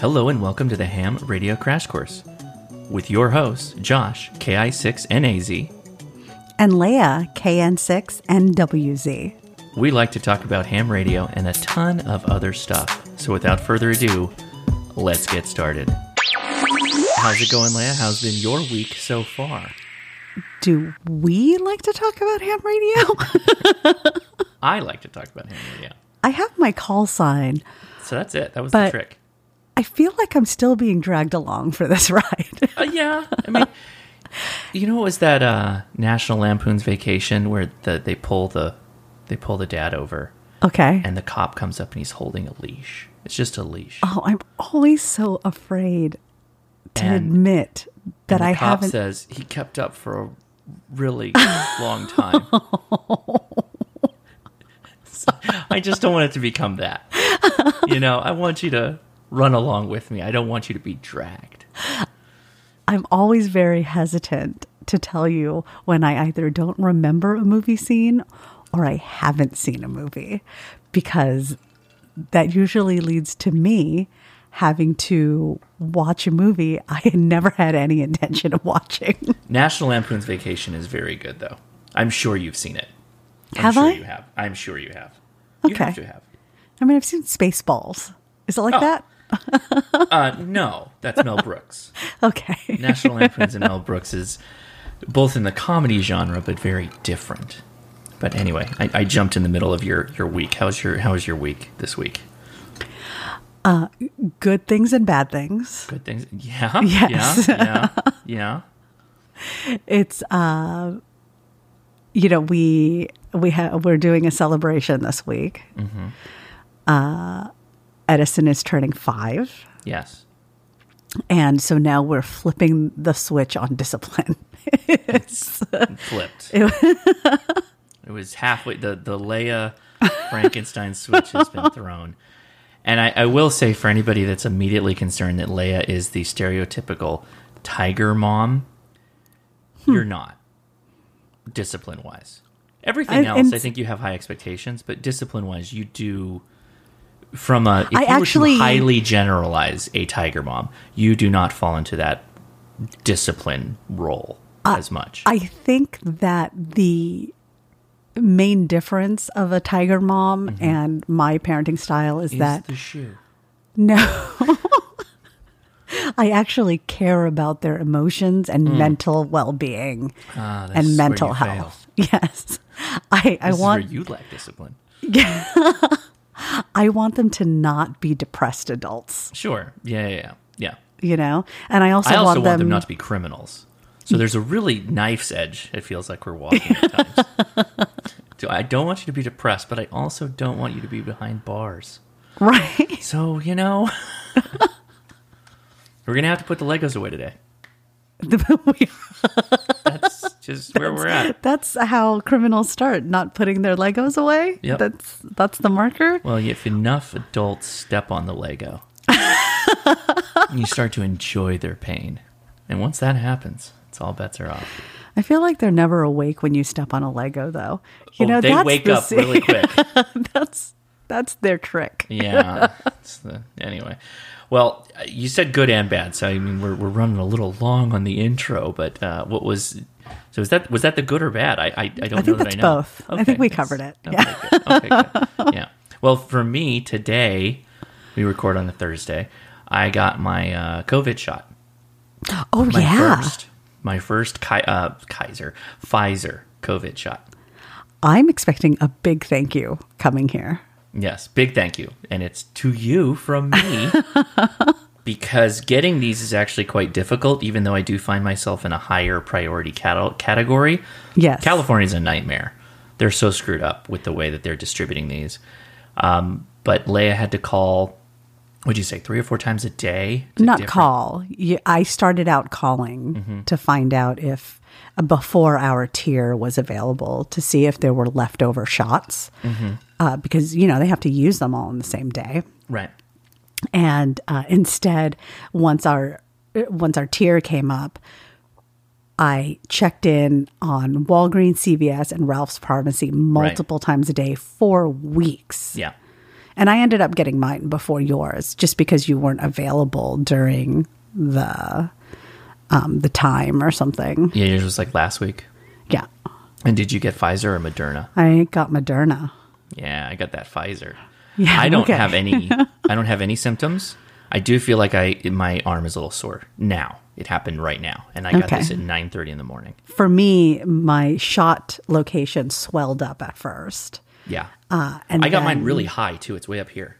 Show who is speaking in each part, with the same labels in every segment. Speaker 1: Hello and welcome to the Ham Radio Crash Course with your hosts, Josh, KI6NAZ.
Speaker 2: and Leia, KN6 and WZ.
Speaker 1: We like to talk about ham radio and a ton of other stuff. So without further ado, let's get started. How's it going, Leia? How's been your week so far?
Speaker 2: Do we like to talk about ham radio?
Speaker 1: I like to talk about ham radio.
Speaker 2: I have my call sign.
Speaker 1: So that's it. That was the
Speaker 2: But-
Speaker 1: trick.
Speaker 2: I feel like I'm still being dragged along for this ride.
Speaker 1: Uh, yeah, I mean, you know, it was that uh, National Lampoon's Vacation where the, they pull the they pull the dad over,
Speaker 2: okay.
Speaker 1: and the cop comes up and he's holding a leash. It's just a leash.
Speaker 2: Oh, I'm always so afraid to
Speaker 1: And-
Speaker 2: admit that
Speaker 1: and the
Speaker 2: I
Speaker 1: cop
Speaker 2: haven't.
Speaker 1: says he kept up for a really long time. I just don't want it to become that. You know, I want you to run along with me. I don't want you to be dragged.
Speaker 2: I'm always very hesitant to tell you when I either don't remember a movie scene or I haven't seen a movie because that usually leads to me having to watch a movie I had never had any intention of watching.
Speaker 1: National Lampoon's Vacation is very good, though. I'm sure you've seen it. I'm
Speaker 2: Have
Speaker 1: sure
Speaker 2: I?
Speaker 1: You have. I'm sure you have. You
Speaker 2: Okay.
Speaker 1: have to have.
Speaker 2: I mean, I've seen Spaceballs. Is it like
Speaker 1: Oh.
Speaker 2: that?
Speaker 1: Uh, no, that's Mel Brooks.
Speaker 2: Okay.
Speaker 1: National Lampoon's and Mel Brooks is both in the comedy genre, but very different. But anyway, I, I jumped in the middle of your, your week. How's your How's your week this week?
Speaker 2: Good things and bad things.
Speaker 1: Good things. Yeah.
Speaker 2: Yes.
Speaker 1: Yeah. Yeah. yeah.
Speaker 2: it's uh you know we we have we're doing a celebration this week uh edison is turning five
Speaker 1: Yes.
Speaker 2: and so now we're flipping the switch on discipline
Speaker 1: Flipped. It, was halfway. The the Leia Frankenstein switch has been thrown. And I, I will say for anybody that's immediately concerned that Leia is the stereotypical tiger mom,
Speaker 2: Hmm.
Speaker 1: you're not. Discipline wise. Everything
Speaker 2: And-
Speaker 1: else,
Speaker 2: and-
Speaker 1: I think you have high expectations, but discipline wise, you do from a if
Speaker 2: I
Speaker 1: you were
Speaker 2: actually-
Speaker 1: to highly generalize a tiger mom, you do not fall into that discipline role
Speaker 2: Uh,
Speaker 1: as much.
Speaker 2: i think that the main difference of a tiger mom and my parenting style is that
Speaker 1: the shoe.
Speaker 2: No. I actually care about their emotions and mental well being
Speaker 1: Ah, this is
Speaker 2: and
Speaker 1: where
Speaker 2: mental
Speaker 1: you fail.
Speaker 2: health. Yes. I, I
Speaker 1: This
Speaker 2: want
Speaker 1: is where you lack discipline.
Speaker 2: I want them to not be depressed adults,
Speaker 1: Sure. Yeah, yeah, yeah. yeah.
Speaker 2: you know? And I also,
Speaker 1: I also
Speaker 2: want, them,
Speaker 1: not to be criminals. So there's a really knife's edge. It feels like we're walking at times. So I don't want you to be depressed, but I also don't want you to be behind bars.
Speaker 2: right.
Speaker 1: So you know, we're gonna have to put the Legos away today. That's just where we're at.
Speaker 2: That's how criminals start, not putting their Legos away.
Speaker 1: Yep.
Speaker 2: That's that's the marker.
Speaker 1: Well, if enough adults step on the Lego, you start to enjoy their pain. And once that happens, it's all bets are off.
Speaker 2: I feel like they're never awake when you step on a Lego though. You
Speaker 1: Oh,
Speaker 2: know,
Speaker 1: they
Speaker 2: that's
Speaker 1: wake
Speaker 2: the
Speaker 1: up really quick.
Speaker 2: that's that's their trick.
Speaker 1: Yeah. It's the- anyway, well, uh, you said good and bad, so I mean we're we're running a little long on the intro, but uh, what was so is that was that the good or bad? I I, I don't
Speaker 2: I
Speaker 1: know
Speaker 2: think
Speaker 1: that
Speaker 2: that's
Speaker 1: I know.
Speaker 2: both. I think we
Speaker 1: that's-
Speaker 2: covered it.
Speaker 1: Okay, good. Okay, good. Yeah. Well, for me today, we record on the Thursday. I got my uh, COVID shot.
Speaker 2: Oh
Speaker 1: my
Speaker 2: yeah.
Speaker 1: first my first Ki- uh, Kaiser Pfizer COVID shot.
Speaker 2: I'm expecting a big thank you coming here.
Speaker 1: Yes, big thank you, and it's to you from me because getting these is actually quite difficult. Even though I do find myself in a higher priority cat- category,
Speaker 2: Yes.
Speaker 1: California's a nightmare. They're so screwed up with the way that they're distributing these. Um, but Leia had to call. Would you say three or four times a day? to
Speaker 2: Not
Speaker 1: different- Mm-hmm.
Speaker 2: call. You, I started out calling to find out if a before hour tier was available to see if there were leftover shots
Speaker 1: Mm-hmm.
Speaker 2: uh, because, you know, they have to use them all in the same day.
Speaker 1: right?
Speaker 2: and uh, instead once our uh, once our tier came up i checked in on walgreens cvs and ralph's pharmacy multiple times a day for weeks
Speaker 1: Yeah,
Speaker 2: And I ended up getting mine before yours just because you weren't available during the um, the time or something.
Speaker 1: Yeah, yours was like last week.
Speaker 2: Yeah.
Speaker 1: And did you get Pfizer or Moderna?
Speaker 2: I got Moderna.
Speaker 1: Yeah, I got that Pfizer.
Speaker 2: Yeah,
Speaker 1: I don't
Speaker 2: okay.
Speaker 1: have any. I don't have any symptoms. I do feel like I my arm is a little sore now. It happened right now, and I got
Speaker 2: Okay.
Speaker 1: this at nine thirty in the morning.
Speaker 2: For me, my shot location swelled up at first.
Speaker 1: Yeah,
Speaker 2: Uh, and
Speaker 1: I got mine
Speaker 2: then-
Speaker 1: really high too. It's way up here.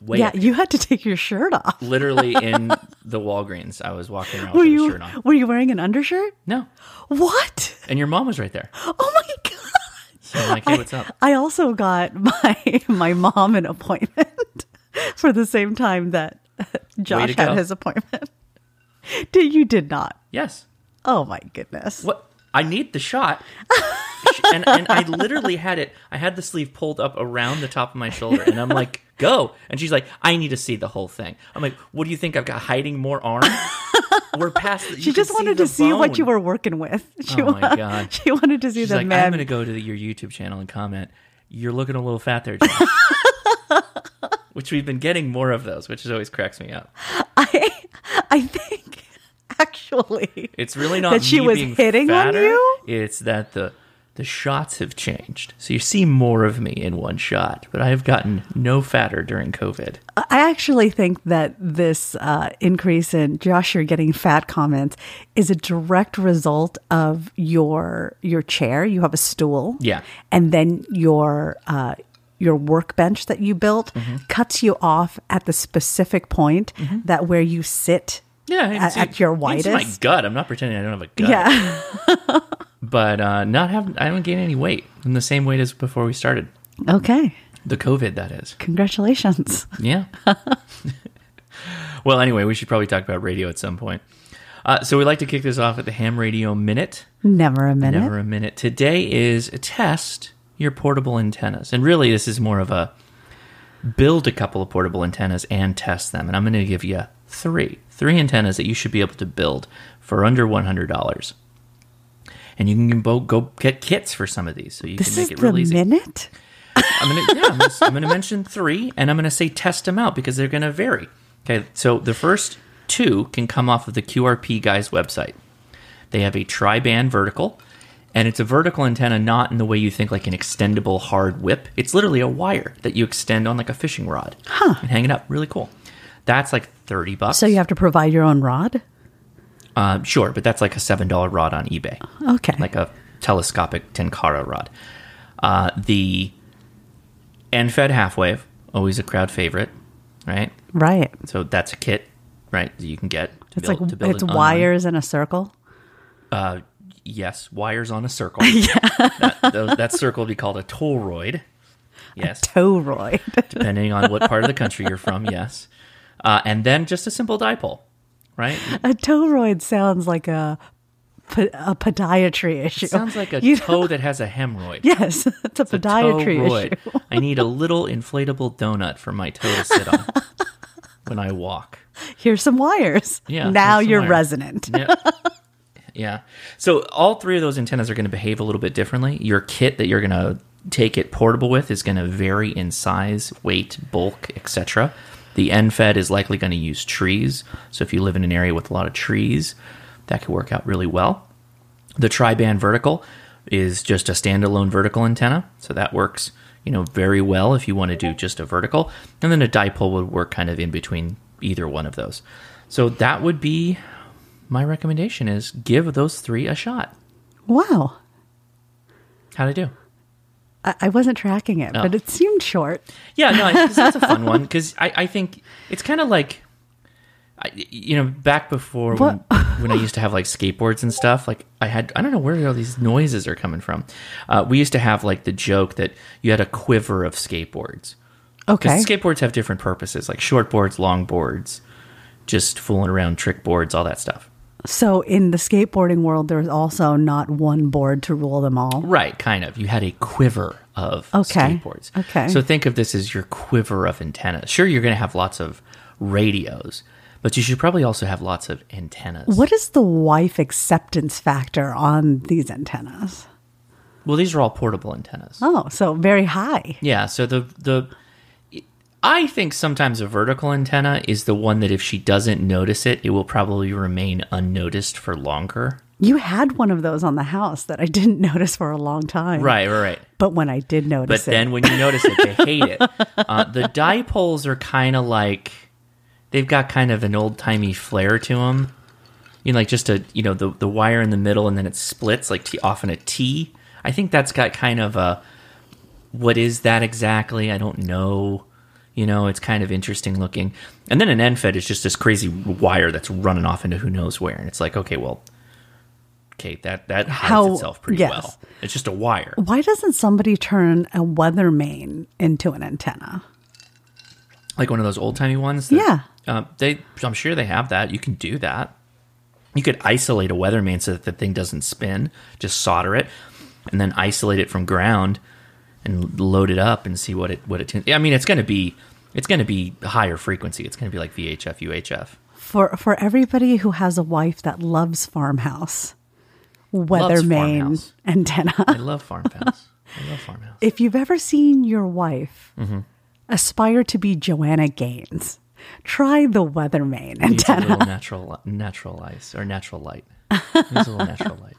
Speaker 1: Way
Speaker 2: Yeah,
Speaker 1: up.
Speaker 2: you had to take your shirt off.
Speaker 1: literally in the Walgreens. I was walking around
Speaker 2: Were
Speaker 1: with a
Speaker 2: you
Speaker 1: shirt on.
Speaker 2: were you wearing an undershirt?
Speaker 1: No,
Speaker 2: What?
Speaker 1: and your mom was right there.
Speaker 2: Oh my god.
Speaker 1: So I'm like, hey, what's up?
Speaker 2: I also got my my mom an appointment for the same time that Josh
Speaker 1: to
Speaker 2: had
Speaker 1: go.
Speaker 2: his appointment. Did you did not?
Speaker 1: Yes.
Speaker 2: Oh my goodness.
Speaker 1: What? I need the shot. She- and, and I literally had it. I had the sleeve pulled up around the top of my shoulder, and I'm like, "Go!" And she's like, "I need to see the whole thing." I'm like, "What do you think I've got hiding more arm?" We're past. The, you
Speaker 2: She
Speaker 1: can
Speaker 2: just wanted to
Speaker 1: the
Speaker 2: see what you
Speaker 1: bone.
Speaker 2: were working with. She
Speaker 1: Oh my
Speaker 2: wa-
Speaker 1: God.
Speaker 2: She wanted to see
Speaker 1: She's
Speaker 2: the
Speaker 1: like, "I'm
Speaker 2: man.
Speaker 1: going to go to your YouTube channel and comment. You're looking a little fat there." Jen." which we've been getting more of those, which always cracks me up.
Speaker 2: I I think actually
Speaker 1: It's really not
Speaker 2: That she
Speaker 1: me
Speaker 2: was
Speaker 1: being
Speaker 2: hitting on
Speaker 1: fatter,
Speaker 2: you?
Speaker 1: It's that the the shots have changed, so you see more of me in one shot. But I have gotten no fatter during COVID.
Speaker 2: I actually think that this uh, increase in Josh, you're getting fat comments is a direct result of your your chair. You have a stool,
Speaker 1: Yeah.
Speaker 2: and then your uh, your workbench that you built
Speaker 1: Mm-hmm.
Speaker 2: cuts you off at the specific point that where you sit.
Speaker 1: Yeah, you can
Speaker 2: at,
Speaker 1: see-
Speaker 2: at your
Speaker 1: you can see
Speaker 2: widest.
Speaker 1: my gut. I'm not pretending I don't have a gut.
Speaker 2: Yeah,
Speaker 1: but uh, not having I don't gain any weight. I'm the same weight as before we started
Speaker 2: okay.
Speaker 1: the COVID. That is.
Speaker 2: Congratulations.
Speaker 1: Yeah. well, anyway, we should probably talk about radio at some point. Uh, so we like to kick this off at the Ham Radio Minute.
Speaker 2: Never a minute.
Speaker 1: Never a minute. Today is test your portable antennas. And really, this is more of a build a couple of portable antennas and test them. And I'm going to give you three, three antennas that you should be able to build for under $100. And you can go, go get kits for some of these. So you
Speaker 2: This
Speaker 1: can
Speaker 2: is
Speaker 1: make it
Speaker 2: the
Speaker 1: real easy.
Speaker 2: minute.
Speaker 1: I'm gonna yeah, I'm gonna, I'm gonna mention three, and I'm gonna say test them out because they're gonna vary. Okay, so the first two can come off of the QRP guys website. They have a tri-band vertical, and it's a vertical antenna, not in the way you think like an extendable hard whip. It's literally a wire that you extend on like a fishing rod and hang it up. Really cool. That's like thirty bucks.
Speaker 2: So you have to provide your own rod.
Speaker 1: um, sure, but that's like a seven dollar rod on eBay
Speaker 2: Okay.
Speaker 1: like a telescopic tenkara rod. Uh, the NFED half wave, always a crowd favorite, right?
Speaker 2: right.
Speaker 1: So that's a kit, right? that you can get. To
Speaker 2: It's like
Speaker 1: to
Speaker 2: it's
Speaker 1: an online-
Speaker 2: wires in a circle.
Speaker 1: Uh, yes, wires on a circle. that, tho- that circle would be called a toroid. Yes,
Speaker 2: Oh, Toroid.
Speaker 1: depending on what part of the country you're from. Yes, uh, and then just a simple dipole, right?
Speaker 2: A toroid sounds like a p- a podiatry issue.
Speaker 1: It sounds like a
Speaker 2: You know-
Speaker 1: toe that has a hemorrhoid.
Speaker 2: Yes, it's a podiatry
Speaker 1: Toroid.
Speaker 2: issue.
Speaker 1: I need a little inflatable donut for my toe to sit on when I walk.
Speaker 2: Here's some wires.
Speaker 1: Yeah,
Speaker 2: now
Speaker 1: here's some
Speaker 2: you're
Speaker 1: wire.
Speaker 2: resonant.
Speaker 1: Yeah. yeah. So all three of those antennas are going to behave a little bit differently. Your kit that you're going to take it portable with is going to vary in size, weight, bulk, etc. The NFED is likely going to use trees. So if you live in an area with a lot of trees, that could work out really well. The tri-band vertical is just a standalone vertical antenna, so that works, you know, very well if you want to do just a vertical. And then a dipole would work kind of in between either one of those. So that would be my recommendation is give those three a shot.
Speaker 2: Wow.
Speaker 1: How'd I do?
Speaker 2: I, I wasn't tracking it, but it seemed short.
Speaker 1: Yeah, no, I think that's a fun one because I, I think it's kind of like, I, you know, back before when, when I used to have like skateboards and stuff, like I had, I don't know where all these noises are coming from. Uh, we used to have like the joke that you had a quiver of skateboards.
Speaker 2: Okay.
Speaker 1: Because skateboards have different purposes, like short boards, long boards, just fooling around, trick boards, all that stuff.
Speaker 2: So in the skateboarding world, there's also not one board to rule them all.
Speaker 1: Right, kind of. You had a quiver of
Speaker 2: Okay.
Speaker 1: skateboards.
Speaker 2: Okay.
Speaker 1: So think of this as your quiver of antennas. Sure, you're going to have lots of radios, but you should probably also have lots of antennas.
Speaker 2: What is the wife acceptance factor on these antennas?
Speaker 1: Well, these are all portable antennas.
Speaker 2: Oh, so very high.
Speaker 1: Yeah. So the the I think sometimes a vertical antenna is the one that if she doesn't notice it, it will probably remain unnoticed for longer.
Speaker 2: You had one of those on the house that I didn't notice for a long time.
Speaker 1: Right, right, right.
Speaker 2: But when I did
Speaker 1: But
Speaker 2: notice it,
Speaker 1: then when you notice it, they hate it. Uh, the dipoles are kind of like they've got kind of an old timey flair to them. You know, like just a you know the the wire in the middle and then it splits like t- off in a T. I think that's got kind of a what is that exactly? I don't know. You know, it's kind of interesting looking. And then an end fed is just this crazy wire that's running off into who knows where, and it's like okay, well. Okay, that that hides
Speaker 2: How-
Speaker 1: itself pretty
Speaker 2: yes.
Speaker 1: well. It's just a wire.
Speaker 2: why doesn't somebody turn a weather main into an antenna?
Speaker 1: like one of those old timey ones. That,
Speaker 2: Yeah.
Speaker 1: uh, they. I'm sure they have that. You can do that. You could isolate a weather main so that the thing doesn't spin. Just solder it, and then isolate it from ground, and load it up and see what it what it. tunes. I mean, it's going to be it's going to be higher frequency. It's going to be like VHF, UHF.
Speaker 2: For for everybody who has a wife that loves farmhouse, weather main
Speaker 1: farmhouse.
Speaker 2: antenna.
Speaker 1: I love farmhouse. I love farmhouse.
Speaker 2: If you've ever seen your wife
Speaker 1: Mm-hmm.
Speaker 2: aspire to be Joanna Gaines, try the weather main antenna.
Speaker 1: It's a little natural natural ice or natural light. It's a little natural light.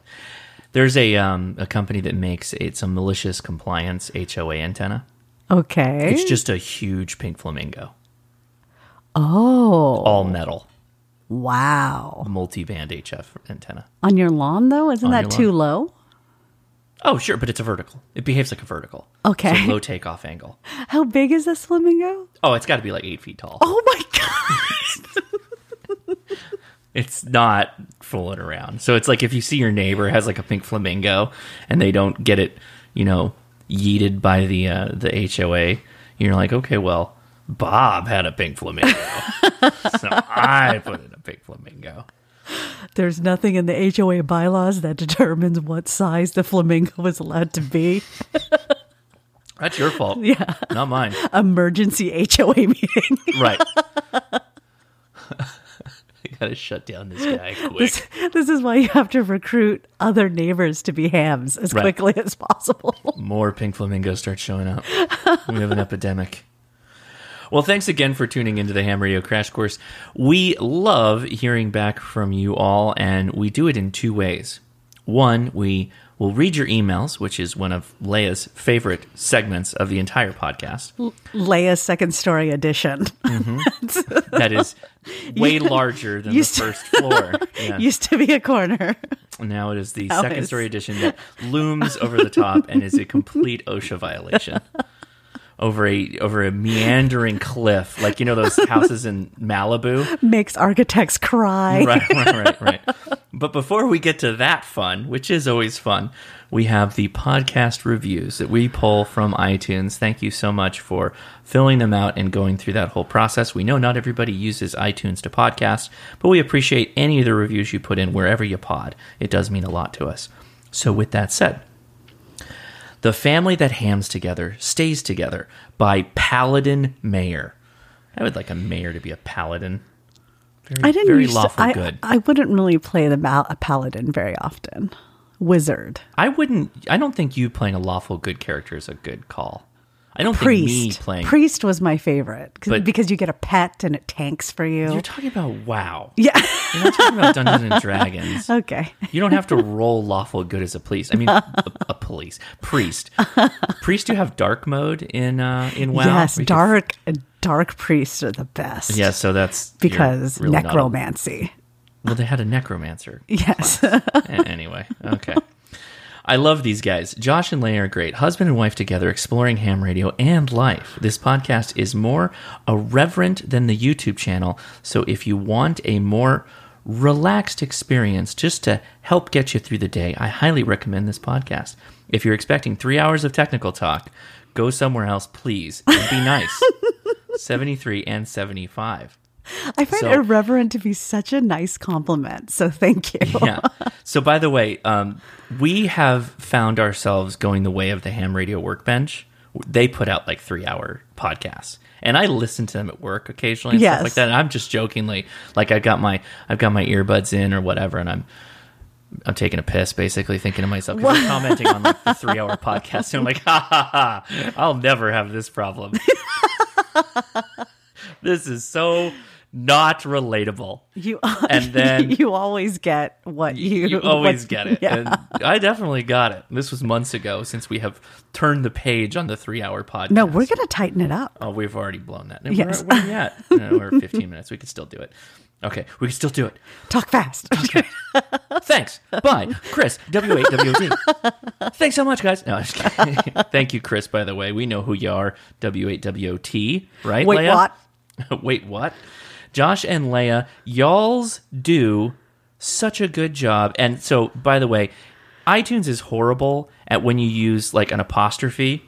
Speaker 1: There's a um, a company that makes it's a malicious compliance HOA antenna.
Speaker 2: Okay.
Speaker 1: It's just a huge pink flamingo,
Speaker 2: oh,
Speaker 1: all metal,
Speaker 2: wow.
Speaker 1: multi-band HF antenna.
Speaker 2: On your lawn, though? Isn't
Speaker 1: On
Speaker 2: that
Speaker 1: your
Speaker 2: too low?
Speaker 1: Oh, sure, but it's a vertical. It behaves like a vertical.
Speaker 2: Okay.
Speaker 1: So low takeoff angle.
Speaker 2: How big is this flamingo?
Speaker 1: Oh, it's got to be like eight feet tall.
Speaker 2: Oh my God.
Speaker 1: It's not fooling around. So it's like if you see your neighbor has like a pink flamingo and they don't get it, you know, yeeted by the uh, the HOA, you're like, okay, well, Bob had a pink flamingo, so I put in a pink flamingo.
Speaker 2: There's nothing in the HOA bylaws that determines what size the flamingo is allowed to be.
Speaker 1: That's your fault. Yeah, not mine.
Speaker 2: Emergency HOA meeting.
Speaker 1: Right. I gotta shut down this guy quick.
Speaker 2: This, this is why you have to recruit other neighbors to be hams as
Speaker 1: Right.
Speaker 2: quickly as possible.
Speaker 1: More pink flamingos start showing up. we have an epidemic. Well, thanks again for tuning into the Ham Radio Crash Course. We love hearing back from you all, and we do it in two ways. One, we will read your emails, which is one of Leia's favorite segments of the entire podcast.
Speaker 2: Leia's second story edition
Speaker 1: That is way larger than the
Speaker 2: used to-
Speaker 1: first floor. Yeah.
Speaker 2: used to be a corner.
Speaker 1: Now it is the
Speaker 2: Now
Speaker 1: second
Speaker 2: it's-
Speaker 1: story edition that looms over the top and is a complete OSHA violation. Over a over a meandering cliff, like you know those houses in Malibu.
Speaker 2: Makes architects cry.
Speaker 1: Right, right, right, right. But before we get to that fun, which is always fun, we have the podcast reviews that we pull from iTunes. Thank you so much for filling them out and going through that whole process. We know not everybody uses iTunes to podcast, but we appreciate any of the reviews you put in wherever you pod. It does mean a lot to us. So, with that said, the Family That Hams Together Stays Together by Paladin Mayer. I would like a mayor to be a paladin. Very,
Speaker 2: I didn't
Speaker 1: very
Speaker 2: used to-
Speaker 1: lawful
Speaker 2: I,
Speaker 1: good.
Speaker 2: I wouldn't really play the mal- a paladin very often. Wizard.
Speaker 1: I wouldn't. I don't think you playing a lawful good character is a good call. I don't think me
Speaker 2: Priest.
Speaker 1: playing.
Speaker 2: Priest was my favorite 'cause-
Speaker 1: But-
Speaker 2: because you get a pet and it tanks for
Speaker 1: You're
Speaker 2: you.
Speaker 1: talking about WoW.
Speaker 2: Yeah.
Speaker 1: You're not talking about Dungeons and Dragons.
Speaker 2: okay.
Speaker 1: You don't have to roll lawful good as a police. I mean, a, a police priest. Priest, you have dark mode in uh, in WoW.
Speaker 2: yes,
Speaker 1: We could-
Speaker 2: dark dark priests are the best.
Speaker 1: yeah, so that's you're
Speaker 2: Because
Speaker 1: really not a-
Speaker 2: necromancy.
Speaker 1: well, they had a necromancer.
Speaker 2: Yes.
Speaker 1: A- anyway, okay. I love these guys. Josh and Leigh are great. Husband and wife together exploring ham radio and life. This podcast is more irreverent than the YouTube channel. So if you want a more relaxed experience just to help get you through the day, I highly recommend this podcast. If you're expecting three hours of technical talk, go somewhere else, please, and be nice. 73 and 75.
Speaker 2: I find
Speaker 1: So-
Speaker 2: irreverent to be such a nice compliment. So thank you.
Speaker 1: yeah. So, by the way, um, we have found ourselves going the way of the ham radio workbench. They put out like three hour podcasts, and I listen to them at work occasionally and
Speaker 2: Yes.
Speaker 1: stuff like that. And I'm just jokingly like I've got my I've got my earbuds in or whatever, and I'm. I'm taking a piss, basically thinking to myself because I'm commenting on like, the three-hour podcast, and I'm like, "Ha ha ha! I'll never have this problem." this is so not relatable.
Speaker 2: You
Speaker 1: And then-
Speaker 2: you always get what you,
Speaker 1: You, always
Speaker 2: what-
Speaker 1: get it.
Speaker 2: Yeah.
Speaker 1: And I definitely got it. This was months ago since we have turned the page on the three hour podcast.
Speaker 2: no, we're gonna tighten it up.
Speaker 1: Oh, we've already blown that. Yes. Where,
Speaker 2: Yes.
Speaker 1: where are we at? No, we're 15 minutes. We could still do it. Okay, we can still do it.
Speaker 2: Talk fast.
Speaker 1: Thanks. Bye, Chris. W8WOD. Thanks so much, guys. No, I'm just kidding. Thank you, Chris, by the way. We know who you are. W8WOT, right?
Speaker 2: Wait,
Speaker 1: Leia?
Speaker 2: what?
Speaker 1: Wait, what? Josh and Leia, y'all's do such a good job. And so, by the way, iTunes is horrible at when you use like an apostrophe.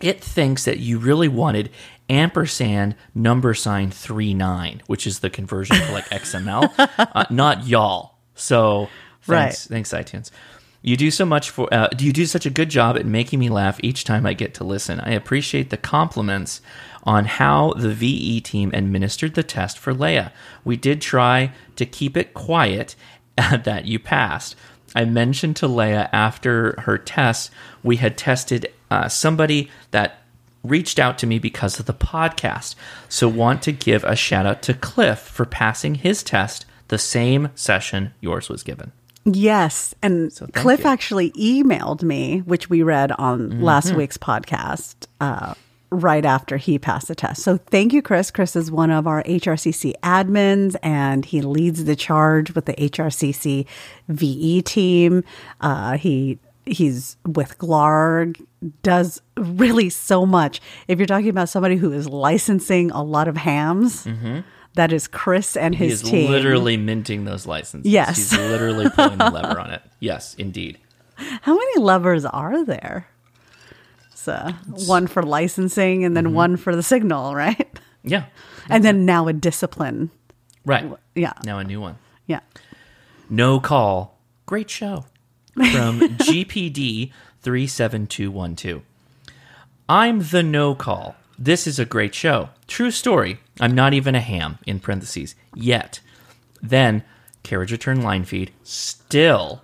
Speaker 1: It thinks that you really wanted ampersand number sign three nine, which is the conversion for like XML, uh, not y'all. So thanks, thanks iTunes. You do so much for. Uh, do you do such a good job at making me laugh each time I get to listen? I appreciate the compliments on how the VE team administered the test for Leia. We did try to keep it quiet that you passed. I mentioned to Leia after her test, we had tested uh, somebody that reached out to me because of the podcast. So want to give a shout out to Cliff for passing his test the same session yours was given.
Speaker 2: Yes. And
Speaker 1: thank
Speaker 2: Cliff
Speaker 1: you. Mm-hmm.
Speaker 2: actually emailed me, which we read on last week's podcast, uh, right after he passed the test. So thank you, Chris. Chris is one of our HRCC admins and he leads the charge with the HRCC VE E team. Uh, he He's with GLARG, does really so much. If you're talking about somebody who is licensing a lot of hams, that is Chris and
Speaker 1: Mm-hmm. He
Speaker 2: his
Speaker 1: is
Speaker 2: team.
Speaker 1: literally minting those licenses.
Speaker 2: Yes.
Speaker 1: He's literally pulling the lever on it. Yes, indeed.
Speaker 2: How many levers are there? So one for licensing and
Speaker 1: Mm-hmm.
Speaker 2: then one for the signal, right?
Speaker 1: Yeah.
Speaker 2: And then now a discipline.
Speaker 1: Right.
Speaker 2: Yeah.
Speaker 1: Now a new one.
Speaker 2: Yeah.
Speaker 1: No call. Great show. From GPD 37212. I'm the no call. This is a great show. True story. I'm not even a ham, in parentheses, yet. Then, carriage return line feed, still,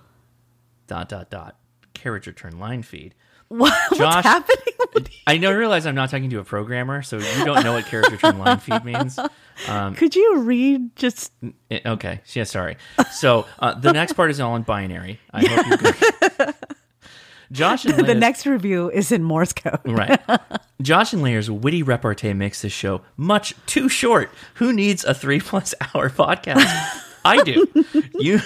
Speaker 1: dot, dot, dot, carriage return line feed.
Speaker 2: What's
Speaker 1: Josh-
Speaker 2: happening?
Speaker 1: I now realize I'm not talking to a programmer, so you don't know what carriage return line feed means. Um,
Speaker 2: Could you read just
Speaker 1: Eh, Okay. Yeah, sorry. So uh, the next part is all in binary. I hope you agree. Josh and
Speaker 2: the
Speaker 1: Lena's-
Speaker 2: next review is in Morse code.
Speaker 1: Right. Josh and Layer's witty repartee makes this show much too short. Who needs a three plus hour podcast? I do. You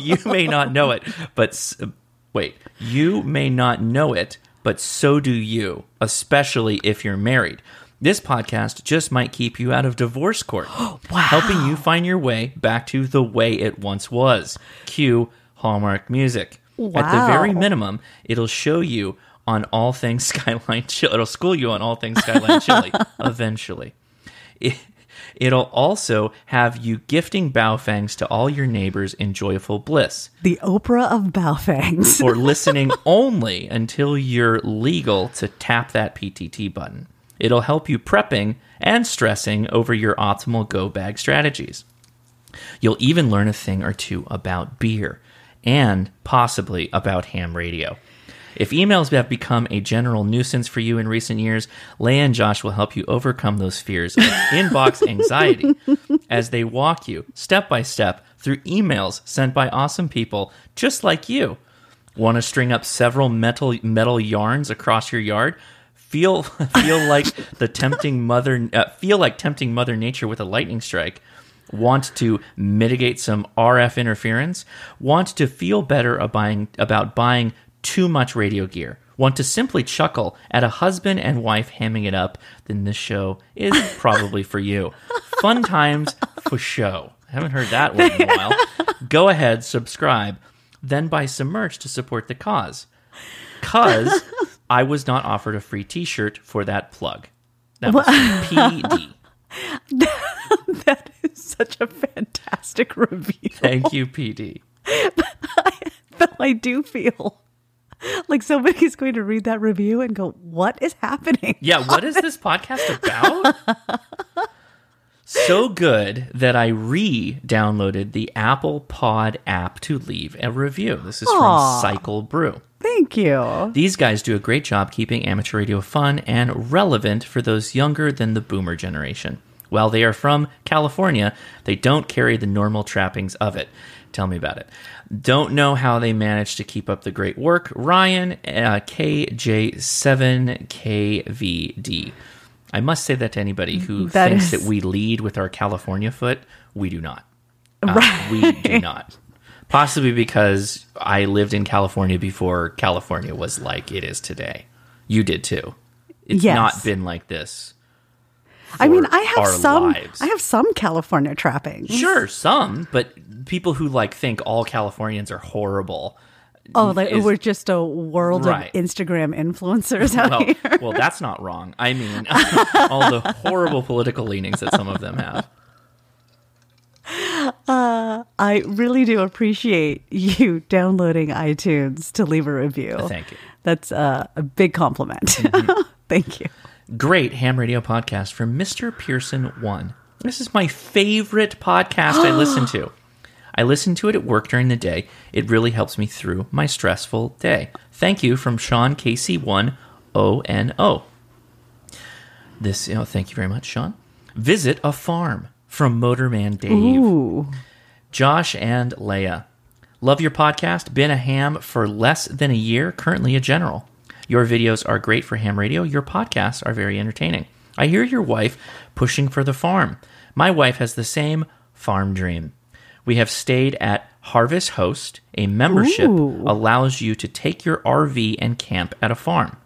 Speaker 1: you may not know it, but s- wait, you may not know it, but so do you, especially if you're married. This podcast just might keep you out of divorce court, helping you find your way back to the way it once was. Cue Hallmark music. At the very
Speaker 2: Wow.
Speaker 1: minimum, it'll show you on all things Skyline Chili. It'll school you on all things Skyline Chili eventually. It, it'll also have you gifting Baofangs to all your neighbors in joyful bliss
Speaker 2: The Oprah of Balfangs.
Speaker 1: for listening only until you're legal to tap that PTT button. It'll help you prepping and stressing over your optimal go bag strategies. You'll even learn a thing or two about beer and possibly about ham radio. If emails have become a general nuisance for you in recent years, Leia and Josh will help you overcome those fears of inbox anxiety as they walk you step by step through emails sent by awesome people just like you. Want to string up several metal metal yarns across your yard? Feel feel like the tempting mother uh, feel like tempting mother nature with a lightning strike. Want to mitigate some RF interference? Want to feel better about buying, about buying too much radio gear? Want to simply chuckle at a husband and wife hamming it up? Then this show is probably for you. Fun times for show. I haven't heard that one in a while. Go ahead, subscribe, then buy some merch to support the cause. Cause I was not offered a free T-shirt for that plug. That was PD.
Speaker 2: that is such a fantastic review.
Speaker 1: Thank you, PD.
Speaker 2: Though I do feel like somebody's going to read that review and go, What is happening?
Speaker 1: Yeah, what is this podcast about? so good that I re downloaded the Apple Pod app to leave a review. This is from
Speaker 2: Aw.
Speaker 1: Cycle Brew.
Speaker 2: Thank you.
Speaker 1: These guys do a great job keeping amateur radio fun and relevant for those younger than the boomer generation. While they are from California, they don't carry the normal trappings of it. Tell me about it. Don't know how they manage to keep up the great work. Ryan, uh, KJ7KVD. I must say that to anybody who
Speaker 2: That
Speaker 1: thinks
Speaker 2: is-
Speaker 1: that we lead with our California foot. We do not. Uh, We do not. Possibly because I lived in California before California was like it is today. You did too. It's
Speaker 2: Yes.
Speaker 1: not been like this.
Speaker 2: I mean,
Speaker 1: for
Speaker 2: I have
Speaker 1: our
Speaker 2: some.
Speaker 1: lives.
Speaker 2: I have some California trappings.
Speaker 1: Sure, some, but people who like think all Californians are horrible.
Speaker 2: Oh, like
Speaker 1: is-
Speaker 2: we're just a world
Speaker 1: Right.
Speaker 2: of Instagram influencers out
Speaker 1: Well,
Speaker 2: here.
Speaker 1: well, that's not wrong. I mean, all the horrible political leanings that some of them have.
Speaker 2: I really do appreciate you downloading iTunes to leave a review.
Speaker 1: Thank you. Mm-hmm.
Speaker 2: That's uh, a big compliment. Thank you.
Speaker 1: Great ham radio podcast from Mr. Pearson One. This is my favorite podcast I listen to. I listen to it at work during the day. It really helps me through my stressful day. Thank you from Sean Casey One O N O. This oh, thank you very much, Sean. Visit a farm from Motorman Dave.
Speaker 2: Ooh,
Speaker 1: Josh and Leia. Love your podcast. Been a ham for less than a year, currently a general. Your videos are great for ham radio. Your podcasts are very entertaining. I hear your wife pushing for the farm. My wife has the same farm dream. We have stayed at Harvest Host. A membership
Speaker 2: Ooh.
Speaker 1: allows you to take your RV and camp at a farm.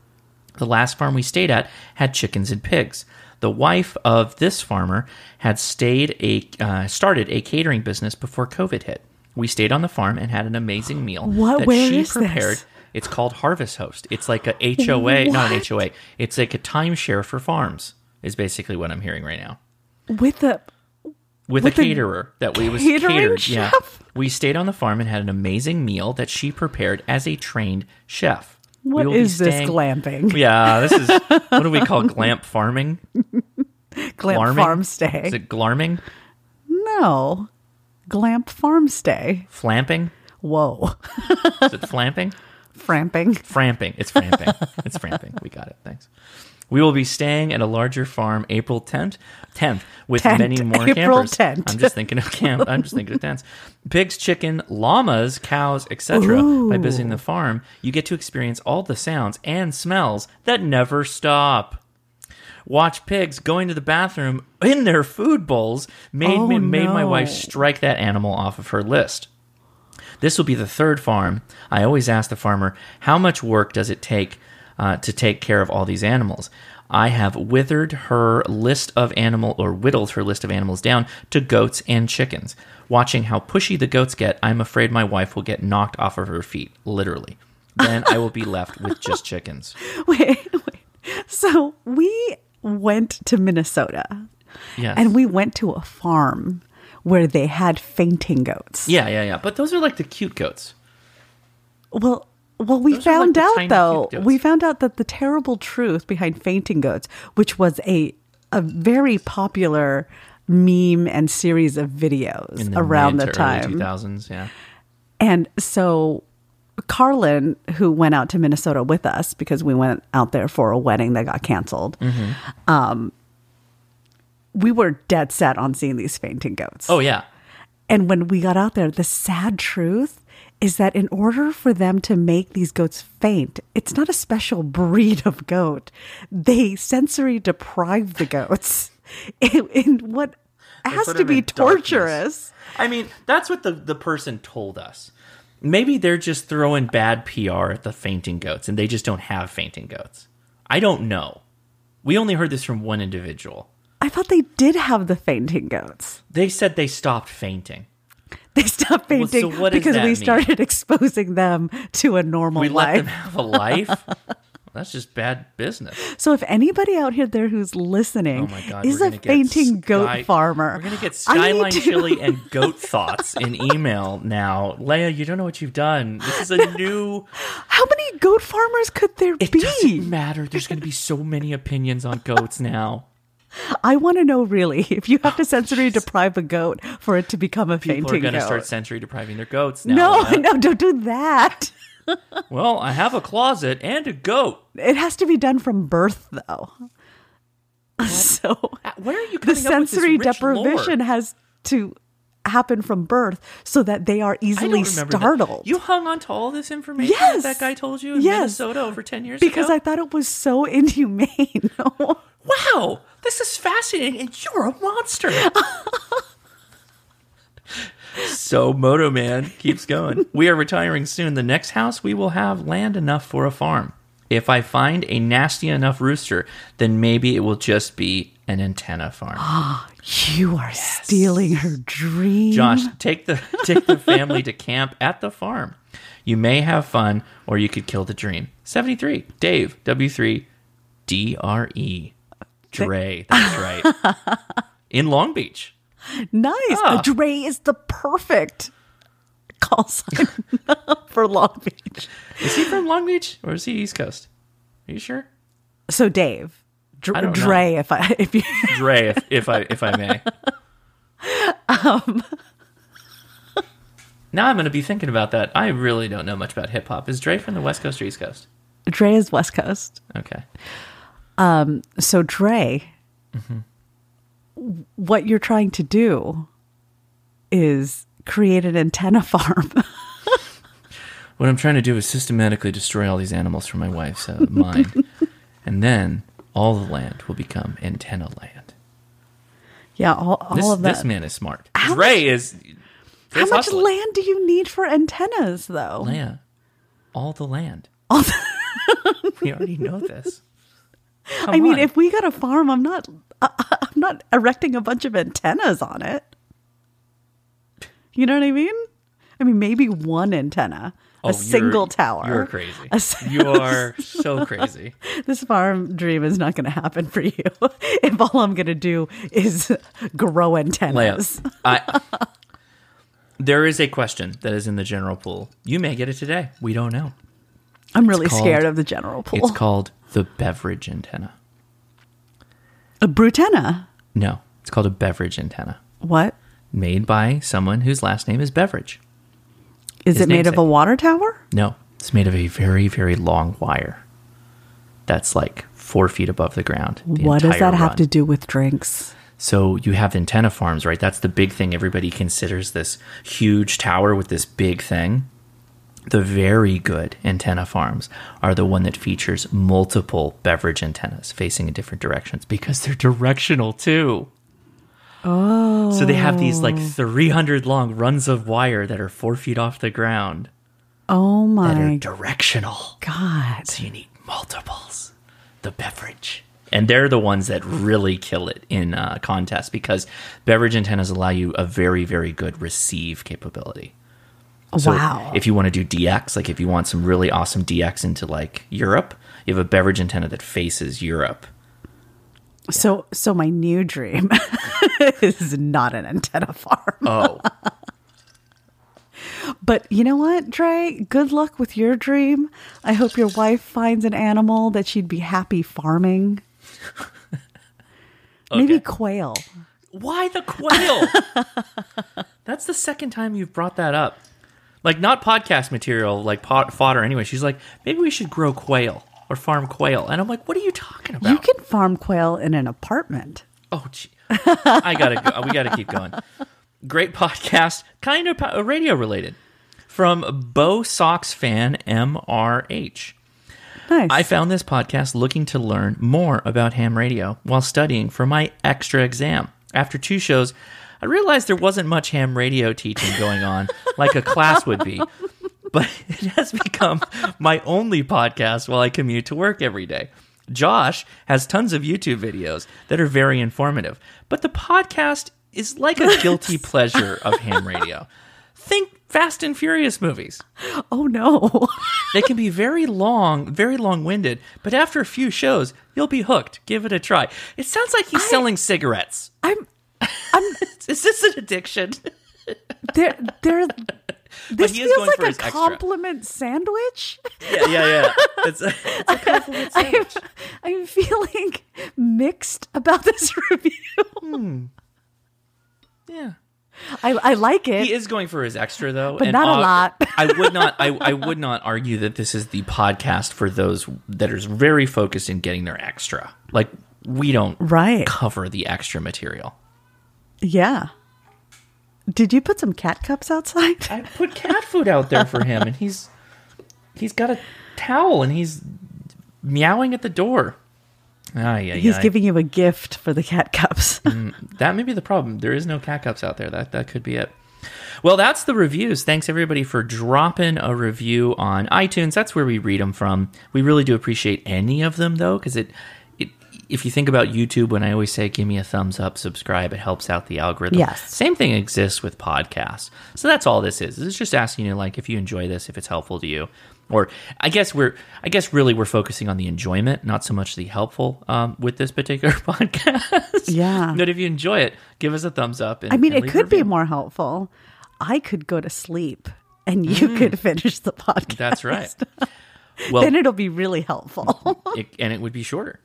Speaker 1: The last farm we stayed at had chickens and pigs. The wife of this farmer had stayed a uh, started a catering business before COVID hit. We stayed on the farm and had an amazing meal
Speaker 2: What?
Speaker 1: that
Speaker 2: Where
Speaker 1: she
Speaker 2: is
Speaker 1: prepared.
Speaker 2: this?
Speaker 1: It's called Harvest Host. It's like a HOA, not an
Speaker 2: What?
Speaker 1: HOA. It's like a timeshare for farms. Is basically what I'm hearing right now
Speaker 2: with the
Speaker 1: with,
Speaker 2: With
Speaker 1: a
Speaker 2: a
Speaker 1: caterer that we was
Speaker 2: catering
Speaker 1: catered. Yeah,
Speaker 2: chef?
Speaker 1: we stayed on the farm and had an amazing meal that she prepared as a trained chef. We
Speaker 2: What
Speaker 1: will be
Speaker 2: is this
Speaker 1: staying-
Speaker 2: glamping?
Speaker 1: Yeah, this is what do we call glamp farming?
Speaker 2: Glamp
Speaker 1: Glarming?
Speaker 2: farm stay.
Speaker 1: Is it glarming?
Speaker 2: no, glamp farm stay.
Speaker 1: Flamping?
Speaker 2: Whoa,
Speaker 1: Is it flamping?
Speaker 2: framping.
Speaker 1: Framping. It's framping. It's framping. We got it. Thanks. We will be staying at a larger farm April 10th, 10th with
Speaker 2: Tent.
Speaker 1: many more
Speaker 2: April
Speaker 1: campers.
Speaker 2: 10th.
Speaker 1: I'm just thinking of camp. I'm just thinking of tents. Pigs, chicken, llamas, cows, etc. By visiting the farm, you get to experience all the sounds and smells that never stop. Watch pigs going to the bathroom in their food bowls made
Speaker 2: Oh,
Speaker 1: me, made my
Speaker 2: no.
Speaker 1: wife strike that animal off of her list. This will be the third farm. I always ask the farmer, how much work does it take uh, to take care of all these animals? I have withered her list of animal or whittled her list of animals down to goats and chickens. Watching how pushy the goats get, I'm afraid my wife will get knocked off of her feet, literally. Then I will be left with just chickens.
Speaker 2: Wait, wait. So we went to Minnesota,
Speaker 1: Yes.
Speaker 2: and we went to a farm where they had fainting goats.
Speaker 1: yeah, yeah, yeah. But those are like the cute goats.
Speaker 2: Well, well, we
Speaker 1: are like
Speaker 2: found
Speaker 1: the tiny
Speaker 2: out though.
Speaker 1: cute goats.
Speaker 2: We found out that the terrible truth behind fainting goats, which was a a very popular meme and series of videos
Speaker 1: In the
Speaker 2: around
Speaker 1: mid
Speaker 2: the
Speaker 1: to early
Speaker 2: time,
Speaker 1: 2000s, yeah.
Speaker 2: and so Carlin, who went out to Minnesota with us because we went out there for a wedding that got canceled, um,
Speaker 1: Mm-hmm.
Speaker 2: we were dead set on seeing these fainting goats.
Speaker 1: Oh, yeah.
Speaker 2: And when we got out there, the sad truth is that in order for them to make these goats faint, it's not a special breed of goat. They sensory deprive the goats in, in what has
Speaker 1: put
Speaker 2: to
Speaker 1: them in
Speaker 2: be
Speaker 1: darkness.
Speaker 2: torturous.
Speaker 1: I mean, that's what the, the person told us. Maybe they're just throwing bad PR at the fainting goats and they just don't have fainting goats. I don't know. We only heard this from one individual.
Speaker 2: I thought they did have the fainting goats.
Speaker 1: They said they stopped fainting.
Speaker 2: They stopped
Speaker 1: so
Speaker 2: fainting
Speaker 1: what does
Speaker 2: because
Speaker 1: that
Speaker 2: we
Speaker 1: mean?
Speaker 2: started exposing them to a normal
Speaker 1: We let them
Speaker 2: life.
Speaker 1: have a life. That's just bad business.
Speaker 2: So if anybody out here there who's listening
Speaker 1: Oh my god!
Speaker 2: is
Speaker 1: we're
Speaker 2: a
Speaker 1: gonna get
Speaker 2: fainting goat
Speaker 1: Sky-
Speaker 2: farmer,
Speaker 1: We're gonna get
Speaker 2: I need
Speaker 1: skyline
Speaker 2: to-
Speaker 1: chili and goat thoughts in email now. Leia, you don't know what you've done. This is a new.
Speaker 2: How many goat farmers could there
Speaker 1: It
Speaker 2: be?
Speaker 1: doesn't matter. There's going to be so many opinions on goats now.
Speaker 2: I want to know really if you have to sensory deprive a goat for it to become a
Speaker 1: People are
Speaker 2: fainting
Speaker 1: going to
Speaker 2: goat.
Speaker 1: start sensory depriving their goats now.
Speaker 2: no,
Speaker 1: Lana.
Speaker 2: no, don't do that.
Speaker 1: Well, I have a closet and a goat.
Speaker 2: It has to be done from birth, though. So
Speaker 1: Where are you coming up
Speaker 2: the
Speaker 1: with this
Speaker 2: sensory
Speaker 1: rich lore?
Speaker 2: deprivation has to happen from birth so that they are
Speaker 1: I don't
Speaker 2: easily
Speaker 1: remember that.
Speaker 2: startled.
Speaker 1: You hung on to all this information
Speaker 2: Yes.
Speaker 1: that that guy told you in
Speaker 2: Yes.
Speaker 1: Minnesota over 10 years
Speaker 2: because
Speaker 1: ago?
Speaker 2: I thought it was so inhumane.
Speaker 1: Wow, this is fascinating, and you're a monster. so Moto Man keeps going. We are retiring soon. The next house we will have land enough for a farm. If I find a nasty enough rooster, then maybe it will just be an antenna farm.
Speaker 2: you are stealing her dream.
Speaker 1: Josh, take the take the family to camp at the farm. You may have fun, or you could kill the dream. Seventy three, Dave W three, D R E, Dre. That's right. In Long Beach.
Speaker 2: Nice.
Speaker 1: Ah.
Speaker 2: A dray is the perfect call sign for Long Beach.
Speaker 1: Is he from Long Beach or is he East Coast? Are you sure?
Speaker 2: So Dave,
Speaker 1: I
Speaker 2: dr-
Speaker 1: don't know.
Speaker 2: Dre, if I if you
Speaker 1: Dre, if, if I if I may. now I'm going to be thinking about that. I really don't know much about hip hop. Is Dre from the West Coast or East Coast?
Speaker 2: Dre is West Coast.
Speaker 1: Okay.
Speaker 2: So Dre,
Speaker 1: Mm-hmm.
Speaker 2: w- what you're trying to do is create an antenna farm.
Speaker 1: What I'm trying to do is systematically destroy all these animals from my wife's uh, mind, and then all the land will become antenna land.
Speaker 2: yeah, all, all
Speaker 1: This,
Speaker 2: of that.
Speaker 1: this man is smart.
Speaker 2: How
Speaker 1: Dre is.
Speaker 2: How
Speaker 1: is
Speaker 2: much
Speaker 1: hustling.
Speaker 2: land do you need for antennas, though?
Speaker 1: Land. All the land.
Speaker 2: All
Speaker 1: we already know this.
Speaker 2: I mean,
Speaker 1: on.
Speaker 2: if we got a farm, I'm not I, I- I'm not erecting a bunch of antennas on it. You know what I mean? I mean, maybe one antenna,
Speaker 1: Oh,
Speaker 2: a
Speaker 1: you're-
Speaker 2: single tower.
Speaker 1: You're crazy.
Speaker 2: A s-
Speaker 1: you are so crazy.
Speaker 2: this farm dream is not going to happen for you. if all I'm going to do is grow
Speaker 1: Leia,
Speaker 2: antennas.
Speaker 1: I, there is a question that is in the general pool. You may get it today. We don't know.
Speaker 2: I'm really
Speaker 1: called-
Speaker 2: scared of the general pool.
Speaker 1: It's called the beverage antenna.
Speaker 2: a brutenna.
Speaker 1: No, it's called a beverage antenna
Speaker 2: What?
Speaker 1: made by someone whose last name is Beverage.
Speaker 2: Is
Speaker 1: His
Speaker 2: it made of
Speaker 1: namesake.
Speaker 2: a water tower?
Speaker 1: No, it's made of a very, very long wire that's like four feet above the ground. the
Speaker 2: what does
Speaker 1: entire
Speaker 2: that have
Speaker 1: run.
Speaker 2: to do with drinks?
Speaker 1: So you have antenna farms, right? That's the big thing everybody considers this huge tower with this big thing. The very good antenna farms are the one that features multiple beverage antennas facing in different directions because they're directional too. Oh. So they have these like 300 long runs of wire that are four feet off the ground
Speaker 2: Oh
Speaker 1: that are
Speaker 2: my
Speaker 1: directional.
Speaker 2: god.
Speaker 1: So you need multiples. The beverage. And they're the ones that really kill it in uh, contests because beverage antennas allow you a very, very good receive capability. So
Speaker 2: wow.
Speaker 1: If you want to do DX, like if you want some really awesome DX into like Europe, you have a beverage antenna that faces Europe.
Speaker 2: So, so my new dream is not an antenna farm.
Speaker 1: Oh,
Speaker 2: But you know what, Dre? Good luck with your dream. I hope your wife finds an animal that she'd be happy farming. Maybe quail.
Speaker 1: why the quail? That's the second time you've brought that up. Like not podcast material, like pot, fodder anyway. She's like, maybe we should grow quail or farm quail. And I'm like, what are you talking about?
Speaker 2: You can farm quail in an apartment.
Speaker 1: Oh, gee. I gotta go. We gotta keep going. Great podcast, kind of po- radio related, from Bo Sox fan MRH.
Speaker 2: Nice.
Speaker 1: I found this podcast looking to learn more about ham radio while studying for my extra exam. After two shows, I realized there wasn't much ham radio teaching going on, like a class would be. But it has become my only podcast while I commute to work every day. Josh has tons of YouTube videos that are very informative, but the podcast is like a guilty pleasure of ham radio. Think Fast and Furious movies
Speaker 2: oh no.
Speaker 1: they can be very long, very long winded, but after a few shows, you'll be hooked. Give it a try. It sounds like he's selling cigarettes.
Speaker 2: I'm
Speaker 1: Is this an addiction?
Speaker 2: there there
Speaker 1: but
Speaker 2: This
Speaker 1: he is
Speaker 2: feels
Speaker 1: going
Speaker 2: like
Speaker 1: for
Speaker 2: a
Speaker 1: his extra.
Speaker 2: compliment sandwich.
Speaker 1: Yeah, yeah, yeah. It's, it's a compliment
Speaker 2: I'm,
Speaker 1: sandwich.
Speaker 2: I'm feeling mixed about this review.
Speaker 1: Yeah.
Speaker 2: I, I like it.
Speaker 1: He is going for his extra though,
Speaker 2: But not a
Speaker 1: uh,
Speaker 2: lot.
Speaker 1: I would not. I, I would not argue that this is the podcast for those that are very focused in getting their extra. Like we don't
Speaker 2: Right.
Speaker 1: cover the extra material.
Speaker 2: Yeah. Did you put some cat cups outside?
Speaker 1: I put cat food out there for him, and he's he's got a towel and he's meowing at the door. Ah, yeah, Mm,
Speaker 2: He's giving you a gift for the cat cups.
Speaker 1: That may be the problem. There is no cat cups out there. That that could be it. Well, that's the reviews. Thanks everybody for dropping a review on iTunes. That's where we read them from. We really do appreciate any of them though, because it it if you think about YouTube, when I always say give me a thumbs up, subscribe, it helps out the algorithm.
Speaker 2: Yes.
Speaker 1: Same thing exists with podcasts. So that's all this is. This is just asking you like if you enjoy this, if it's helpful to you. Or I guess we're I guess really we're focusing on the enjoyment, not so much the helpful um, with this particular podcast.
Speaker 2: Yeah.
Speaker 1: But if you enjoy it, give us a thumbs up. And,
Speaker 2: I mean,
Speaker 1: and
Speaker 2: it
Speaker 1: leave a
Speaker 2: could be
Speaker 1: review.
Speaker 2: more helpful. I could go to sleep and you could finish the podcast.
Speaker 1: Mm. That's right. Well,
Speaker 2: Then it'll be really helpful.
Speaker 1: it, and it would be shorter.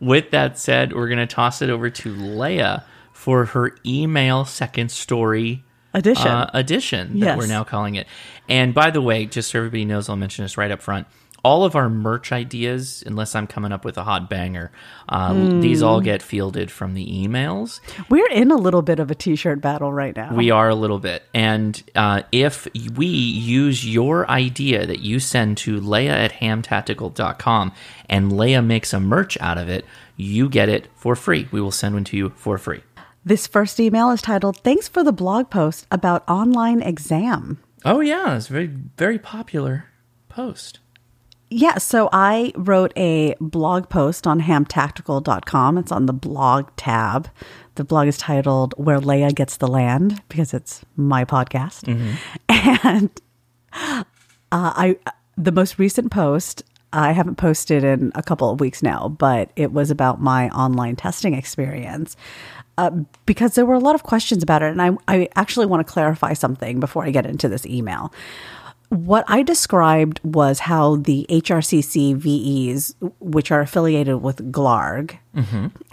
Speaker 1: With that said, we're going to toss it over to Leia for her email second story
Speaker 2: Edition.
Speaker 1: uh, edition that
Speaker 2: Yes.
Speaker 1: we're now calling it. And by the way, just so everybody knows, I'll mention this right up front. All of our merch ideas, unless I'm coming up with a hot banger, um, these all get fielded from the emails.
Speaker 2: We're in a little bit of a t shirt battle right now.
Speaker 1: We are a little bit. And uh, if we use your idea that you send to Leia at hamtactical.com and Leia makes a merch out of it, you get it for free. We will send one to you for free.
Speaker 2: this first email is titled Thanks for the blog post about online exam.
Speaker 1: Oh, yeah. It's a very, very popular post.
Speaker 2: Yeah, so I wrote a blog post on hamtactical.com. It's on the blog tab. The blog is titled Where Leia Gets the Land because it's my podcast. And uh, I the most recent post I haven't posted in a couple of weeks now, but it was about my online testing experience uh, because there were a lot of questions about it, and I I actually want to clarify something before I get into this email. What I described was how the HRCC VEs, which are affiliated with GLARG,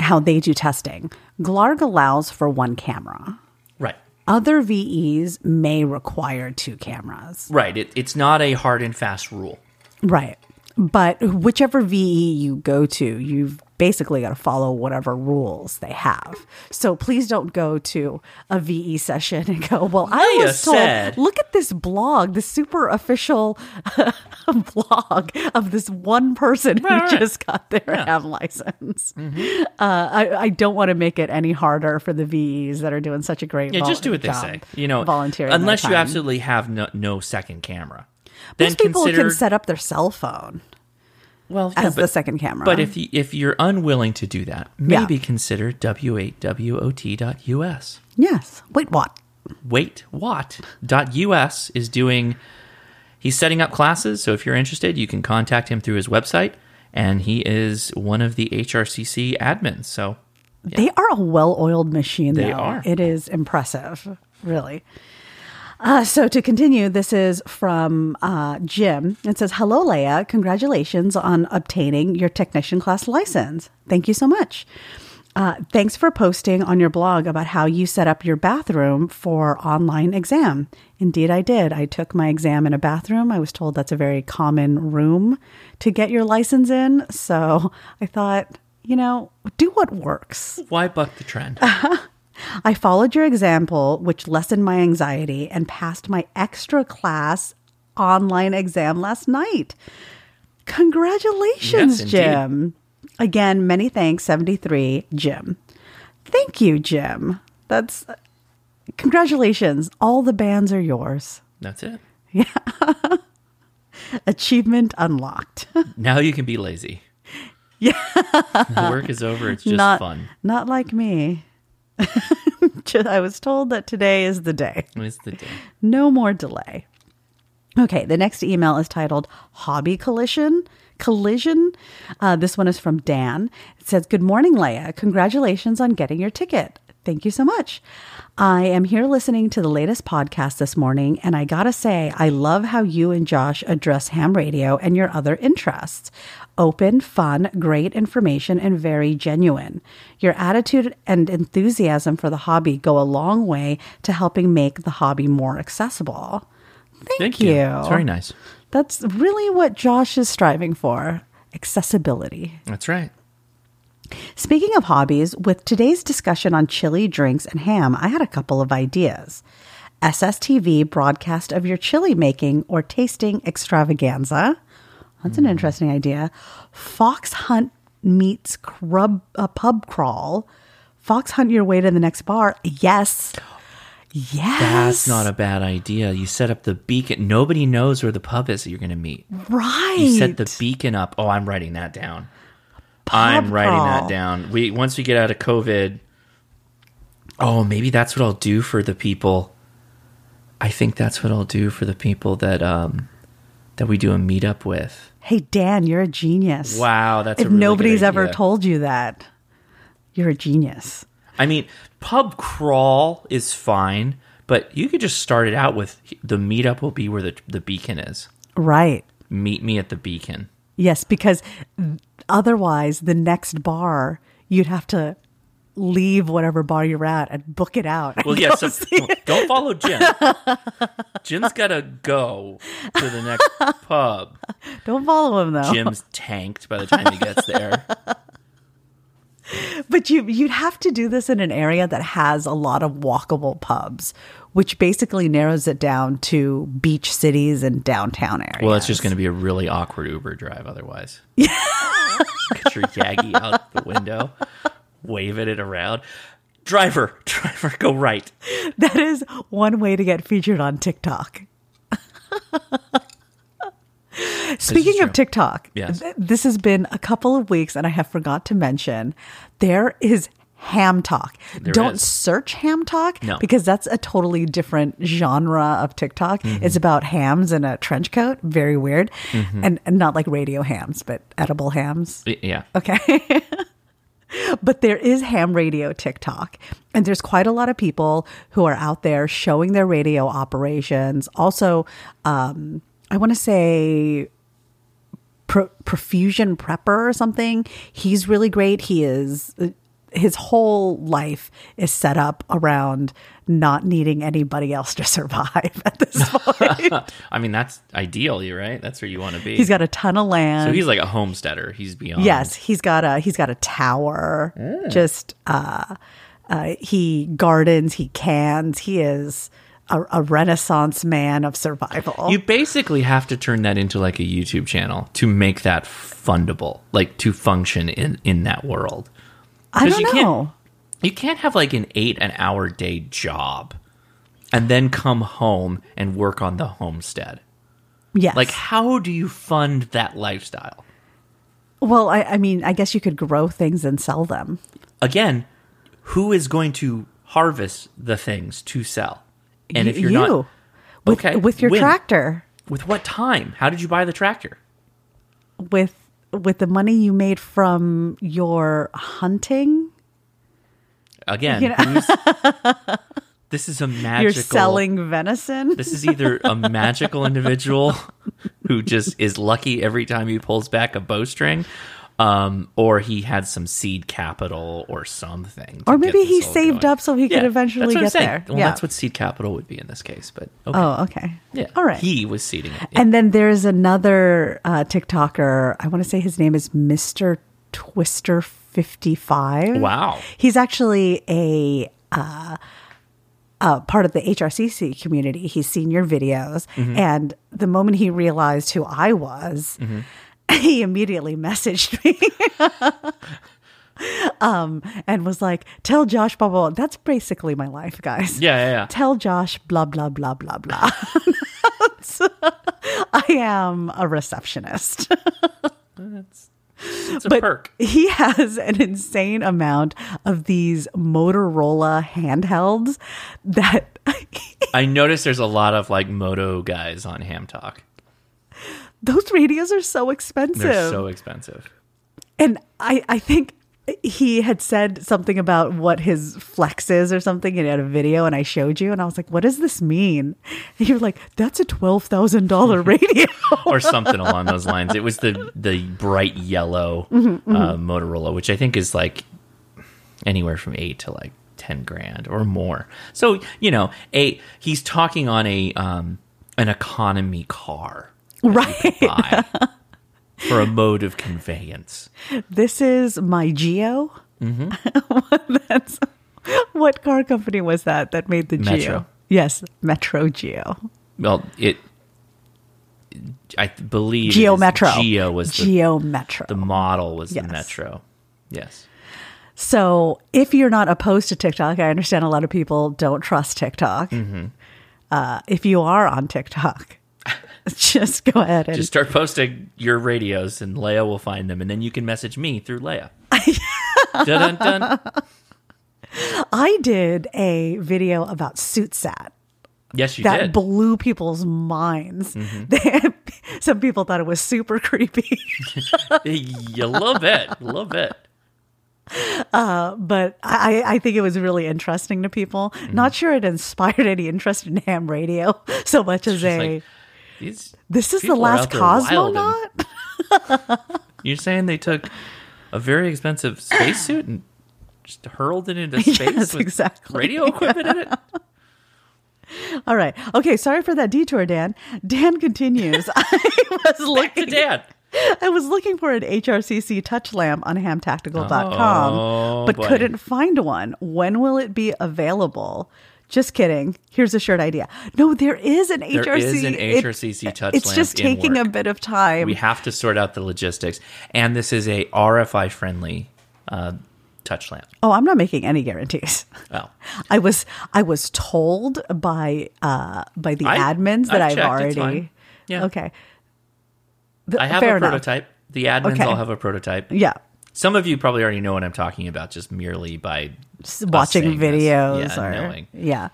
Speaker 2: how they do testing. GLARG allows for one camera.
Speaker 1: Right.
Speaker 2: Other VEs may require two cameras.
Speaker 1: Right. It, it's not a hard and fast rule.
Speaker 2: Right. But whichever VE you go to, you've basically got to follow whatever rules they have. So please don't go to a VE session and go, well, I
Speaker 1: Leia
Speaker 2: was told,
Speaker 1: said-
Speaker 2: look at this blog, the super official blog of this one person who
Speaker 1: Right, Mm-hmm. right.
Speaker 2: just got their M license. Uh, I, I don't want to make it any harder for the VEs that are doing such a great
Speaker 1: Yeah,
Speaker 2: vol-
Speaker 1: just do what they
Speaker 2: job
Speaker 1: say. You know,
Speaker 2: volunteering. their
Speaker 1: Unless you
Speaker 2: time.
Speaker 1: absolutely have no, no second camera.
Speaker 2: Most people can set up their cell phone
Speaker 1: well, yeah,
Speaker 2: as the
Speaker 1: but-
Speaker 2: second camera.
Speaker 1: But if you, if you're unwilling to do that,
Speaker 2: Yeah.
Speaker 1: maybe consider w8wot.us.
Speaker 2: Yes. Wait, what?
Speaker 1: Wait, what.us is doing he's setting up classes, so if you're interested, you can contact him through his website and he is one of the HRCC admins. So,
Speaker 2: They are a well-oiled machine.
Speaker 1: They
Speaker 2: though.
Speaker 1: are.
Speaker 2: It is impressive, really. Uh, so to continue, this is from uh, Jim. It says, "Hello, Leia. Congratulations on obtaining your technician class license. Thank you so much. Uh, thanks for posting on your blog about how you set up your bathroom for online exam. Indeed, I did. I took my exam in a bathroom. I was told that's a very common room to get your license in. So I thought, you know, do what works."
Speaker 1: why buck the trend?
Speaker 2: Ah. I followed your example, which lessened my anxiety and passed my extra class online exam last night.
Speaker 1: Yes,
Speaker 2: Congratulations,
Speaker 1: indeed.
Speaker 2: Jim. Again, many thanks, 73, Jim. Thank you, Jim. That's congratulations. All the bands are yours.
Speaker 1: That's it.
Speaker 2: Achievement unlocked.
Speaker 1: Now you can be lazy. Yeah. the work is over, it's just
Speaker 2: not
Speaker 1: fun.
Speaker 2: not like me. Ju- I was told that today is the day.
Speaker 1: It's the day.
Speaker 2: No more delay. Okay, the next email is titled Hobby Collision. Collision. Uh, this one is from Dan. It says, Good morning, Leia. Congratulations on getting your ticket. Thank you so much. I am here listening to the latest podcast this morning, and I gotta say, I love how you and Josh address ham radio and your other interests. Open, fun, great information, and very genuine. Your attitude and enthusiasm for the hobby go a long way to helping make the hobby more accessible. Thank, you.
Speaker 1: It's very nice.
Speaker 2: That's really what Josh is striving for accessibility.
Speaker 1: That's right.
Speaker 2: Speaking of hobbies, with today's discussion on chili, drinks, and ham, I had a couple of ideas. SSTV broadcast of your chili making or tasting extravaganza. That's
Speaker 1: Hmm.
Speaker 2: an interesting idea. Fox hunt meets crub, uh, pub crawl. Fox hunt your way to the next bar. Yes. Yes.
Speaker 1: That's not a bad idea. You set up the beacon. Nobody knows where the pub is that you're going to meet.
Speaker 2: right.
Speaker 1: You set the beacon up. Oh, I'm writing that down. I'm writing that
Speaker 2: crawl. down.
Speaker 1: down. We once we get out of COVID. Oh, maybe that's what I'll do for the people. I think that's what I'll do for the people that um that we do a meetup with.
Speaker 2: Hey, Dan, you're a genius.
Speaker 1: Wow, that's a
Speaker 2: If
Speaker 1: really good
Speaker 2: nobody's ever
Speaker 1: idea.
Speaker 2: told you that, you're a genius.
Speaker 1: I mean, pub crawl is fine, but you could just start it out with the meetup will be where the the beacon is.
Speaker 2: Right.
Speaker 1: Meet me at the beacon.
Speaker 2: Yes, because otherwise, the next bar, you'd have to leave whatever bar you're at and book it out. and
Speaker 1: Well,
Speaker 2: go
Speaker 1: yeah. So,
Speaker 2: see
Speaker 1: well, don't follow Jim. Jim's gotta go to the next pub.
Speaker 2: it. Don't follow him, though.
Speaker 1: Jim's tanked by the time he gets there.
Speaker 2: But you, you'd have to do this in an area that has a lot of walkable pubs, which basically narrows it down to beach cities and downtown areas.
Speaker 1: Well, it's just going to be a really awkward Uber drive otherwise. Get your Yagi out the window, waving it around. Driver, driver, go right.
Speaker 2: That is one way to get featured on TikTok. Speaking of
Speaker 1: true.
Speaker 2: TikTok,
Speaker 1: Yes.
Speaker 2: th- this has been a couple of weeks and I have forgot to mention there is ham talk. Don't
Speaker 1: is.
Speaker 2: search ham talk
Speaker 1: No.
Speaker 2: because that's a totally different genre of TikTok.
Speaker 1: Mm-hmm.
Speaker 2: It's about hams in a trench coat, very weird.
Speaker 1: Mm-hmm.
Speaker 2: And, and not like radio hams, but edible hams.
Speaker 1: Y- Yeah.
Speaker 2: Okay. but there is ham radio TikTok. And there's quite a lot of people who are out there showing their radio operations. Also, um, I want to say pro- profusion prepper or something. He's really great. He is his whole life is set up around not needing anybody else to survive at this point.
Speaker 1: I mean, that's ideal, you right? That's where you want to be.
Speaker 2: he's got a ton of land.
Speaker 1: so he's like a homesteader. He's beyond.
Speaker 2: Yes, he's got a he's got a tower. Just uh, uh, he gardens, he cans. He is a, a Renaissance man of survival.
Speaker 1: You basically have to turn that into like a YouTube channel to make that fundable, like to function in in that world.
Speaker 2: I
Speaker 1: 'cause
Speaker 2: don't
Speaker 1: you can't-
Speaker 2: know.
Speaker 1: You can't have like an eight an hour day job and then come home and work on the homestead.
Speaker 2: Yes,
Speaker 1: Like, how do you fund that lifestyle?
Speaker 2: well, I, I mean, I guess you could grow things and sell them.
Speaker 1: Again, who is going to harvest the things to sell? And
Speaker 2: Y-
Speaker 1: if you're
Speaker 2: you,
Speaker 1: not
Speaker 2: with
Speaker 1: Okay,
Speaker 2: with your
Speaker 1: when?
Speaker 2: tractor,
Speaker 1: with what time? How did you buy the tractor?
Speaker 2: with with the money you made from your hunting,
Speaker 1: Again,
Speaker 2: You know-
Speaker 1: who's- this is a magical
Speaker 2: you're selling venison.
Speaker 1: This is either a magical individual who just is lucky every time he pulls back a bowstring, um, or he had some seed capital or something. to
Speaker 2: Or
Speaker 1: get
Speaker 2: maybe
Speaker 1: this
Speaker 2: he
Speaker 1: all
Speaker 2: saved
Speaker 1: going.
Speaker 2: up so he could
Speaker 1: that's
Speaker 2: eventually
Speaker 1: what I'm
Speaker 2: get
Speaker 1: saying.
Speaker 2: there.
Speaker 1: Well,
Speaker 2: Yeah.
Speaker 1: that's what seed capital would be in this case, but okay.
Speaker 2: Oh, okay.
Speaker 1: yeah,
Speaker 2: All right.
Speaker 1: He was seeding it.
Speaker 2: And then there's another uh, TikToker. I want to say his name is Mr. Twister55.
Speaker 1: Wow.
Speaker 2: He's actually a. Uh, uh, part of the HRCC community. He's seen your videos. And the moment he realized who I was, he immediately messaged me um, and was like, Tell Josh, blah, blah, blah. That's basically my life, guys
Speaker 1: Yeah, yeah, yeah.
Speaker 2: tell Josh blah blah blah blah blah. I am a receptionist.
Speaker 1: It's a
Speaker 2: But
Speaker 1: perk.
Speaker 2: he has an insane amount of these Motorola handhelds that
Speaker 1: I noticed there's a lot of like moto guys on Ham Talk.
Speaker 2: those radios are so
Speaker 1: They're
Speaker 2: expensive.
Speaker 1: so expensive.
Speaker 2: and I, I think he had said something about what his flex is or something and he had a video and I showed you and I was like, what does this mean? And you were like, that's a twelve thousand dollar radio.
Speaker 1: or something along those lines. It was the the bright yellow
Speaker 2: Mm-hmm,
Speaker 1: Uh, Motorola, which I think is like anywhere from eight to like ten grand or more. So you know, a he's talking on a um, an economy car
Speaker 2: right.
Speaker 1: buy for a mode of conveyance.
Speaker 2: This is my Geo.
Speaker 1: Mm-hmm.
Speaker 2: that's what car company was that that made the
Speaker 1: Metro.
Speaker 2: Geo? Yes, Metro Geo.
Speaker 1: Well, it I believe it
Speaker 2: Geo
Speaker 1: is-
Speaker 2: Metro.
Speaker 1: Geo was the,
Speaker 2: Geo Metro.
Speaker 1: the model was
Speaker 2: Yes.
Speaker 1: the Metro. Yes.
Speaker 2: So, if you're not opposed to TikTok, I understand a lot of people don't trust TikTok.
Speaker 1: Mm-hmm.
Speaker 2: Uh, if you are on TikTok, just go ahead and
Speaker 1: Just start posting your radios, and Leia will find them, and then you can message me through Leia. dun, dun, dun.
Speaker 2: I did a video about Suitsat
Speaker 1: Yes, you
Speaker 2: that
Speaker 1: did. Mm-hmm.
Speaker 2: blew people's minds. They- some people thought it was super creepy,
Speaker 1: a little bit, a little bit.
Speaker 2: but I, I think it was really interesting to people.
Speaker 1: Mm-hmm.
Speaker 2: Not sure it inspired any interest in ham radio so much as
Speaker 1: Just
Speaker 2: a
Speaker 1: like, these
Speaker 2: this is the
Speaker 1: people are
Speaker 2: last
Speaker 1: out there wilding.
Speaker 2: cosmonaut.
Speaker 1: You're saying they took a very expensive spacesuit and just hurled it into space
Speaker 2: Yes,
Speaker 1: with
Speaker 2: exactly.
Speaker 1: radio equipment in it?
Speaker 2: All right. Okay. Sorry for that detour, Dan. Dan continues. I was
Speaker 1: Back
Speaker 2: looking.
Speaker 1: to dad.
Speaker 2: I was looking for an HRCC touch lamp on hamtactical.com,
Speaker 1: Oh,
Speaker 2: but
Speaker 1: boy.
Speaker 2: couldn't find one. When will it be available? Just kidding. Here's a shirt idea. No, there is an HRC.
Speaker 1: There is an
Speaker 2: it-
Speaker 1: HRCC touch
Speaker 2: It's
Speaker 1: lamp
Speaker 2: just
Speaker 1: in
Speaker 2: taking
Speaker 1: work.
Speaker 2: a bit of time.
Speaker 1: We have to sort out the logistics, and this is a RFI friendly uh, touch lamp.
Speaker 2: oh, I'm not making any guarantees.
Speaker 1: Oh.
Speaker 2: I was I was told by uh by the
Speaker 1: I-
Speaker 2: admins that
Speaker 1: I've
Speaker 2: I've,
Speaker 1: checked. It's
Speaker 2: already.
Speaker 1: fine. Yeah.
Speaker 2: Okay. The-
Speaker 1: I have
Speaker 2: fair
Speaker 1: a
Speaker 2: enough.
Speaker 1: prototype. The admins
Speaker 2: Okay.
Speaker 1: all have a prototype.
Speaker 2: Yeah.
Speaker 1: Some of you probably already know what I'm talking about just merely by
Speaker 2: s- watching
Speaker 1: saying this.
Speaker 2: videos
Speaker 1: Yeah,
Speaker 2: or
Speaker 1: knowing.
Speaker 2: yeah.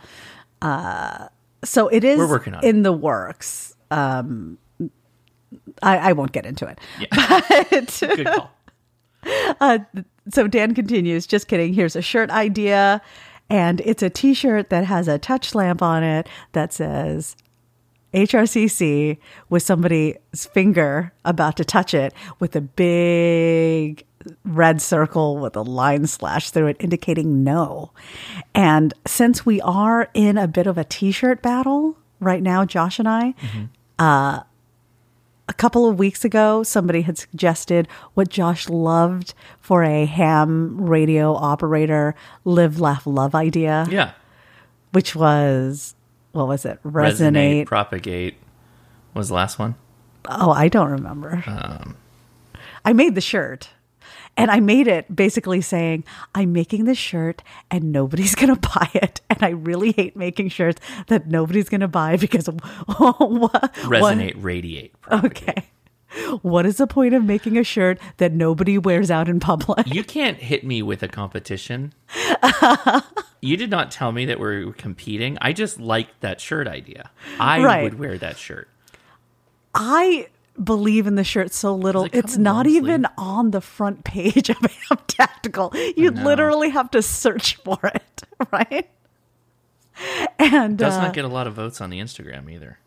Speaker 2: Uh, so it is
Speaker 1: We're working on
Speaker 2: in the works. Um, I, I won't get into it.
Speaker 1: good call.
Speaker 2: So Dan continues. Just kidding. Here's a shirt idea, and it's a T-shirt that has a touch lamp on it that says HRCC with somebody's finger about to touch it with a big red circle with a line slash through it indicating no. And since we are in a bit of a t shirt battle right now, Josh and I, uh, a couple of weeks ago, somebody had suggested what Josh loved for a ham radio operator live, laugh, love idea,
Speaker 1: Yeah.
Speaker 2: which was. What was it?
Speaker 1: Resonate,
Speaker 2: Resonate,
Speaker 1: propagate was the last one.
Speaker 2: Oh, I don't remember.
Speaker 1: Um,
Speaker 2: I made the shirt. And I made it basically saying, I'm making this shirt and nobody's going to buy it. And I really hate making shirts that nobody's going to buy because what,
Speaker 1: Resonate, radiate.
Speaker 2: What,
Speaker 1: Propagate.
Speaker 2: okay. What is the point of making a shirt that nobody wears out in public?
Speaker 1: You can't hit me with a competition. you did not tell me that we're competing. I just liked that shirt idea. I
Speaker 2: Right.
Speaker 1: would wear that shirt.
Speaker 2: I believe in the shirt so little.
Speaker 1: Does it come
Speaker 2: it's
Speaker 1: in long
Speaker 2: not
Speaker 1: sleeve?
Speaker 2: even on the front page of Am Tactical. You literally have to search for it, right? And
Speaker 1: Does
Speaker 2: uh,
Speaker 1: not get a lot of votes on the Instagram either.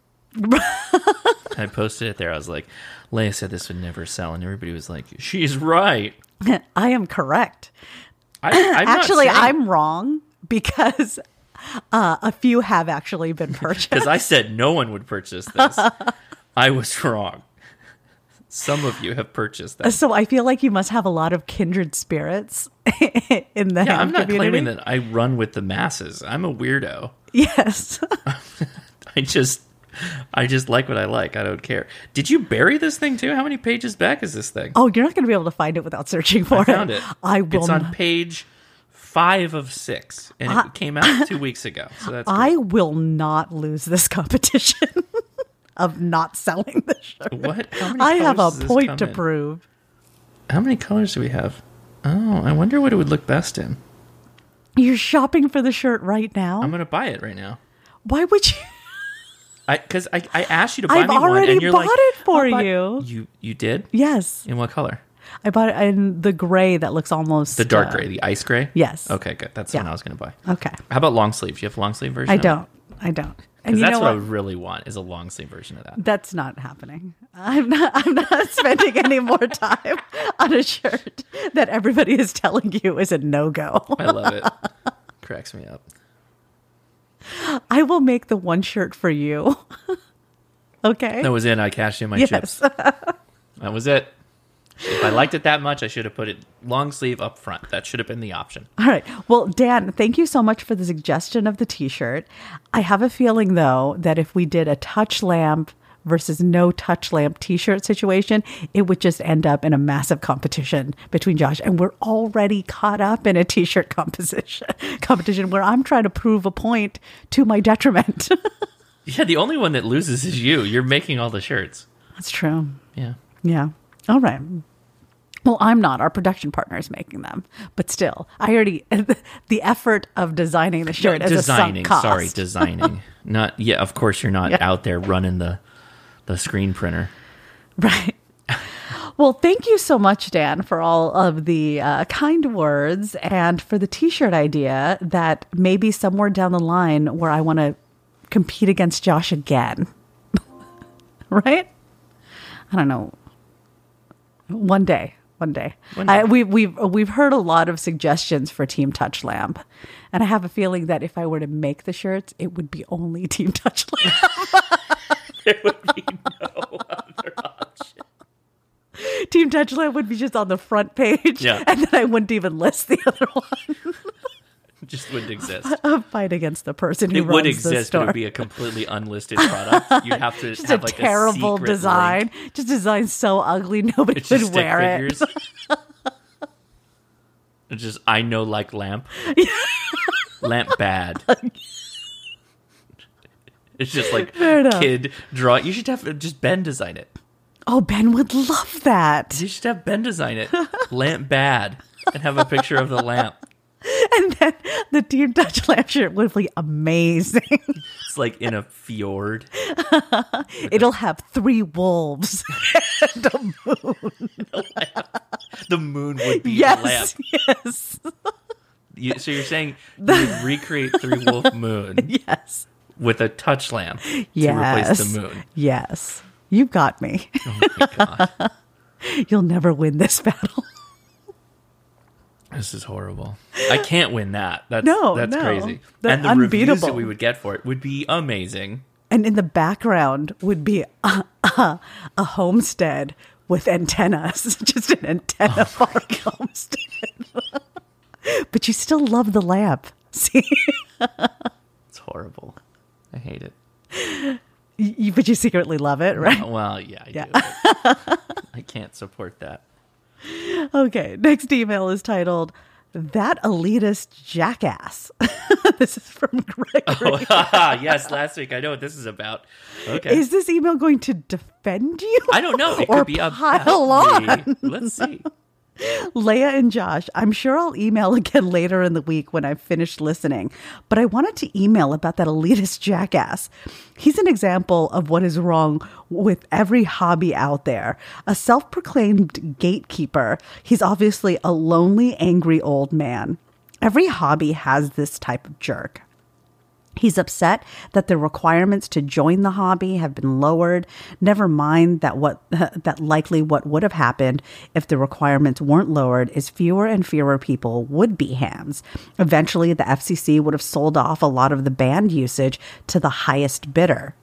Speaker 1: I posted it there. I was like, Leia said this would never sell. And everybody was like, she's right.
Speaker 2: I am correct.
Speaker 1: I, I'm not
Speaker 2: actually,
Speaker 1: saying-
Speaker 2: I'm wrong because uh, a few have actually been purchased.
Speaker 1: because I said no one would purchase this. I was wrong. Some of you have purchased that.
Speaker 2: so I feel like you must have a lot of kindred spirits in the
Speaker 1: Yeah,
Speaker 2: ham
Speaker 1: I'm not
Speaker 2: community.
Speaker 1: claiming that I run with the masses. I'm a weirdo.
Speaker 2: Yes.
Speaker 1: I just, I just like what I like. I don't care. Did you bury this thing too? How many pages back is this thing?
Speaker 2: Oh, you're not going to be able to find it without searching for
Speaker 1: I found it.
Speaker 2: I will.
Speaker 1: It's on
Speaker 2: n-
Speaker 1: page five of six, and it came out two weeks ago. So that's.
Speaker 2: I will not lose this competition of not selling the shirt.
Speaker 1: great. what? How many
Speaker 2: I have a
Speaker 1: colors does this come
Speaker 2: point to
Speaker 1: in?
Speaker 2: prove.
Speaker 1: How many colors do we have? Oh, I wonder what it would look best in.
Speaker 2: You're shopping for the shirt right now.
Speaker 1: I'm gonna buy it right now.
Speaker 2: Why would you?
Speaker 1: I because I, I asked you to buy
Speaker 2: I've
Speaker 1: me one,
Speaker 2: already
Speaker 1: and you're like,
Speaker 2: bought it for
Speaker 1: "I'll buy-"
Speaker 2: you.
Speaker 1: You you did
Speaker 2: Yes.
Speaker 1: in what color?
Speaker 2: I bought it in the gray that looks almost
Speaker 1: The dark
Speaker 2: uh,
Speaker 1: gray, the ice gray?
Speaker 2: yes.
Speaker 1: Okay, good. That's the
Speaker 2: Yeah.
Speaker 1: one I was going to buy.
Speaker 2: Okay.
Speaker 1: How about long sleeve? Do you have a long sleeve version?
Speaker 2: I
Speaker 1: of it?
Speaker 2: don't. I don't.
Speaker 1: 'Cause
Speaker 2: And you
Speaker 1: that's
Speaker 2: know
Speaker 1: what I
Speaker 2: what?
Speaker 1: really want is a long sleeve version of that.
Speaker 2: That's not happening. I'm not. I'm not spending any more time on a shirt that everybody is telling you is a no go.
Speaker 1: I love it. Cracks me up.
Speaker 2: I will make the one shirt for you. okay.
Speaker 1: That was it. I cashed in my chips.
Speaker 2: yes.
Speaker 1: That was it. If I liked it that much, I should have put it long sleeve up front. That should have been the option.
Speaker 2: All right. Well, Dan, thank you so much for the suggestion of the t-shirt. I have a feeling though that if we did a touch lamp versus no touch lamp t-shirt situation, it would just end up in a massive competition between Josh and we're already caught up in a t-shirt composition competition where I'm trying to prove a point to my detriment.
Speaker 1: Yeah, the only one that loses is you. You're making all the shirts.
Speaker 2: That's true.
Speaker 1: Yeah.
Speaker 2: Yeah. All right. Well, I'm not. Our production partner is making them, but still, I already the effort of designing the shirt as
Speaker 1: designing.
Speaker 2: a sunk cost.
Speaker 1: Sorry, designing. not yeah, of course you're not
Speaker 2: Yeah.
Speaker 1: out there running the the screen printer.
Speaker 2: Right. Well, thank you so much, Dan, for all of the uh, kind words and for the t shirt idea that maybe somewhere down the line where I want to compete against Josh again. right? I don't know. One day. One day.
Speaker 1: One day.
Speaker 2: I, we, we've, we've heard a lot of suggestions for Team Touch Lamp. And I have a feeling that if I were to make the shirts, it would be only Team Touch Lamp. Team Touchland would be just on the front page,
Speaker 1: Yeah.
Speaker 2: and then I wouldn't even list the other one.
Speaker 1: Just wouldn't exist.
Speaker 2: A fight against the person who
Speaker 1: It
Speaker 2: runs
Speaker 1: would
Speaker 2: the
Speaker 1: exist, but
Speaker 2: store.
Speaker 1: it would be a completely unlisted product. You'd have to
Speaker 2: just a
Speaker 1: have like
Speaker 2: terrible
Speaker 1: secret link.
Speaker 2: design, just design so ugly nobody
Speaker 1: It's
Speaker 2: would
Speaker 1: just stick
Speaker 2: wear it.
Speaker 1: figures. it's just I know like lamp. lamp bad. it's just like
Speaker 2: Fair enough.
Speaker 1: kid draw. You should have just Ben design it.
Speaker 2: Oh, Ben would love that.
Speaker 1: You should have Ben design it. lamp bad, and have a picture of the lamp.
Speaker 2: And then the Team Touchland shirt would be amazing.
Speaker 1: It's like in a fjord.
Speaker 2: It'll have three wolves.
Speaker 1: The moon would be the lamp.
Speaker 2: yes, yes,
Speaker 1: You, so you're saying you would recreate Three Wolf Moon
Speaker 2: yes,
Speaker 1: with a touch lamp to
Speaker 2: yes.
Speaker 1: replace the moon.
Speaker 2: Yes, you've got me.
Speaker 1: Oh my god,
Speaker 2: You'll never win this battle.
Speaker 1: this is horrible. I can't win that. That's
Speaker 2: No,
Speaker 1: that's
Speaker 2: no.
Speaker 1: crazy.
Speaker 2: They're
Speaker 1: and the reviews that
Speaker 2: unbeatable.
Speaker 1: we would get for it would be amazing.
Speaker 2: And in the background would be a, a, a homestead with antennas, just an antenna farm homestead. but you still love the lamp. See,
Speaker 1: It's horrible. I hate it.
Speaker 2: you, but you secretly love it, right?
Speaker 1: Well, yeah, I do. but I can't support that.
Speaker 2: Okay, next email is titled That Elitist Jackass. this is from
Speaker 1: Oh,
Speaker 2: Gregory.
Speaker 1: yes, last week I know what this is about. Okay.
Speaker 2: Is this email going to defend you?
Speaker 1: I don't know. It
Speaker 2: or
Speaker 1: could be a
Speaker 2: pile
Speaker 1: Let's see.
Speaker 2: Leia and Josh, I'm sure I'll email again later in the week when I've finished listening, but I wanted to email about that elitist jackass. He's an example of what is wrong with every hobby out there. A self proclaimed gatekeeper, he's obviously a lonely, angry old man. Every hobby has this type of jerk. He's upset that the requirements to join the hobby have been lowered. Never mind that what that likely what would have happened if the requirements weren't lowered is fewer and fewer people would be hams. Eventually the FCC would have sold off a lot of the band usage to the highest bidder.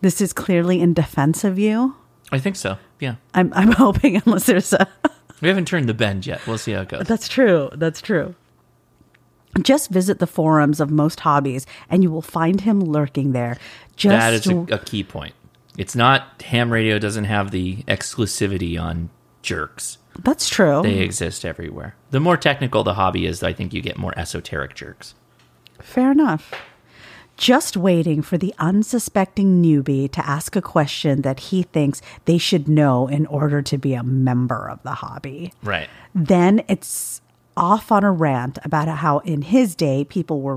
Speaker 2: This is clearly in defense of you.
Speaker 1: I think so. Yeah.
Speaker 2: I'm I'm hoping unless there's a
Speaker 1: We haven't turned the bend yet. We'll see how it goes.
Speaker 2: That's true. That's true. Just visit the forums of most hobbies and you will find him lurking there. Just
Speaker 1: that is a, a key point. It's not ham radio doesn't have the exclusivity on jerks.
Speaker 2: That's true.
Speaker 1: They exist everywhere. The more technical the hobby is, I think you get more esoteric jerks.
Speaker 2: Fair enough. Just waiting for the unsuspecting newbie to ask a question that he thinks they should know in order to be a member of the hobby.
Speaker 1: Right.
Speaker 2: Then it's off on a rant about how in his day people were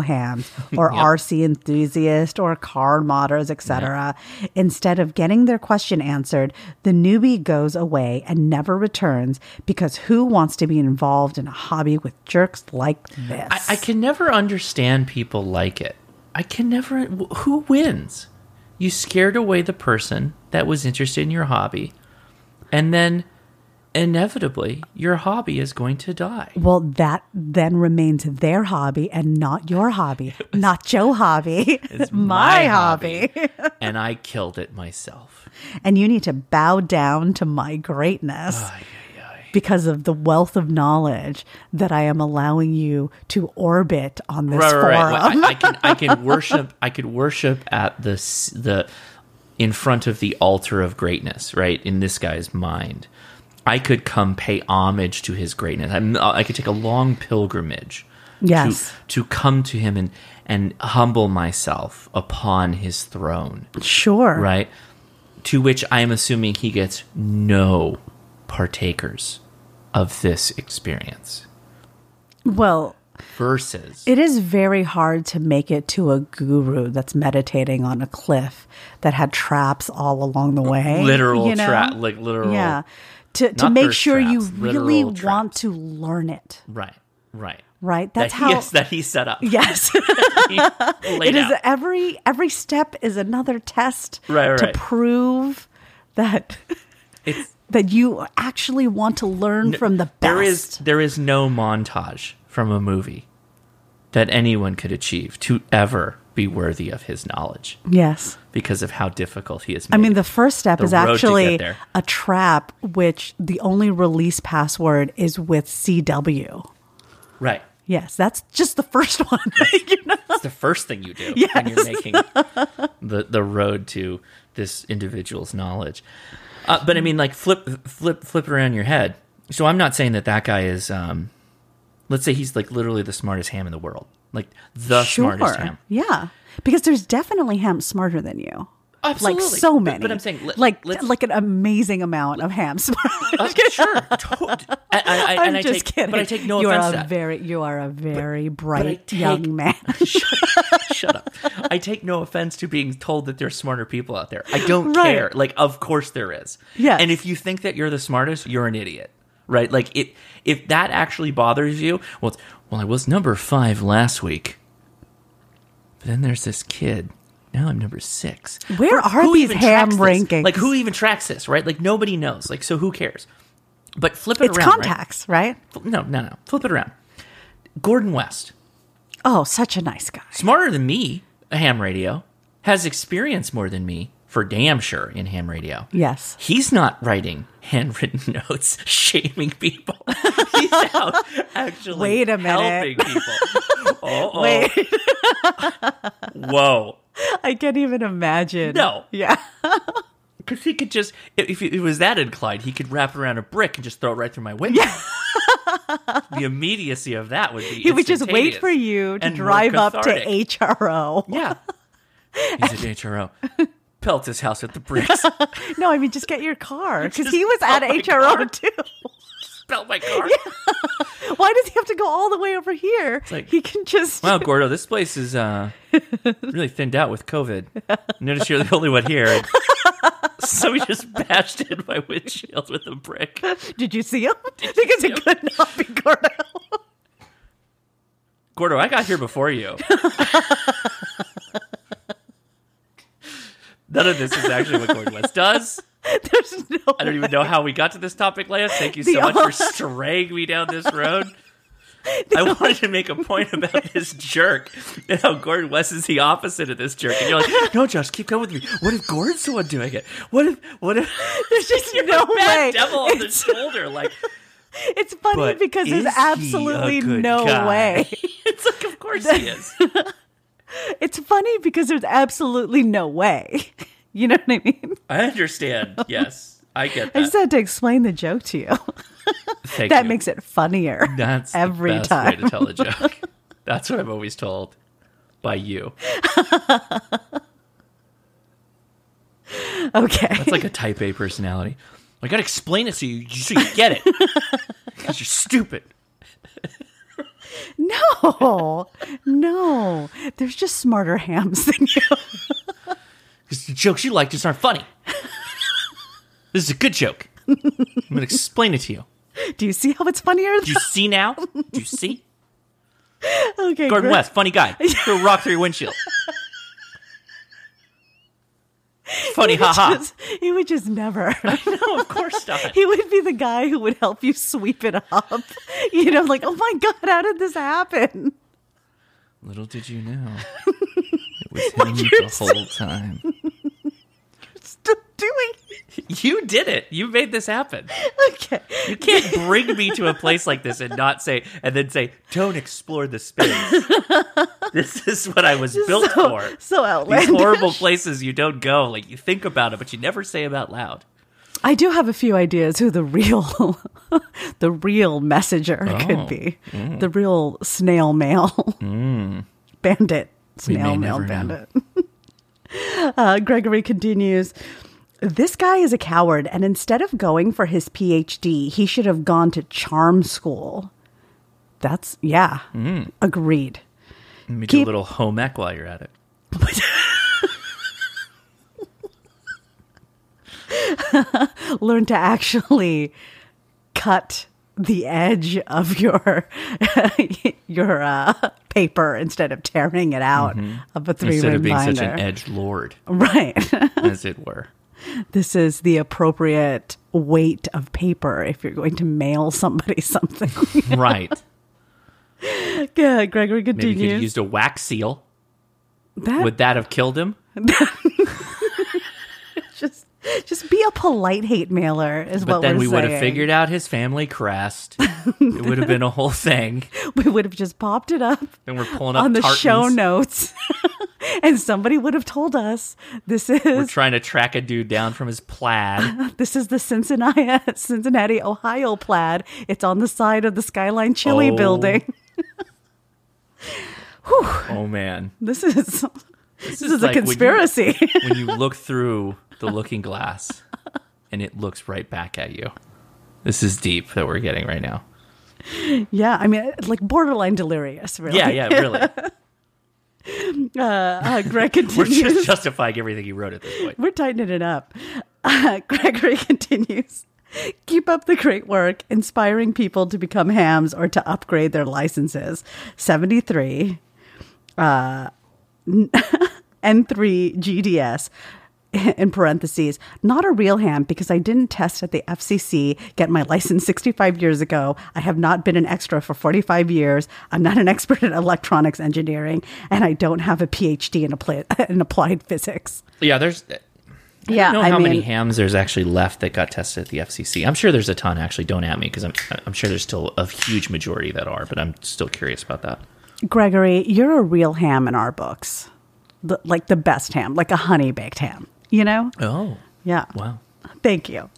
Speaker 2: hams or
Speaker 1: Yep.
Speaker 2: RC enthusiasts or car modders, etc. Instead of getting their question answered, the newbie goes away and never returns because who wants to be involved in a hobby with jerks like this?
Speaker 1: I, I can never understand people like it. I can never. wh- Who wins? You scared away the person that was interested in your hobby, and then inevitably your hobby is going to die.
Speaker 2: Well, that then remains their hobby and not your hobby, not your hobby. It's
Speaker 1: and I killed it myself.
Speaker 2: And you need to bow down to my greatness because of the wealth of knowledge that I am allowing you to orbit on this
Speaker 1: Right,
Speaker 2: forum.
Speaker 1: right, right. Well, I, I can, I can worship. I could worship at the s- the in front of the altar of greatness, right? In this guy's mind, I could come pay homage to his greatness. I'm, uh, I could take a long pilgrimage.
Speaker 2: Yes.
Speaker 1: To, to come to him and and humble myself upon his throne,
Speaker 2: Sure.
Speaker 1: right? To which I am assuming he gets no partakers of this experience.
Speaker 2: Well,
Speaker 1: Versus,
Speaker 2: it is very hard to make it to a guru that's meditating on a cliff that had traps all along the way.
Speaker 1: literal
Speaker 2: you know?
Speaker 1: trap, like literal.
Speaker 2: Yeah. To, to
Speaker 1: Not
Speaker 2: make
Speaker 1: thirst
Speaker 2: sure you
Speaker 1: traps,
Speaker 2: really
Speaker 1: literal
Speaker 2: want
Speaker 1: traps.
Speaker 2: to learn it,
Speaker 1: Right, right.
Speaker 2: right? That's
Speaker 1: that,
Speaker 2: how.
Speaker 1: yes, that he set up.
Speaker 2: yes.
Speaker 1: He laid
Speaker 2: it is
Speaker 1: out.
Speaker 2: every every step is another test
Speaker 1: Right, right,
Speaker 2: to
Speaker 1: right.
Speaker 2: prove that
Speaker 1: It's-
Speaker 2: that you actually want to learn from the best.
Speaker 1: there is there is no montage from a movie that anyone could achieve to ever be worthy of his knowledge
Speaker 2: yes.
Speaker 1: because of how difficult he is.
Speaker 2: I mean, the first step
Speaker 1: The
Speaker 2: is
Speaker 1: road to
Speaker 2: actually
Speaker 1: get there.
Speaker 2: a trap, which the only release password is with CW.
Speaker 1: right.
Speaker 2: Yes, that's just the first one. You know?
Speaker 1: It's the first thing you do when you're making the the road to this individual's knowledge. Uh, but I mean, like flip flip flip it around your head. So I'm not saying that that guy is. Um, let's say he's like literally the smartest ham in the world, like the smartest ham.
Speaker 2: Yeah, because there's definitely hams smarter than you.
Speaker 1: Absolutely.
Speaker 2: Like so
Speaker 1: But-
Speaker 2: many.
Speaker 1: but I'm saying, let-
Speaker 2: like
Speaker 1: let's-
Speaker 2: like an amazing amount of hams.
Speaker 1: Uh, sure. To- I, I, I,
Speaker 2: I'm
Speaker 1: and I
Speaker 2: just
Speaker 1: take,
Speaker 2: kidding.
Speaker 1: But I take no
Speaker 2: you
Speaker 1: offense
Speaker 2: Are a
Speaker 1: to that.
Speaker 2: Very, you are a very bright
Speaker 1: take-
Speaker 2: young man.
Speaker 1: shut, shut up. I take no offense to being told that there's smarter people out there. I don't
Speaker 2: Right.
Speaker 1: care. Like, of course there is.
Speaker 2: Yes.
Speaker 1: And if you think that you're the smartest, you're an idiot. Right? Like it if that actually bothers you, well it's, well, I was number five last week. But then there's this kid. Now I'm number six.
Speaker 2: Where are these
Speaker 1: even
Speaker 2: ham
Speaker 1: tracks this?
Speaker 2: rankings?
Speaker 1: Like who even tracks this, right? Like nobody knows. Like so who cares? But flip it
Speaker 2: It's
Speaker 1: around. right?
Speaker 2: contacts, right?
Speaker 1: No, no, no. Flip it around. Gordon West
Speaker 2: Oh, such a nice guy.
Speaker 1: smarter than me a ham radio has experience more than me for damn sure in ham radio
Speaker 2: Yes.
Speaker 1: he's not writing handwritten notes shaming people he's out actually
Speaker 2: Wait a
Speaker 1: helping
Speaker 2: minute.
Speaker 1: people oh
Speaker 2: Wait,
Speaker 1: whoa
Speaker 2: I can't even imagine.
Speaker 1: No.
Speaker 2: Yeah.
Speaker 1: because he could just if if it was that inclined he could wrap it around a brick and just throw it right through my window the immediacy of that would be
Speaker 2: He would just wait for you to drive up to HRO.
Speaker 1: yeah he's a hro pelt his house with the bricks
Speaker 2: No, I mean just get your car because he
Speaker 1: Just-
Speaker 2: was at
Speaker 1: oh my
Speaker 2: HRO
Speaker 1: God.
Speaker 2: too.
Speaker 1: pelt my car
Speaker 2: Why does he have to go all the way over here?
Speaker 1: like-
Speaker 2: he can just
Speaker 1: Wow, Gordo, this place is uh, really thinned out with COVID. Notice you're the only one here. So we just bashed in my windshield with a brick.
Speaker 2: Did you see him? because
Speaker 1: see
Speaker 2: it
Speaker 1: him?
Speaker 2: could not be Gordo.
Speaker 1: Gordo, I got here before you. None of this is actually what Gordon West does.
Speaker 2: There's no
Speaker 1: I don't even know how we got to this topic, Leia. Thank you so
Speaker 2: The
Speaker 1: much for
Speaker 2: only-
Speaker 1: straying me down this road. I wanted to make a point about this jerk and how Gordon West is the opposite of this jerk. And you're like, no, Josh, keep going with me. What if Gordon's the one doing it? What if, what if,
Speaker 2: There's just
Speaker 1: you're
Speaker 2: no
Speaker 1: a bad
Speaker 2: way.
Speaker 1: devil on the
Speaker 2: It's-
Speaker 1: shoulder? Like,
Speaker 2: It's funny
Speaker 1: but
Speaker 2: because
Speaker 1: is
Speaker 2: there's
Speaker 1: he a
Speaker 2: absolutely
Speaker 1: good
Speaker 2: no
Speaker 1: guy?
Speaker 2: way.
Speaker 1: it's like, of course he is.
Speaker 2: It's funny because there's absolutely no way. You know what I mean?
Speaker 1: I understand. Yes, I get that.
Speaker 2: I just had to explain the joke to you.
Speaker 1: Thank
Speaker 2: That
Speaker 1: you.
Speaker 2: makes it funnier.
Speaker 1: That's the
Speaker 2: every
Speaker 1: best way
Speaker 2: time.
Speaker 1: to tell a joke. That's what I'm always told by you.
Speaker 2: okay.
Speaker 1: It's like a type A personality. I gotta explain it so you so you get it because you're stupid.
Speaker 2: No, no. There's just smarter hams than you.
Speaker 1: Because the jokes you like just aren't funny. this is a good joke. I'm going to explain it to you.
Speaker 2: Do you see how it's funnier?
Speaker 1: Do you see now? Do you see?
Speaker 2: Okay,
Speaker 1: Gordon
Speaker 2: great.
Speaker 1: West, funny guy. Threw a rock through your windshield. Funny, haha.
Speaker 2: Just- he would just never.
Speaker 1: no, of course not.
Speaker 2: He would be the guy who would help you sweep it up. You know, like, oh my God, how did this happen?
Speaker 1: Little did you know, it was him the whole time.
Speaker 2: Still doing.
Speaker 1: You did it. You made this happen.
Speaker 2: Okay.
Speaker 1: You can't bring me to a place like this and not say, and then say, don't explore the space. this is what I was built for.
Speaker 2: So
Speaker 1: These
Speaker 2: outlandish.
Speaker 1: horrible places you don't go. Like you think about it, but you never say them out loud.
Speaker 2: I do have a few ideas who the real, the real messenger
Speaker 1: Oh,
Speaker 2: could be, the real snail mail bandit,
Speaker 1: Mm. We may
Speaker 2: snail mail
Speaker 1: never know.
Speaker 2: bandit. uh, Gregory continues. This guy is a coward, and instead of going for his PhD, he should have gone to charm school. That's yeah,
Speaker 1: Mm.
Speaker 2: agreed.
Speaker 1: Let me do a
Speaker 2: Keep-
Speaker 1: little home ec while you're at it.
Speaker 2: learn to actually cut the edge of your your uh, paper instead of tearing it out of a
Speaker 1: Mm-hmm.
Speaker 2: three
Speaker 1: Instead
Speaker 2: ring
Speaker 1: of being
Speaker 2: binder.
Speaker 1: such an edge lord,
Speaker 2: right.
Speaker 1: as it were.
Speaker 2: this is the appropriate weight of paper if you're going to mail somebody something.
Speaker 1: Right.
Speaker 2: Good. Gregory
Speaker 1: Maybe he could have
Speaker 2: continues.
Speaker 1: used a wax seal.
Speaker 2: that
Speaker 1: Would that have killed him?
Speaker 2: just just be a polite hate mailer is
Speaker 1: But
Speaker 2: what
Speaker 1: then
Speaker 2: we're
Speaker 1: we would have
Speaker 2: saying.
Speaker 1: figured out his family crest. it would have been a whole thing.
Speaker 2: we would have just popped it up
Speaker 1: Then we're pulling up
Speaker 2: on the
Speaker 1: tartans.
Speaker 2: show notes, and somebody would have told us this is
Speaker 1: We're trying to track a dude down from his plaid.
Speaker 2: This is the Cincinnati, Cincinnati, Ohio plaid. It's on the side of the Skyline Chili
Speaker 1: Oh.
Speaker 2: building.
Speaker 1: Oh man,
Speaker 2: This is this,
Speaker 1: is
Speaker 2: is, a
Speaker 1: like when you-
Speaker 2: conspiracy.
Speaker 1: when you look through the looking glass, and it looks right back at you. This is deep that we're getting right now.
Speaker 2: yeah, I mean, like borderline delirious, really.
Speaker 1: Yeah, yeah, really.
Speaker 2: Uh, Greg
Speaker 1: We're
Speaker 2: continues.
Speaker 1: just justifying everything he wrote at this point.
Speaker 2: We're tightening it up. Uh, Gregory continues. Keep up the great work, inspiring people to become hams or to upgrade their licenses. 73 uh, N3 GDS in parentheses, not a real ham because I didn't test at the FCC, get my license 65 years ago. I have not been an extra for 45 years. I'm not an expert in electronics engineering, and I don't have a PhD in, appla- in applied physics.
Speaker 1: Yeah, there's. I
Speaker 2: Yeah,
Speaker 1: don't know
Speaker 2: I
Speaker 1: how
Speaker 2: mean,
Speaker 1: many hams there's actually left that got tested at the FCC. I'm sure there's a ton. Actually, don't at me because I'm I'm sure there's still a huge majority that are, but I'm still curious about that.
Speaker 2: Gregory, you're a real ham in our books, the, like the best ham, like a honey baked ham. You know?
Speaker 1: Oh,
Speaker 2: Yeah.
Speaker 1: wow.
Speaker 2: Thank you.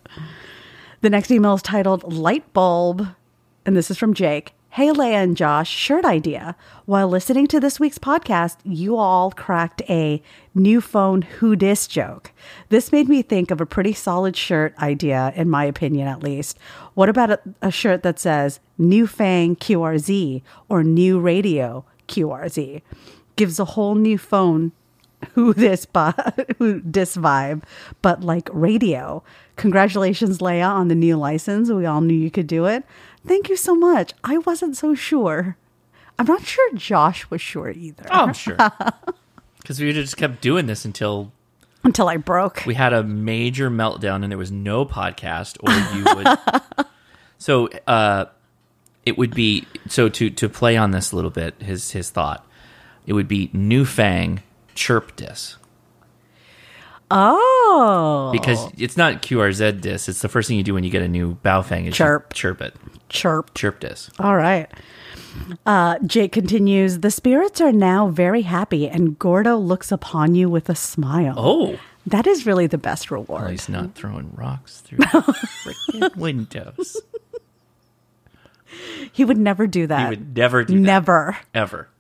Speaker 2: The next email is titled Light Bulb, and this is from Jake. Hey, Leia and Josh, shirt idea. While listening to this week's podcast, you all cracked a new phone who dis joke. This made me think of a pretty solid shirt idea, in my opinion at least. What about a, a shirt that says New Fang QRZ or New Radio QRZ? Gives a whole new phone who this bo- who this vibe, but like radio. Congratulations, Leia, on the new license. We all knew you could do it. Thank you so much. I wasn't so sure. I'm not sure Josh was sure either
Speaker 1: Oh, I'm sure. Because we would've just kept doing this until
Speaker 2: until I broke.
Speaker 1: we had a major meltdown and there was no podcast or you would so uh it would be so to to play on this a little bit his his thought it would be new fang chirp dis
Speaker 2: oh,
Speaker 1: because it's not qrz dis it's the first thing you do when you get a new baofang is you
Speaker 2: Chirp.
Speaker 1: chirp it
Speaker 2: chirp.
Speaker 1: chirp dis
Speaker 2: All right. Uh, Jake continues. The spirits are now very happy, and Gordo looks upon you with a smile.
Speaker 1: oh
Speaker 2: That is really the best reward.
Speaker 1: well, he's not throwing rocks through the freaking windows
Speaker 2: He would never do that.
Speaker 1: he would never do that
Speaker 2: never.
Speaker 1: ever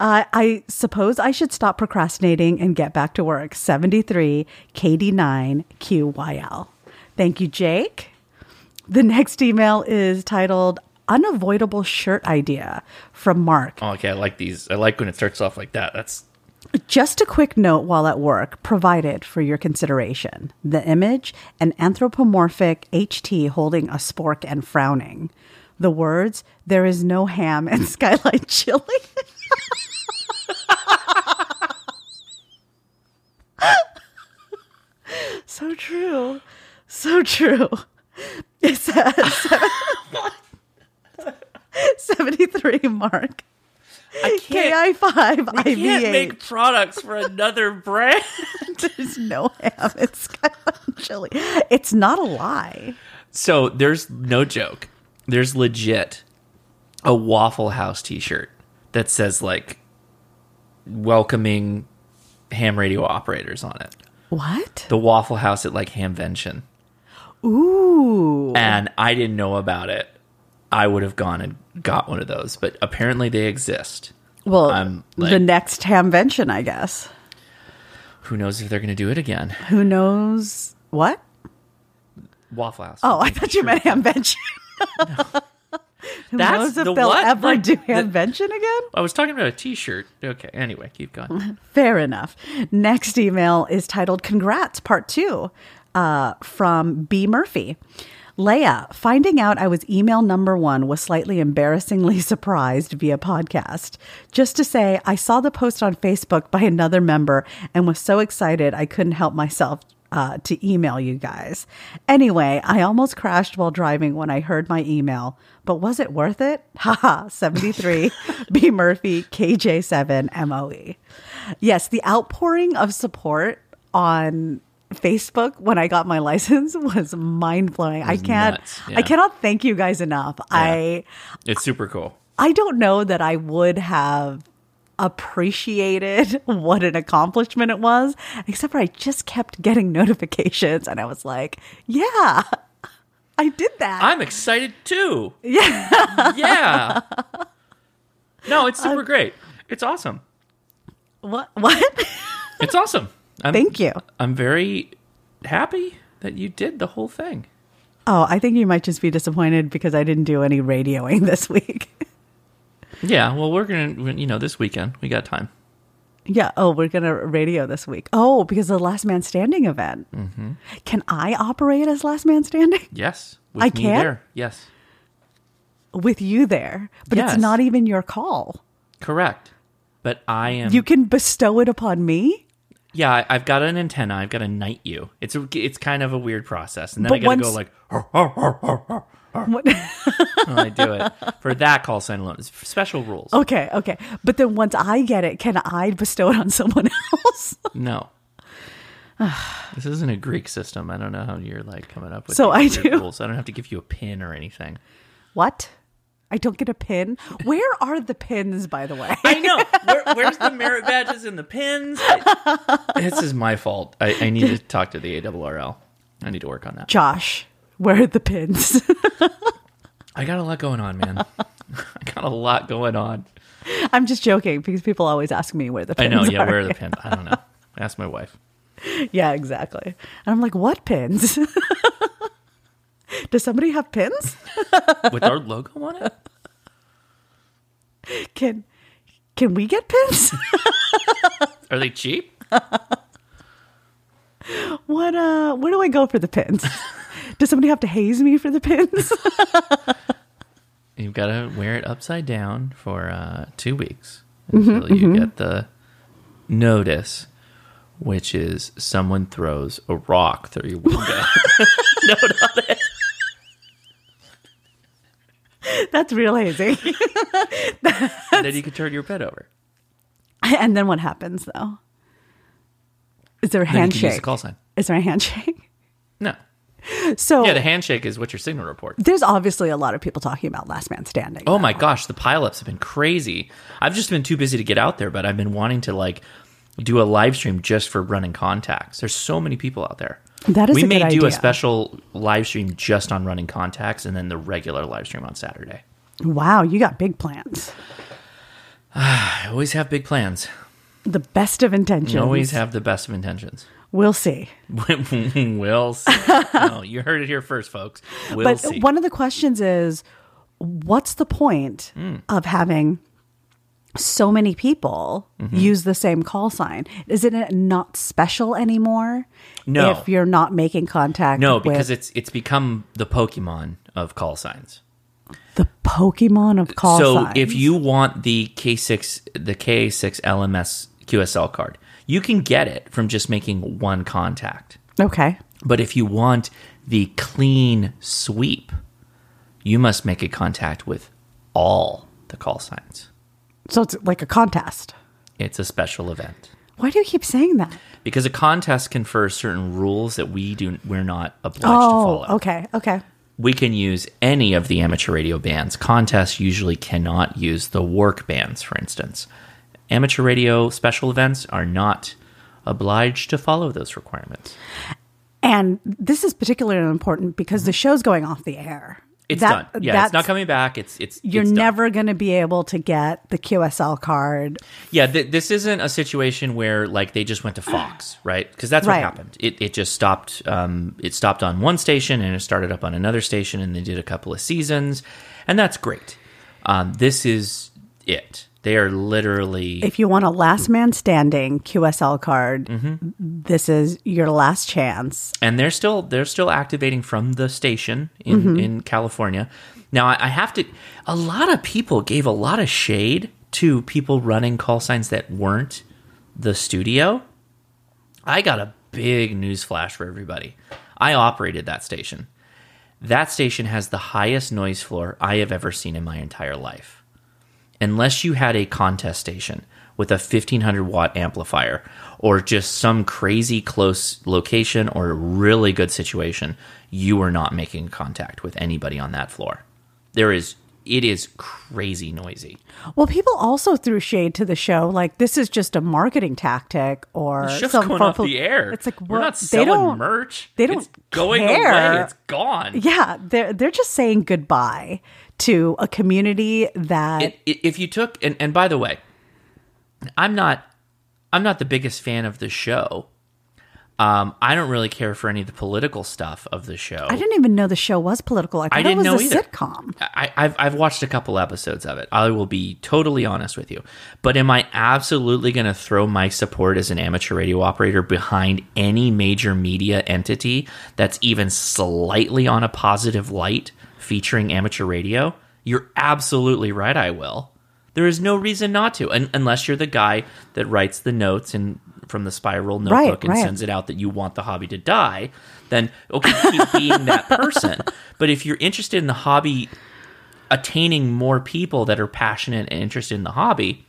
Speaker 2: I, I suppose I should stop procrastinating and get back to work. 73 KD9 QYL. Thank you, Jake. The next email is titled unavoidable shirt idea from Mark.
Speaker 1: Oh, okay, I like these. I like when it starts off like that. That's
Speaker 2: Just a quick note while at work, provided for your consideration. The image an anthropomorphic HT holding a spork and frowning. The words, there is no ham in Skylight Chili. so true. So true. It says 73 mark.
Speaker 1: I
Speaker 2: KI five IVH.
Speaker 1: products for another brand.
Speaker 2: There's no ham in Skyline Chili. It's not a lie.
Speaker 1: so there's no joke. There's legit a Waffle House T-shirt that says like welcoming ham radio operators on it.
Speaker 2: What?
Speaker 1: The Waffle House at like Hamvention,
Speaker 2: Ooh.
Speaker 1: and I didn't know about it. I would have gone and got one of those, but apparently they exist.
Speaker 2: Well,
Speaker 1: I'm like-
Speaker 2: the next hamvention, I guess.
Speaker 1: Who knows if they're going to do it again?
Speaker 2: Who knows what?
Speaker 1: Waffle House.
Speaker 2: Oh, I thought you meant hamvention. Who
Speaker 1: That's
Speaker 2: knows if
Speaker 1: the
Speaker 2: they'll
Speaker 1: what?
Speaker 2: ever
Speaker 1: Like,
Speaker 2: do
Speaker 1: the-
Speaker 2: hamvention again?
Speaker 1: I was talking about a T-shirt. Okay. Anyway, keep going.
Speaker 2: Fair enough. Next email is titled Congrats, Part Two uh, from B. Murphy. Leia, finding out I was email number one was slightly embarrassingly surprised via podcast. Just to say, I saw the post on Facebook by another member and was so excited I couldn't help myself uh, to email you guys. Anyway, I almost crashed while driving when I heard my email, but was it worth it? Haha, 73 B. Murphy KJ7 MOE. Yes, the outpouring of support on Facebook when I got my license was mind blowing. I can't,
Speaker 1: nuts,
Speaker 2: I
Speaker 1: yeah.
Speaker 2: cannot thank you guys enough. I,
Speaker 1: It's super cool.
Speaker 2: I don't know that I would have appreciated what an accomplishment it was, except for I just kept getting notifications and I was like, yeah, I did that.
Speaker 1: I'm excited too. Yeah. yeah. No, it's super great. It's awesome.
Speaker 2: what? What?
Speaker 1: It's awesome. I'm,
Speaker 2: Thank you.
Speaker 1: I'm very happy that you did the whole thing.
Speaker 2: Oh, I think you might just be disappointed because I didn't do any radioing this week.
Speaker 1: Yeah. Well, we're gonna, you know, this weekend we got time.
Speaker 2: Yeah. Oh, we're going to radio this week. Oh, because of the Last Man Standing event.
Speaker 1: Mm-hmm.
Speaker 2: Can I operate as Last Man Standing
Speaker 1: Yes. With
Speaker 2: I
Speaker 1: me
Speaker 2: can?
Speaker 1: there. Yes.
Speaker 2: with you there? But
Speaker 1: Yes.
Speaker 2: it's not even your call.
Speaker 1: Correct. But I am.
Speaker 2: You can bestow it upon me.
Speaker 1: yeah, I, I've got an antenna. I've got to knight you. It's a, it's kind of a weird process, and then I
Speaker 2: But
Speaker 1: gotta go
Speaker 2: once-
Speaker 1: like, "Har, har, har, har, har,"
Speaker 2: What-
Speaker 1: when I do it for that call sign alone. It's special rules.
Speaker 2: okay. Okay. But then once I get it, can I bestow it on someone else?
Speaker 1: No. this isn't a Greek system. I don't know how you're like coming up with
Speaker 2: So
Speaker 1: these
Speaker 2: I
Speaker 1: weird
Speaker 2: do.
Speaker 1: rules. I don't have to give you a pin or anything.
Speaker 2: what? I don't get a pin. Where are the pins, by the way?
Speaker 1: I know. Where, where's the merit badges and the pins? I- this is my fault. I, I need to talk to the AWRL. I need to work on that.
Speaker 2: Josh, where are the pins?
Speaker 1: I got a lot going on, man. I got a lot going on.
Speaker 2: I'm just joking because people always ask me where the
Speaker 1: I
Speaker 2: pins
Speaker 1: know. Yeah,
Speaker 2: are.
Speaker 1: where are the pins? I don't know. Ask my wife.
Speaker 2: Yeah, exactly. And I'm like, what pins? Does somebody have pins?
Speaker 1: With our logo on it?
Speaker 2: Can can we get pins?
Speaker 1: Are they cheap?
Speaker 2: what uh where do I go for the pins? Does somebody have to haze me for the pins?
Speaker 1: You've got to wear it upside down for uh, two weeks
Speaker 2: Mm-hmm,
Speaker 1: until you get the notice, which is someone throws a rock through your window.
Speaker 2: That's real hazing.
Speaker 1: and then you can turn your bed over.
Speaker 2: and then what happens though? Is there a
Speaker 1: Then you can use the
Speaker 2: handshake?
Speaker 1: call sign.
Speaker 2: Is there a handshake?
Speaker 1: No.
Speaker 2: So
Speaker 1: Yeah, the handshake is what your signal report.
Speaker 2: there's obviously a lot of people talking about last man standing.
Speaker 1: Oh my gosh, the pileups have been crazy. I've just been too busy to get out there, but I've been wanting to like do a live stream just for running contacts. There's so many people out there.
Speaker 2: That is
Speaker 1: we
Speaker 2: a
Speaker 1: may
Speaker 2: good
Speaker 1: do a
Speaker 2: idea.
Speaker 1: special live stream just on running contacts, and then the regular live stream on Saturday.
Speaker 2: Wow, you got big plans.
Speaker 1: I always have big plans.
Speaker 2: The best of intentions.
Speaker 1: You always have the best of intentions.
Speaker 2: We'll see.
Speaker 1: we'll see. No, you heard it here first, folks. We'll
Speaker 2: but
Speaker 1: see.
Speaker 2: one of the questions is what's the point
Speaker 1: Hmm.
Speaker 2: of having so many people
Speaker 1: Mm-hmm.
Speaker 2: use the same call sign? Is it not special anymore?
Speaker 1: No.
Speaker 2: If you're not making contact
Speaker 1: No,
Speaker 2: with
Speaker 1: because it's it's become the Pokemon of call signs.
Speaker 2: the Pokemon of call
Speaker 1: so
Speaker 2: signs.
Speaker 1: if you want the K6 the K6 LMS QSL card, you can get it from just making one contact.
Speaker 2: Okay.
Speaker 1: But if you want the clean sweep, you must make a contact with all the call signs.
Speaker 2: So it's like a contest.
Speaker 1: It's a special event.
Speaker 2: Why do you keep saying that?
Speaker 1: Because a contest confers certain rules that we do we're not obliged to
Speaker 2: oh,
Speaker 1: follow.
Speaker 2: okay. Okay.
Speaker 1: We can use any of the amateur radio bands. Contests usually cannot use the work bands, for instance. Amateur radio special events are not obliged to follow those requirements.
Speaker 2: And this is particularly important because the show's going off the air.
Speaker 1: Mm-hmm. It's
Speaker 2: That-
Speaker 1: done. Yeah, it's not
Speaker 2: that's-
Speaker 1: coming back. It's it's
Speaker 2: You're
Speaker 1: it's done.
Speaker 2: never going to be able to get the QSL card.
Speaker 1: Yeah, th- this isn't a situation where like they just went to Fox, right? Because that's what
Speaker 2: Right.
Speaker 1: happened. It it just stopped. Um, it stopped on one station and it started up on another station, and they did a couple of seasons, and that's great. Um, this is it. They are literally
Speaker 2: If you want a last man standing QSL card, this is your last chance.
Speaker 1: and they're still they're still activating from the station in in California. Now I, I have to. A lot of people gave a lot of shade to people running call signs that weren't the studio. I got a big news flash for everybody. I operated that station. That station has the highest noise floor I have ever seen in my entire life. Unless you had a contest station with a 1500 watt amplifier or just some crazy close location or a really good situation, you are not making contact with anybody on that floor. There is, it is crazy noisy.
Speaker 2: Well, people also threw shade to the show, like this is just a marketing tactic or
Speaker 1: The show's
Speaker 2: Uh, some
Speaker 1: going off
Speaker 2: purple-
Speaker 1: the air.
Speaker 2: It's like
Speaker 1: we're
Speaker 2: well,
Speaker 1: not
Speaker 2: they
Speaker 1: selling
Speaker 2: don't.
Speaker 1: merch.
Speaker 2: they
Speaker 1: It's
Speaker 2: don't
Speaker 1: going away.
Speaker 2: care.
Speaker 1: It's gone.
Speaker 2: Yeah, they're they're just saying goodbye to a community that
Speaker 1: I- i- if you took and, and by the way i'm not i'm not the biggest fan of the show um, i don't really care for any of the political stuff of the show
Speaker 2: I didn't even know the show was political. I thought
Speaker 1: didn't
Speaker 2: it was
Speaker 1: know
Speaker 2: a
Speaker 1: either.
Speaker 2: sitcom.
Speaker 1: I, I've I've watched a couple episodes of it. I will be totally honest with you, but am I absolutely going to throw my support as an amateur radio operator behind any major media entity that's even slightly on a positive light featuring amateur radio? You're absolutely right. I will. There is no reason not to, un- unless you're the guy that writes the notes and from the spiral notebook
Speaker 2: Right,
Speaker 1: and
Speaker 2: right.
Speaker 1: sends it out that you want the hobby to die. Then okay, keep being that person. But if you're interested in the hobby attaining more people that are passionate and interested in the hobby,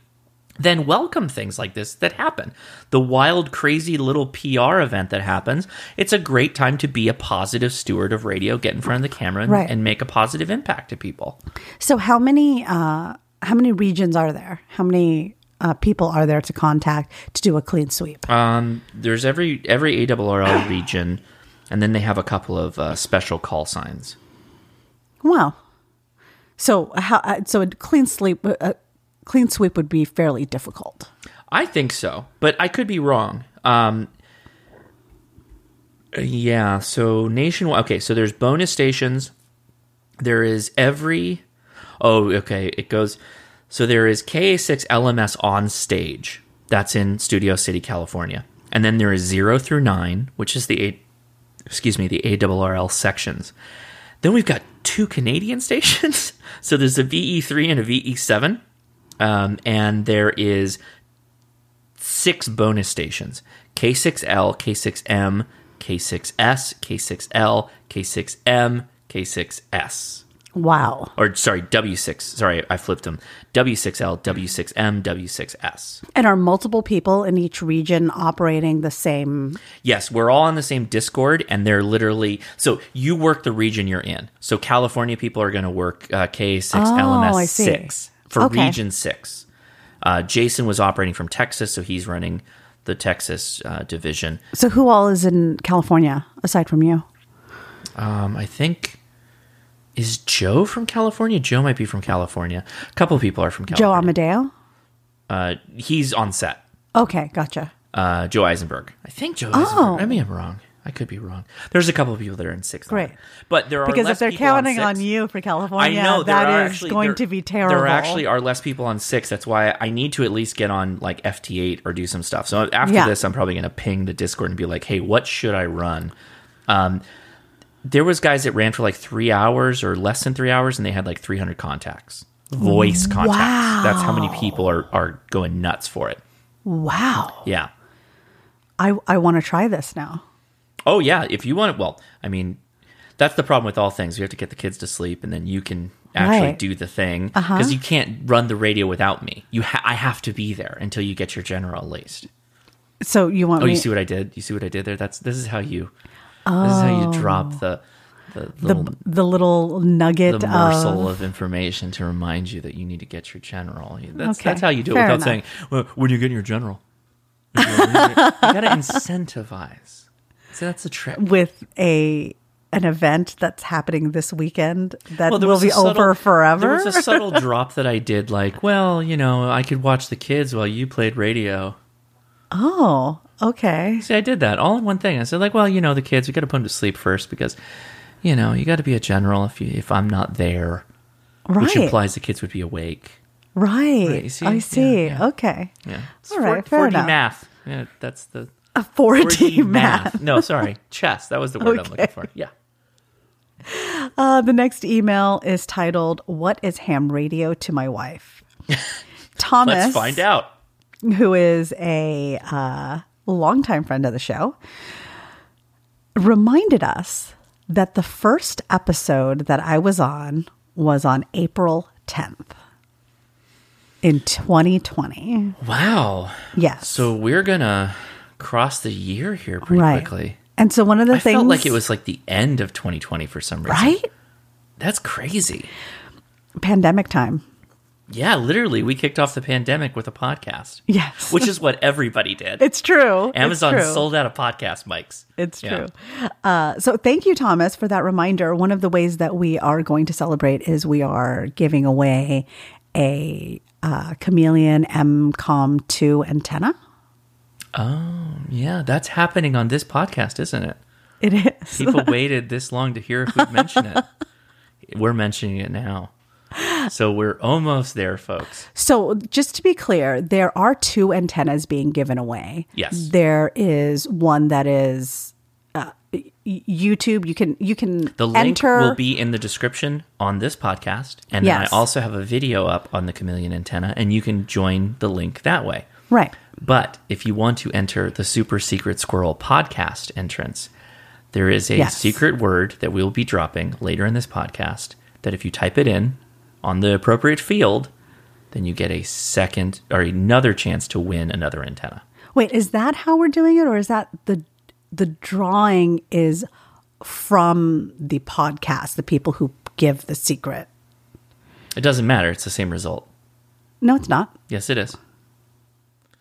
Speaker 1: then welcome things like this that happen. The wild, crazy little PR event that happens, it's a great time to be a positive steward of radio, get in front of the camera and,
Speaker 2: Right.
Speaker 1: and make a positive impact to people.
Speaker 2: So how many uh, how many regions are there? How many uh, people are there to contact to do a clean sweep?
Speaker 1: Um, there's every every ARRL region, and then they have a couple of uh, special call signs.
Speaker 2: wow. So how uh, so a clean sweep a clean sweep would be fairly difficult.
Speaker 1: I think so, but I could be wrong. Um, yeah, so nationwide. Okay, so there's bonus stations. There is every. Oh, okay. It goes. So there is KA6 LMS on stage. That's in Studio City, California. And then there is zero through nine, which is the eight. Excuse me, the ARRL sections. Then we've got two Canadian stations. so there's a VE3 and a VE7. Um, and there is six bonus stations K6L, K6M, K6S, K6L, K6M, K6S.
Speaker 2: Wow.
Speaker 1: Or sorry, W6. Sorry, I flipped them. W6L, W6M, W6S.
Speaker 2: And are multiple people in each region operating the same?
Speaker 1: Yes, we're all on the same Discord, and they're literally so you work the region you're in. So California people are going to work uh, K6
Speaker 2: Oh, I
Speaker 1: LMS
Speaker 2: see.
Speaker 1: six for
Speaker 2: Okay.
Speaker 1: region six. Uh, Jason was operating from Texas, so he's running the Texas uh, division.
Speaker 2: So who all is in California aside from you?
Speaker 1: Um, I think is Joe from California. Joe might be from California. A couple of people are from
Speaker 2: Joe
Speaker 1: California.
Speaker 2: Amadeo.
Speaker 1: uh, he's on set.
Speaker 2: Okay, gotcha. Oh.
Speaker 1: Uh, Joe Eisenberg. I think Joe. Eisenberg. I may am wrong. I could be wrong. There's a couple of people that are in sixth. on
Speaker 2: Right.
Speaker 1: it. But there are
Speaker 2: because
Speaker 1: less
Speaker 2: if they're
Speaker 1: people on
Speaker 2: counting on,
Speaker 1: sixth.
Speaker 2: you for
Speaker 1: I
Speaker 2: California,
Speaker 1: know there are
Speaker 2: Oh, that is
Speaker 1: actually-
Speaker 2: going
Speaker 1: there-
Speaker 2: to be terrible.
Speaker 1: There actually are less people on six. That's why I need to at least get on like FT8 or do some stuff. So after
Speaker 2: Yeah.
Speaker 1: this, I'm probably going to ping the Discord and be like, "Hey, what should I run?" Um, there was guys that ran for like three hours or less than three hours, and they had like 300 contacts, voice contacts. That's how many people are are going nuts for it.
Speaker 2: wow.
Speaker 1: Yeah.
Speaker 2: I I want to try this now.
Speaker 1: Oh yeah. If you want it, well, I mean, that's the problem with all things. You have to get the kids to sleep, and then you can actually
Speaker 2: Right. Uh-huh.
Speaker 1: do the thing because you can't run the radio without me. You, ha- I have to be there until you get your general at least.
Speaker 2: So you want
Speaker 1: Oh,
Speaker 2: me
Speaker 1: you see what I did? You see what I did there? That's this is how you. This is how you drop the the little,
Speaker 2: Oh. the the little nugget
Speaker 1: the
Speaker 2: of
Speaker 1: morsel of information to remind you that you need to get your general. That's
Speaker 2: Okay,
Speaker 1: that's how you do it
Speaker 2: fair
Speaker 1: without
Speaker 2: enough.
Speaker 1: saying, well, "When are you getting your general?" you got to incentivize. So that's the trick.
Speaker 2: with a an event that's happening this weekend that
Speaker 1: there
Speaker 2: will
Speaker 1: was a
Speaker 2: be
Speaker 1: subtle-
Speaker 2: over
Speaker 1: There
Speaker 2: forever.
Speaker 1: was a subtle drop that I did, like, well, you know, I could watch the kids while you played radio.
Speaker 2: oh, okay.
Speaker 1: See, I did that all in one thing. I said, like, well, you know, the kids, we got to put them to sleep first because, you know, you got to be a general if you if I'm not there, which
Speaker 2: Right.
Speaker 1: implies the kids would be awake.
Speaker 2: Right.
Speaker 1: Right, you see?
Speaker 2: I
Speaker 1: Yeah,
Speaker 2: see.
Speaker 1: yeah.
Speaker 2: Okay.
Speaker 1: Yeah,
Speaker 2: All right, fair enough.
Speaker 1: math. Yeah, that's the
Speaker 2: A 4D,
Speaker 1: 4D
Speaker 2: math.
Speaker 1: math. No, sorry, chess. That was the word I'm looking
Speaker 2: Okay.
Speaker 1: for. Yeah.
Speaker 2: Uh, the next email is titled "What is Ham Radio to My Wife?" Thomas,
Speaker 1: Let's find out.
Speaker 2: who is a uh, longtime friend of the show, reminded us that the first episode that I was on was on April 10th in 2020.
Speaker 1: Wow.
Speaker 2: Yes.
Speaker 1: So we're gonna cross the year here pretty
Speaker 2: right.
Speaker 1: quickly.
Speaker 2: And so one of the
Speaker 1: I
Speaker 2: things
Speaker 1: felt like it was like the end of 2020 for some reason.
Speaker 2: right
Speaker 1: That's crazy.
Speaker 2: pandemic time.
Speaker 1: Yeah, literally, we kicked off the pandemic with a podcast.
Speaker 2: Yes.
Speaker 1: Which is what everybody did.
Speaker 2: It's true. It's
Speaker 1: Amazon
Speaker 2: true.
Speaker 1: sold out of podcast mics.
Speaker 2: It's
Speaker 1: Yeah.
Speaker 2: true. Uh, so thank you, Thomas, for that reminder. One of the ways that we are going to celebrate is we are giving away a uh, Chameleon MCOM 2 antenna.
Speaker 1: Yeah, that's happening on this podcast, isn't it?
Speaker 2: It is.
Speaker 1: People waited this long to hear if we'd mention it. We're mentioning it now. So we're almost there, folks.
Speaker 2: So just to be clear, there are two antennas being given away.
Speaker 1: Yes.
Speaker 2: There is one that is uh, y- YouTube. You can you can
Speaker 1: The link
Speaker 2: enter
Speaker 1: will be in the description on this podcast. And then
Speaker 2: Yes.
Speaker 1: I also have a video up on the chameleon antenna, and you can join the link that way.
Speaker 2: right.
Speaker 1: But if you want to enter the Super Secret Squirrel podcast entrance, there is a
Speaker 2: Yes.
Speaker 1: secret word that we'll be dropping later in this podcast that if you type it in on the appropriate field, then you get a second or another chance to win another antenna.
Speaker 2: Wait, is that how we're doing it, or is that the the drawing is from the podcast, the people who give the secret?
Speaker 1: It doesn't matter, it's the same result.
Speaker 2: No, it's not.
Speaker 1: Yes, it is.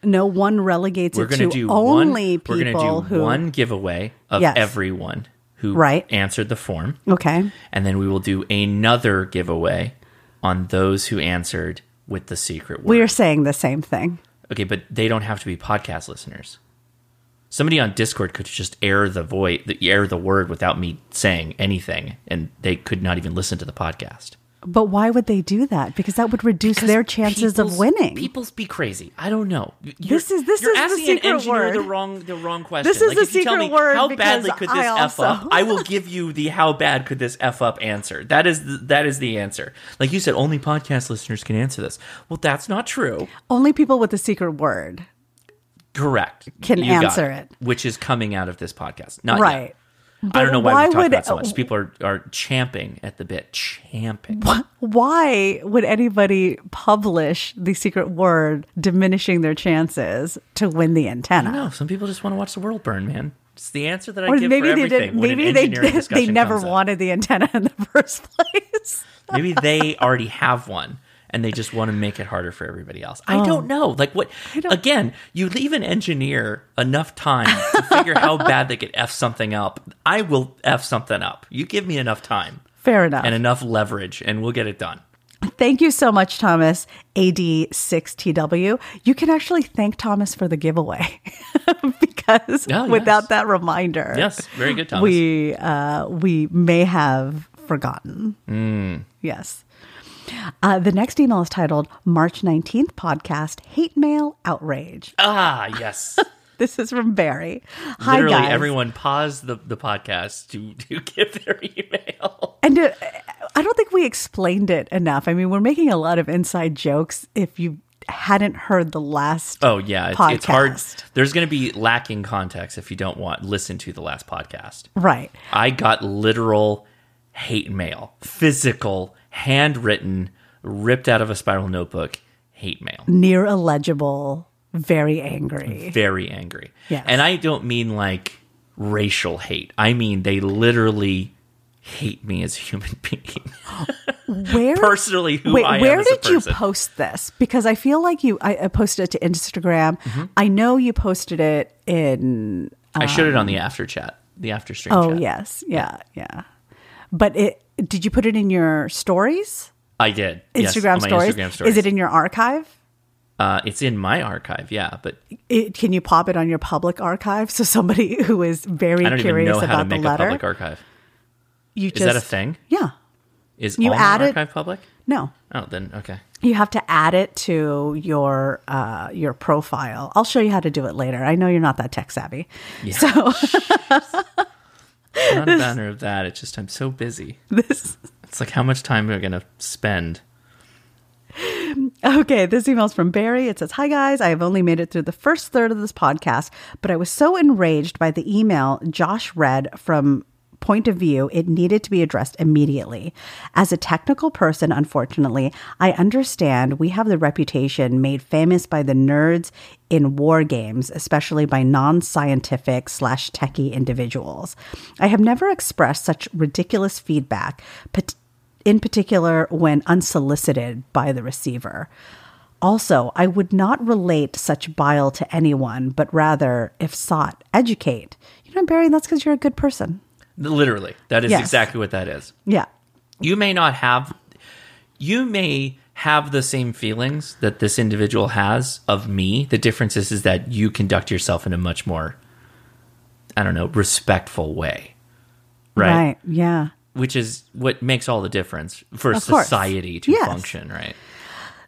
Speaker 2: No one relegates
Speaker 1: We're
Speaker 2: it
Speaker 1: going to
Speaker 2: to
Speaker 1: do
Speaker 2: only
Speaker 1: one,
Speaker 2: people
Speaker 1: we're gonna do
Speaker 2: who.
Speaker 1: one giveaway of
Speaker 2: Yes.
Speaker 1: everyone who
Speaker 2: Right.
Speaker 1: answered the form.
Speaker 2: Okay,
Speaker 1: And then we will do another giveaway on those who answered with the secret word.
Speaker 2: we are saying the same thing.
Speaker 1: Okay, but they don't have to be podcast listeners. Somebody on Discord could just air the voice, air the word without me saying anything, and they could not even listen to the podcast.
Speaker 2: But why would they do that? Because that would reduce their chances of
Speaker 1: People's-
Speaker 2: winning.
Speaker 1: People's be crazy. I don't know. You're-
Speaker 2: This is- this
Speaker 1: you're
Speaker 2: is the
Speaker 1: asking
Speaker 2: secret
Speaker 1: an engineer
Speaker 2: word.
Speaker 1: the wrong the wrong question.
Speaker 2: This is
Speaker 1: like,
Speaker 2: the
Speaker 1: if you tell
Speaker 2: secret
Speaker 1: me,
Speaker 2: word
Speaker 1: How
Speaker 2: because
Speaker 1: badly could this
Speaker 2: I
Speaker 1: f up?
Speaker 2: also-
Speaker 1: I will give you the how bad could this f up answer. That is the, that is the answer. Like you said, only podcast listeners can answer this. Well, that's not true.
Speaker 2: only people with the secret word.
Speaker 1: Correct.
Speaker 2: Can
Speaker 1: got
Speaker 2: answer
Speaker 1: which is coming out of this podcast. Not right.
Speaker 2: Right.
Speaker 1: I don't know why,
Speaker 2: why
Speaker 1: we talk
Speaker 2: would-
Speaker 1: about it so much. People are are champing at the bit. Champing.
Speaker 2: Why would anybody publish the secret word diminishing their chances to win the antenna?
Speaker 1: No, Oh, some people just want to watch the world burn, man. It's the answer that I
Speaker 2: or
Speaker 1: give
Speaker 2: maybe
Speaker 1: for
Speaker 2: they
Speaker 1: everything.
Speaker 2: didn't.
Speaker 1: when an
Speaker 2: Maybe they
Speaker 1: engineering
Speaker 2: did, they
Speaker 1: discussion
Speaker 2: never
Speaker 1: comes up.
Speaker 2: wanted the antenna in the first place.
Speaker 1: Maybe they already have one and they just want to make it harder for everybody else. I don't
Speaker 2: Oh.
Speaker 1: know. Like what again, you leave an engineer enough time to figure how bad they could F something up. I will F something up. You give me enough time
Speaker 2: Fair enough.
Speaker 1: and enough leverage and we'll get it done.
Speaker 2: thank you so much, Thomas AD6TW. You can actually thank Thomas for the giveaway because because
Speaker 1: Yeah, Ah,
Speaker 2: without
Speaker 1: yes.
Speaker 2: that reminder,
Speaker 1: Yes, very good, Thomas.
Speaker 2: we uh, we may have forgotten.
Speaker 1: Hmm.
Speaker 2: Yes. Uh, the next email is titled March 19th Podcast Hate Mail Outrage.
Speaker 1: ah, yes.
Speaker 2: This is from Barry. Hi,
Speaker 1: Literally,
Speaker 2: guys.
Speaker 1: everyone paused the, the podcast to, to give their email.
Speaker 2: And uh, I don't think we explained it enough. I mean, we're making a lot of inside jokes. If you hadn't heard the last,
Speaker 1: Oh yeah, it's, it's hard.
Speaker 2: Podcast.
Speaker 1: There's going to be lacking context if you don't want listen to the last podcast.
Speaker 2: right,
Speaker 1: I got literal hate mail, physical, handwritten, ripped out of a spiral notebook hate mail.
Speaker 2: near illegible, very angry.
Speaker 1: Very angry.
Speaker 2: Yes.
Speaker 1: And I don't mean like racial hate. I mean they literally hate me as a human being.
Speaker 2: Where
Speaker 1: Personally, who
Speaker 2: Wait,
Speaker 1: I am
Speaker 2: where
Speaker 1: as a
Speaker 2: did you
Speaker 1: person.
Speaker 2: post this? Because I feel like you, I, I posted it to Instagram.
Speaker 1: Mm-hmm.
Speaker 2: I know you posted it in.
Speaker 1: I showed it on the after chat, the after stream
Speaker 2: Um, Oh
Speaker 1: chat.
Speaker 2: yes, yeah, yeah. But it did you put it in your stories,
Speaker 1: I did. Yes,
Speaker 2: Instagram,
Speaker 1: on my
Speaker 2: stories?
Speaker 1: Instagram stories.
Speaker 2: Is it in your archive?
Speaker 1: uh, it's in my archive, yeah, but
Speaker 2: It, can you pop it on your public archive so somebody who is very
Speaker 1: I don't even
Speaker 2: curious
Speaker 1: know
Speaker 2: about
Speaker 1: how to
Speaker 2: the
Speaker 1: make a
Speaker 2: letter,
Speaker 1: public archive.
Speaker 2: you
Speaker 1: Is
Speaker 2: just
Speaker 1: that a thing?
Speaker 2: yeah,
Speaker 1: Is
Speaker 2: You
Speaker 1: all
Speaker 2: add
Speaker 1: my
Speaker 2: it-
Speaker 1: archive public?
Speaker 2: no.
Speaker 1: Oh, then okay.
Speaker 2: You have to add it to your uh, your profile. I'll show you how to do it later. I know you're not that tech savvy, so
Speaker 1: I'm not a banner of that. It's just I'm so busy.
Speaker 2: this
Speaker 1: It's like how much time am I gonna spend?
Speaker 2: Okay, this email's from Barry. It says, Hi guys, I have only made it through the first third of this podcast, but I was so enraged by the email Josh read from Point of View, it needed to be addressed immediately. As a technical person, unfortunately, I understand we have the reputation made famous by the nerds in war games, especially by non scientific slash techie individuals. I have never expressed such ridiculous feedback, pat- in particular when unsolicited by the receiver. Also, I would not relate such bile to anyone, but rather, if sought, educate. You know, Barry, that's because you're a good person.
Speaker 1: Literally, that is
Speaker 2: Yes.
Speaker 1: exactly what that is.
Speaker 2: Yeah.
Speaker 1: You may not have, you may have the same feelings that this individual has of me. The difference is, is that you conduct yourself in a much more, I don't know, respectful way, right?
Speaker 2: Yeah.
Speaker 1: Which is what makes all the difference for
Speaker 2: Of course.
Speaker 1: society to
Speaker 2: Yes.
Speaker 1: function, right?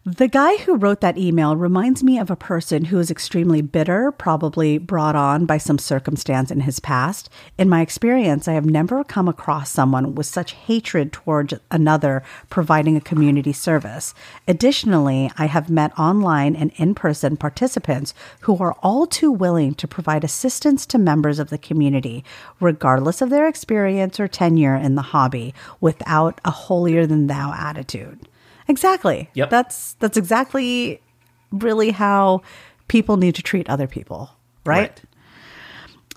Speaker 2: The guy who wrote that email reminds me of a person who is extremely bitter, probably brought on by some circumstance in his past. In my experience, I have never come across someone with such hatred towards another providing a community service. Additionally, I have met online and in person participants who are all too willing to provide assistance to members of the community, regardless of their experience or tenure in the hobby, without a holier than thou attitude. Exactly.
Speaker 1: Yep.
Speaker 2: That's that's exactly really how people need to treat other people, right?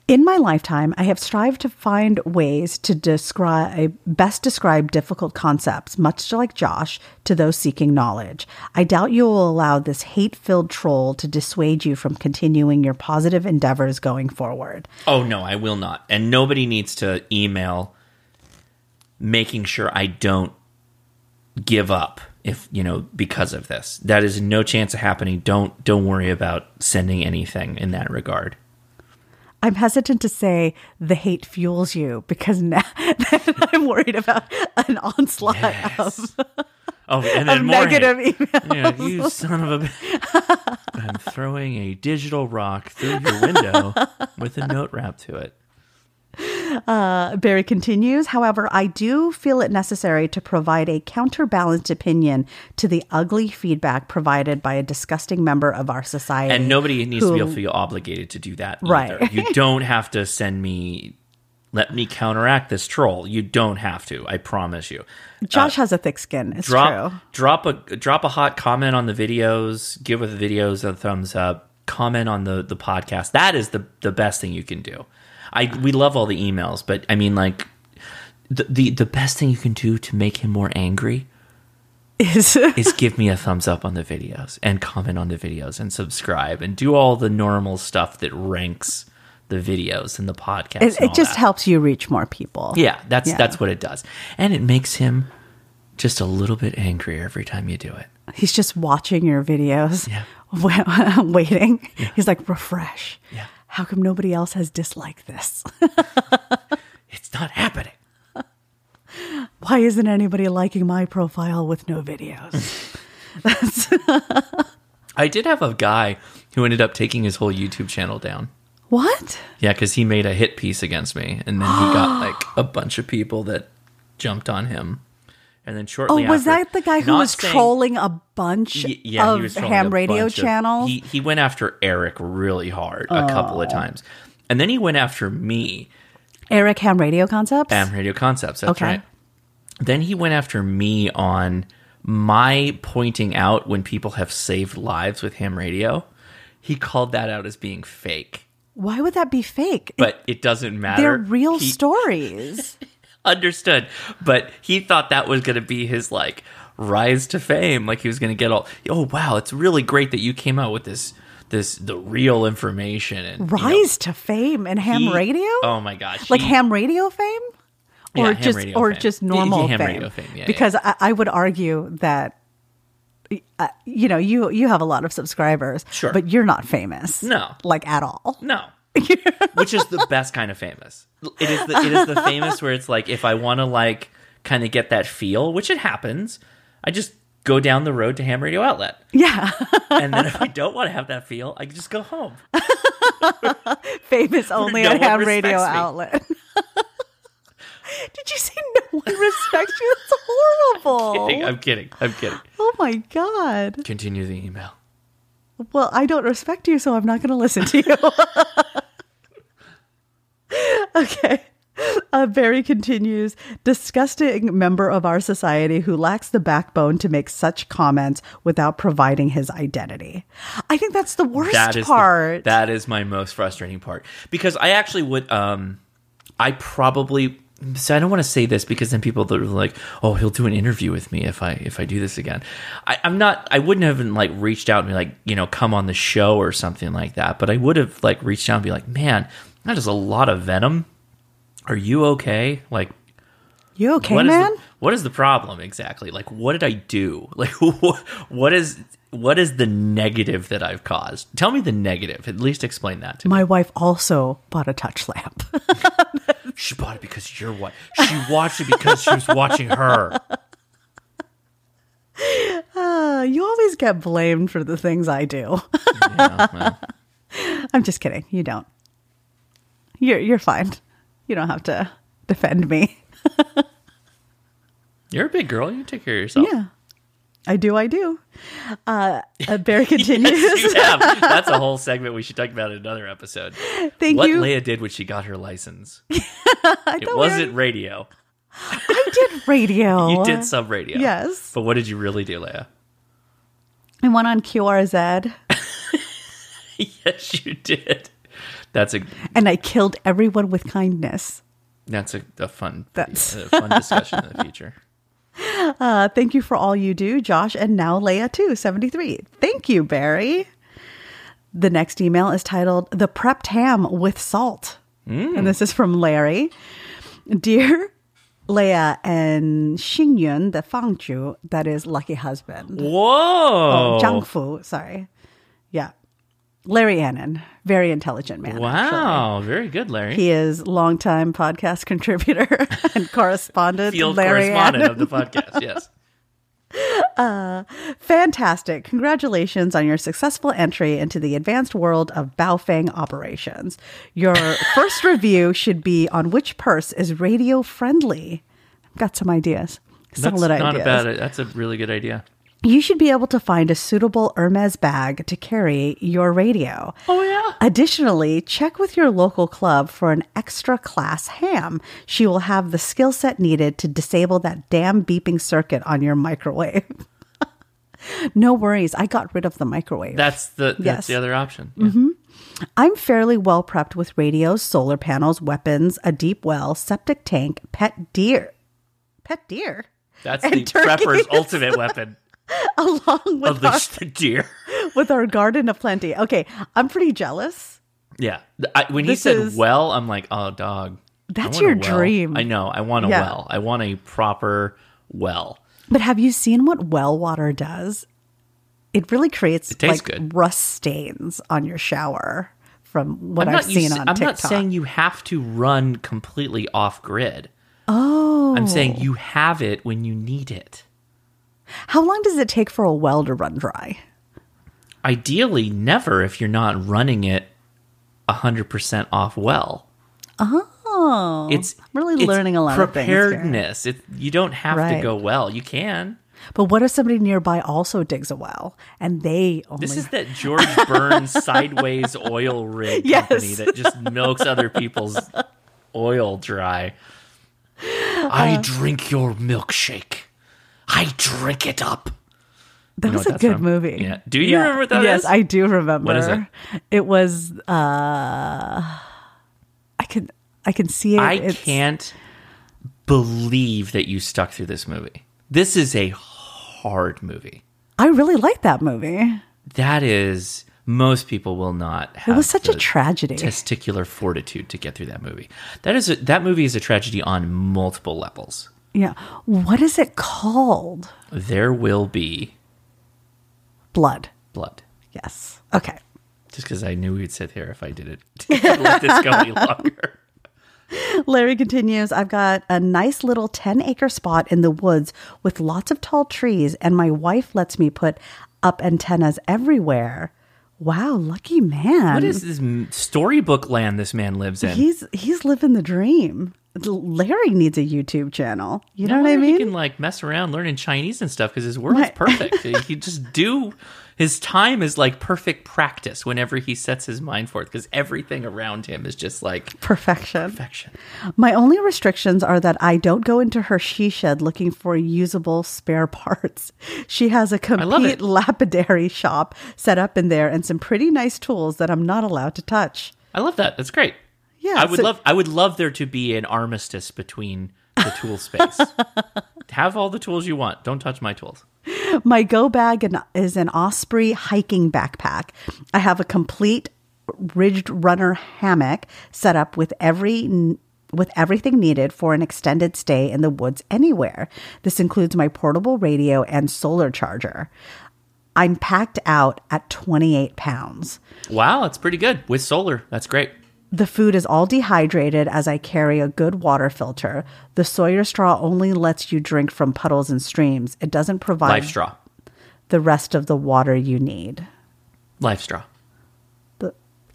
Speaker 2: In my lifetime, I have strived to find ways to describe best describe difficult concepts, much like Josh, to those seeking knowledge. I doubt you will allow this hate-filled troll to dissuade you from continuing your positive endeavors going forward.
Speaker 1: Oh no, I will not. And nobody needs to email making sure I don't give up if you know because of this. That is no chance of happening. Don't don't worry about sending anything in that regard.
Speaker 2: I'm hesitant to say the hate fuels you because now I'm worried about an onslaught of
Speaker 1: Yes. oh, and then more
Speaker 2: negative
Speaker 1: hate.
Speaker 2: email.
Speaker 1: Yeah, you son of a b- I'm throwing a digital rock through your window with a note wrapped to it.
Speaker 2: Barry continues, however, I do feel it necessary to provide a counterbalanced opinion to the ugly feedback provided by a disgusting member of our society.
Speaker 1: And nobody needs to be
Speaker 2: who-
Speaker 1: able to feel obligated to do that
Speaker 2: Right.
Speaker 1: either. You don't have to send me let me counteract this troll. You don't have to. I promise you.
Speaker 2: Josh has a thick skin.
Speaker 1: uh,
Speaker 2: It's
Speaker 1: Drop
Speaker 2: true.
Speaker 1: drop a drop a hot comment on the videos, give the videos a thumbs up, comment on the the podcast. That is the the best thing you can do. I we love all the emails, but I mean like the the, the best thing you can do to make him more angry
Speaker 2: Is
Speaker 1: is give me a thumbs up on the videos and comment on the videos and subscribe and do all the normal stuff that ranks the videos and the podcast.
Speaker 2: it,
Speaker 1: and
Speaker 2: it
Speaker 1: all
Speaker 2: just
Speaker 1: that.
Speaker 2: helps you reach more people.
Speaker 1: Yeah, that's
Speaker 2: Yeah.
Speaker 1: that's what it does, and it makes him just a little bit angrier every time you do it.
Speaker 2: He's just watching your videos,
Speaker 1: Yeah.
Speaker 2: wa- waiting. He's like, refresh.
Speaker 1: Yeah.
Speaker 2: how come nobody else has disliked this?
Speaker 1: It's not happening.
Speaker 2: Why isn't anybody liking my profile with no videos?
Speaker 1: I did have a guy who ended up taking his whole YouTube channel down.
Speaker 2: what?
Speaker 1: Yeah, because he made a hit piece against me, and then he got like a bunch of people that jumped on him. And then
Speaker 2: Oh,
Speaker 1: shortly,
Speaker 2: was
Speaker 1: after-
Speaker 2: that the guy who
Speaker 1: not
Speaker 2: was
Speaker 1: saying-
Speaker 2: trolling a bunch
Speaker 1: Y- yeah, he
Speaker 2: of
Speaker 1: was trolling a
Speaker 2: ham radio
Speaker 1: bunch of-
Speaker 2: channels? Oh.
Speaker 1: He he went after Eric really hard a couple of times, and then he went after me.
Speaker 2: Eric Ham Radio Concepts?
Speaker 1: Am Radio Concepts. That's
Speaker 2: Okay.
Speaker 1: right. Then he went after me on my pointing out when people have saved lives with ham radio. He called that out as being fake,
Speaker 2: Why would that be fake?
Speaker 1: but it doesn't matter.
Speaker 2: They're real
Speaker 1: He-
Speaker 2: stories.
Speaker 1: Understood. But he thought that was going to be his like rise to fame. Like he was going to get all, oh wow, it's really great that you came out with this this the real information and you know,
Speaker 2: Rise to fame in ham
Speaker 1: he-
Speaker 2: radio?
Speaker 1: Oh my gosh,
Speaker 2: like
Speaker 1: he-
Speaker 2: ham radio fame?
Speaker 1: Yeah,
Speaker 2: Or
Speaker 1: ham
Speaker 2: just
Speaker 1: radio
Speaker 2: or
Speaker 1: fame.
Speaker 2: just
Speaker 1: Yeah,
Speaker 2: normal
Speaker 1: ham
Speaker 2: fame?
Speaker 1: radio fame, yeah, yeah.
Speaker 2: because I, I would argue that uh, you know you you have a lot of subscribers,
Speaker 1: Sure.
Speaker 2: but you're not famous,
Speaker 1: No.
Speaker 2: like at all.
Speaker 1: No. Which is the best kind of famous. It is the it is the famous where it's like if I want to like kind of get that feel, which it happens, I just go down the road to ham radio outlet.
Speaker 2: Yeah,
Speaker 1: And then if I don't want to have that feel, I just go home.
Speaker 2: famous only
Speaker 1: no
Speaker 2: at
Speaker 1: one
Speaker 2: ham radio
Speaker 1: respects me.
Speaker 2: outlet. Did you say no one respects you? That's horrible.
Speaker 1: I'm kidding. I'm kidding.
Speaker 2: oh my god.
Speaker 1: Continue the email.
Speaker 2: Well, I don't respect you, so I'm not going to listen to you. okay. Uh, Barry continues disgusting member of our society who lacks the backbone to make such comments without providing his identity. I think that's the worst
Speaker 1: That is the-
Speaker 2: part.
Speaker 1: that is my most frustrating part because I actually would um I probably so I don't want to say this because then people that are like, oh, he'll do an interview with me if I if I do this again. I, I'm not. I wouldn't have like reached out and be like, you know, come on the show or something like that. But I would have like reached out and be like, man, that is a lot of venom. Are you okay? Like,
Speaker 2: you okay,
Speaker 1: what is
Speaker 2: man?
Speaker 1: the, what is the problem exactly? Like, what did I do? Like, what, what is what is the negative that I've caused? Tell me the negative. At least explain that to me.
Speaker 2: My wife also bought a touch lamp.
Speaker 1: She bought it because you're what she watched it because she was watching her.
Speaker 2: Uh, you always get blamed for the things I do.
Speaker 1: Yeah, well,
Speaker 2: I'm just kidding. You don't. You're you're fine. You don't have to defend me.
Speaker 1: you're a big girl. You take care of yourself.
Speaker 2: Yeah. I do, I do. Uh, uh, Bear continues.
Speaker 1: Yes, you have. That's a whole segment we should talk about in another episode.
Speaker 2: Thank
Speaker 1: what
Speaker 2: you.
Speaker 1: Leia did when she got her license.
Speaker 2: thought
Speaker 1: it
Speaker 2: we
Speaker 1: wasn't radio.
Speaker 2: I did radio.
Speaker 1: You did some radio.
Speaker 2: Oh, uh, yes.
Speaker 1: But what did you really do, Leia?
Speaker 2: I went on QRZ
Speaker 1: yes, you did. That's a
Speaker 2: and I killed everyone with kindness.
Speaker 1: That's a, a fun
Speaker 2: That's-
Speaker 1: a fun discussion in the future.
Speaker 2: Uh, thank you for all you do, Josh, and now Leia too, 73. Thank you, Barry. The next email is titled The Prepped Ham with Salt.
Speaker 1: Mm.
Speaker 2: And this is from Larry. Dear Leia and Xingyun, the Fangju, that is lucky husband.
Speaker 1: Whoa!
Speaker 2: Junk Fu, sorry. Yeah. Larry Annan, very intelligent man. actually.
Speaker 1: wow, very good, Larry.
Speaker 2: He is longtime podcast contributor and correspondent.
Speaker 1: Field
Speaker 2: Larry
Speaker 1: correspondent
Speaker 2: Annan.
Speaker 1: of the podcast. Yes.
Speaker 2: Fantastic. Congratulations on your successful entry into the advanced world of Baofeng operations. Your first review should be on which purse is radio friendly. I've got some ideas.
Speaker 1: That's
Speaker 2: Solid
Speaker 1: not
Speaker 2: ideas.
Speaker 1: a bad. That's a really good idea.
Speaker 2: You should be able to find a suitable Hermes bag to carry your radio.
Speaker 1: Oh yeah.
Speaker 2: Additionally, check with your local club for an extra class ham. She will have the skill set needed to disable that damn beeping circuit on your microwave. no worries, I got rid of the microwave.
Speaker 1: That's the that's
Speaker 2: Yes. Mm-hmm.
Speaker 1: the other option.
Speaker 2: I'm fairly well prepped with radios, solar panels, weapons, a deep well, septic tank, pet deer. Pet deer?
Speaker 1: That's
Speaker 2: And
Speaker 1: the
Speaker 2: turkeys.
Speaker 1: prepper's ultimate weapon
Speaker 2: Along with,
Speaker 1: of the, the deer.
Speaker 2: our, with our garden of plenty. Okay, I'm pretty jealous.
Speaker 1: Yeah. I, when he
Speaker 2: This
Speaker 1: said
Speaker 2: is-
Speaker 1: well, I'm like, oh dog. I want
Speaker 2: That's
Speaker 1: a
Speaker 2: your
Speaker 1: well.
Speaker 2: dream.
Speaker 1: I know. I want a
Speaker 2: Yeah.
Speaker 1: well. I want a proper well.
Speaker 2: But have you seen what well water does? It really creates
Speaker 1: tastes
Speaker 2: like
Speaker 1: good.
Speaker 2: rust stains on your shower from what
Speaker 1: I'm
Speaker 2: I've
Speaker 1: not, you
Speaker 2: seen
Speaker 1: s-
Speaker 2: on
Speaker 1: I'm
Speaker 2: TikTok.
Speaker 1: not saying you have to run completely off grid.
Speaker 2: oh,
Speaker 1: I'm saying you have it when you need it.
Speaker 2: how long does it take for a well to run dry?
Speaker 1: Ideally, never if you're not running it 100% off well.
Speaker 2: Oh,
Speaker 1: It's
Speaker 2: I'm really
Speaker 1: it's
Speaker 2: learning a lot of things here.
Speaker 1: preparedness. It, you don't have to
Speaker 2: Right.
Speaker 1: go well. You can.
Speaker 2: But what if somebody nearby also digs a well and they only
Speaker 1: This is that George Burns sideways oil rig
Speaker 2: Yes.
Speaker 1: company that just milks other people's oil dry.
Speaker 2: Uh,
Speaker 1: I drink your milkshake. I drink it up.
Speaker 2: that
Speaker 1: know what
Speaker 2: was a
Speaker 1: that's
Speaker 2: good
Speaker 1: from?
Speaker 2: movie.
Speaker 1: Yeah. Do you remember what that
Speaker 2: yes,
Speaker 1: is?
Speaker 2: I do remember.
Speaker 1: What is it?
Speaker 2: It was uh I can I can see it.
Speaker 1: I
Speaker 2: It's-
Speaker 1: can't believe that you stuck through this movie. This is a hard movie.
Speaker 2: I really like that movie. It
Speaker 1: That is most people will not have
Speaker 2: was such a
Speaker 1: the
Speaker 2: tragedy.
Speaker 1: testicular fortitude to get through that movie. That is a, that movie is a tragedy on multiple levels.
Speaker 2: yeah. What is it called?
Speaker 1: There will be
Speaker 2: Blood.
Speaker 1: blood.
Speaker 2: Yes. Okay.
Speaker 1: Just because I knew we'd sit here if I didn't let this go any longer.
Speaker 2: Larry continues I've got a nice little 10 acre spot in the woods with lots of tall trees, and my wife lets me put up antennas everywhere. Wow, lucky man.
Speaker 1: What is this m- storybook land this man lives in?
Speaker 2: He's he's living the dream. Larry needs a YouTube channel. You know
Speaker 1: No
Speaker 2: what I
Speaker 1: wonder
Speaker 2: mean?
Speaker 1: He can like mess around learning Chinese and stuff because his world is
Speaker 2: Right.
Speaker 1: perfect. he he just do his time is like perfect practice whenever he sets his mind for it because everything around him is just like
Speaker 2: Perfection.
Speaker 1: perfection.
Speaker 2: My only restrictions are that I don't go into her she shed looking for usable spare parts. She has a
Speaker 1: love
Speaker 2: complete
Speaker 1: it.
Speaker 2: lapidary shop set up in there and some pretty nice tools that I'm not allowed to touch.
Speaker 1: I love that. That's great.
Speaker 2: Yeah,
Speaker 1: I would
Speaker 2: so-
Speaker 1: love I would love there to be an armistice between the tool space. Have all the tools you want. Don't touch my tools.
Speaker 2: My go bag an- is an Osprey hiking backpack. I have a complete ridged runner hammock set up with every with everything needed for an extended stay in the woods anywhere. This includes my portable radio and solar charger. I'm packed out at 28 pounds.
Speaker 1: Wow, that's pretty good. With solar. That's great.
Speaker 2: The food is all dehydrated as I carry a good water filter. The Sawyer straw only lets you drink from puddles and streams. It doesn't provide
Speaker 1: Life straw.
Speaker 2: the rest of the water you need.
Speaker 1: Life straw.
Speaker 2: the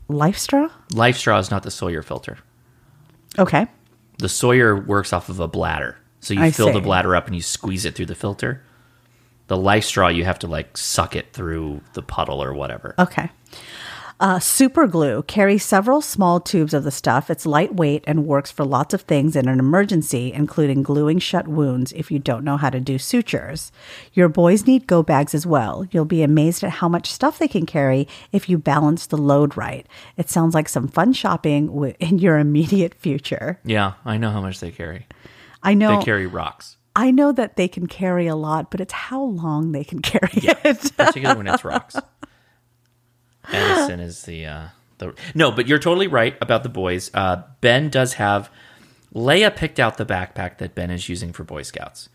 Speaker 2: life straw
Speaker 1: Life straw is not the Sawyer filter.
Speaker 2: okay
Speaker 1: The Sawyer works off of a bladder. So you
Speaker 2: I
Speaker 1: fill
Speaker 2: see.
Speaker 1: the bladder up and you squeeze it through the filter. The life straw you have to like suck it through the puddle or whatever.
Speaker 2: okay uh, super glue carries several small tubes of the stuff it's lightweight and works for lots of things in an emergency including gluing shut wounds if you don't know how to do sutures your boys need go bags as well you'll be amazed at how much stuff they can carry if you balance the load right it sounds like some fun shopping wi- in your immediate future
Speaker 1: Yeah, I know how much they carry.
Speaker 2: i know
Speaker 1: They carry rocks.
Speaker 2: i know that they can carry a lot but it's how long they can carry it
Speaker 1: particularly when it's rocks. Edison is the uh, the no, but you're totally right about the boys. Uh, ben does have Leia picked out the backpack that Ben is using for Boy Scouts.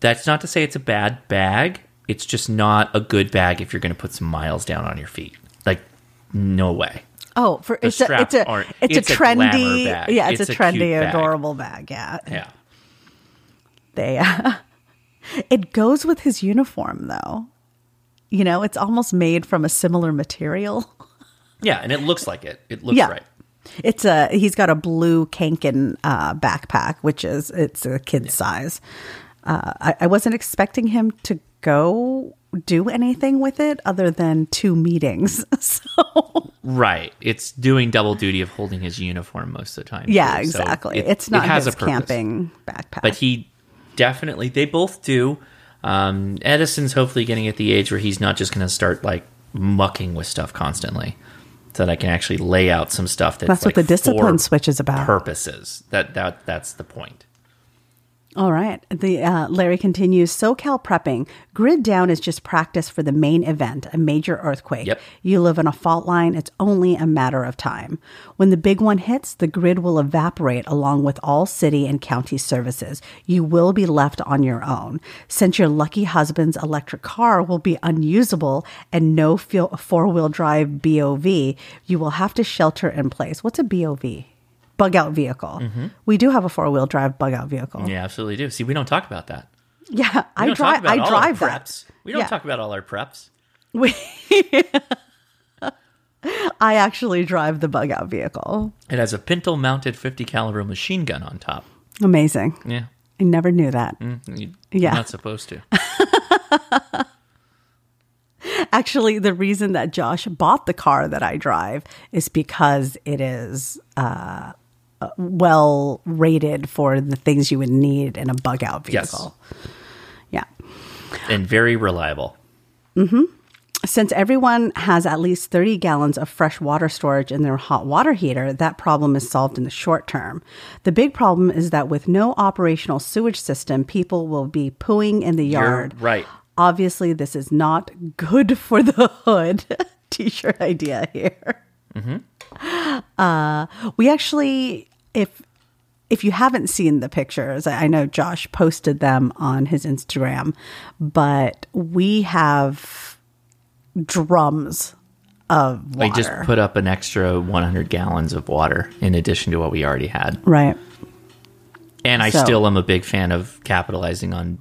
Speaker 1: That's not to say it's a bad bag. It's just not a good bag if you're going to put some miles down on your feet. Like, no way.
Speaker 2: Oh, for it's a
Speaker 1: straps
Speaker 2: it's a
Speaker 1: aren't-
Speaker 2: it's,
Speaker 1: it's
Speaker 2: a
Speaker 1: a glamour
Speaker 2: trendy
Speaker 1: bag.
Speaker 2: yeah it's,
Speaker 1: It's
Speaker 2: a
Speaker 1: a cute
Speaker 2: trendy
Speaker 1: bag.
Speaker 2: adorable bag yeah
Speaker 1: Yeah.
Speaker 2: they uh, it goes with his uniform though you know it's almost made from a similar material
Speaker 1: Yeah, and it looks like it. It looks
Speaker 2: yeah
Speaker 1: right.
Speaker 2: it's a he's got a blue Kanken uh, backpack which is it's a kid's size uh, I, I wasn't expecting him to go do anything with it other than two meetings so
Speaker 1: Right. It's doing double duty of holding his uniform most of the time.
Speaker 2: yeah
Speaker 1: too. So
Speaker 2: exactly
Speaker 1: it-
Speaker 2: it's
Speaker 1: it
Speaker 2: not
Speaker 1: has
Speaker 2: his
Speaker 1: a purpose.
Speaker 2: camping backpack
Speaker 1: but he definitely they both do um, edison's hopefully getting at the age where he's not just going to start like mucking with stuff constantly so that i can actually lay out some stuff that's,
Speaker 2: That's what
Speaker 1: like,
Speaker 2: the discipline
Speaker 1: for
Speaker 2: switch is about.
Speaker 1: purposes that that that's the point
Speaker 2: All right. The uh, Larry continues. SoCal prepping grid down is just practice for the main event, a major earthquake.
Speaker 1: Yep.
Speaker 2: You live on a fault line. It's only a matter of time. When the big one hits, the grid will evaporate along with all city and county services. You will be left on your own. Since your lucky husband's electric car will be unusable and no four wheel drive BOV, you will have to shelter in place. What's a BOV? Bug out vehicle. We do have a four wheel drive bug out vehicle.
Speaker 1: Yeah, absolutely do. See, we don't talk about that.
Speaker 2: Yeah,
Speaker 1: We
Speaker 2: I
Speaker 1: don't talk
Speaker 2: drive.
Speaker 1: about
Speaker 2: I
Speaker 1: all
Speaker 2: drive
Speaker 1: our
Speaker 2: that.
Speaker 1: preps. We don't
Speaker 2: Yeah.
Speaker 1: talk about all our preps.
Speaker 2: We- I actually drive the bug out vehicle.
Speaker 1: It has a pintle mounted 50 caliber machine gun on top.
Speaker 2: Amazing.
Speaker 1: Yeah. Mm.
Speaker 2: I never knew that.
Speaker 1: You-
Speaker 2: Yeah.
Speaker 1: You're not supposed to.
Speaker 2: Actually, the reason that Josh bought the car that I drive is because it is uh, uh, well rated for the things you would need in a bug out
Speaker 1: Yes.
Speaker 2: vehicle. Yeah.
Speaker 1: and very reliable.
Speaker 2: Since everyone has at least 30 gallons of fresh water storage in their hot water heater, that problem is solved in the short term. The big problem is that with no operational sewage system, people will be pooing in the yard.
Speaker 1: You're right.
Speaker 2: Obviously, this is not good for the hood t shirt idea here.
Speaker 1: Mm-hmm.
Speaker 2: Uh, we actually, if if you haven't seen the pictures, I I know Josh posted them on his Instagram, but we have drums of water.
Speaker 1: We just put up an extra 100 gallons of water in addition to what we already had.
Speaker 2: right.
Speaker 1: And I
Speaker 2: So-
Speaker 1: still am a big fan of capitalizing on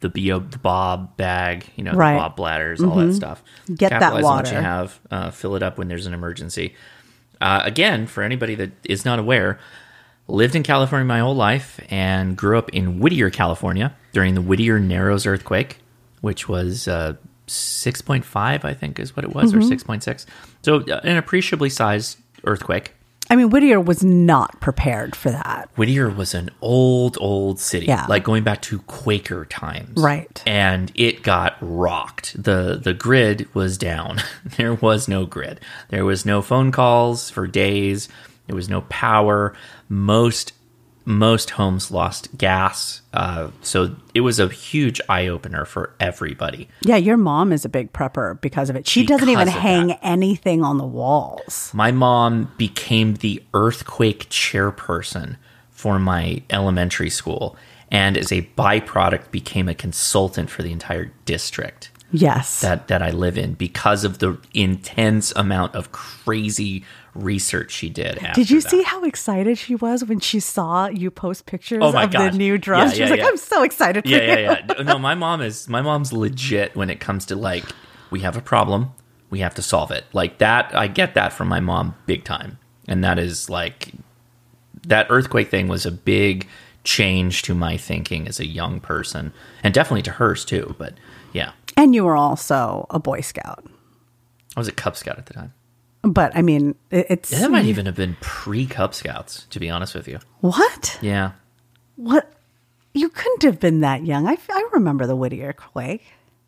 Speaker 1: the bo the bob bag, you know,
Speaker 2: Right. Mm-hmm.
Speaker 1: the bob bladders, all that stuff.
Speaker 2: Get that
Speaker 1: Capitalize on what
Speaker 2: water.
Speaker 1: you have. Uh, fill it up when there's an emergency. Uh, again, for anybody that is not aware, lived in California my whole life and grew up in Whittier, California during the Whittier Narrows earthquake, which was uh, 6.5, I think, is what it was,
Speaker 2: Mm-hmm.
Speaker 1: or 6.6. So uh, an appreciably sized earthquake.
Speaker 2: I mean, Whittier was not prepared for that.
Speaker 1: Whittier was an old, old city,
Speaker 2: Yeah.
Speaker 1: like going back to Quaker times,
Speaker 2: Right.
Speaker 1: And it got rocked. the The grid was down. there was no grid. There was no phone calls for days. There was no power. Most most homes lost gas. Uh, so it was a huge eye opener for everybody.
Speaker 2: Yeah, your mom is a big prepper because of it. She doesn't even
Speaker 1: Because of
Speaker 2: hang
Speaker 1: that.
Speaker 2: anything on the walls.
Speaker 1: My mom became the earthquake chairperson for my elementary school and as a byproduct became a consultant for the entire district
Speaker 2: Yes.
Speaker 1: that, that I live in because of the intense amount of crazy research she did. After
Speaker 2: Did you
Speaker 1: that.
Speaker 2: see how excited she was when she saw you post pictures
Speaker 1: Oh my
Speaker 2: of
Speaker 1: gosh.
Speaker 2: the new
Speaker 1: Yeah,
Speaker 2: drums? she
Speaker 1: yeah,
Speaker 2: was like,
Speaker 1: yeah.
Speaker 2: I'm so excited for
Speaker 1: Yeah,
Speaker 2: you.
Speaker 1: yeah, yeah. No, my mom is my mom's legit when it comes to like we have a problem, we have to solve it. Like that, I get that from my mom big time, and that is like that earthquake thing was a big change to my thinking as a young person, and definitely to hers too. But yeah,
Speaker 2: And you were also a Boy Scout.
Speaker 1: I was a Cub Scout at the time.
Speaker 2: But I mean, it- it's.
Speaker 1: That might even have been pre Cub Scouts, to be honest with you.
Speaker 2: What?
Speaker 1: Yeah,
Speaker 2: What? You couldn't have been that young. I, f- I remember the Whittier quake.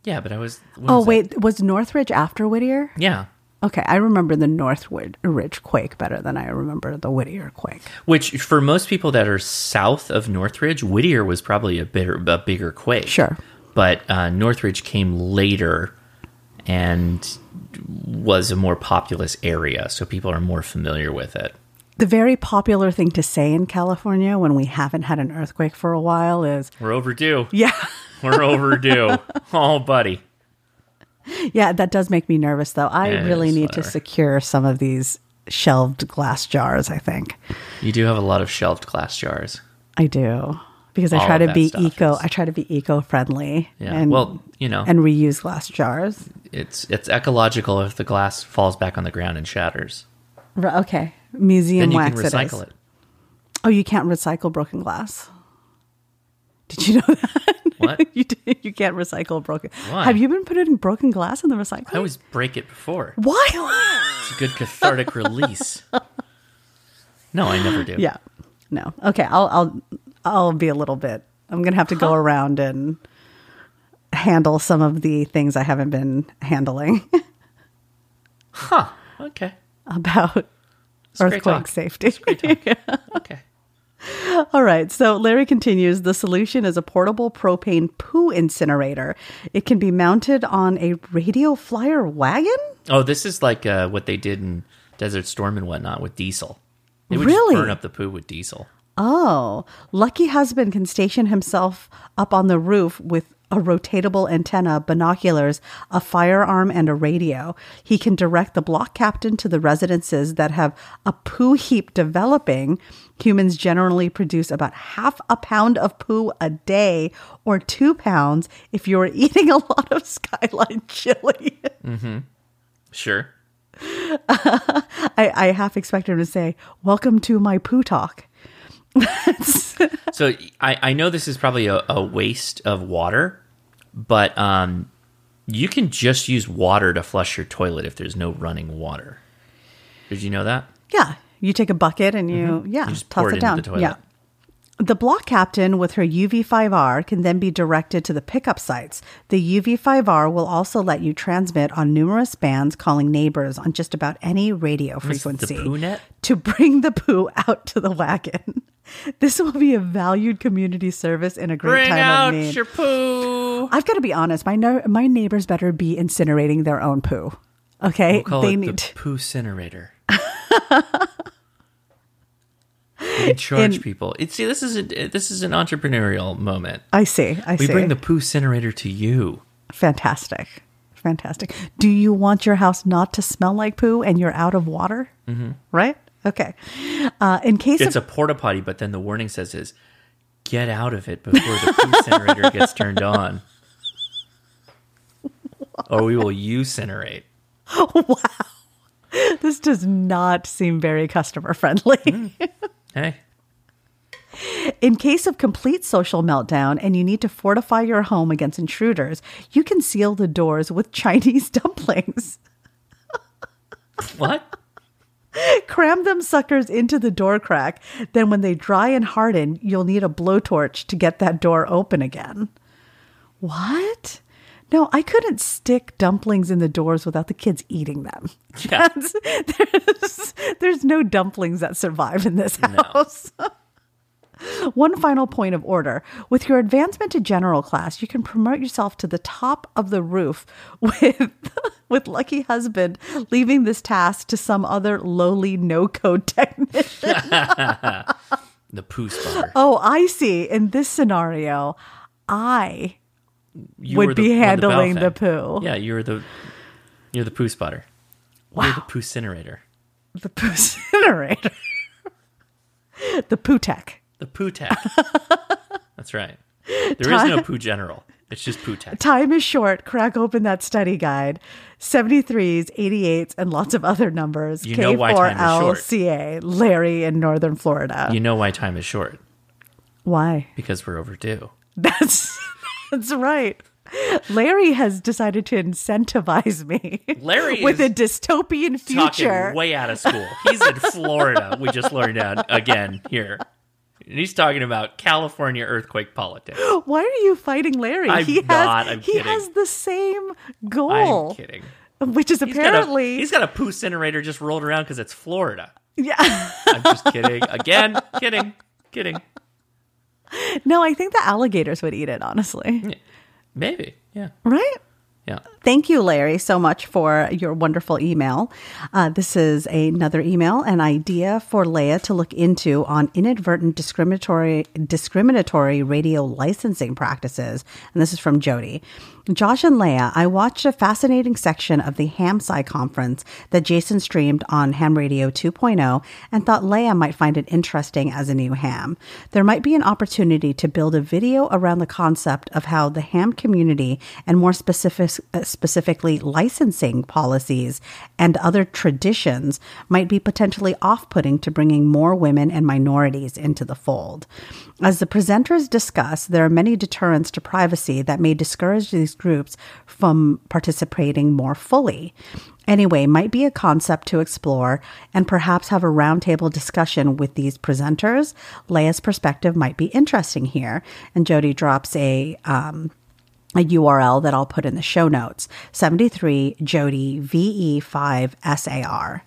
Speaker 1: yeah, but I was. what
Speaker 2: Oh,
Speaker 1: was that?
Speaker 2: wait. Was Northridge after Whittier?
Speaker 1: yeah.
Speaker 2: Okay. I remember the Northridge quake better than I remember the Whittier quake.
Speaker 1: Which, for most people that are south of Northridge, Whittier was probably a bigger, a bigger quake.
Speaker 2: Sure.
Speaker 1: But uh, Northridge came later and was a more populous area, so people are more familiar with it.
Speaker 2: The very popular thing to say in California when we haven't had an earthquake for a while is,
Speaker 1: We're overdue.
Speaker 2: yeah.
Speaker 1: We're overdue. oh, buddy.
Speaker 2: Yeah, that does make me nervous though. I
Speaker 1: Yeah,
Speaker 2: really
Speaker 1: it's
Speaker 2: need to
Speaker 1: whatever.
Speaker 2: secure some of these shelved glass jars, I think.
Speaker 1: You do have a lot of shelved glass jars.
Speaker 2: I do. Because I
Speaker 1: All
Speaker 2: try
Speaker 1: of
Speaker 2: to
Speaker 1: that
Speaker 2: be
Speaker 1: stuff
Speaker 2: eco
Speaker 1: is-
Speaker 2: I try to be eco friendly
Speaker 1: Yeah.
Speaker 2: and
Speaker 1: well, you know,
Speaker 2: and reuse glass jars.
Speaker 1: it's it's ecological if the glass falls back on the ground and shatters.
Speaker 2: R- okay.
Speaker 1: Then
Speaker 2: Museum
Speaker 1: you can
Speaker 2: wax
Speaker 1: recycle it.
Speaker 2: it, is. Oh, you can't recycle broken glass. Did you know that?
Speaker 1: What?
Speaker 2: you did, you can't recycle broken.
Speaker 1: Why?
Speaker 2: Have you been putting broken glass in the recycling?
Speaker 1: I always break it before.
Speaker 2: Why?
Speaker 1: It's a good cathartic release. No, I never do.
Speaker 2: Yeah. No. Okay. I'll I'll I'll be a little bit. I'm gonna have to go around and handle some of the things I haven't been handling
Speaker 1: Huh. Okay.
Speaker 2: about
Speaker 1: great
Speaker 2: earthquake
Speaker 1: talk.
Speaker 2: safety.
Speaker 1: Great talk. okay.
Speaker 2: All right, so Larry continues the solution is a portable propane poo incinerator. It can be mounted on a radio flyer wagon?
Speaker 1: Oh, this is like uh, what they did in Desert Storm and whatnot with diesel. They would
Speaker 2: Really?
Speaker 1: just burn up the poo with diesel.
Speaker 2: Oh, lucky husband can station himself up on the roof with a rotatable antenna, binoculars, a firearm, and a radio. He can direct the block captain to the residences that have a poo heap developing. Humans generally produce about half a pound of poo a day, or two pounds if you're eating a lot of skyline chili.
Speaker 1: Sure.
Speaker 2: I, I half expect him to say, Welcome to my poo talk.
Speaker 1: So I, I know this is probably a, a waste of water, but um, you can just use water to flush your toilet if there's no running water. Did you know that?
Speaker 2: Yeah. You take a bucket and you, yeah,
Speaker 1: Mm-hmm. just
Speaker 2: toss
Speaker 1: pour
Speaker 2: it,
Speaker 1: it into
Speaker 2: down.
Speaker 1: the toilet.
Speaker 2: yeah. The block captain with her UV5R can then be directed to the pickup sites. The UV5R will also let you transmit on numerous bands calling neighbors on just about any radio
Speaker 1: This is
Speaker 2: frequency
Speaker 1: The poo net?
Speaker 2: to bring the poo out to the wagon. This will be a valued community service in a
Speaker 1: Bring
Speaker 2: great time
Speaker 1: out
Speaker 2: of need.
Speaker 1: your poo.
Speaker 2: I've got to be honest, my no- my neighbors better be incinerating their own poo. Okay?
Speaker 1: Call
Speaker 2: they
Speaker 1: it
Speaker 2: need
Speaker 1: the poo incinerator. they charge
Speaker 2: In-
Speaker 1: people. It, see, this is a, this is an entrepreneurial moment.
Speaker 2: I see. I
Speaker 1: We
Speaker 2: see.
Speaker 1: bring the poo incinerator to you.
Speaker 2: Fantastic. Fantastic. Do you want your house not to smell like poo and you're out of water? Mm-hmm. Right? Okay. Uh, in case
Speaker 1: It's
Speaker 2: of,
Speaker 1: a porta potty, but then the warning says is get out of it before the poo incinerator gets turned on. Or we will incinerate.
Speaker 2: this does not seem very customer friendly.
Speaker 1: Hey,
Speaker 2: In case of complete social meltdown and you need to fortify your home against intruders, you can seal the doors with Chinese dumplings.
Speaker 1: what?
Speaker 2: Cram them suckers into the door crack. Then, when they dry and harden, you'll need a blowtorch to get that door open again. What? No, I couldn't stick dumplings in the doors without the kids eating them.
Speaker 1: Yeah.
Speaker 2: there's, there's no dumplings that survive in this house. One final point of order. With your advancement to general class, you can promote yourself to the top of the roof with with lucky husband leaving this task to some other lowly no-code technician.
Speaker 1: The poo spotter.
Speaker 2: Oh, I see. In this scenario, I
Speaker 1: You
Speaker 2: would
Speaker 1: were the-
Speaker 2: be
Speaker 1: were the bell
Speaker 2: handling the
Speaker 1: thing.
Speaker 2: poo.
Speaker 1: Yeah, you're the you're the poo spotter. You're the
Speaker 2: wow,
Speaker 1: poo incinerator.
Speaker 2: the poo incinerator. the poo tech.
Speaker 1: The poo tech. That's right. There is no poo general. It's just poo tech.
Speaker 2: Time is short. Crack open that study guide. 73s, 88s, and lots of other numbers.
Speaker 1: You know why time is short.
Speaker 2: K4LCA, Larry in Northern Florida.
Speaker 1: You know why time is short
Speaker 2: Why?
Speaker 1: because we're overdue.
Speaker 2: That's that's right. Larry has decided to incentivize me
Speaker 1: Larry
Speaker 2: with
Speaker 1: is
Speaker 2: a dystopian future.
Speaker 1: Talking way out of school. He's in Florida. we just learned out again here. And he's talking about California earthquake politics.
Speaker 2: Why are you fighting Larry?
Speaker 1: I'm
Speaker 2: he has
Speaker 1: not. I'm
Speaker 2: he
Speaker 1: kidding.
Speaker 2: has the same
Speaker 1: I'm
Speaker 2: goal,
Speaker 1: kidding.
Speaker 2: which is
Speaker 1: He's got a-
Speaker 2: apparently
Speaker 1: he's got a poo incinerator just rolled around because it's Florida.
Speaker 2: yeah.
Speaker 1: I'm just kidding. Again, kidding, kidding.
Speaker 2: No, I think the alligators would eat it. Honestly,
Speaker 1: Maybe. Yeah.
Speaker 2: right?
Speaker 1: Yeah.
Speaker 2: Thank you, Larry, so much for your wonderful email. Uh, this is another email, an idea for Leia to look into on inadvertent discriminatory discriminatory radio licensing practices. And this is from Jody. Josh and Leia, I watched a fascinating section of the HamSci conference that Jason streamed on Ham Radio 2.0 and thought Leia might find it interesting as a new ham. There might be an opportunity to build a video around the concept of how the ham community and more specific, uh, specifically licensing policies and other traditions might be potentially off putting to bringing more women and minorities into the fold. As the presenters discuss, there are many deterrents to privacy that may discourage these groups from participating more fully. Anyway, might be a concept to explore and perhaps have a roundtable discussion with these presenters. Leia's perspective might be interesting here. And Jody drops a a URL that I'll put in the show notes 73 Jody E VE5 SAR.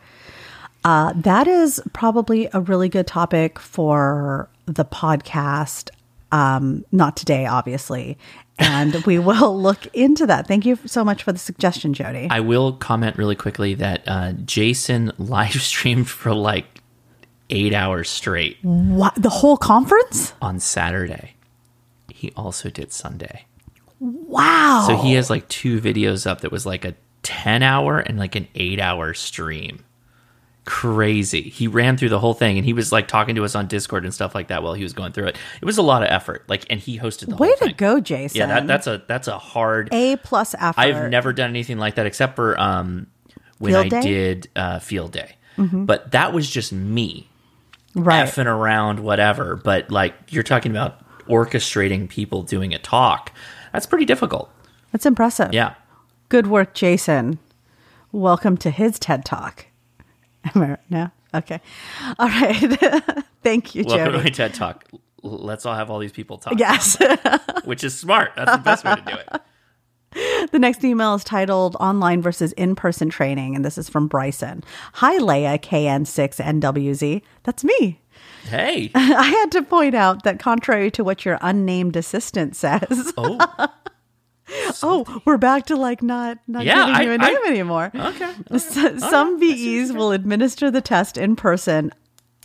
Speaker 2: Uh, that is probably a really good topic for the podcast. Um, not today, obviously. And we will look into that. Thank you so much for the suggestion, Jody.
Speaker 1: I will comment really quickly that uh, Jason live streamed for like eight hours straight
Speaker 2: what? The whole conference?
Speaker 1: on Saturday. He also did Sunday.
Speaker 2: Wow.
Speaker 1: So he has like two videos up that was like a 10 hour and like an eight hour stream. Crazy. He ran through the whole thing and he was like talking to us on Discord and stuff like that while he was going through it. It was a lot of effort. Like, and he hosted the
Speaker 2: Way
Speaker 1: whole
Speaker 2: to
Speaker 1: thing.
Speaker 2: go, Jason.
Speaker 1: Yeah, that, that's a that's a hard.
Speaker 2: A plus effort.
Speaker 1: I've never done anything like that except for um, when
Speaker 2: Field
Speaker 1: I
Speaker 2: day? Mm-hmm.
Speaker 1: did uh, field day. But that was just me
Speaker 2: right.
Speaker 1: effing around, whatever. But like you're talking about orchestrating people doing a talk. That's pretty difficult.
Speaker 2: That's impressive.
Speaker 1: Yeah.
Speaker 2: Good work, Jason. Welcome to his TED Talk. Am I right? No? Okay. All right. Thank you,
Speaker 1: Welcome to
Speaker 2: Jody.
Speaker 1: my TED Talk. L- Let's all have all these people talk,
Speaker 2: Yes.
Speaker 1: which is smart. That's the best way to do it.
Speaker 2: The next email is titled Online versus In Person Training, and this is from Bryson. Hi, Leia, KN6NWZ. That's me.
Speaker 1: Hey.
Speaker 2: I had to point out that, contrary to what your unnamed assistant says,
Speaker 1: Oh.
Speaker 2: oh, we're back to like not, not
Speaker 1: Yeah,
Speaker 2: giving you
Speaker 1: I-
Speaker 2: a
Speaker 1: I-
Speaker 2: name anymore.
Speaker 1: Okay.
Speaker 2: S- Some VEs will administer the test in person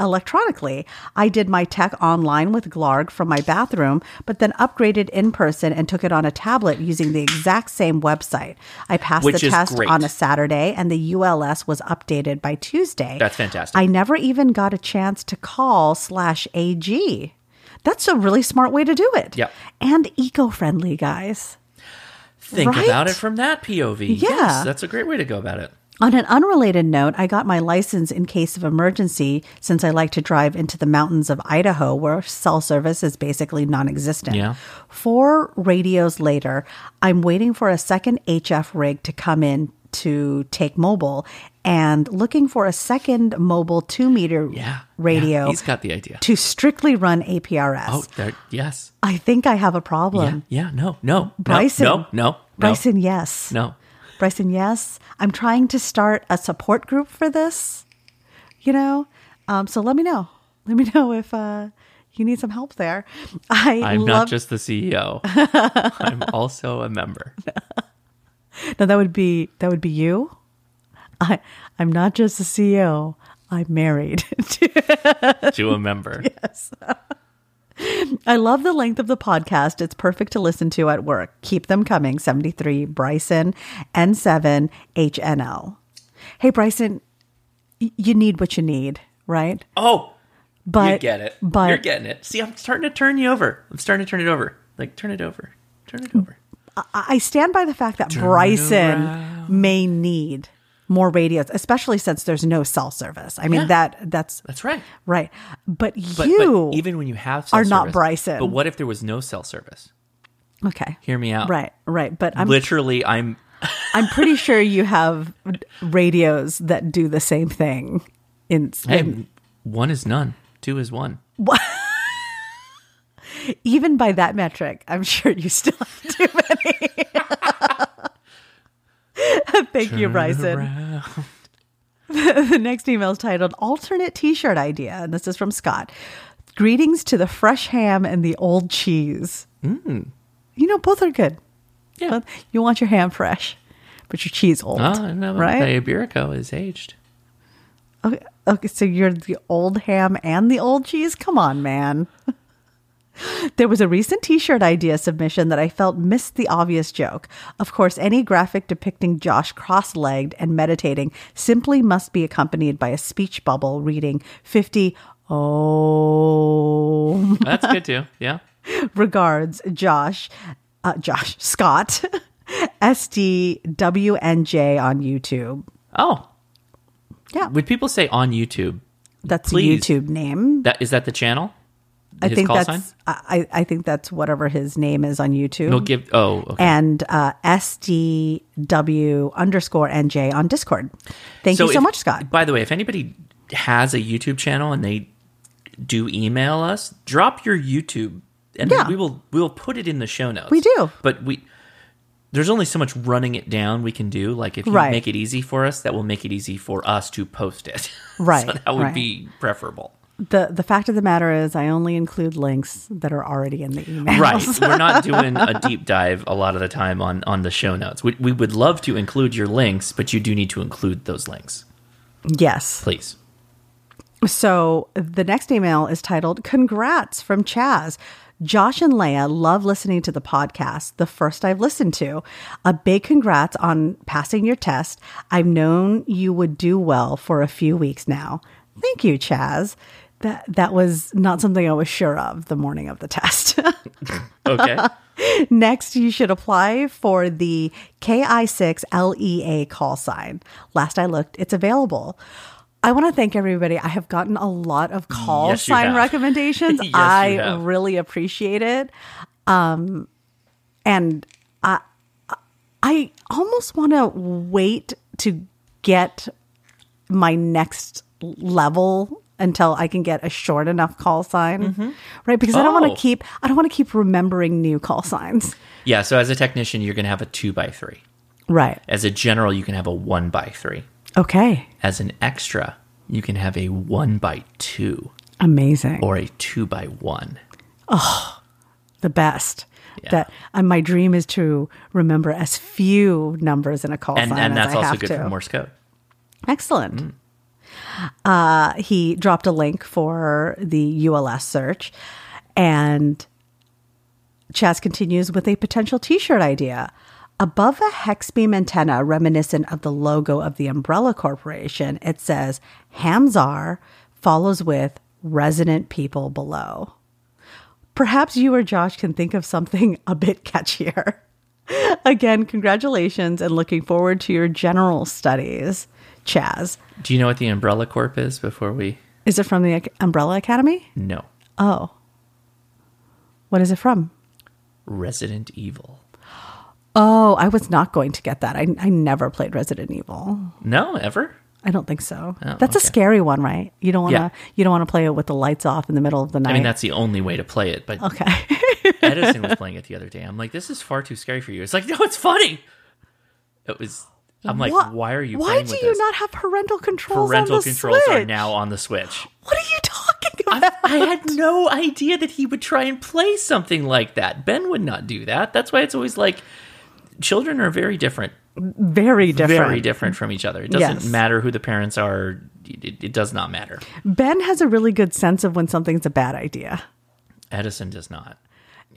Speaker 2: electronically. I did my tech online with Glarg from my bathroom, but then upgraded in person and took it on a tablet using the exact same website. I passed
Speaker 1: Which
Speaker 2: the
Speaker 1: is
Speaker 2: test
Speaker 1: great.
Speaker 2: on a Saturday, and the ULS was updated by Tuesday.
Speaker 1: That's fantastic.
Speaker 2: I never even got a chance to call slash AG. That's a really smart way to do it.
Speaker 1: Yep.
Speaker 2: And eco friendly, guys.
Speaker 1: Think
Speaker 2: Right?
Speaker 1: about it from that POV. Yeah.
Speaker 2: Yeah.
Speaker 1: Yes, that's a great way to go about it.
Speaker 2: On an unrelated note, I got my license in case of emergency since I like to drive into the mountains of Idaho where cell service is basically non existent.
Speaker 1: Yeah.
Speaker 2: Four radios later, I'm waiting for a second HF rig to come in to take mobile and looking for a second mobile two meter
Speaker 1: Yeah.
Speaker 2: radio
Speaker 1: Yeah, he's got the idea.
Speaker 2: to strictly run APRS.
Speaker 1: Oh, there, yes.
Speaker 2: I think I have a problem.
Speaker 1: Yeah. Yeah. No. No. no,
Speaker 2: Bryson.
Speaker 1: No. No. no
Speaker 2: Bryson, yes.
Speaker 1: No.
Speaker 2: Bryson, yes, I'm trying to start a support group for this. You know, um, so let me know. Let me know if uh, you need some help there. I
Speaker 1: I'm
Speaker 2: love
Speaker 1: not just the CEO. I'm also a member.
Speaker 2: no. That would be that would be you. I I'm not just a CEO. I'm married.
Speaker 1: To a member.
Speaker 2: I love the length of the podcast. It's perfect to listen to at work. Keep them coming. 73 Bryson N7 HNL. Hey Bryson, y- you need what you need, right?
Speaker 1: Oh,
Speaker 2: But
Speaker 1: you get it.
Speaker 2: But
Speaker 1: You're getting it. See, I'm starting to turn you over. I'm starting to turn it over. Like, turn it over. Turn it over.
Speaker 2: I I stand by the fact that Bryson may need more radios, especially since there's no cell service. I mean
Speaker 1: Yeah.
Speaker 2: that that's
Speaker 1: That's right.
Speaker 2: right. But
Speaker 1: But,
Speaker 2: you
Speaker 1: but even when you have cell
Speaker 2: are not
Speaker 1: service-
Speaker 2: Bryson.
Speaker 1: But what if there was no cell service?
Speaker 2: okay,
Speaker 1: Hear me out.
Speaker 2: right, right. But I'm
Speaker 1: Literally, I'm.
Speaker 2: I'm pretty sure you have radios that do the same thing. In, in-
Speaker 1: Hey, one is none. Two is one.
Speaker 2: even by that metric, I'm sure you still have too many. Thank you, Bryson.
Speaker 1: Around.
Speaker 2: the next email is titled alternate t-shirt idea and this is from scott greetings to the fresh ham and the old cheese mm. you know both are good
Speaker 1: Yeah.
Speaker 2: Both- you want your ham fresh but your cheese old
Speaker 1: Oh, no,
Speaker 2: right
Speaker 1: The Iberico is aged.
Speaker 2: okay, okay so you're the old ham and the old cheese come on man There was a recent t shirt idea submission that I felt missed the obvious joke. Of course, any graphic depicting Josh cross legged and meditating simply must be accompanied by a speech bubble reading 50 Oh.
Speaker 1: That's good too. Yeah.
Speaker 2: Regards, Josh, uh, Josh, Scott, SDWNJ on YouTube.
Speaker 1: Oh.
Speaker 2: Yeah.
Speaker 1: Would people say on YouTube?
Speaker 2: That's
Speaker 1: Please.
Speaker 2: a YouTube name.
Speaker 1: That is that the channel?
Speaker 2: I
Speaker 1: His
Speaker 2: think
Speaker 1: call
Speaker 2: that's
Speaker 1: sign?
Speaker 2: I, I think that's whatever his name is on YouTube.
Speaker 1: We'll give. Oh, okay.
Speaker 2: and uh, SDW underscore NJ on Discord. Thank you so
Speaker 1: if-
Speaker 2: much, Scott.
Speaker 1: By the way, if anybody has a YouTube channel and they do email us, drop your YouTube, and
Speaker 2: Yeah.
Speaker 1: we will we will put it in the show notes.
Speaker 2: We do.
Speaker 1: but we there's only so much running it down we can do. Like if you
Speaker 2: Right.
Speaker 1: make it easy for us, that will make it easy for us to post it.
Speaker 2: Right,
Speaker 1: so that would
Speaker 2: right.
Speaker 1: be preferable.
Speaker 2: the the fact of the matter is I only include links that are already in the emails.
Speaker 1: Right. We're not doing a deep dive a lot of the time on on the show notes. We, we would love to include your links, but you do need to include those links,
Speaker 2: Yes.
Speaker 1: please.
Speaker 2: So the next email is titled Congrats from Chaz. Josh and Leia love listening to the podcast, the first I've listened to. A big congrats on passing your test. I've known you would do well for a few weeks now. Thank you, Chaz. That that was not something I was sure of the morning of the test.
Speaker 1: Okay.
Speaker 2: Next, you should apply for the KI6LEA E call sign. Last I looked, it's available. I want to thank everybody. I have gotten a lot of call
Speaker 1: Yes, you
Speaker 2: sign
Speaker 1: have.
Speaker 2: recommendations.
Speaker 1: Yes, you
Speaker 2: I
Speaker 1: have.
Speaker 2: really appreciate it. Um, and I, I almost want to wait to get my next level until I can get a short enough call sign, right? Because I don't
Speaker 1: Oh.
Speaker 2: want to keep I don't want to keep remembering new call signs,
Speaker 1: yeah. So as a technician, you're going to have a two by three.
Speaker 2: right?
Speaker 1: As a general, you can have a one by three.
Speaker 2: Okay,
Speaker 1: As an extra, you can have a one by two
Speaker 2: amazing,
Speaker 1: or a two by one.
Speaker 2: the best.
Speaker 1: Yeah.
Speaker 2: That and my dream is to remember as few numbers in a call
Speaker 1: And
Speaker 2: sign
Speaker 1: and
Speaker 2: as
Speaker 1: that's
Speaker 2: I
Speaker 1: also
Speaker 2: have
Speaker 1: good
Speaker 2: to.
Speaker 1: for Morse code.
Speaker 2: Excellent. Uh, he dropped a link for the ULS search. And Chaz continues with a potential t shirt idea. Above a hex beam antenna reminiscent of the logo of the Umbrella Corporation, it says Hamzar follows with resident people below. Perhaps you or Josh can think of something a bit catchier. Again, congratulations and looking forward to your general studies, Chaz.
Speaker 1: Do you know what the Umbrella Corp is before we?
Speaker 2: Is it from the Ac- Umbrella Academy?
Speaker 1: No.
Speaker 2: Oh. What is it from?
Speaker 1: Resident Evil.
Speaker 2: Oh, I was not going to get that. I, I never played Resident Evil.
Speaker 1: No, ever?
Speaker 2: I don't think so.
Speaker 1: Oh,
Speaker 2: That's a
Speaker 1: okay.
Speaker 2: scary one, right? You don't want to
Speaker 1: Yeah.
Speaker 2: you don't want to play it with the lights off in the middle of the night.
Speaker 1: I mean, that's the only way to play it. But
Speaker 2: okay.
Speaker 1: Edison was playing it the other day. I'm like, this is far too scary for you. It's like, no, it's funny. It was. I'm like,
Speaker 2: What-
Speaker 1: why are you?
Speaker 2: Why
Speaker 1: playing
Speaker 2: do
Speaker 1: with
Speaker 2: you
Speaker 1: this?
Speaker 2: not have parental controls?
Speaker 1: Parental
Speaker 2: on the
Speaker 1: controls are
Speaker 2: Switch?
Speaker 1: now on the Switch.
Speaker 2: What are you talking about?
Speaker 1: I, I had no idea that he would try and play something like that. Ben would not do that. That's why it's always like children are very different,
Speaker 2: Very different.
Speaker 1: very different from each other. It doesn't
Speaker 2: Yes.
Speaker 1: matter who the parents are. It, it- it does not matter.
Speaker 2: Ben has a really good sense of when something's a bad idea.
Speaker 1: Edison does not.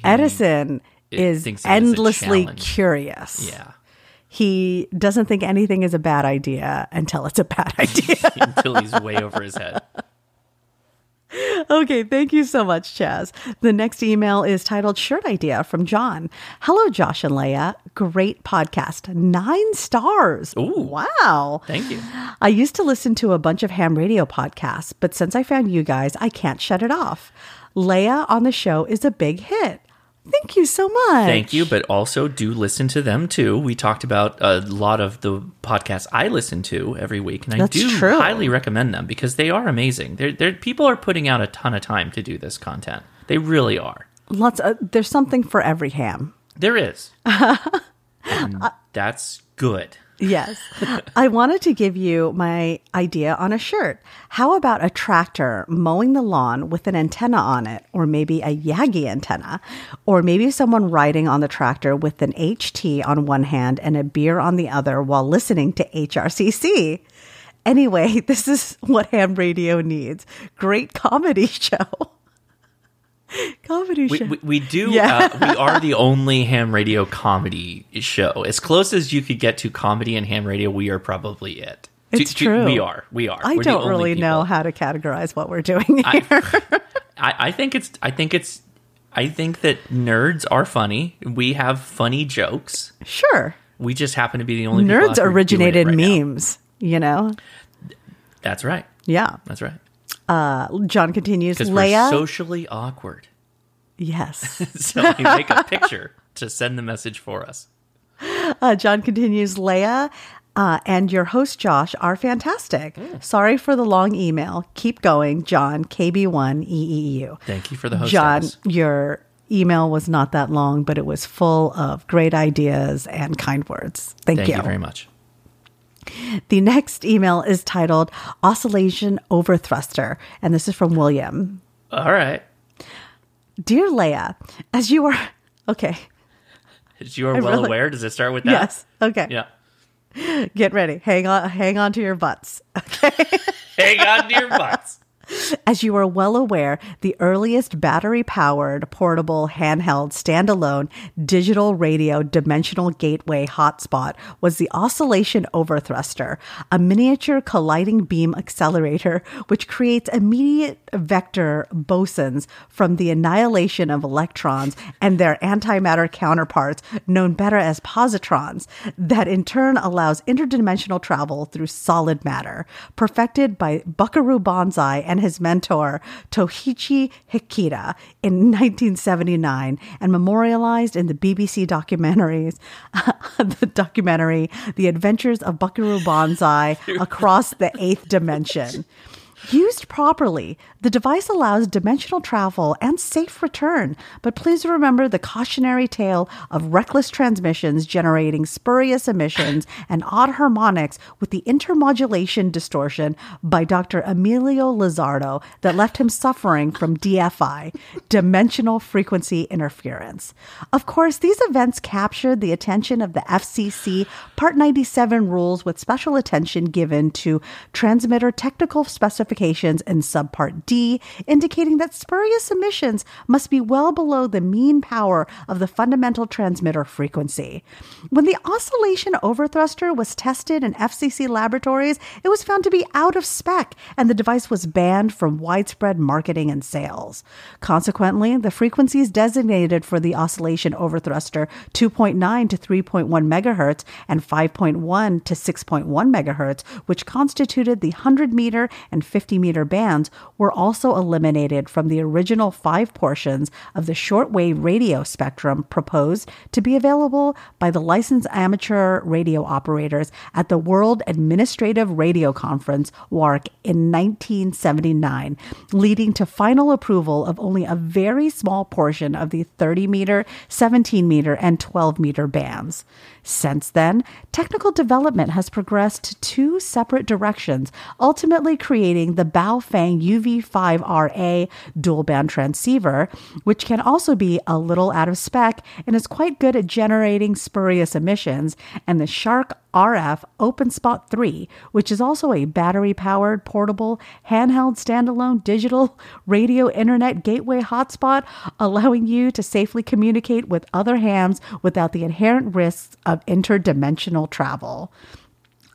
Speaker 2: Edison is
Speaker 1: thinks it is a
Speaker 2: endlessly
Speaker 1: challenge.
Speaker 2: curious.
Speaker 1: Yeah.
Speaker 2: He doesn't think anything is a bad idea until it's a bad idea.
Speaker 1: Until he's way over his head.
Speaker 2: okay, thank you so much, Chaz. The next email is titled Shirt Idea from John. Hello, Josh and Leia. Great podcast. Nine stars.
Speaker 1: Ooh.
Speaker 2: Wow.
Speaker 1: Thank you.
Speaker 2: I used to listen to a bunch of ham radio podcasts, but since I found you guys, I can't shut it off. Leia on the show is a big hit. Thank you so much.
Speaker 1: Thank you, but also do listen to them too. We talked about a lot of the podcasts I listen to every week, and I
Speaker 2: That's
Speaker 1: do
Speaker 2: true.
Speaker 1: highly recommend them because they are amazing. They're, they're, people are putting out a ton of time to do this content. They really are.
Speaker 2: Lots. Of, there's something for every ham.
Speaker 1: There is. and
Speaker 2: Uh,
Speaker 1: that's good.
Speaker 2: Yes. I wanted to give you my idea on a shirt. How about a tractor mowing the lawn with an antenna on it, or maybe a Yagi antenna, or maybe someone riding on the tractor with an HT on one hand and a beer on the other while listening to HRCC? Anyway, this is what ham radio needs great comedy show. comedy
Speaker 1: We,
Speaker 2: show.
Speaker 1: we, we do.
Speaker 2: Yeah.
Speaker 1: Uh, we are the only ham radio comedy show. As close as you could get to comedy and ham radio, we are probably it. Do-
Speaker 2: It's
Speaker 1: do-
Speaker 2: true.
Speaker 1: we are. We are.
Speaker 2: I
Speaker 1: We're the
Speaker 2: don't
Speaker 1: only
Speaker 2: really know
Speaker 1: people.
Speaker 2: how to categorize what we're doing here.
Speaker 1: I, I think it's I think it's I think that nerds are funny. We have funny jokes.
Speaker 2: sure.
Speaker 1: We just happen to be the only people out
Speaker 2: nerds
Speaker 1: there doing it
Speaker 2: originated
Speaker 1: right now.
Speaker 2: memes you know
Speaker 1: That's right.
Speaker 2: yeah
Speaker 1: That's right.
Speaker 2: Uh, john continues
Speaker 1: Because we're
Speaker 2: leia
Speaker 1: socially awkward.
Speaker 2: yes
Speaker 1: So we make a picture to send the message for us.
Speaker 2: Uh, john continues leia uh, and your host josh are fantastic
Speaker 1: Hmm.
Speaker 2: sorry for the long email keep going john E kb1eeu
Speaker 1: Thank you for the host.
Speaker 2: john
Speaker 1: Alice.
Speaker 2: your email was not that long but it was full of great ideas and kind words thank,
Speaker 1: Thank you very much.
Speaker 2: The next email is titled Oscillation Overthruster, and this is from William.
Speaker 1: All right.
Speaker 2: Dear Leia, as you are. Okay.
Speaker 1: As you are well
Speaker 2: really-
Speaker 1: aware, does it start with that?
Speaker 2: Yes. Okay.
Speaker 1: Yeah.
Speaker 2: Get ready. Hang on. Hang on to your butts.
Speaker 1: Hang on to your butts.
Speaker 2: As you are well aware, the earliest battery powered, portable, handheld, standalone digital radio dimensional gateway hotspot was the Oscillation Overthruster, a miniature colliding beam accelerator which creates immediate vector bosons from the annihilation of electrons and their antimatter counterparts, known better as positrons, that in turn allows interdimensional travel through solid matter, perfected by Buckaroo Banzai and his mentor Tohichi Hikita in 1979 and memorialized in the BBC documentaries, the documentary The Adventures of Buckaroo Banzai Across the Eighth Dimension. Used properly, the device allows dimensional travel and safe return, but please remember the cautionary tale of reckless transmissions generating spurious emissions and odd harmonics with the intermodulation distortion by Dr. Emilio Lizardo that left him suffering from DFI, dimensional frequency interference. Of course, these events captured the attention of the FCC Part 97 rules with special attention given to transmitter technical specifications in subpart D, indicating that spurious emissions must be well below the mean power of the fundamental transmitter frequency. When the oscillation overthruster was tested in FCC laboratories, it was found to be out of spec and the device was banned from widespread marketing and sales. Consequently, the frequencies designated for the oscillation overthruster 2.9 to 3.1 megahertz and 5.1 to 6.1 megahertz, which constituted the 100 meter and 50 meter bands, were also eliminated from the original five portions of the shortwave radio spectrum proposed to be available by the licensed amateur radio operators at the World Administrative Radio Conference, WARC, in 1979, leading to final approval of only a very small portion of the 30 meter, 17 meter, and 12 meter bands. Since then, technical development has progressed to two separate directions, ultimately creating the Baofeng UV5RA dual band transceiver, which can also be a little out of spec and is quite good at generating spurious emissions, and the Shark RF OpenSpot 3, which is also a battery powered, portable, handheld, standalone digital radio internet gateway hotspot, allowing you to safely communicate with other hams without the inherent risks of interdimensional travel.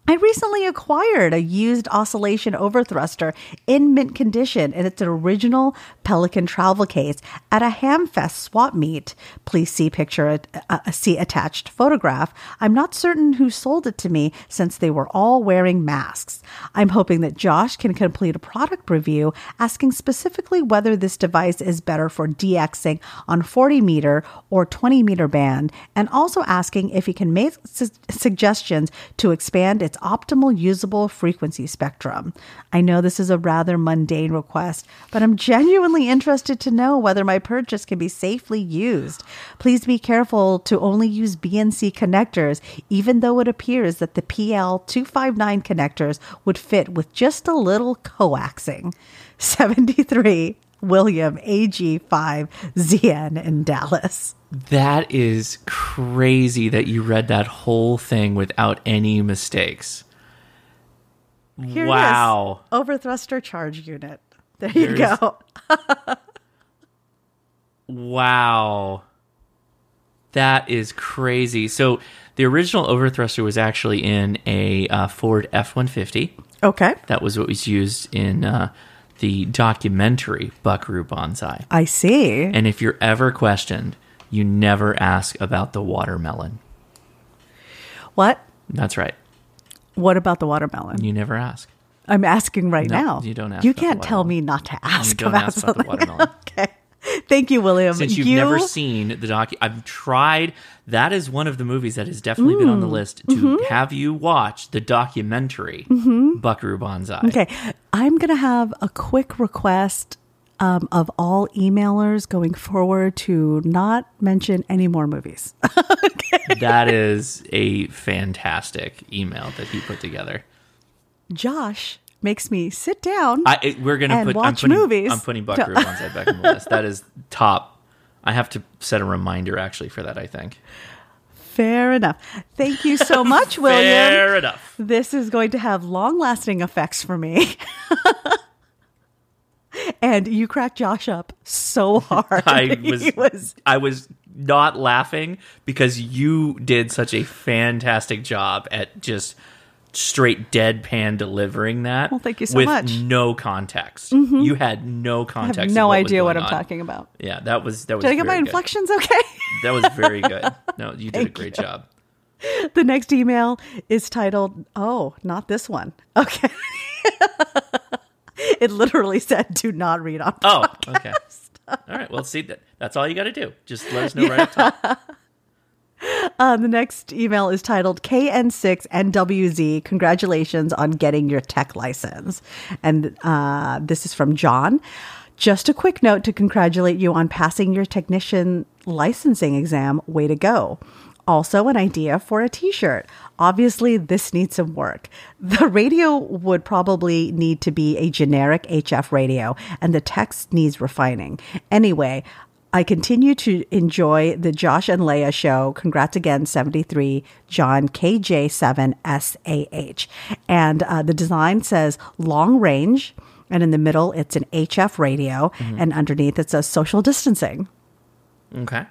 Speaker 2: I recently acquired a used oscillation overthruster in mint condition in its original Pelican travel case at a Hamfest swap meet. Please see picture uh, see attached photograph. I'm not certain who sold it to me since they were all wearing masks. I'm hoping that Josh can complete a product review asking specifically whether this device is better for DXing on 40 meter or 20 meter band and also asking if he can make su- suggestions to expand its optimal usable frequency spectrum. I know this is a rather mundane request, but I'm genuinely interested to know whether my purchase can be safely used. Please be careful to only use BNC connectors, even though it appears that the PL259 connectors would fit with just a little coaxing. 73 William AG5ZN in Dallas.
Speaker 1: That is crazy that you read that whole thing without any mistakes.
Speaker 2: Here it is.
Speaker 1: wow.
Speaker 2: Overthruster charge unit. There you
Speaker 1: There's-
Speaker 2: go.
Speaker 1: Wow. That is crazy. So the original overthruster was actually in a uh, Ford F 150.
Speaker 2: Okay.
Speaker 1: That was what was used in uh, the documentary Buckaroo Banzai.
Speaker 2: I see.
Speaker 1: And if you're ever questioned, you never ask about the watermelon.
Speaker 2: what?
Speaker 1: That's right.
Speaker 2: What about the watermelon?
Speaker 1: You never ask.
Speaker 2: I'm asking right
Speaker 1: No,
Speaker 2: now.
Speaker 1: you don't ask
Speaker 2: You
Speaker 1: about the
Speaker 2: can't tell
Speaker 1: watermelon.
Speaker 2: me not to ask
Speaker 1: don't
Speaker 2: about
Speaker 1: ask about the
Speaker 2: something.
Speaker 1: watermelon.
Speaker 2: okay. Thank you, William.
Speaker 1: Since you've
Speaker 2: you,
Speaker 1: never seen the docu, I've tried. That is one of the movies that has definitely been on
Speaker 2: Mm.
Speaker 1: the list to
Speaker 2: Mm-hmm.
Speaker 1: have you watch the documentary Buckaroo Banzai.
Speaker 2: Okay. I'm going to have a quick request um, of all emailers going forward to not mention any more movies.
Speaker 1: That is a fantastic email that he put together.
Speaker 2: Josh makes me sit down.
Speaker 1: I, it- we're gonna
Speaker 2: And
Speaker 1: put
Speaker 2: watch
Speaker 1: I'm putting,
Speaker 2: movies.
Speaker 1: I'm putting Buck Rib on Zed Beckham list. That is top. I have to set a reminder actually for that. I think.
Speaker 2: Fair enough. Thank you so much, William.
Speaker 1: Fair enough.
Speaker 2: This is going to have long lasting effects for me. and you cracked Josh up so hard.
Speaker 1: I
Speaker 2: He
Speaker 1: was,
Speaker 2: was
Speaker 1: I was not laughing because you did such a fantastic job at just straight deadpan delivering that.
Speaker 2: Well, thank you so
Speaker 1: with
Speaker 2: much. Mm-hmm.
Speaker 1: No context. You had no
Speaker 2: I
Speaker 1: context.
Speaker 2: have
Speaker 1: of
Speaker 2: no
Speaker 1: what was
Speaker 2: idea what
Speaker 1: going
Speaker 2: I'm
Speaker 1: on.
Speaker 2: talking about.
Speaker 1: Yeah, that was that was.
Speaker 2: Did I get my
Speaker 1: very good.
Speaker 2: inflections okay?
Speaker 1: That was very good. No, you did a
Speaker 2: Thank
Speaker 1: great
Speaker 2: you.
Speaker 1: job.
Speaker 2: The next email is titled, Oh, not this one. Okay. it literally said, Do not read on.
Speaker 1: Oh, okay. All right. Well, see that that's all you got to do. Just let us know right up top.
Speaker 2: Uh, the next email is titled KN6NWZ. Congratulations on getting your tech license. And uh, this is from John. Just a quick note to congratulate you on passing your technician licensing exam. Way to go. Also, an idea for a t shirt. Obviously, this needs some work. The radio would probably need to be a generic HF radio, and the text needs refining. Anyway, I continue to enjoy the Josh and Leia show. Congrats again, 73 John KJ7SAH. And uh, the design says long range, and in the middle, it's an HF radio, and underneath, it says social distancing.
Speaker 1: Okay.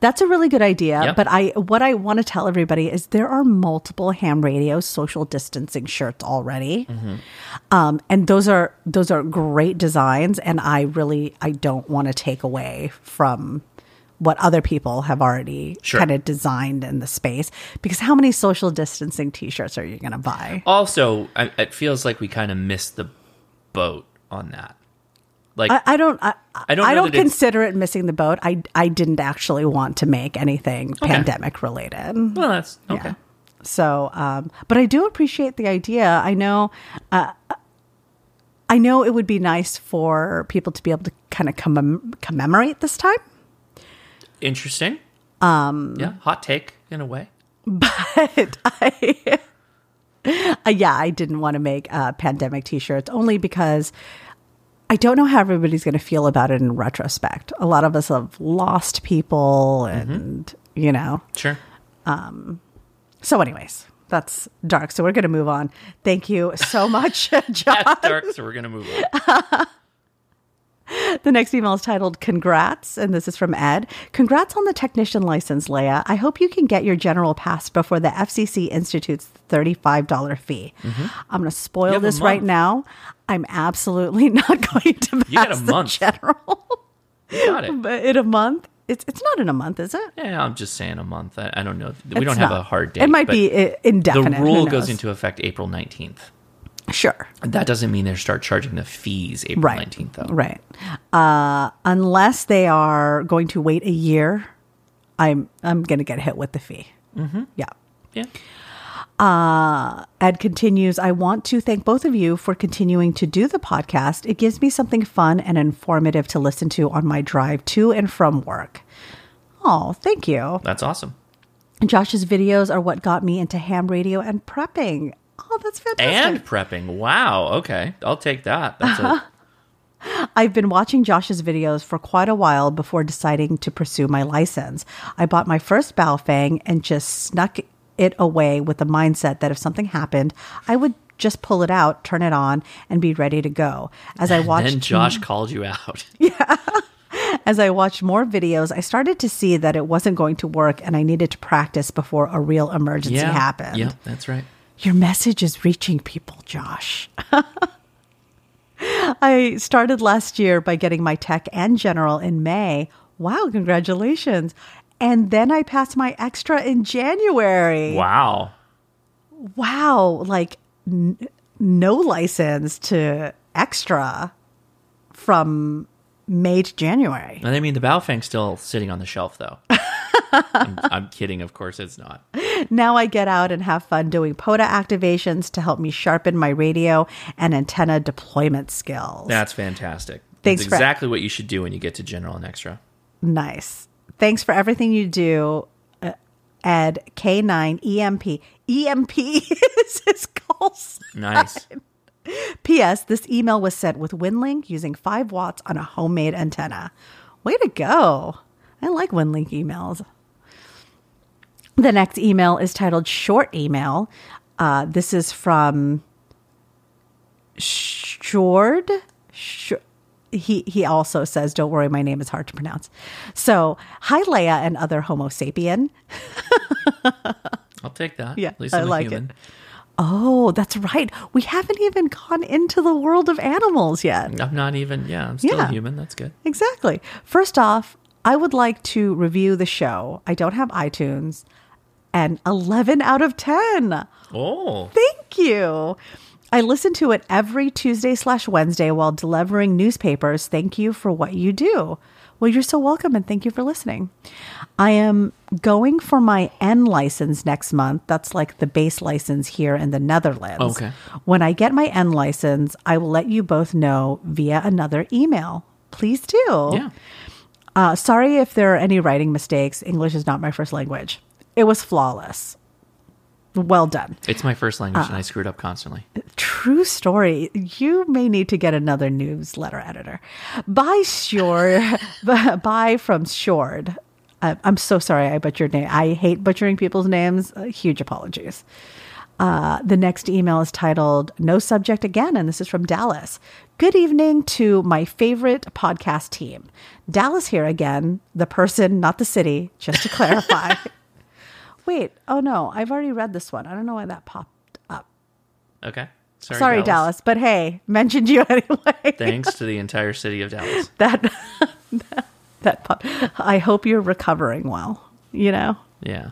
Speaker 2: That's a really good idea,
Speaker 1: Yep.
Speaker 2: but I what I want to tell everybody is there are multiple ham radio social distancing shirts already,
Speaker 1: Mm-hmm.
Speaker 2: um, and those are those are great designs, and I really I don't want to take away from what other people have already
Speaker 1: Sure.
Speaker 2: kind of designed in the space because how many social distancing T-shirts are you going to buy?
Speaker 1: Also, I, it feels like we kind of missed the boat on that. Like
Speaker 2: I, I don't. I, I
Speaker 1: I
Speaker 2: don't.
Speaker 1: don't know that it's-
Speaker 2: consider it missing the boat. I. I didn't actually want to make anything pandemic related.
Speaker 1: Well, that's okay.
Speaker 2: So, um, but I do appreciate the idea. I know, uh, I know it would be nice for people to be able to kind of commem- commemorate this time,
Speaker 1: Interesting. Um. Yeah. Hot take in a way.
Speaker 2: but I, uh, yeah, I didn't want to make uh, pandemic T-shirts only because I don't know how everybody's going to feel about it in retrospect. A lot of us have lost people, and you know,
Speaker 1: Sure.
Speaker 2: So, anyways, that's dark. So, we're going to move on. Thank you so much, John.
Speaker 1: That's dark. So we're gonna move on.
Speaker 2: The next email is titled Congrats, and this is from Ed. Congrats on the technician license, Leia. I hope you can get your general pass before the FCC institutes the $35 fee. I'm going to
Speaker 1: Mm-hmm. You
Speaker 2: spoil
Speaker 1: have a
Speaker 2: this right
Speaker 1: month.
Speaker 2: now. I'm absolutely not going to pass
Speaker 1: You got a
Speaker 2: the
Speaker 1: month.
Speaker 2: general.
Speaker 1: You Got it.
Speaker 2: but in a month, it's, it's not in a month, is it?
Speaker 1: Yeah, I'm just saying a month. I, I don't know. We
Speaker 2: It's
Speaker 1: don't have
Speaker 2: not.
Speaker 1: a hard date.
Speaker 2: It might
Speaker 1: but
Speaker 2: be uh,
Speaker 1: The
Speaker 2: indefinite. Who
Speaker 1: rule
Speaker 2: knows?
Speaker 1: goes into effect April 19th.
Speaker 2: Sure.
Speaker 1: That doesn't mean they start charging the fees April
Speaker 2: Right.
Speaker 1: 19th though.
Speaker 2: Right. Uh, unless they are going to wait a year, I'm I'm going to get hit with the fee. Mm-hmm. Yeah. Uh,
Speaker 1: Yeah.
Speaker 2: Ed continues, I want to thank both of you for continuing to do the podcast. It gives me something fun and informative to listen to on my drive to and from work. Oh, thank you.
Speaker 1: That's awesome.
Speaker 2: Josh's videos are what got me into ham radio and prepping. Oh, that's fantastic.
Speaker 1: and prepping. Wow. Okay, I'll take that. That's a,
Speaker 2: I've been watching Josh's videos for quite a while before deciding to pursue my license. I bought my first Baofeng and just snuck it away with the mindset that if something happened, I would just pull it out, turn it on, and be ready to go. As I watched
Speaker 1: then Josh called you out.
Speaker 2: as I watched more videos, I started to see that it wasn't going to work and I needed to practice before a real emergency happened.
Speaker 1: Yeah, that's right.
Speaker 2: Your message is reaching people, Josh. I started last year by getting my tech and general in May. Wow, congratulations. And then I passed my extra in January. Wow,
Speaker 1: Wow.
Speaker 2: like n- no license to extra from May to January.
Speaker 1: And I mean, the Baofeng's still sitting on the shelf, though. I'm, I'm kidding. Of course, it's not.
Speaker 2: Now I get out and have fun doing POTA activations to help me sharpen my radio and antenna deployment skills.
Speaker 1: That's fantastic.
Speaker 2: Thanks
Speaker 1: That's
Speaker 2: for-
Speaker 1: exactly what you should do when you get to general and extra.
Speaker 2: Nice. Thanks for everything you do, uh, Ed E K9EMP. EMP is his call sign.
Speaker 1: Nice.
Speaker 2: P.S. This email was sent with Winlink using 5 watts on a homemade antenna. Way to go. I like Winlink emails. The next email is titled Short Email. Uh, this is from Shord. Sh- he, he also says, Don't worry, my name is hard to pronounce. So, hi, Leia and other Homo sapien.
Speaker 1: I'll take that.
Speaker 2: Yeah,
Speaker 1: At least
Speaker 2: I
Speaker 1: I'm a
Speaker 2: like it.
Speaker 1: human.
Speaker 2: Oh, that's right. We haven't even gone into the world of animals yet.
Speaker 1: I'm not even, yeah, I'm still
Speaker 2: Yeah.
Speaker 1: a human. That's good.
Speaker 2: Exactly. First off, I would like to review the show. I don't have iTunes. An 11 out of 10.
Speaker 1: Oh,
Speaker 2: Thank you. I listen to it every Tuesday slash Wednesday while delivering newspapers. Thank you for what you do. Well, you're so welcome and thank you for listening. I am going for my N license next month. That's like the base license here in the Netherlands.
Speaker 1: Oh, Okay.
Speaker 2: When I get my N license, I will let you both know via another email. Please do.
Speaker 1: Oh. yeah.
Speaker 2: Uh, sorry if there are any writing mistakes. English is not my first language. It was flawless. Well done.
Speaker 1: It's my first language
Speaker 2: Uh.
Speaker 1: and I screwed up constantly.
Speaker 2: True story. You may need to get another newsletter editor. By Shore, by from Shord. Uh, I'm so sorry I butchered name. I hate butchering people's names. Uh, huge apologies. Uh, the next email is titled No Subject Again, and this is from Dallas. Good evening to my favorite podcast team. Dallas here again, the person, not the city, just to clarify. Wait, oh no, I've already read this one. I don't know why that popped up.
Speaker 1: Okay. Sorry,
Speaker 2: Sorry, Dallas. but hey, mentioned you anyway.
Speaker 1: Thanks to the entire city of Dallas.
Speaker 2: That that pop. I hope you're recovering well. You know.
Speaker 1: Yeah.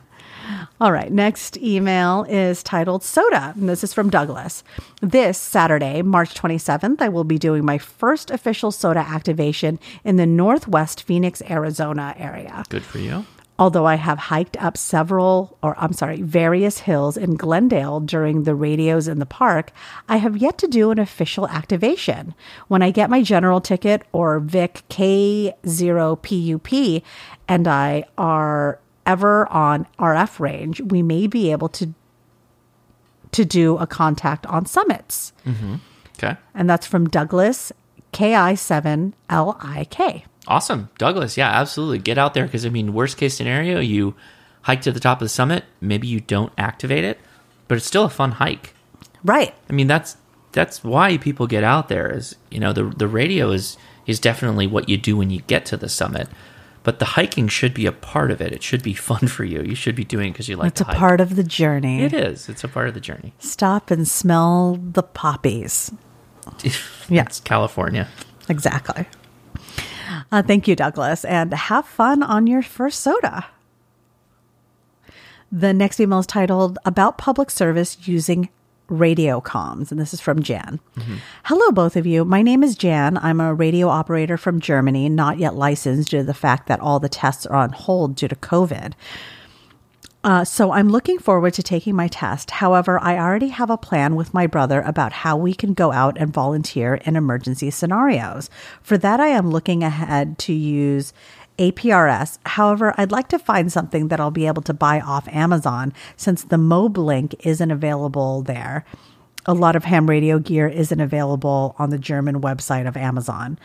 Speaker 2: All right, next email is titled Soda, and this is from Douglas. This Saturday, March 27th, I will be doing my first official soda activation in the Northwest Phoenix, Arizona area.
Speaker 1: Good for you.
Speaker 2: Although I have hiked up several, or I'm sorry, various hills in Glendale during the radios in the park, I have yet to do an official activation. When I get my general ticket or VIC K0PUP and I are ever on RF range, we may be able to to do a contact on summits.
Speaker 1: Okay.
Speaker 2: And that's from Douglas KI7LIK.
Speaker 1: Awesome. Douglas, yeah, absolutely. Get out there because, I mean, worst case scenario, you hike to the top of the summit. Maybe you don't activate it, but it's still a fun hike.
Speaker 2: Right.
Speaker 1: I mean, that's that's why people get out there is, you know, the, the radio is, is definitely what you do when you get to the summit. But the hiking should be a part of it. It should be fun for you. You should be doing it because you like
Speaker 2: It's
Speaker 1: to
Speaker 2: a
Speaker 1: hike.
Speaker 2: part of the journey.
Speaker 1: it is. It's a part of the journey.
Speaker 2: stop and smell the poppies. Yeah.
Speaker 1: it's California.
Speaker 2: Exactly. Uh, thank you, Douglas, and have fun on your first soda. The next email is titled About Public Service Using Radio Comms, and this is from Jan. Hello, both of you. My name is Jan. I'm a radio operator from Germany, not yet licensed due to the fact that all the tests are on hold due to COVID. Uh, so I'm looking forward to taking my test. However, I already have a plan with my brother about how we can go out and volunteer in emergency scenarios. For that, I am looking ahead to use APRS. However, I'd like to find something that I'll be able to buy off Amazon since the Mob link isn't available there. A lot of ham radio gear isn't available on the German website of Amazon.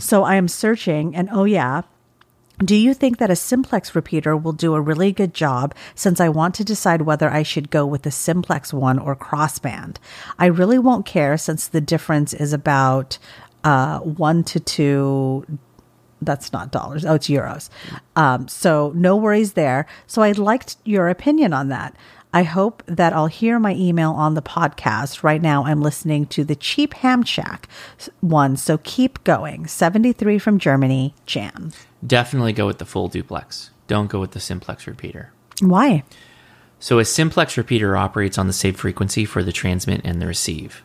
Speaker 2: So I am searching, and oh, yeah, do you think that a simplex repeater will do a really good job since I want to decide whether I should go with the simplex one or crossband? I really won't care since the difference is about uh, one to two. That's not dollars. Oh, it's euros. Um, so no worries there. So I'd like t- your opinion on that. I hope that I'll hear my email on the podcast. Right now, I'm listening to the Cheap Ham Shack one. So keep going. 73 from Germany, Jan.
Speaker 1: Definitely go with the full duplex. Don't go with the simplex repeater.
Speaker 2: Why?
Speaker 1: So a simplex repeater operates on the same frequency for the transmit and the receive.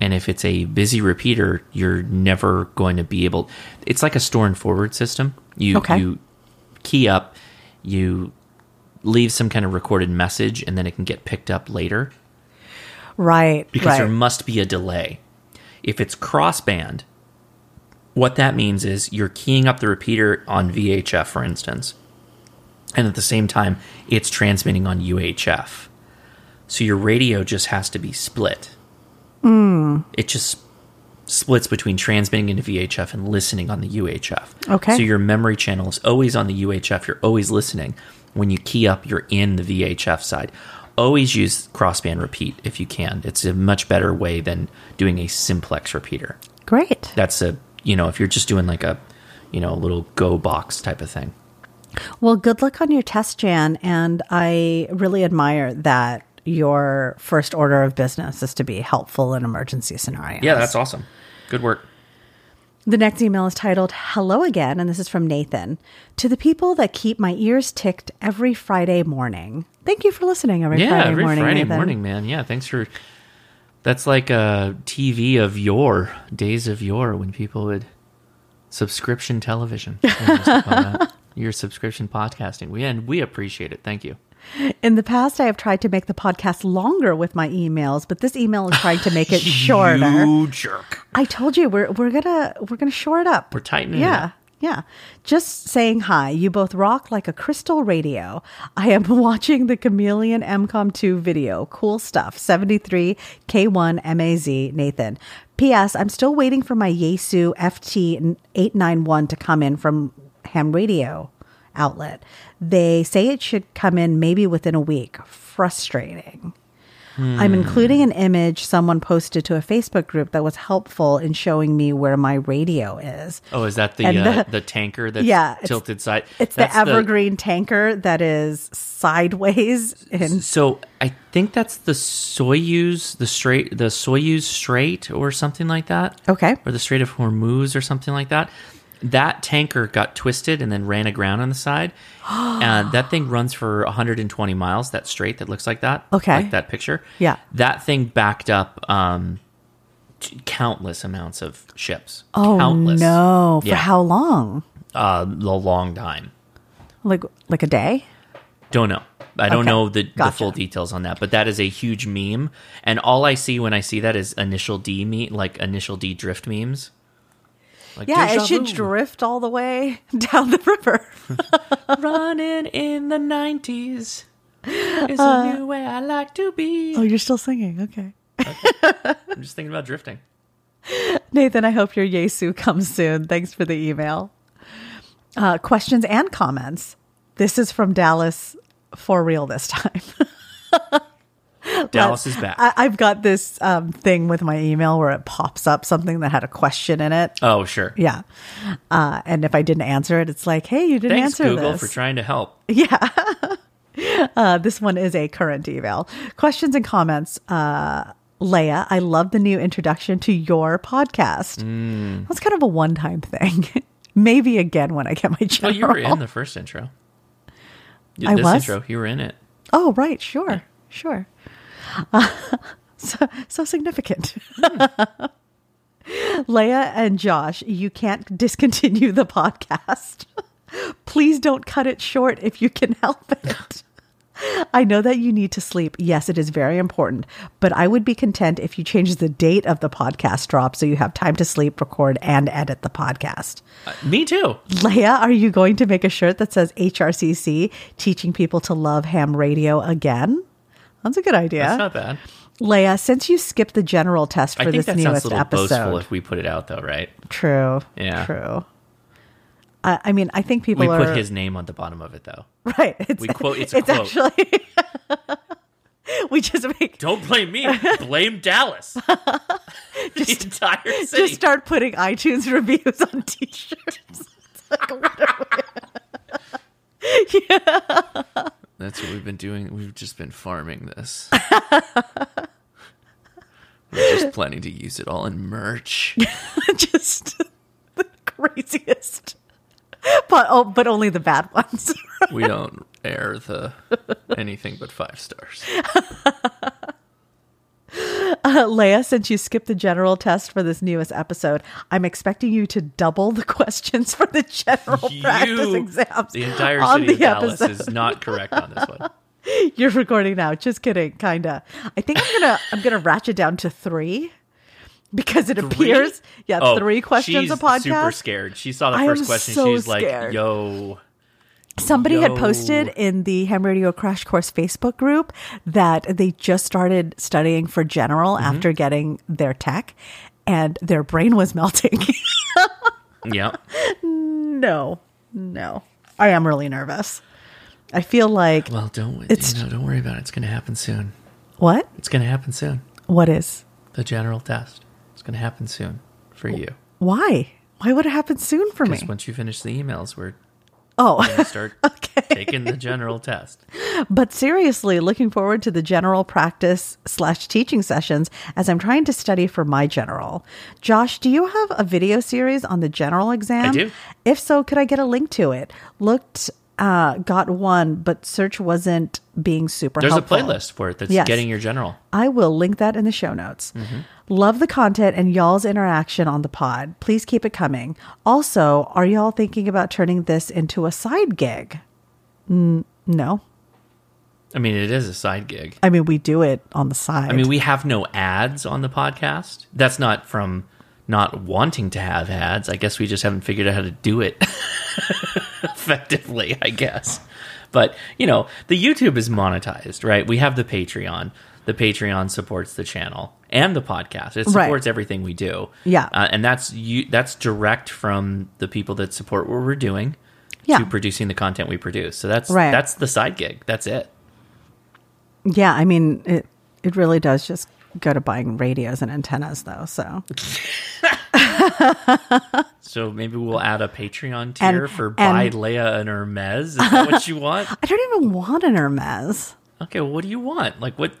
Speaker 1: And if it's a busy repeater, you're never going to be able it's like a store and forward system. You
Speaker 2: Okay.
Speaker 1: you key up, you leave some kind of recorded message and then it can get picked up later
Speaker 2: Right.
Speaker 1: because
Speaker 2: right.
Speaker 1: there must be a delay. If it's crossband, what that means is you're keying up the repeater on VHF, for instance, and at the same time, it's transmitting on UHF. So your radio just has to be split. It just splits between transmitting into VHF and listening on the UHF.
Speaker 2: Okay.
Speaker 1: So your memory channel is always on the UHF. You're always listening. When you key up, you're in the VHF side. Always use crossband repeat if you can. It's a much better way than doing a simplex repeater.
Speaker 2: Great.
Speaker 1: That's a, you know, if you're just doing like a, you know, little go box type of thing.
Speaker 2: Well, good luck on your test, Jan. And I really admire that your first order of business is to be helpful in emergency scenarios.
Speaker 1: Yeah, that's awesome. Good work.
Speaker 2: The next email is titled Hello Again, and this is from Nathan. To the people that keep my ears ticked every Friday morning. Thank you for listening every
Speaker 1: yeah,
Speaker 2: Friday
Speaker 1: every
Speaker 2: morning.
Speaker 1: Friday
Speaker 2: Nathan.
Speaker 1: morning, man. Yeah, thanks for. That's like a TV of yore, days of yore, when people would subscription television. I don't know what to call that. Your subscription podcasting, we and we appreciate it. Thank you.
Speaker 2: In the past, I have tried to make the podcast longer with my emails, but this email is trying to make it shorter.
Speaker 1: You jerk.
Speaker 2: I told you we're we're gonna we're gonna shore it up.
Speaker 1: We're tightening it
Speaker 2: Yeah.
Speaker 1: up.
Speaker 2: Yeah. Just saying hi. You both rock like a crystal radio. I am watching the Chameleon MCOM2 video. Cool stuff. 73 K1 MAZ Nathan. P.S. I'm still waiting for my Yaesu FT891 to come in from Ham Radio outlet. They say it should come in maybe within a week. Frustrating. I'm including an image someone posted to a Facebook group that was helpful in showing me where my radio is.
Speaker 1: Oh, is that the
Speaker 2: And
Speaker 1: uh,
Speaker 2: the-
Speaker 1: the, tanker that's
Speaker 2: Yeah, it's-
Speaker 1: tilted side?
Speaker 2: It's
Speaker 1: That's
Speaker 2: the evergreen tanker that is sideways and
Speaker 1: So I think that's the Soyuz, the straight, the Soyuz Strait, or something like that.
Speaker 2: okay.
Speaker 1: or the Strait of Hormuz or something like that. That tanker got twisted and then ran aground on the side. and that thing runs for 120 miles, that strait that looks like that.
Speaker 2: Okay.
Speaker 1: Like that picture.
Speaker 2: Yeah.
Speaker 1: That thing backed up um, t- countless amounts of ships.
Speaker 2: Oh
Speaker 1: countless.
Speaker 2: no! For
Speaker 1: Yeah.
Speaker 2: how long?
Speaker 1: Uh, a long time.
Speaker 2: Like like a day?
Speaker 1: Don't know. I don't
Speaker 2: Okay.
Speaker 1: know the, the
Speaker 2: Gotcha.
Speaker 1: full details on that, but that is a huge meme. And all I see when I see that is initial D me like initial D drift memes. Like,
Speaker 2: Yeah, it
Speaker 1: deja
Speaker 2: should
Speaker 1: vu.
Speaker 2: drift all the way down the river.
Speaker 1: Running in the 90s is a
Speaker 2: Uh,
Speaker 1: new way I like to be.
Speaker 2: oh, you're still singing? Okay.
Speaker 1: I'm just thinking about drifting.
Speaker 2: Nathan, I hope your Yesu comes soon. Thanks for the email. Uh, questions and comments. This is from Dallas for real this time.
Speaker 1: Dallas is back.
Speaker 2: I, I've got this um, thing with my email where it pops up something that had a question in it.
Speaker 1: oh, sure.
Speaker 2: Yeah. Uh, and if I didn't answer it, it's like, hey, you didn't
Speaker 1: Thanks,
Speaker 2: answer
Speaker 1: Google,
Speaker 2: this.
Speaker 1: for trying to help.
Speaker 2: Uh, this one is a current eval. Questions and comments. Uh, Leia, I love the new introduction to your podcast.
Speaker 1: Mm.
Speaker 2: That's kind of a one time thing. Maybe again when I get my
Speaker 1: Well,
Speaker 2: general.
Speaker 1: Oh, you were in the first intro. Y-
Speaker 2: I
Speaker 1: this
Speaker 2: was?
Speaker 1: intro, you were in it.
Speaker 2: Oh, right. Sure. Sure. Uh, so, so significant. Leia and Josh, you can't discontinue the podcast. Please don't cut it short if you can help it. I know that you need to sleep. Yes, it is very important, but I would be content if you change the date of the podcast drop so you have time to sleep, record, and edit the podcast.
Speaker 1: Uh, me too.
Speaker 2: Leia, are you going to make a shirt that says HRCC, teaching people to love ham radio again? That's a good idea.
Speaker 1: That's not bad.
Speaker 2: Leia, since you skipped the general test
Speaker 1: I
Speaker 2: for
Speaker 1: think
Speaker 2: this
Speaker 1: that sounds
Speaker 2: newest
Speaker 1: a little boastful
Speaker 2: episode,
Speaker 1: if we put it out, though, right?
Speaker 2: true,
Speaker 1: Yeah.
Speaker 2: true. I, I mean, I think people
Speaker 1: We
Speaker 2: are
Speaker 1: put his name on the bottom of it, though.
Speaker 2: right. It's,
Speaker 1: we quote- it's a quote.
Speaker 2: actually we just make
Speaker 1: Don't blame me. blame Dallas. the entire city.
Speaker 2: just start putting iTunes reviews on T-shirts. It's like, what are we-
Speaker 1: That's what we've been doing. We've just been farming this. We're just planning to use it all in merch.
Speaker 2: just the craziest. But oh, but only the bad ones.
Speaker 1: We don't air the anything but five stars.
Speaker 2: Uh, Leia, since you skipped the general test for this newest episode, I'm expecting you to double the questions for the general practice exams.
Speaker 1: The entire
Speaker 2: on
Speaker 1: city of
Speaker 2: the
Speaker 1: Dallas
Speaker 2: episode.
Speaker 1: is not correct on this one.
Speaker 2: You're recording now. Just kidding, kinda. I think I'm gonna I'm gonna ratchet down to three because it appears yeah
Speaker 1: Oh,
Speaker 2: three questions
Speaker 1: she's
Speaker 2: a podcast.
Speaker 1: Super scared. She saw the
Speaker 2: I
Speaker 1: first
Speaker 2: am
Speaker 1: question.
Speaker 2: so
Speaker 1: she's like,
Speaker 2: scared.
Speaker 1: "Yo,
Speaker 2: Somebody had
Speaker 1: Yo.
Speaker 2: posted in the Ham Radio Crash Course Facebook group that they just started studying for general
Speaker 1: Mm-hmm.
Speaker 2: after getting their tech and their brain was melting.
Speaker 1: yeah."
Speaker 2: no, no. I am really nervous. I feel like,
Speaker 1: Well, don't
Speaker 2: It's-
Speaker 1: you know, don't worry about it. It's going to happen soon.
Speaker 2: what?
Speaker 1: It's going to happen soon.
Speaker 2: What is?
Speaker 1: The general test. It's going to happen soon for
Speaker 2: Oh,
Speaker 1: you.
Speaker 2: Why? Why would it happen soon for me?
Speaker 1: Because once you finish the emails, we're
Speaker 2: oh,
Speaker 1: going to start
Speaker 2: okay.
Speaker 1: taking the general test.
Speaker 2: But seriously, looking forward to the general practice slash teaching sessions as I'm trying to study for my general. Josh, do you have a video series on the general exam?
Speaker 1: I do.
Speaker 2: If so, could I get a link to it? Looked, uh, got one, but search wasn't being super
Speaker 1: There's
Speaker 2: helpful.
Speaker 1: a playlist for it that's
Speaker 2: Yes.
Speaker 1: getting your general.
Speaker 2: I will link that in the show notes.
Speaker 1: Mm-hmm.
Speaker 2: Love the content and y'all's interaction on the pod. Please keep it coming. Also, are y'all thinking about turning this into a side gig? Mm, no.
Speaker 1: I mean, it is a side gig.
Speaker 2: I mean, we do it on the side.
Speaker 1: I mean, we have no ads on the podcast. That's not from not wanting to have ads. I guess we just haven't figured out how to do it effectively, I guess. But, you know, the YouTube is monetized, right? We have the Patreon. The Patreon supports the channel and the podcast. It
Speaker 2: Right.
Speaker 1: supports everything we do.
Speaker 2: Yeah.
Speaker 1: Uh, and that's you that's direct from the people that support what we're doing
Speaker 2: Yeah.
Speaker 1: to producing the content we produce. So that's
Speaker 2: Right.
Speaker 1: that's the side gig. That's it.
Speaker 2: Yeah, I mean it. It really does just go to buying radios and antennas, though. So
Speaker 1: So maybe we'll add a Patreon tier
Speaker 2: And-
Speaker 1: for buy
Speaker 2: and-
Speaker 1: Leia and Hermes. Is that what you want?
Speaker 2: I don't even want an Hermes.
Speaker 1: Okay, well, what do you want? Like what?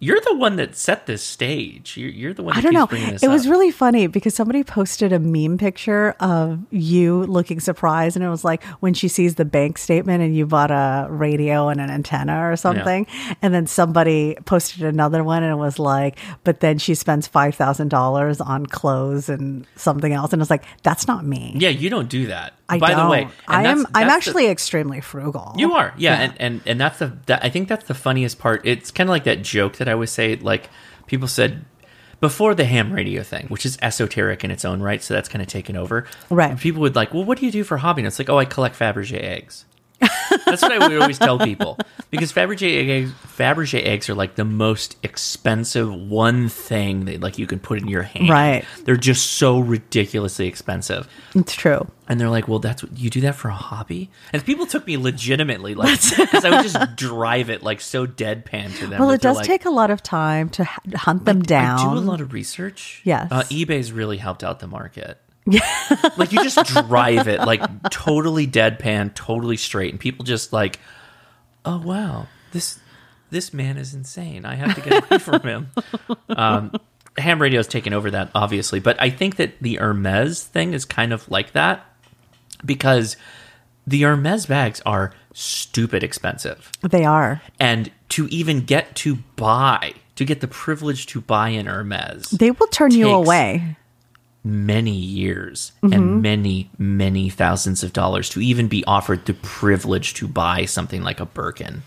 Speaker 1: You're the one that set this stage. You're, you're the one. That
Speaker 2: I don't
Speaker 1: keeps
Speaker 2: know.
Speaker 1: Bringing this
Speaker 2: It was
Speaker 1: up.
Speaker 2: really funny because somebody posted a meme picture of you looking surprised, and it was like when she sees the bank statement and you bought a radio and an antenna or something. And then somebody posted another one and it was like, but then she spends five thousand dollars on clothes and something else, and it's like that's not me.
Speaker 1: Yeah, you don't do that.
Speaker 2: I
Speaker 1: By the
Speaker 2: don't.
Speaker 1: way, and
Speaker 2: I am.
Speaker 1: that's-
Speaker 2: I'm
Speaker 1: that's the-
Speaker 2: actually extremely frugal.
Speaker 1: You are, yeah, And, and and that's the that, I think that's the funniest part. It's kind of like that joke that I always say. Like people said before the ham radio thing, which is esoteric in its own right, so that's kind of taken over.
Speaker 2: Right.
Speaker 1: And people would like, well, what do you do for a hobby? And it's like, oh, I collect Fabergé eggs. that's what I would always tell people because Fabergé eggs, Fabergé eggs are like the most expensive one thing that like you can put in your hand.
Speaker 2: Right.
Speaker 1: They're just so ridiculously expensive.
Speaker 2: It's true.
Speaker 1: And they're like, "Well, that's what you do that for a hobby." And people took me legitimately, like, because I would just drive it like so deadpan to them.
Speaker 2: Well,
Speaker 1: that
Speaker 2: it
Speaker 1: they're
Speaker 2: does
Speaker 1: like,
Speaker 2: take a lot of time to h- hunt them down.
Speaker 1: I do a lot of research.
Speaker 2: Yes.
Speaker 1: uh, eBay's really helped out the market. like you just drive it like totally deadpan, totally straight, and people just like, "Oh wow, this this man is insane. I have to get away from him." Um, ham radio's taken over that obviously, but I think that the Hermes thing is kind of like that because the Hermes bags are stupid expensive
Speaker 2: they are.
Speaker 1: and to even get to buy to get the privilege to buy an Hermes
Speaker 2: They will turn you
Speaker 1: Takes-
Speaker 2: away.
Speaker 1: many years
Speaker 2: Mm-hmm.
Speaker 1: and many many thousands of dollars to even be offered the privilege to buy something like a Birkin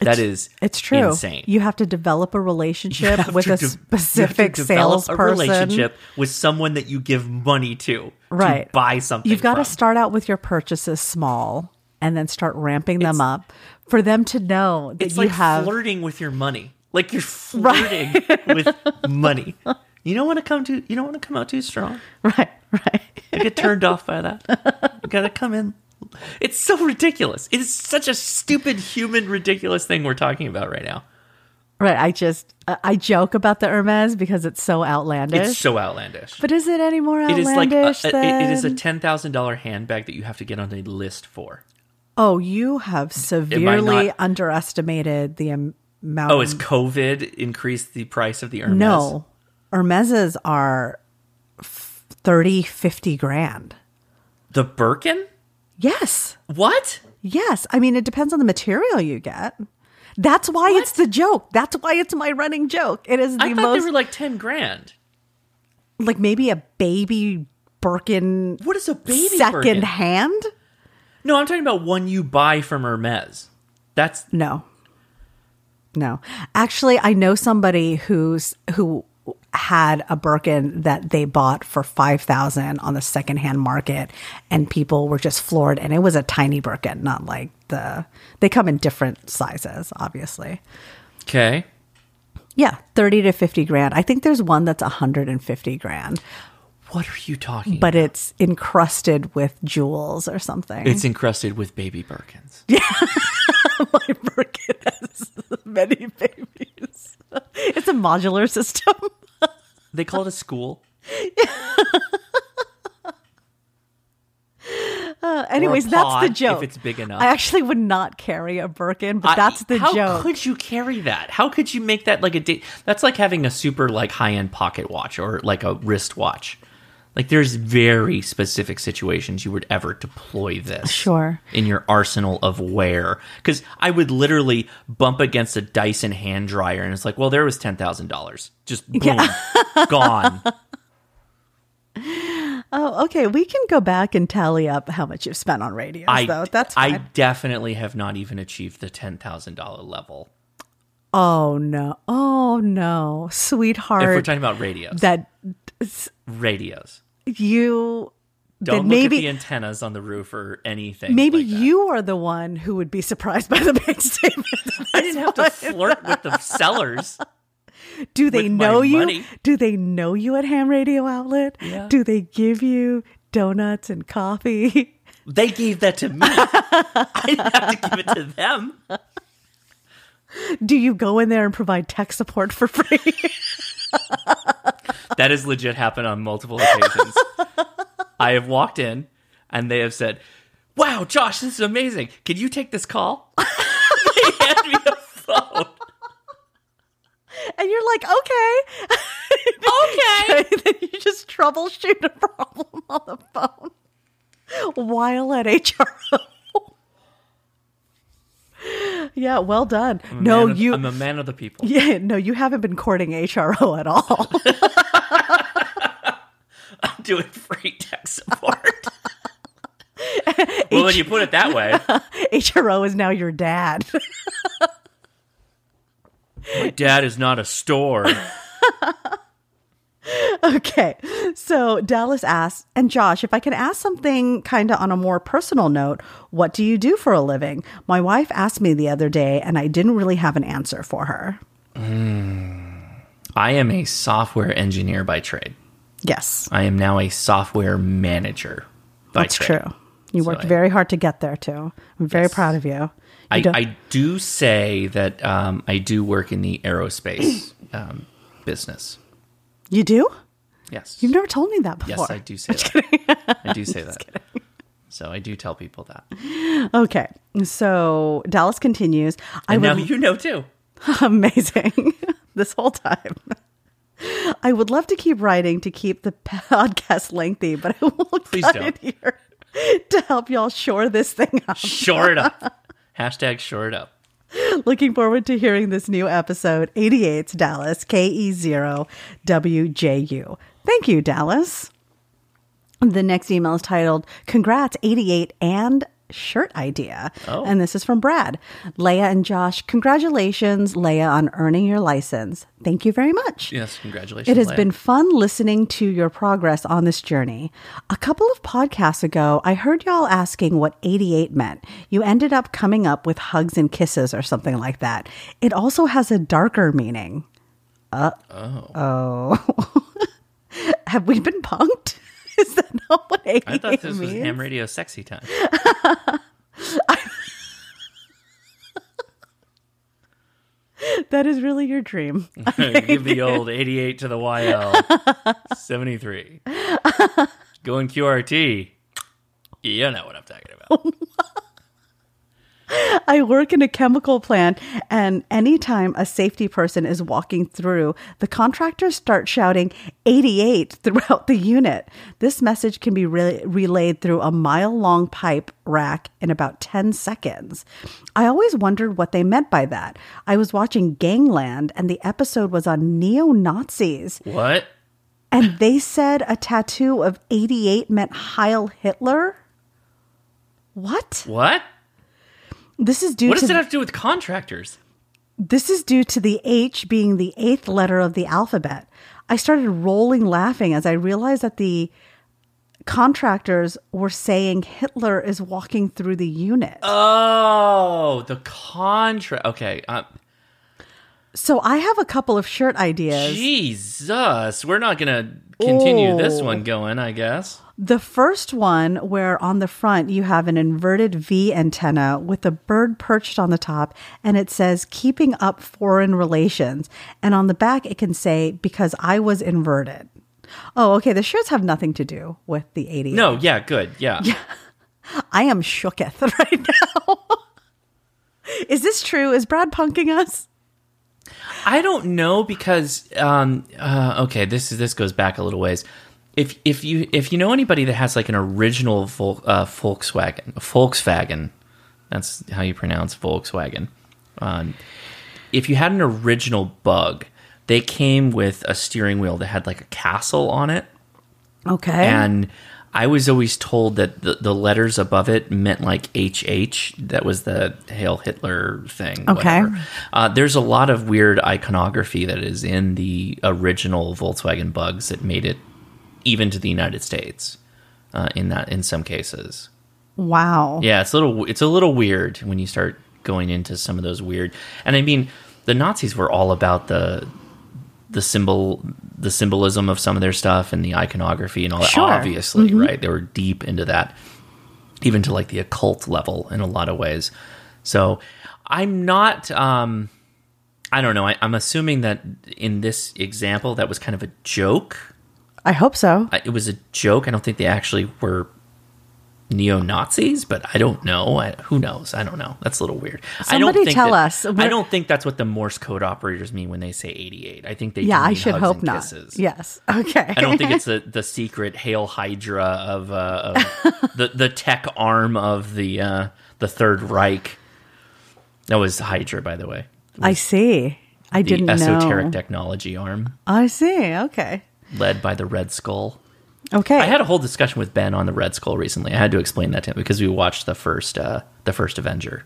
Speaker 1: that is
Speaker 2: It's true.
Speaker 1: insane
Speaker 2: You have to develop a relationship
Speaker 1: have
Speaker 2: with
Speaker 1: to
Speaker 2: a
Speaker 1: de- you have to
Speaker 2: specific
Speaker 1: develop
Speaker 2: salesperson.
Speaker 1: a relationship with someone that you give money to
Speaker 2: Right.
Speaker 1: to buy something
Speaker 2: You've got to
Speaker 1: from.
Speaker 2: start out with your purchases small and then start ramping them
Speaker 1: It's-
Speaker 2: up for them to know that
Speaker 1: it's
Speaker 2: you
Speaker 1: like
Speaker 2: have.
Speaker 1: flirting with your money like you're flirting with money you don't want to come too you don't want to come out too strong
Speaker 2: Right, right.
Speaker 1: I get turned off by that. You gotta come in. It's so ridiculous. It is such a stupid, human, ridiculous thing we're talking about right now.
Speaker 2: Right. I just, I- I joke about the Hermes because it's so outlandish.
Speaker 1: It's so outlandish.
Speaker 2: but is it any more
Speaker 1: it
Speaker 2: outlandish
Speaker 1: is like a, a- it- it is a
Speaker 2: than-
Speaker 1: ten thousand dollar handbag that you have to get on a list for.
Speaker 2: Oh, you have severely
Speaker 1: not-
Speaker 2: underestimated the am- amount.
Speaker 1: Oh, has COVID increased the price of the Hermes?
Speaker 2: Mm. no. Hermeses are f- 30, 50 grand.
Speaker 1: the Birkin.
Speaker 2: Yes.
Speaker 1: What?
Speaker 2: Yes. I mean, it depends on the material you get. That's why it's the joke. That's why it's my running joke. It is the
Speaker 1: I thought
Speaker 2: most
Speaker 1: they were like ten grand.
Speaker 2: like maybe a baby Birkin
Speaker 1: What is a baby
Speaker 2: second
Speaker 1: Birkin?
Speaker 2: hand?
Speaker 1: No, I'm talking about one you buy from Hermes. That's
Speaker 2: No. No. Actually, I know somebody who's who had a Birkin that they bought for 5000 on the secondhand market and people were just floored and it was a tiny Birkin, not like the they come in different sizes, obviously.
Speaker 1: okay.
Speaker 2: Yeah, 30 to 50 grand. I think there's one that's 150 grand,
Speaker 1: What are you talking?
Speaker 2: but it's encrusted with jewels or something.
Speaker 1: it's encrusted with baby Birkins.
Speaker 2: my Birkin has many babies. It's a modular system.
Speaker 1: They call it a school.
Speaker 2: Anyways, that's
Speaker 1: pod,
Speaker 2: the
Speaker 1: if
Speaker 2: joke.
Speaker 1: it's big enough.
Speaker 2: I actually would not carry a Birkin, but
Speaker 1: I-
Speaker 2: that's the
Speaker 1: how
Speaker 2: joke.
Speaker 1: could you carry that? How could you make that like a date? That's like having a super like high end pocket watch or like a wristwatch. Like there's very specific situations you would ever deploy this.
Speaker 2: Sure.
Speaker 1: In your arsenal of wear, because I would literally bump against a Dyson hand dryer, and it's like, well, there was ten thousand dollars, just boom, gone.
Speaker 2: oh, okay. We can go back and tally up how much you've spent on radios,
Speaker 1: I
Speaker 2: though. That's fine.
Speaker 1: I definitely have not even achieved the ten thousand dollar level.
Speaker 2: oh no. Oh no,
Speaker 1: If we're
Speaker 2: sweetheart.
Speaker 1: talking about radios,
Speaker 2: that
Speaker 1: radios.
Speaker 2: you.
Speaker 1: Don't
Speaker 2: that
Speaker 1: look
Speaker 2: maybe
Speaker 1: at the antennas on the roof or anything.
Speaker 2: maybe
Speaker 1: like that.
Speaker 2: you are the one who would be surprised by the bank statement.
Speaker 1: I didn't have to flirt with the sellers.
Speaker 2: Do they
Speaker 1: with my
Speaker 2: know you?
Speaker 1: money.
Speaker 2: Do they know you at Ham Radio Outlet?
Speaker 1: Yeah.
Speaker 2: Do they give you donuts and coffee?
Speaker 1: They gave that to me. I didn't have to give it to them.
Speaker 2: Do you go in there and provide tech support for free?
Speaker 1: That has legit happened on multiple occasions. I have walked in and they have said, Wow, Josh, this is amazing. Can you take this call? they hand me a phone.
Speaker 2: and you're like, okay. Okay. then you just troubleshoot a problem on the phone while at HRO. yeah, well done. no,
Speaker 1: Man of-
Speaker 2: you
Speaker 1: I'm a man of the people.
Speaker 2: yeah, no, you haven't been courting HRO at all.
Speaker 1: I'm doing free tech support. well, when you put it that way,
Speaker 2: HRO is now your dad.
Speaker 1: my dad is not a store.
Speaker 2: Okay. So Dallas asks, and Josh, if I can ask something kind of on a more personal note, what do you do for a living? My wife asked me the other day, and I didn't really have an answer for her.
Speaker 1: I am a software engineer by trade.
Speaker 2: Yes,
Speaker 1: I am now a software manager. By
Speaker 2: that's
Speaker 1: trade.
Speaker 2: true. You worked
Speaker 1: I-
Speaker 2: very hard to get there, too. I'm very proud of you. You
Speaker 1: I,
Speaker 2: don't-
Speaker 1: I do say that um, I do work in the aerospace um, business.
Speaker 2: you do?
Speaker 1: Yes.
Speaker 2: You've never told me that before.
Speaker 1: yes, I do say that. I do say that. So I do tell people that.
Speaker 2: Okay. So Dallas continues. I
Speaker 1: And now
Speaker 2: would-
Speaker 1: you know too.
Speaker 2: Amazing. this whole time. I would love to keep writing to keep the podcast lengthy, but I will
Speaker 1: Please
Speaker 2: cut
Speaker 1: don't.
Speaker 2: it here to help y'all shore this thing up.
Speaker 1: Short up. Hashtag short up.
Speaker 2: Looking forward to hearing this new episode, 88's Dallas, E KE0WJU. Thank you, Dallas. The next email is titled Congrats, 88 and Shirt Idea.
Speaker 1: Oh.
Speaker 2: And this is from Brad. Leia and Josh, congratulations, Leia, on earning your license. Thank you very much.
Speaker 1: Yes, congratulations.
Speaker 2: It has
Speaker 1: Leia.
Speaker 2: been fun listening to your progress on this journey. A couple of podcasts ago, I heard y'all asking what 88 meant. You ended up coming up with hugs and kisses or something like that. It also has a darker meaning. Uh oh. Have we been punked? Is that not what 88
Speaker 1: I thought this was
Speaker 2: means?
Speaker 1: ham radio sexy time.
Speaker 2: that is really your dream.
Speaker 1: Give the old 88 to the YL. 73. Going QRT. You know what I'm talking about.
Speaker 2: I work in a chemical plant, and anytime a safety person is walking through, the contractors start shouting 88 throughout the unit. This message can be re- relayed through a mile long pipe rack in about 10 seconds. I always wondered what they meant by that. I was watching Gangland, and the episode was on neo Nazis,
Speaker 1: What?
Speaker 2: and they said a tattoo of 88 meant Heil Hitler. What?
Speaker 1: What?
Speaker 2: This is due
Speaker 1: What
Speaker 2: to
Speaker 1: does it have to do with contractors?
Speaker 2: This is due to the H being the eighth letter of the alphabet. I started rolling laughing as I realized that the contractors were saying Hitler is walking through the unit.
Speaker 1: Uh, Oh, the contract. Okay. Um,
Speaker 2: so I have a couple of shirt ideas.
Speaker 1: Jesus. We're not going to continue this
Speaker 2: Oh.
Speaker 1: one going, I guess.
Speaker 2: The first one, where on the front you have an inverted V antenna with a bird perched on the top, and it says keeping up foreign relations. And on the back, it can say because I was inverted. Oh, okay. The shirts have nothing to do with the 80.
Speaker 1: No, yeah, good. Yeah.
Speaker 2: I am shooketh right now. Is this true? Is Brad punking us?
Speaker 1: I don't know because um uh, okay, this is this goes back a little ways. If if you if you know anybody that has like an original Vol, uh, Volkswagen, Volkswagen, that's how you pronounce Volkswagen. Um, if you had an original Bug, they came with a steering wheel that had like a castle on it.
Speaker 2: Okay.
Speaker 1: And I was always told that the, the letters above it meant like HH. That was the Hail Hitler thing. Whatever. Uh, there's a lot of weird iconography that is in the original Volkswagen Bugs that made it even to the United States. Uh, in that, in some cases,
Speaker 2: wow.
Speaker 1: yeah, it's a little, it's a little weird when you start going into some of those weird. And I mean, the Nazis were all about the the symbol, the symbolism of some of their stuff and the iconography and all that.
Speaker 2: Sure.
Speaker 1: Obviously, right? They were deep into that, even to like the occult level in a lot of ways. So, I'm not. um I don't know. I, I'm assuming that in this example, that was kind of a joke.
Speaker 2: I hope so.
Speaker 1: I- it was a joke. I don't think they actually were neo Nazis, but I don't know. I, who knows? I don't know. That's a little weird. I don't
Speaker 2: Somebody
Speaker 1: think
Speaker 2: tell
Speaker 1: that-
Speaker 2: us.
Speaker 1: I
Speaker 2: We're-
Speaker 1: don't think that's what the Morse code operators mean when they say 88. I think they do
Speaker 2: Yeah, I
Speaker 1: mean
Speaker 2: should
Speaker 1: hugs
Speaker 2: hope
Speaker 1: and
Speaker 2: not.
Speaker 1: Kisses.
Speaker 2: Yes. Okay.
Speaker 1: I don't think it's the, the secret hail Hydra of, uh, of the the tech arm of the uh, the Third Reich. That was Hydra, by the way.
Speaker 2: I see. I
Speaker 1: The
Speaker 2: didn't
Speaker 1: esoteric
Speaker 2: know.
Speaker 1: technology arm
Speaker 2: I see. Okay.
Speaker 1: led by the Red Skull.
Speaker 2: Okay.
Speaker 1: I had a whole discussion with Ben on the Red Skull recently. I had to explain that to him because we watched the first uh, the first Avenger.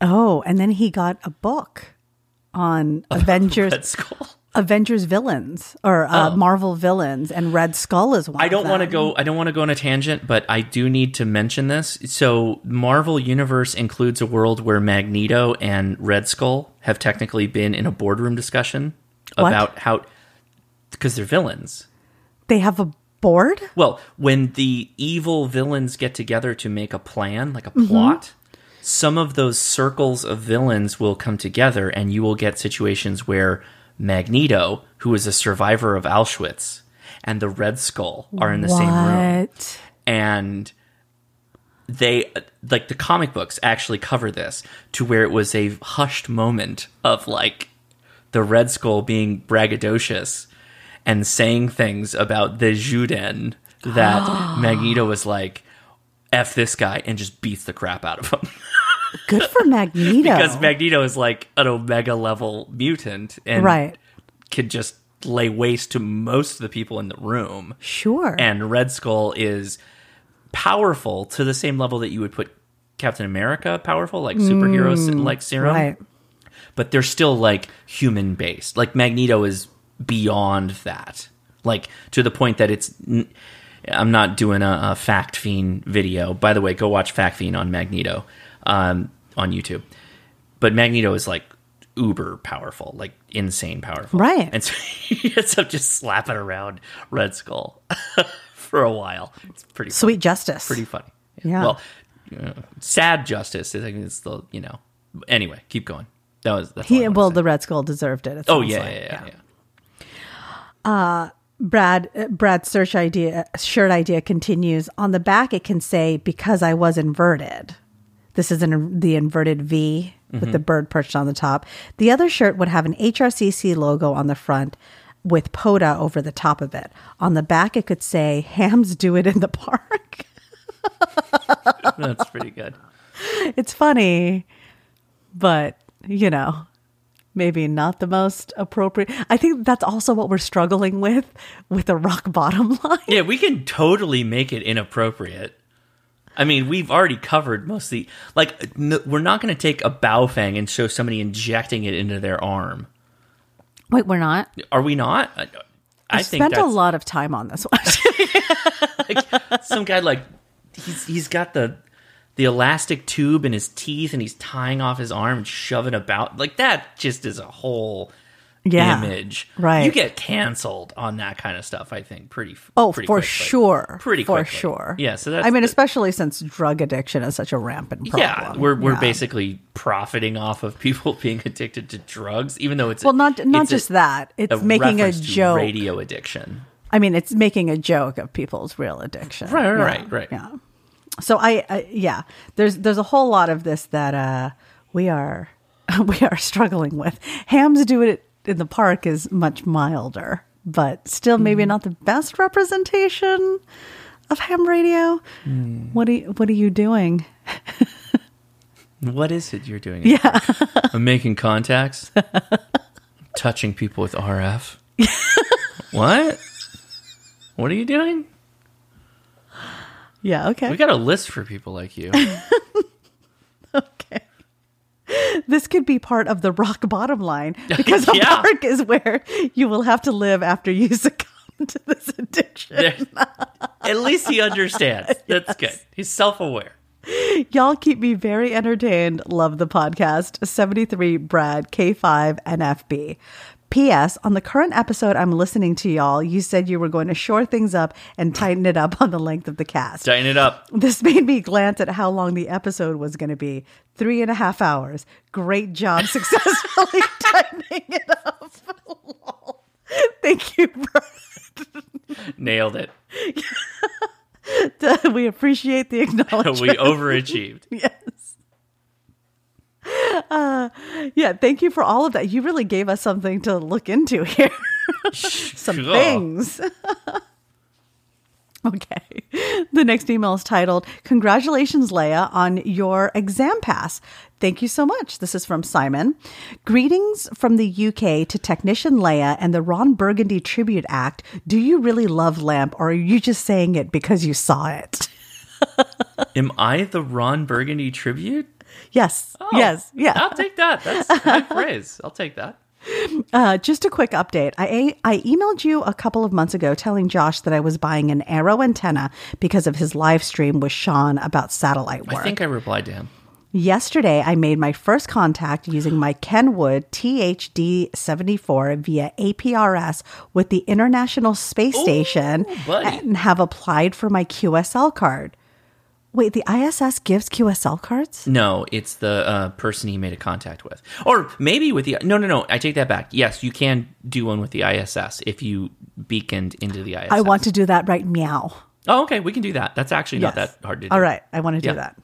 Speaker 2: oh, and then he got a book on
Speaker 1: Red
Speaker 2: Avengers
Speaker 1: Skull.
Speaker 2: Avengers villains or uh, Marvel villains, and Red Skull is one.
Speaker 1: I don't want to go. I don't want to go on a tangent, but I do need to mention this. So, Marvel Universe includes a world where Magneto and Red Skull have technically been in a boardroom discussion
Speaker 2: What?
Speaker 1: about how because they're villains.
Speaker 2: They have a board.
Speaker 1: Well, when the evil villains get together to make a plan, like a plot, some of those circles of villains will come together and you will get situations where Magneto, who is a survivor of Auschwitz, and the Red Skull are in the same room
Speaker 2: What?
Speaker 1: and they like the comic books actually cover this to where it was a hushed moment of like the red skull being braggadocious and saying things about the juden that magneto was like f this guy and just beats the crap out of him
Speaker 2: Good for Magneto.
Speaker 1: because magneto is like an omega level mutant and
Speaker 2: right.
Speaker 1: could just lay waste to most of the people in the room
Speaker 2: Sure.
Speaker 1: and Red Skull is powerful to the same level that you would put Captain America powerful, like superheroes, like serum.
Speaker 2: Mm, right.
Speaker 1: But they're still like human based. Like Magneto is beyond that. Like to the point that it's. N- I'm not doing a, a fact fiend video. By the way, go watch fact fiend on Magneto um, on YouTube. But Magneto is like uber powerful, like insane powerful,
Speaker 2: Right.
Speaker 1: And so he ends up just slapping around Red Skull for a while. It's pretty funny.
Speaker 2: Sweet justice.
Speaker 1: pretty funny.
Speaker 2: Yeah.
Speaker 1: Well, uh, sad justice. I think it's the you know. Anyway, keep going. That was that's all I
Speaker 2: He,
Speaker 1: wanted
Speaker 2: well,
Speaker 1: to
Speaker 2: the Red Skull deserved it. it
Speaker 1: say. oh
Speaker 2: sounds
Speaker 1: yeah,
Speaker 2: like.
Speaker 1: yeah, yeah, yeah.
Speaker 2: Brad, uh, Brad's search idea, shirt idea continues. On the back, it can say, because I was inverted. This is an, the inverted V
Speaker 1: Mm-hmm.
Speaker 2: with the bird perched on the top. The other shirt would have an HRCC logo on the front with POTA over the top of it. On the back, it could say, Hams do it in the park.
Speaker 1: That's pretty good.
Speaker 2: it's funny, but you know, maybe not the most appropriate. I think that's also what we're struggling with with a rock bottom line.
Speaker 1: Yeah, we can totally make it inappropriate. I mean, we've already covered mostly. Like, n- we're not going to take a Baofeng and show somebody injecting it into their arm.
Speaker 2: Wait, we're not.
Speaker 1: Are we not? I, I
Speaker 2: I
Speaker 1: think
Speaker 2: spent a
Speaker 1: that's
Speaker 2: lot of time on this one.
Speaker 1: like, some guy like he's he's got the the elastic tube in his teeth and he's tying off his arm and shoving about like that. Just is a whole
Speaker 2: yeah.
Speaker 1: image,
Speaker 2: right.
Speaker 1: You get canceled on that kind of stuff. I think pretty. f-
Speaker 2: Oh,
Speaker 1: pretty
Speaker 2: for
Speaker 1: quickly.
Speaker 2: sure.
Speaker 1: Pretty
Speaker 2: for
Speaker 1: quickly.
Speaker 2: sure.
Speaker 1: Yeah, so that's
Speaker 2: I mean,
Speaker 1: the-
Speaker 2: especially since drug addiction is such a rampant problem.
Speaker 1: Yeah, we're we're
Speaker 2: Yeah.
Speaker 1: basically profiting off of people being addicted to drugs, even though it's
Speaker 2: well, not not
Speaker 1: it's a-
Speaker 2: just that. It's making a
Speaker 1: reference to
Speaker 2: joke.
Speaker 1: radio addiction.
Speaker 2: I mean, it's making a joke of people's real addiction.
Speaker 1: Right, right,
Speaker 2: Yeah,
Speaker 1: right, right.
Speaker 2: Yeah. So I, I, yeah, there's there's a whole lot of this that uh, we are we are struggling with. Hams do it in the park is much milder, but still maybe
Speaker 1: Mm-hmm.
Speaker 2: not the best representation of ham radio.
Speaker 1: Mm.
Speaker 2: What are you, what are you doing?
Speaker 1: What is it you're doing? Yeah, I'm making contacts, touching people with RF. what? What are you doing?
Speaker 2: Yeah.
Speaker 1: We
Speaker 2: Okay.
Speaker 1: got a list for people like you.
Speaker 2: okay. This could be part of the rock bottom line because the
Speaker 1: Yeah.
Speaker 2: park is where you will have to live after you succumb to this addiction.
Speaker 1: There- At least he understands. That's good. He's self-aware.
Speaker 2: Y'all keep me very entertained. Love the podcast. 73 Brad K5 NFB. P.S. On the current episode I'm listening to, y'all, you said you were going to shore things up and tighten it up on the length of the cast.
Speaker 1: Tighten it up.
Speaker 2: This made me glance at how long the episode was going to be three and a half hours. Great job successfully tightening it up. Lol. Thank you, Brad.
Speaker 1: Nailed it.
Speaker 2: We appreciate the acknowledgement.
Speaker 1: We overachieved.
Speaker 2: Yes. Uh, yeah, thank you for all of that. You really gave us something to look into here. Some
Speaker 1: Sure.
Speaker 2: things. okay. The next email is titled Congratulations, Leia, on your exam pass. Thank you so much. This is from Simon. Greetings from the UK to Technician Leia and the Ron Burgundy Tribute Act. Do you really love Lamp or are you just saying it because you saw it?
Speaker 1: Am I the Ron Burgundy tribute?
Speaker 2: Yes.
Speaker 1: Oh,
Speaker 2: yes. Yeah.
Speaker 1: I'll take that. That's high praise. I'll take that.
Speaker 2: Uh, just a quick update. I I emailed you a couple of months ago telling Josh that I was buying an arrow antenna because of his live stream with Sean about satellite work.
Speaker 1: I think I replied to him.
Speaker 2: Yesterday, I made my first contact using my Kenwood THD74 via APRS with the International Space Station
Speaker 1: buddy.
Speaker 2: and have applied for my QSL card. Wait, the ISS gives QSL cards?
Speaker 1: No, it's the uh, person he made a contact with, or maybe with the. No, no, no. I take that back. Yes, you can do one with the ISS if you beaconed into the ISS.
Speaker 2: I want to do that right meow.
Speaker 1: Oh, okay. We can do that. That's actually not
Speaker 2: Yes.
Speaker 1: that hard to do.
Speaker 2: All right, I want to do
Speaker 1: Yeah.
Speaker 2: that.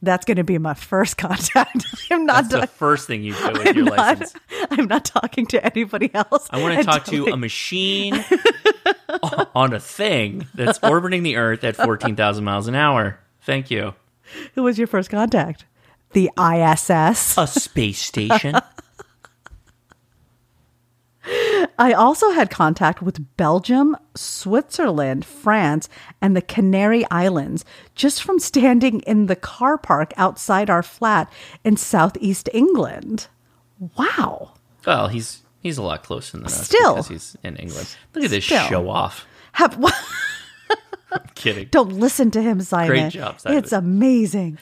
Speaker 2: That's going to be my first contact. I'm not.
Speaker 1: That's the first thing you do with your
Speaker 2: I'm, not
Speaker 1: license.
Speaker 2: I'm not talking to anybody else.
Speaker 1: I want to talk to um, a machine on a thing that's orbiting the Earth at fourteen thousand miles an hour. Thank you.
Speaker 2: Who was your first contact? The ISS.
Speaker 1: A space station.
Speaker 2: I also had contact with Belgium, Switzerland, France, and the Canary Islands just from standing in the car park outside our flat in southeast England. Wow.
Speaker 1: Well, he's he's a lot closer than us
Speaker 2: Still.
Speaker 1: because he's in England. Look at this
Speaker 2: Still.
Speaker 1: show off.
Speaker 2: Have,
Speaker 1: Kidding.
Speaker 2: Don't listen to him, Simon.
Speaker 1: job, Simon.
Speaker 2: It's amazing.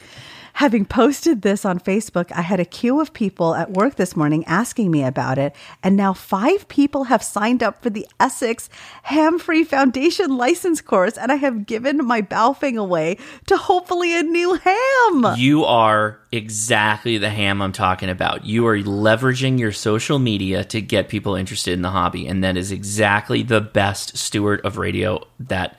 Speaker 2: Having posted this on Facebook, I had a queue of people at work this morning asking me about it, and now five people have signed up for the Essex Ham Free Foundation license course, and I have given my Baofeng away to hopefully a new ham.
Speaker 1: You are exactly the ham I'm talking about. You are leveraging your social media to get people interested in the hobby, and that is exactly the best steward of radio that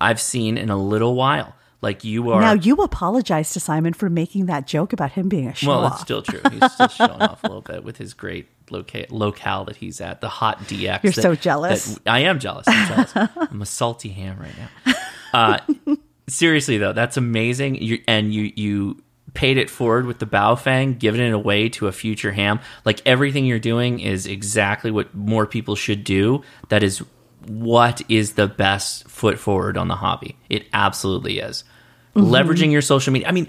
Speaker 1: I've seen in a little while. Like you are
Speaker 2: now you apologize to Simon for making that joke about him being a show
Speaker 1: well,
Speaker 2: off.
Speaker 1: it's still true. He's still showing off a little bit with his great loca- locale that he's at, the hot DX.
Speaker 2: You're
Speaker 1: that-
Speaker 2: so jealous.
Speaker 1: that- I am jealous. I'm jealous. I'm a salty ham right now. Uh, seriously though, that's amazing. You and you you paid it forward with the bow fang, giving it away to a future ham. Like everything you're doing is exactly what more people should do. That is what is the best foot forward on the hobby. It absolutely is leveraging your social media. I mean,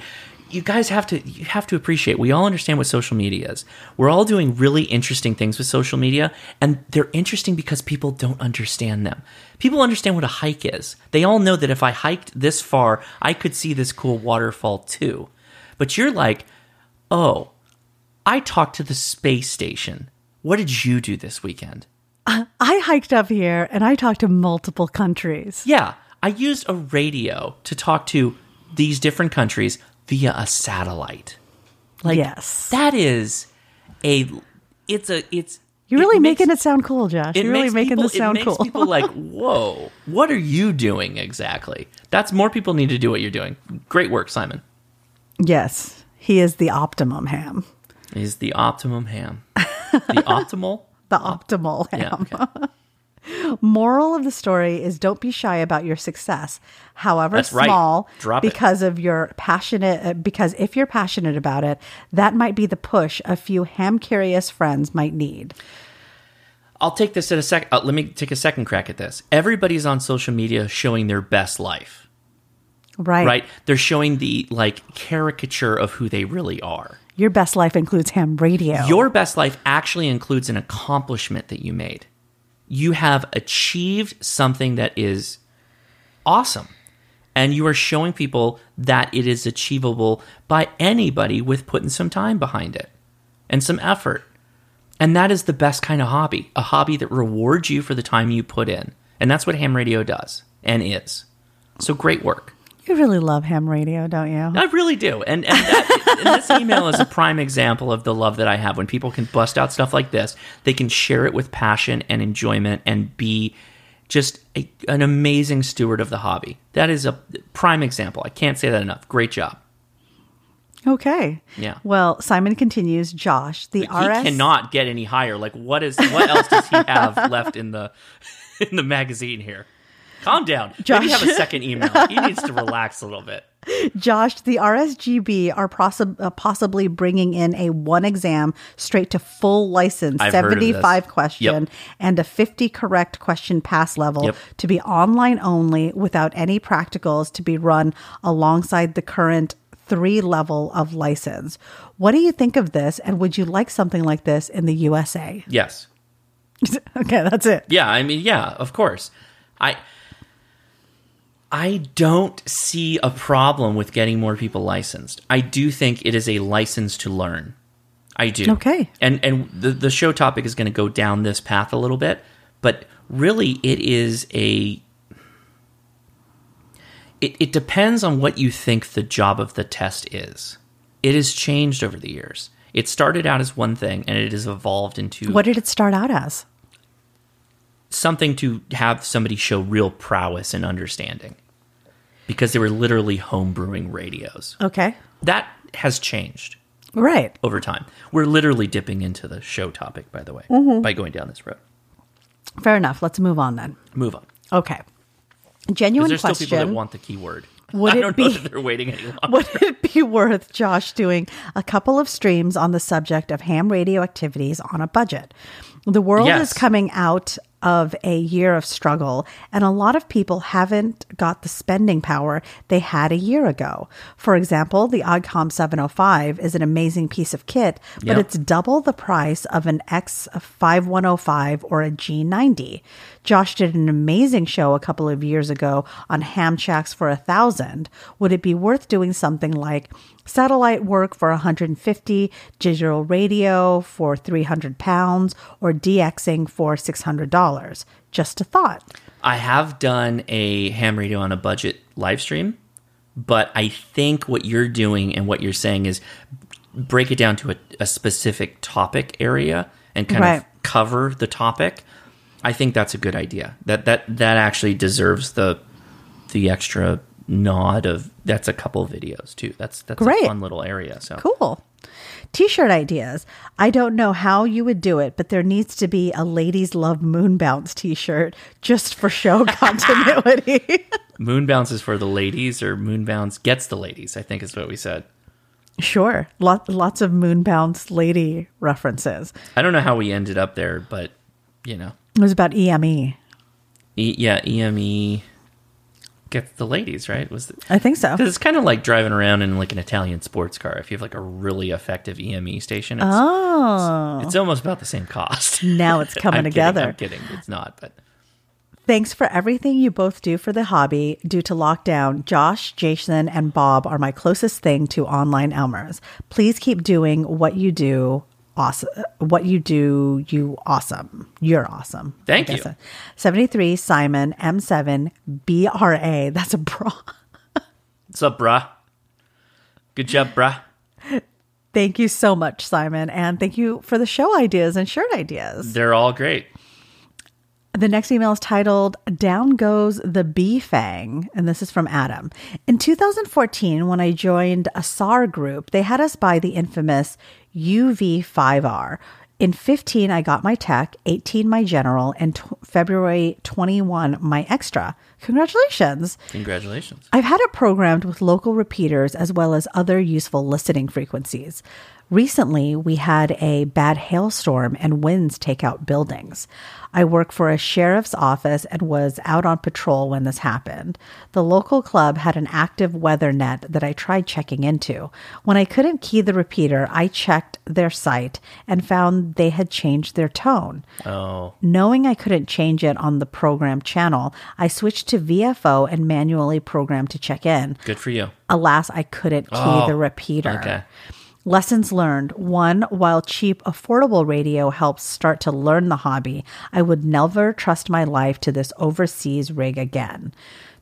Speaker 1: you guys have to you have to appreciate. We all understand what social media is. We're all doing really interesting things with social media, and they're interesting because people don't understand them. People understand what a hike is. They all know that if I hiked this far, I could see this cool waterfall too. But you're like, "Oh, I talked to the space station. What did you do this weekend?"
Speaker 2: I hiked up here and I talked to multiple countries.
Speaker 1: Yeah, I used a radio to talk to these different countries via a satellite. Like
Speaker 2: yes.
Speaker 1: that is a it's a it's
Speaker 2: You're really
Speaker 1: it makes-
Speaker 2: making it sound cool, Josh. You're really
Speaker 1: makes
Speaker 2: making
Speaker 1: people,
Speaker 2: this sound
Speaker 1: it makes
Speaker 2: cool.
Speaker 1: people like, whoa, what are you doing exactly? That's more people need to do what you're doing. Great work, Simon.
Speaker 2: yes. He is the optimum ham.
Speaker 1: Is the optimum ham. The optimal?
Speaker 2: The optimal ham.
Speaker 1: Yeah. okay.
Speaker 2: Moral of the story is don't be shy about your success, however
Speaker 1: That's right.
Speaker 2: small,
Speaker 1: Drop it.
Speaker 2: because of your passionate. uh, Because if you're passionate about it, that might be the push a few ham curious friends might need.
Speaker 1: I'll take this at a sec. Uh, let me take a second crack at this. Everybody's on social media showing their best life.
Speaker 2: Right.
Speaker 1: right? They're showing the like caricature of who they really are.
Speaker 2: Your best life includes ham radio.
Speaker 1: Your best life actually includes an accomplishment that you made. You have achieved something that is awesome. And you are showing people that it is achievable by anybody with putting some time behind it and some effort. And that is the best kind of hobby, a hobby that rewards you for the time you put in. And that's what ham radio does and is. So great work.
Speaker 2: you really love ham radio, don't you?
Speaker 1: I really do. And, and, that, and this email is a prime example of the love that I have. When people can bust out stuff like this, they can share it with passion and enjoyment and be just a, an amazing steward of the hobby. That is a prime example. I can't say that enough. Great job.
Speaker 2: Okay.
Speaker 1: Yeah.
Speaker 2: Well, Simon continues. Josh, the RS.
Speaker 1: He cannot get any higher. Like what is what else does he have left in the in the magazine here? Calm down. Maybe
Speaker 2: Josh.
Speaker 1: have a second email. He needs to relax a little bit.
Speaker 2: Josh, the RSGB are possi- uh, possibly bringing in a one exam straight to full license,
Speaker 1: I've heard of this.
Speaker 2: 75 question,
Speaker 1: Yep.
Speaker 2: and a 50 correct question pass level
Speaker 1: Yep.
Speaker 2: to be online only without any practicals to be run alongside the current three level of license. What do you think of this? And would you like something like this in the USA?
Speaker 1: Yes.
Speaker 2: okay, that's it.
Speaker 1: Yeah, I mean, yeah, of course. I I don't see a problem with getting more people licensed. I do think it is a license to learn. I do.
Speaker 2: Okay.
Speaker 1: And and the the show topic is going to go down this path a little bit, but really it is a it, it depends on what you think the job of the test is. It has changed over the years. It started out as one thing and it has evolved into
Speaker 2: What did it start out as?
Speaker 1: something to have somebody show real prowess and understanding because they were literally homebrewing radios.
Speaker 2: Okay.
Speaker 1: That has changed
Speaker 2: Right.
Speaker 1: over time. We're literally dipping into the show topic, by the way,
Speaker 2: Mm-hmm.
Speaker 1: by going down this road.
Speaker 2: Fair enough. Let's move on then.
Speaker 1: Move on.
Speaker 2: Okay.
Speaker 1: Because
Speaker 2: Genuine
Speaker 1: there's
Speaker 2: question.
Speaker 1: still people that want the keyword.
Speaker 2: Would
Speaker 1: I
Speaker 2: it
Speaker 1: don't know
Speaker 2: be-
Speaker 1: that they're waiting any longer.
Speaker 2: Would it be worth Josh doing a couple of streams on the subject of ham radio activities on a budget? The world
Speaker 1: Yes.
Speaker 2: is coming out of a year of struggle, and a lot of people haven't got the spending power they had a year ago. For example, the Oddcom 705 is an amazing piece of kit, but
Speaker 1: Yep.
Speaker 2: it's double the price of an X5105 or a G90. Josh did an amazing show a couple of years ago on ham shacks for a thousand. Would it be worth doing something like satellite work for 150, digital radio for 300 pounds, or DXing for $600? Just a thought.
Speaker 1: I have done a ham radio on a budget live stream, but I think what you're doing and what you're saying is break it down to a, a specific topic area and kind
Speaker 2: Right.
Speaker 1: of cover the topic. I think that's a good idea. That that that actually deserves the the extra nod of that's a couple videos too. That's that's
Speaker 2: Great.
Speaker 1: a fun little area. So
Speaker 2: Cool. T-shirt ideas. I don't know how you would do it, but there needs to be a ladies love moon bounce T-shirt just for show continuity.
Speaker 1: moon bounces for the ladies or moon bounce gets the ladies. I think is what we said.
Speaker 2: sure, Lot, lots of moon bounce lady references.
Speaker 1: I don't know how we ended up there, but you know,
Speaker 2: It was about E. EME.
Speaker 1: e- yeah, EME gets the ladies right. Was it?
Speaker 2: I think so.
Speaker 1: Because it's kind of like driving around in like an Italian sports car. If you have like a really effective EME station, it's,
Speaker 2: Oh,
Speaker 1: it's almost about the same cost.
Speaker 2: now it's coming
Speaker 1: I'm
Speaker 2: together.
Speaker 1: Kidding, I'm kidding. It's not, but
Speaker 2: Thanks for everything you both do for the hobby. Due to lockdown, Josh, Jason, and Bob are my closest thing to online Elmers. Please keep doing what you do. Awesome. What you do, you awesome. You're awesome.
Speaker 1: Thank
Speaker 2: I guess.
Speaker 1: you.
Speaker 2: 73 Simon M7 BRA. That's a bra.
Speaker 1: what's up, brah? Good job, brah.
Speaker 2: Thank you so much, Simon. And thank you for the show ideas and shirt ideas.
Speaker 1: They're all great.
Speaker 2: The next email is titled Down Goes the Bee Fang, and this is from Adam. In 2014, when I joined a SAR group, they had us buy the infamous UV5R. In 15, I got my tech, 18, my general, and t- February 21, my extra. Congratulations!
Speaker 1: Congratulations.
Speaker 2: I've had it programmed with local repeaters as well as other useful listening frequencies. Recently, we had a bad hailstorm and winds take out buildings. I work for a sheriff's office and was out on patrol when this happened. The local club had an active weather net that I tried checking into. When I couldn't key the repeater, I checked their site and found they had changed their tone.
Speaker 1: Oh,
Speaker 2: Knowing I couldn't change it on the program channel, I switched to VFO and manually programmed to check in.
Speaker 1: good for you.
Speaker 2: Alas, I couldn't key
Speaker 1: Oh,
Speaker 2: the repeater.
Speaker 1: okay.
Speaker 2: Lessons learned. One, while cheap, affordable radio helps start to learn the hobby, I would never trust my life to this overseas rig again.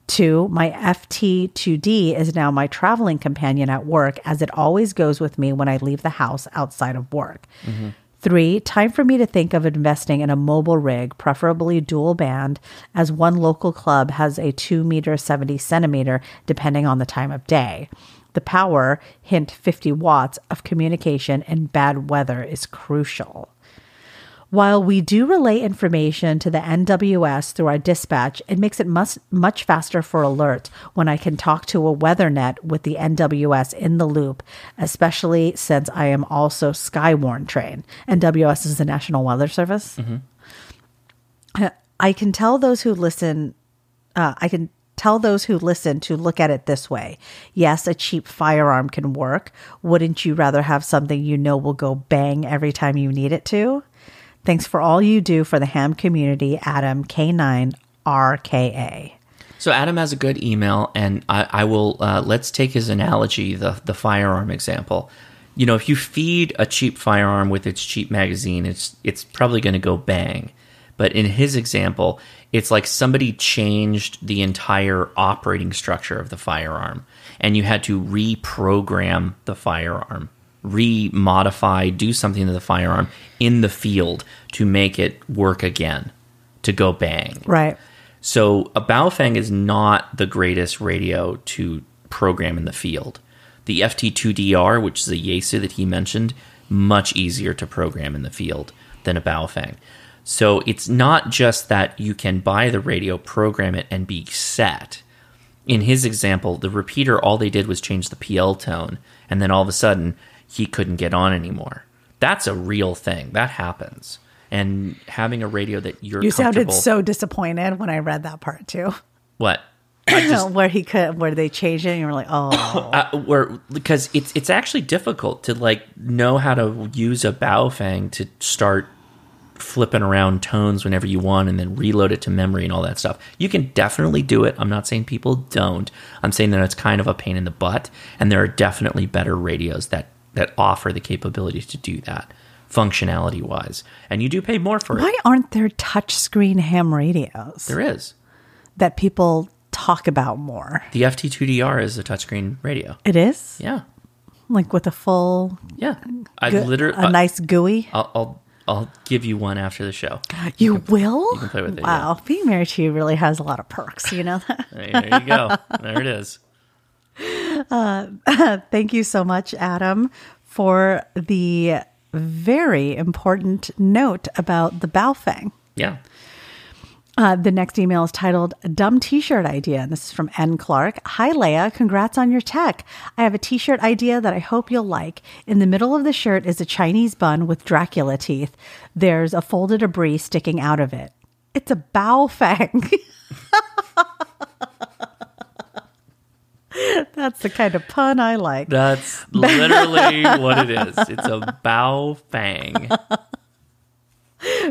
Speaker 2: Two, my FT2D is now my traveling companion at work, as it always goes with me when I leave the house outside of work.
Speaker 1: Mm-hmm.
Speaker 2: Three, time for me to think of investing in a mobile rig, preferably dual band, as one local club has a 2 meter 70 centimeter, depending on the time of day. The power, hint 50 watts, of communication in bad weather is crucial. While we do relay information to the NWS through our dispatch, it makes it much, much faster for alerts when I can talk to a weather net with the NWS in the loop, especially since I am also Skywarn trained. NWS is the National Weather Service. I can tell those who listen uh, I can tell those who listen to look at it this way. Yes, a cheap firearm can work. Wouldn't you rather have something you know will go bang every time you need it to? Thanks for all you do for the ham community, Adam K9RKA.
Speaker 1: So Adam has a good email, and I, I will uh, let's take his analogy, the the firearm example. You know, if you feed a cheap firearm with its cheap magazine, it's it's probably going to go bang. But in his example, it's like somebody changed the entire operating structure of the firearm, and you had to reprogram the firearm, remodify, do something to the firearm in the field to make it work again, to go bang.
Speaker 2: Right.
Speaker 1: So a Baofeng is not the greatest radio to program in the field. The FT2DR, which is a Yaesu that he mentioned, much easier to program in the field than a Baofeng. So it's not just that you can buy the radio, program it, and be set. In his example, the repeater, all they did was change the PL tone, and then all of a sudden, he couldn't get on anymore. That's a real thing. That happens. And having a radio that you're
Speaker 2: You sounded
Speaker 1: comfortable-
Speaker 2: so disappointed when I read that part too.
Speaker 1: what
Speaker 2: where he could where they changed it and you were like, "Oh,
Speaker 1: uh, where because it's it's actually difficult to like know how to use a baofeng to start flipping around tones whenever you want and then reload it to memory and all that stuff. You can definitely do it. I'm not saying people don't. I'm saying that it's kind of a pain in the butt and there are definitely better radios that that offer the capability to do that functionality wise. And you do pay more for
Speaker 2: why
Speaker 1: it.
Speaker 2: aren't there touchscreen ham radios
Speaker 1: There is.
Speaker 2: that people talk about more?"
Speaker 1: The FT2DR is a touchscreen radio.
Speaker 2: It is
Speaker 1: Yeah.
Speaker 2: like with a full
Speaker 1: Yeah. I
Speaker 2: Gu-
Speaker 1: literally
Speaker 2: a nice gooey.
Speaker 1: I'll, I'll I'll give you one after the show.
Speaker 2: You will?
Speaker 1: can play with it,
Speaker 2: wow. Being married to you really has a lot of perks, you know?
Speaker 1: There, there you go. there it is.
Speaker 2: Thank you so much, Adam, for the very important note about the Baofeng.
Speaker 1: Yeah.
Speaker 2: Uh, the next email is titled Dumb T shirt Idea. And this is from N. Clark. Hi, Leia. Congrats on your tech. I have a t shirt idea that I hope you'll like. In the middle of the shirt is a Chinese bun with Dracula teeth. There's a folded debris sticking out of it. It's a bow fang. That's the kind of pun I like.
Speaker 1: That's literally what it is. It's a bow fang.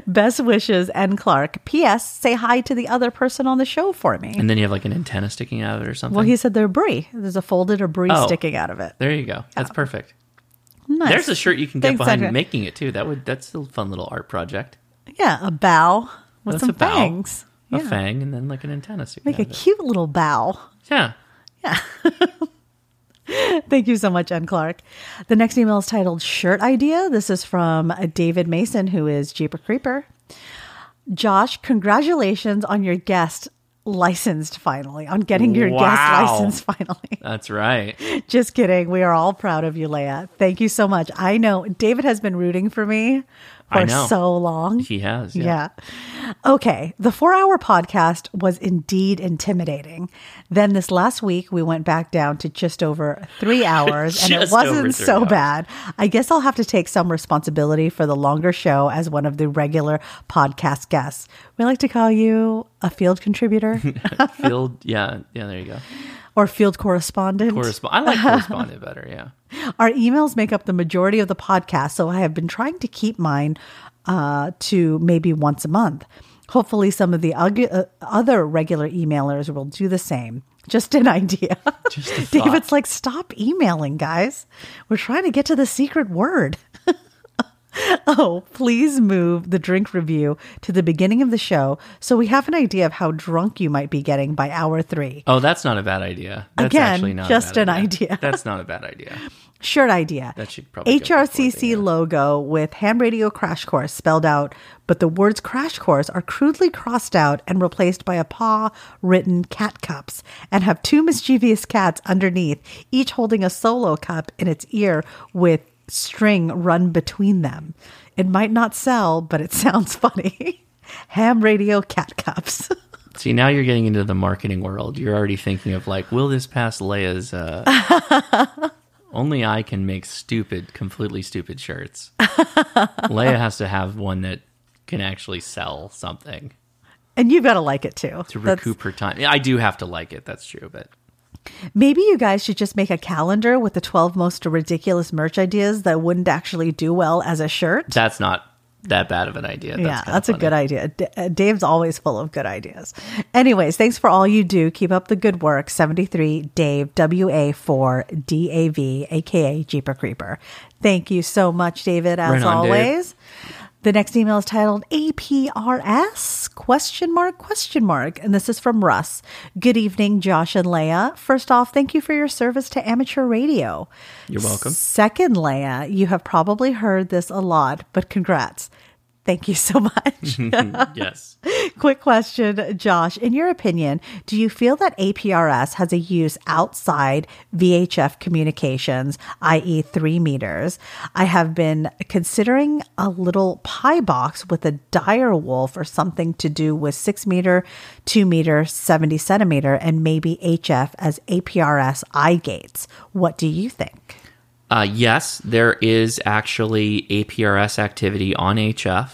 Speaker 2: Best wishes, N. Clark. P.S. Say hi to the other person on the show for me.
Speaker 1: And then you have like an antenna sticking out of it or something.
Speaker 2: Well, he said they're brie. There's a folded debris
Speaker 1: Oh.
Speaker 2: sticking out of it.
Speaker 1: there you go. That's perfect.
Speaker 2: Nice.
Speaker 1: There's a shirt you can get
Speaker 2: Thanks,
Speaker 1: behind
Speaker 2: Andrea.
Speaker 1: making it too. That would that's a fun little art project.
Speaker 2: Yeah, a bow with
Speaker 1: That's
Speaker 2: some
Speaker 1: a bow,
Speaker 2: fangs.
Speaker 1: A
Speaker 2: yeah.
Speaker 1: fang and then like an antenna sticking
Speaker 2: Make
Speaker 1: out
Speaker 2: a
Speaker 1: of it.
Speaker 2: cute little bow.
Speaker 1: Yeah.
Speaker 2: Thank you so much, Ann Clark. The next email is titled Shirt Idea. This is from uh, David Mason, who is Jeeper Creeper. Josh, congratulations on your guest licensed finally, on getting your
Speaker 1: Wow.
Speaker 2: guest license finally.
Speaker 1: That's right.
Speaker 2: Just kidding. We are all proud of you, Leia. Thank you so much. I know David has been rooting for me
Speaker 1: I
Speaker 2: for
Speaker 1: know.
Speaker 2: so long.
Speaker 1: He has. Yeah.
Speaker 2: Yeah. Okay. The four hour podcast was indeed intimidating. Then this last week, we went back down to just over three hours, and it
Speaker 1: Just over
Speaker 2: wasn't
Speaker 1: three
Speaker 2: so
Speaker 1: hours.
Speaker 2: bad. I guess I'll have to take some responsibility for the longer show as one of the regular podcast guests. We like to call you a field contributor
Speaker 1: Field. Yeah. Yeah. There you go.
Speaker 2: or field correspondent.
Speaker 1: Correspond. I like correspondent better. Yeah.
Speaker 2: Our emails make up the majority of the podcast, so I have been trying to keep mine uh, to maybe once a month. Hopefully, some of the ug- uh, other regular emailers will do the same. Just an idea.
Speaker 1: Just a thought.
Speaker 2: David's like, stop emailing, guys. We're trying to get to the secret word. oh, please move the drink review to the beginning of the show so we have an idea of how drunk you might be getting by hour three.
Speaker 1: Oh, that's not a bad idea. That's
Speaker 2: Again,
Speaker 1: actually not a
Speaker 2: just
Speaker 1: bad
Speaker 2: an idea.
Speaker 1: That's not a bad idea.
Speaker 2: Shirt idea.
Speaker 1: That should probably go before the,
Speaker 2: HRCC
Speaker 1: uh,
Speaker 2: logo with ham radio crash course spelled out, but the words crash course are crudely crossed out and replaced by a paw written cat cups and have two mischievous cats underneath, each holding a solo cup in its ear with string run between them. It might not sell, but it sounds funny. ham radio cat cups.
Speaker 1: See, now you're getting into the marketing world. You're already thinking of like, will this pass Leia's? Uh, only I can make stupid, completely stupid shirts. Leia has to have one that can actually sell something
Speaker 2: and you've got to like it too.
Speaker 1: to
Speaker 2: That's-
Speaker 1: recoup her time. Yeah, I do have to like it. That's true, but
Speaker 2: Maybe you guys should just make a calendar with the 12 most ridiculous merch ideas that wouldn't actually do well as a shirt.
Speaker 1: that's not that bad of an idea. That's
Speaker 2: yeah,
Speaker 1: kinda
Speaker 2: that's a
Speaker 1: funny.
Speaker 2: good idea. D- uh, Dave's always full of good ideas. Anyways, thanks for all you do. Keep up the good work. 73 Dave, WA4 DAV, aka Jeeper Creeper. Thank you so much, David, as
Speaker 1: Right on, Dave.
Speaker 2: always. The next email is titled APRS question mark question mark and this is from Russ. Good evening Josh and Leia. First off, thank you for your service to amateur radio.
Speaker 1: You're welcome.
Speaker 2: Second, Leia, you have probably heard this a lot, but congrats. Thank you so much.
Speaker 1: yes.
Speaker 2: Quick question, Josh. In your opinion, do you feel that APRS has a use outside VHF communications, i.e., three meters? I have been considering a little pie box with a dire wolf or something to do with six meter, two meter, 70 centimeter, and maybe HF as APRS eye gates. What do you think?
Speaker 1: Uh, yes, there is actually APRS activity on HF.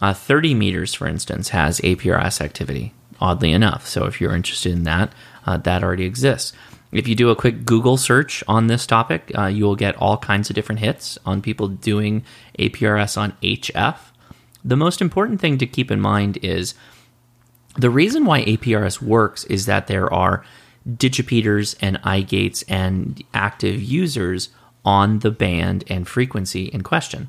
Speaker 1: Uh, 30 meters, for instance, has APRS activity, oddly enough. So if you're interested in that, uh, that already exists. If you do a quick Google search on this topic, uh, you will get all kinds of different hits on people doing APRS on HF. The most important thing to keep in mind is the reason why APRS works is that there are digipeters and eye gates and active users on the band and frequency in question.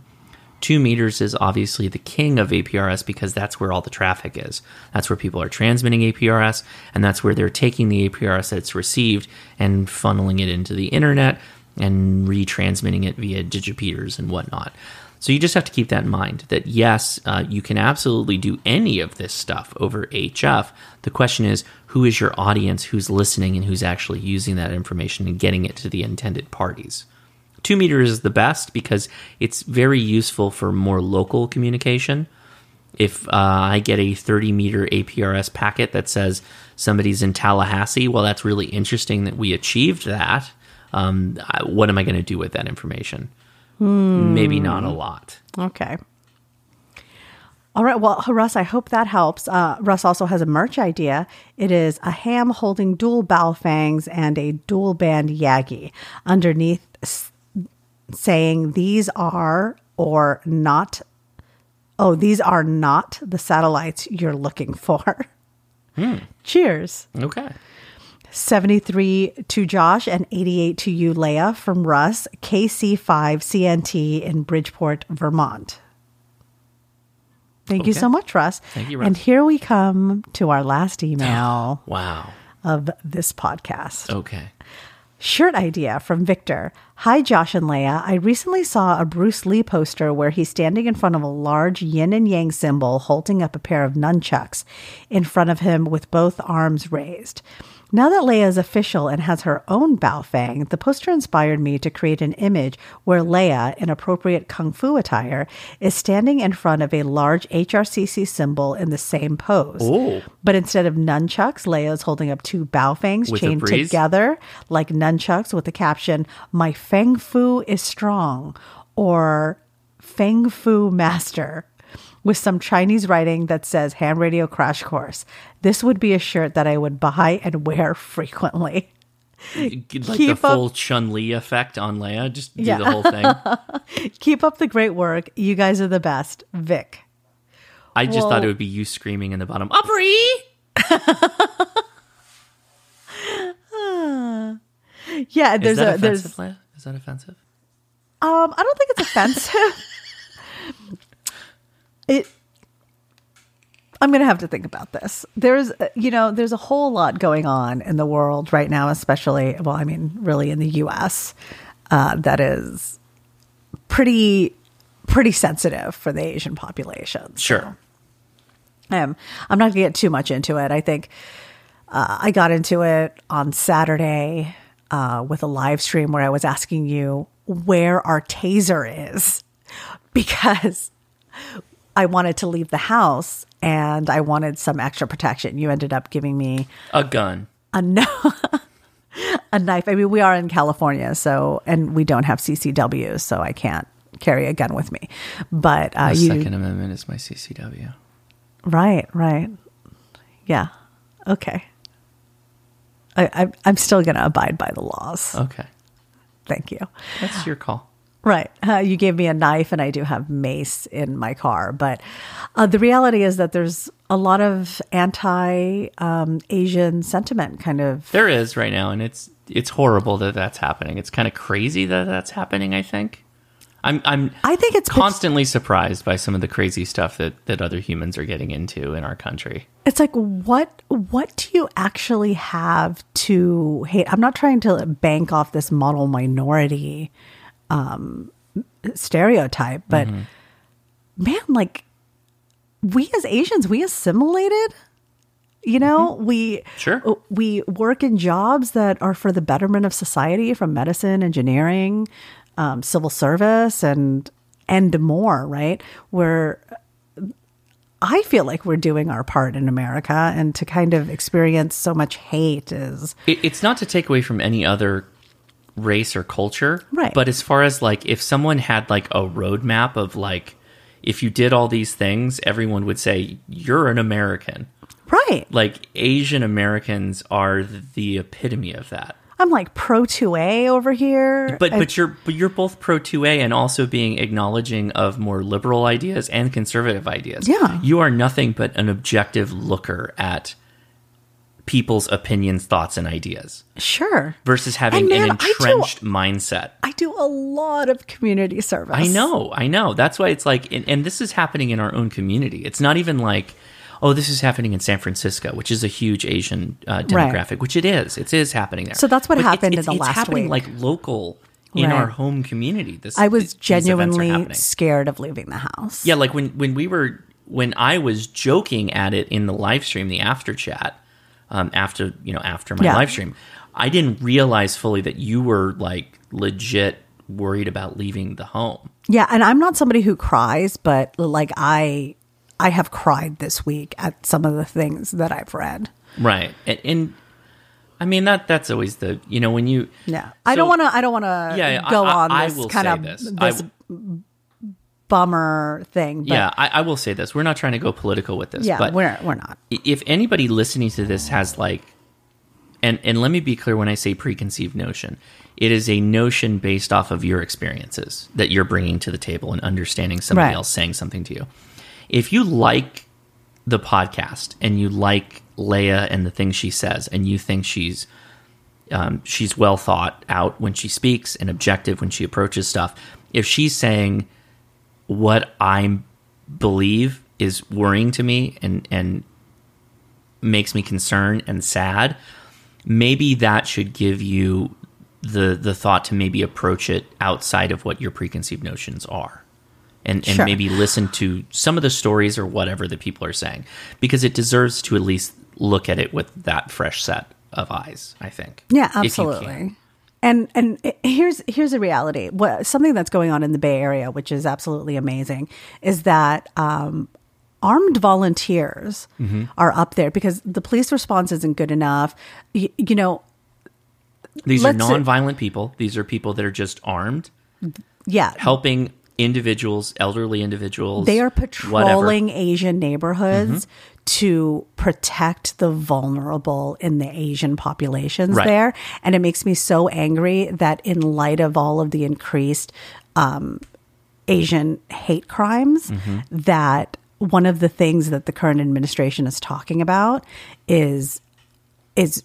Speaker 1: Two meters is obviously the king of APRS because that's where all the traffic is. That's where people are transmitting APRS, and that's where they're taking the APRS that's received and funneling it into the internet and retransmitting it via digipeters and whatnot. So you just have to keep that in mind that yes, uh, you can absolutely do any of this stuff over HF. The question is, who is your audience, who's listening, and who's actually using that information and getting it to the intended parties? Two meter is the best because it's very useful for more local communication. If uh, I get a 30 meter APRS packet that says somebody's in Tallahassee, well, that's really interesting that we achieved that. Um, I- what am I going to do with that information?
Speaker 2: Hmm.
Speaker 1: Maybe not a lot.
Speaker 2: Okay. All right. Well, Russ, I hope that helps. Uh, Russ also has a merch idea. It is a ham holding dual bow fangs and a dual band yagi underneath s- saying these are or not. Oh, these are not the satellites you're looking for. Cheers.
Speaker 1: Okay.
Speaker 2: 73 to Josh and 88 to you, Leah, from Russ, KC5CNT in Bridgeport, Vermont. Thank you
Speaker 1: Okay.
Speaker 2: so much, Russ.
Speaker 1: Thank you,
Speaker 2: And
Speaker 1: Russ.
Speaker 2: here we come to our last email
Speaker 1: Wow.
Speaker 2: of this podcast.
Speaker 1: Okay.
Speaker 2: Shirt idea from Victor. Hi, Josh and Leia. I recently saw a Bruce Lee poster where he's standing in front of a large yin and yang symbol holding up a pair of nunchucks in front of him with both arms raised. Now that Leia is official and has her own Baofeng, the poster inspired me to create an image where Leia, in appropriate kung fu attire, is standing in front of a large HRCC symbol in the same pose.
Speaker 1: Oh.
Speaker 2: But instead of nunchucks, Leia is holding up two Baofangs
Speaker 1: With a
Speaker 2: chained
Speaker 1: breeze?
Speaker 2: together like nunchucks with the caption, My Feng Fu is strong, or Feng Fu Master, with some Chinese writing that says Ham Radio Crash Course. This would be a shirt that I would buy and wear frequently.
Speaker 1: Like the
Speaker 2: Keep up-
Speaker 1: full Chun Li effect on Leia. Just do
Speaker 2: Yeah.
Speaker 1: the whole thing.
Speaker 2: Keep up the great work. You guys are the best. Vic.
Speaker 1: I just
Speaker 2: Well-
Speaker 1: thought it would be you screaming in the bottom. Upper E.
Speaker 2: Yeah,
Speaker 1: Is
Speaker 2: there's
Speaker 1: that
Speaker 2: a there's
Speaker 1: offensive, Leia? Is that offensive?
Speaker 2: Um, I don't think it's offensive. it. I'm gonna have to think about this. There's, uh, you know, there's a whole lot going on in the world right now, especially. Well, I mean, really in the U.S. Uh, that is pretty, pretty sensitive for the Asian population.
Speaker 1: Sure.
Speaker 2: Um, I'm not going to get too much into it. I think uh, I got into it on Saturday uh, with a live stream where I was asking you where our taser is because I wanted to leave the house and I wanted some extra protection. You ended up giving me
Speaker 1: A gun.
Speaker 2: a no a knife. I mean, we are in California, so and we don't have CCW, so I can't carry a gun with me. But uh,
Speaker 1: The
Speaker 2: you
Speaker 1: Second Amendment is my CCW.
Speaker 2: Right, right. Yeah. Okay. I, I, I'm still going to abide by the laws.
Speaker 1: Okay.
Speaker 2: Thank you.
Speaker 1: That's your call.
Speaker 2: Right. Uh, you gave me a knife, and I do have mace in my car. But uh, the reality is that there's a lot of anti um, Asian sentiment kind of.
Speaker 1: There is right now, and it's it's horrible that that's happening. It's kind of crazy that that's happening. I think. I'm I'm
Speaker 2: I think it's pitch-
Speaker 1: constantly surprised by some of the crazy stuff that that other humans are getting into in our country.
Speaker 2: it's like what what do you actually have to hate i'm not trying to bank off this model minority um stereotype but
Speaker 1: Mm-hmm.
Speaker 2: man like we as asians we assimilated you know we
Speaker 1: Mm-hmm.
Speaker 2: uh,
Speaker 1: Sure.
Speaker 2: we work in jobs that are for the betterment of society from medicine engineering um, civil service and and more right where i feel like we're doing our part in america and to kind of experience so much hate is
Speaker 1: It, it's not to take away from any other race or culture,
Speaker 2: Right.
Speaker 1: But as far as like, if someone had like a roadmap of like, if you did all these things, everyone would say you're an American.
Speaker 2: right
Speaker 1: Like Asian Americans are the epitome of that.
Speaker 2: i'm like pro 2a over here Uh,
Speaker 1: But
Speaker 2: I-
Speaker 1: but you're but you're both pro 2A and also being acknowledging of more liberal ideas and conservative ideas.
Speaker 2: Yeah.
Speaker 1: You are nothing but an objective looker at people's opinions, thoughts and ideas
Speaker 2: sure
Speaker 1: versus having
Speaker 2: And man,
Speaker 1: an
Speaker 2: I do-
Speaker 1: entrenched mindset.
Speaker 2: i do a lot of community service
Speaker 1: I know, I know. That's why it's like, and, and this is happening in our own community. It's not even like, oh, this is happening in San Francisco, which is a huge Asian uh, demographic, which it is. It is happening there.
Speaker 2: So that's what
Speaker 1: But it's-
Speaker 2: happened in
Speaker 1: it's-
Speaker 2: the
Speaker 1: it's
Speaker 2: last
Speaker 1: happening
Speaker 2: week.
Speaker 1: like local in
Speaker 2: Right.
Speaker 1: our home community. This
Speaker 2: I was
Speaker 1: these events are
Speaker 2: genuinely
Speaker 1: happening.
Speaker 2: scared of leaving the house.
Speaker 1: Yeah, like when when we were when I was joking at it in the live stream, the after chat, um, after you know after my
Speaker 2: Yeah.
Speaker 1: live stream, I didn't realize fully that you were like legit worried about leaving the home.
Speaker 2: Yeah, and I'm not somebody who cries, but like I I have cried this week at some of the things that I've read.
Speaker 1: Right, and, and I mean that that's always the you know when you
Speaker 2: Yeah. I don't
Speaker 1: So-
Speaker 2: want to I don't want to
Speaker 1: Yeah, yeah,
Speaker 2: go
Speaker 1: I- I- I
Speaker 2: on this
Speaker 1: will
Speaker 2: kind
Speaker 1: say
Speaker 2: of
Speaker 1: this.
Speaker 2: this,
Speaker 1: I-
Speaker 2: bummer thing, but
Speaker 1: yeah I, I will say this we're not trying to go political with this
Speaker 2: yeah,
Speaker 1: but
Speaker 2: we're we're not.
Speaker 1: i- if anybody listening to this has like and and let me be clear when i say preconceived notion it is a notion based off of your experiences that you're bringing to the table and understanding somebody
Speaker 2: Right.
Speaker 1: else saying something to you if you like the podcast and you like leia and the things she says and you think she's um, she's well thought out when she speaks and objective when she approaches stuff if she's saying what i believe is worrying to me and and makes me concerned and sad, maybe that should give you the the thought to maybe approach it outside of what your preconceived notions are. And and
Speaker 2: Sure.
Speaker 1: maybe listen to some of the stories or whatever the people are saying. Because it deserves to at least look at it with that fresh set of eyes, I think. If
Speaker 2: Yeah,
Speaker 1: you can.
Speaker 2: absolutely. And and i- here's here's the reality. What something that's going on in the Bay Area, which is absolutely amazing, is that um, armed volunteers
Speaker 1: Mm-hmm.
Speaker 2: are up there because the police response isn't good enough. Y- you know,
Speaker 1: These are
Speaker 2: Let's say-
Speaker 1: nonviolent people. These are people that are just armed,
Speaker 2: yeah,
Speaker 1: helping individuals, elderly individuals.
Speaker 2: they are
Speaker 1: whatever. Mm-hmm.
Speaker 2: patrolling Asian neighborhoods to protect the vulnerable in the Asian populations
Speaker 1: Right.
Speaker 2: there, and it makes me so angry that in light of all of the increased um, Asian hate crimes
Speaker 1: Mm-hmm.
Speaker 2: that one of the things that the current administration is talking about is is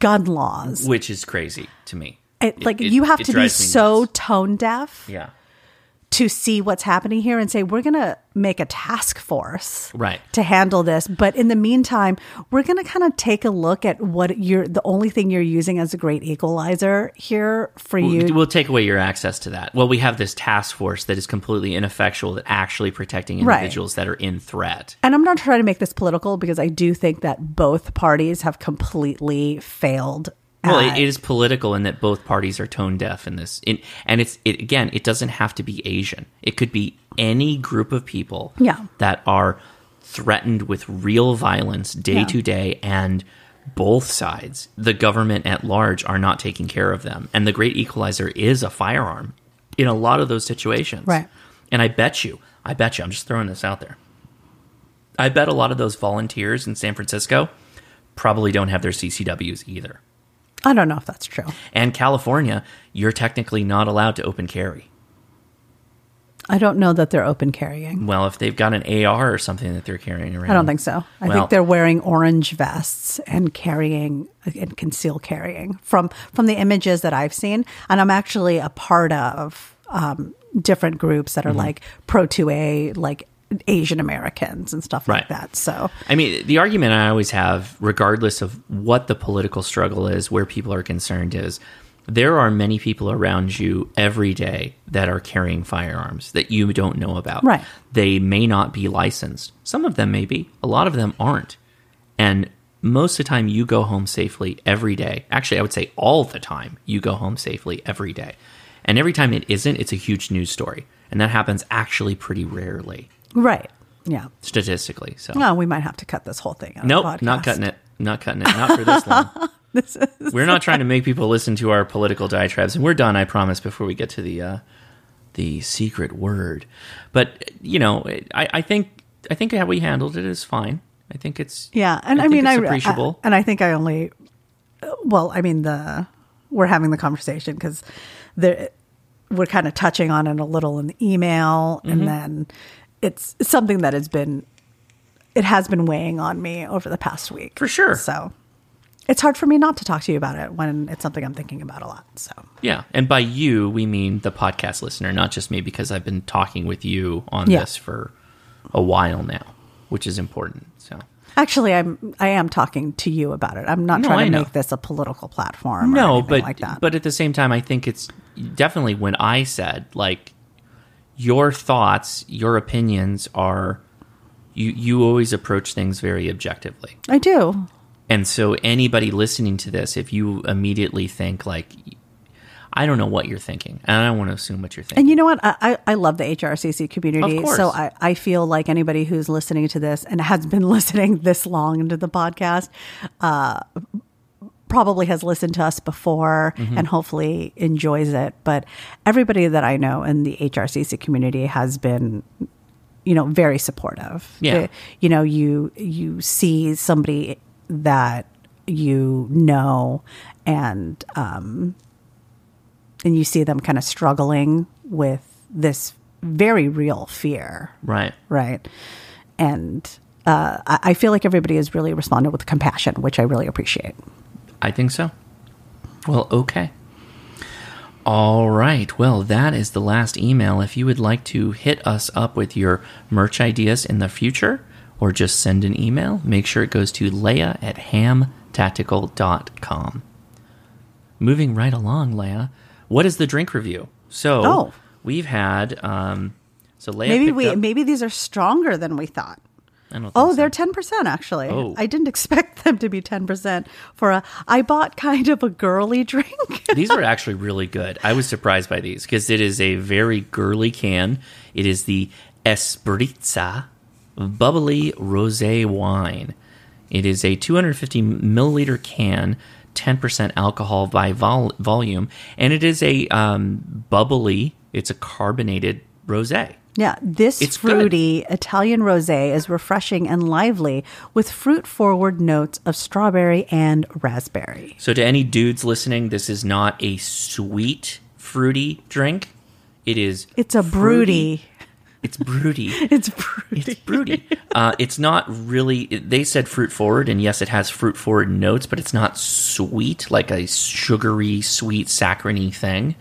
Speaker 2: gun laws.
Speaker 1: which is crazy to me.
Speaker 2: It, like you have
Speaker 1: it
Speaker 2: to be
Speaker 1: drives me
Speaker 2: so
Speaker 1: nuts.
Speaker 2: tone deaf
Speaker 1: yeah,
Speaker 2: to see what's happening here and say we're going to make a task force
Speaker 1: right.
Speaker 2: to handle this. But in the meantime, we're going to kind of take a look at what you're the only thing you're using as a great equalizer here for you.
Speaker 1: we'll take away your access to that. Well, we have this task force that is completely ineffectual at actually protecting
Speaker 2: Right.
Speaker 1: individuals that are in threat.
Speaker 2: And I'm not trying to make this political because I do think that both parties have completely failed.
Speaker 1: Well,
Speaker 2: at-
Speaker 1: it, it is political in that both parties are tone deaf in this. In, and it's it again, it doesn't have to be Asian. It could be any group of people
Speaker 2: Yeah.
Speaker 1: that are threatened with real violence day
Speaker 2: Yeah.
Speaker 1: to day and both sides, the government at large are not taking care of them. And the great equalizer is a firearm in a lot of those situations.
Speaker 2: Right.
Speaker 1: And I bet you, I bet you, I'm just throwing this out there. I bet a lot of those volunteers in San Francisco probably don't have their CCWs either
Speaker 2: I don't know if that's true.
Speaker 1: and California, you're technically not allowed to open carry.
Speaker 2: I don't know that they're open carrying.
Speaker 1: Well, if they've got an AR or something that they're carrying around,
Speaker 2: I don't think so. I
Speaker 1: Well-
Speaker 2: think they're wearing orange vests and carrying and conceal carrying from from the images that I've seen. And I'm actually a part of um, different groups
Speaker 1: Mm-hmm.
Speaker 2: that are like pro 2A, like Asian Americans and stuff like
Speaker 1: Right.
Speaker 2: that. So
Speaker 1: I mean, the argument I always have, regardless of what the political struggle is, where people are concerned, is there are many people around you every day that are carrying firearms that you don't know about.
Speaker 2: Right.
Speaker 1: They may not be licensed. Some of them may be, a lot of them aren't. And most of the time, you go home safely every day. Actually, I would say all the time, you go home safely every day. And every time it isn't, it's a huge news story. And that happens actually pretty rarely,
Speaker 2: right, yeah.
Speaker 1: statistically. So,
Speaker 2: Oh, we might have to cut this whole thing. out of the
Speaker 1: Nope, not
Speaker 2: podcast.
Speaker 1: cutting it. Not cutting it. Not for this long. We're not trying to make people listen to our political diatribes, and we're done. I promise. Before we get to the uh, the secret word, but you know, it- I, I think I think how we handled it is fine. I think it's
Speaker 2: Yeah, and I,
Speaker 1: think
Speaker 2: mean,
Speaker 1: it's
Speaker 2: I,
Speaker 1: appreciable.
Speaker 2: I- and I think I only, well, I mean the we're having the conversation because there we're kind of touching on it a little in the email,
Speaker 1: Mm-hmm.
Speaker 2: and then it's something that has been it has been weighing on me over the past week
Speaker 1: For sure.
Speaker 2: So it's hard for me not to talk to you about it when it's something I'm thinking about a lot. So
Speaker 1: yeah, and by you we mean the podcast listener, not just me, because I've been talking with you on
Speaker 2: Yeah.
Speaker 1: this for a while now, which is important. So
Speaker 2: Actually, I'm I am talking to you about it. I'm not
Speaker 1: No, I
Speaker 2: trying to
Speaker 1: know.
Speaker 2: make this a political platform. or
Speaker 1: no
Speaker 2: anything
Speaker 1: but
Speaker 2: like that.
Speaker 1: but at the same time i think it's definitely when i said like your thoughts your opinions are you you always approach things very objectively
Speaker 2: I do.
Speaker 1: and so anybody listening to this if you immediately think like i don't know what you're thinking and i don't want to assume what you're thinking
Speaker 2: And you know what? I, I, I love the HRCC community.
Speaker 1: Of course.
Speaker 2: so I, I feel like anybody who's listening to this and has been listening this long into the podcast uh, probably has listened to us before
Speaker 1: Mm-hmm.
Speaker 2: and hopefully enjoys it. But everybody that I know in the HRCC community has been. You know, very supportive.
Speaker 1: Yeah.
Speaker 2: They- you know, you you see somebody that you know, and um, and you see them kind of struggling with this very real fear,
Speaker 1: right
Speaker 2: right? And uh, I I feel like everybody has really responded with compassion, which I really appreciate.
Speaker 1: I think so. Well, okay. All right. Well, that is the last email. If you would like to hit us up with your merch ideas in the future or just send an email, make sure it goes to Leia at hamtactical.com. Moving right along, Leia, what is the drink review? So
Speaker 2: Oh.
Speaker 1: we've had. Um, so Leia
Speaker 2: Maybe
Speaker 1: picked
Speaker 2: we
Speaker 1: up-
Speaker 2: maybe these are stronger than we thought.
Speaker 1: I don't think
Speaker 2: Oh,
Speaker 1: so.
Speaker 2: they're ten percent actually.
Speaker 1: Oh.
Speaker 2: I didn't expect them to be ten percent for a. I bought kind of a girly drink.
Speaker 1: these were actually really good. I was surprised by these because it is a very girly can. It is the Espritza bubbly rosé wine. It is a 250 milliliter can, 10% alcohol by vol- volume, and it is a um, bubbly. It's a carbonated rosé.
Speaker 2: Yeah, this
Speaker 1: It's good.
Speaker 2: fruity Italian rosé is refreshing and lively with fruit-forward notes of strawberry and raspberry.
Speaker 1: So, to any dudes listening, this is not a sweet, fruity drink. It is.
Speaker 2: It's a
Speaker 1: fruity.
Speaker 2: broody.
Speaker 1: It's broody.
Speaker 2: It's broody.
Speaker 1: It's fruity. uh, it's not really. it- They said fruit forward, and yes, it has fruit forward notes, but it's not sweet like a sugary, sweet, saccharine thing.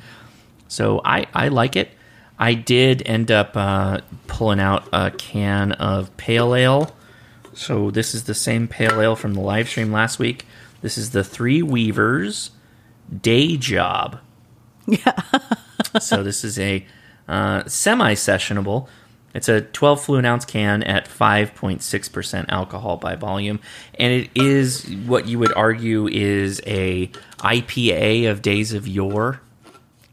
Speaker 1: So I I like it. I did end up uh, pulling out a can of pale ale. So this is the same pale ale from the live stream last week. This is the Three Weavers Day Job. so this is a uh, semi-sessionable. It's a 12 fluid ounce can at 5.6% alcohol by volume, and it is what you would argue is a IPA of days of yore,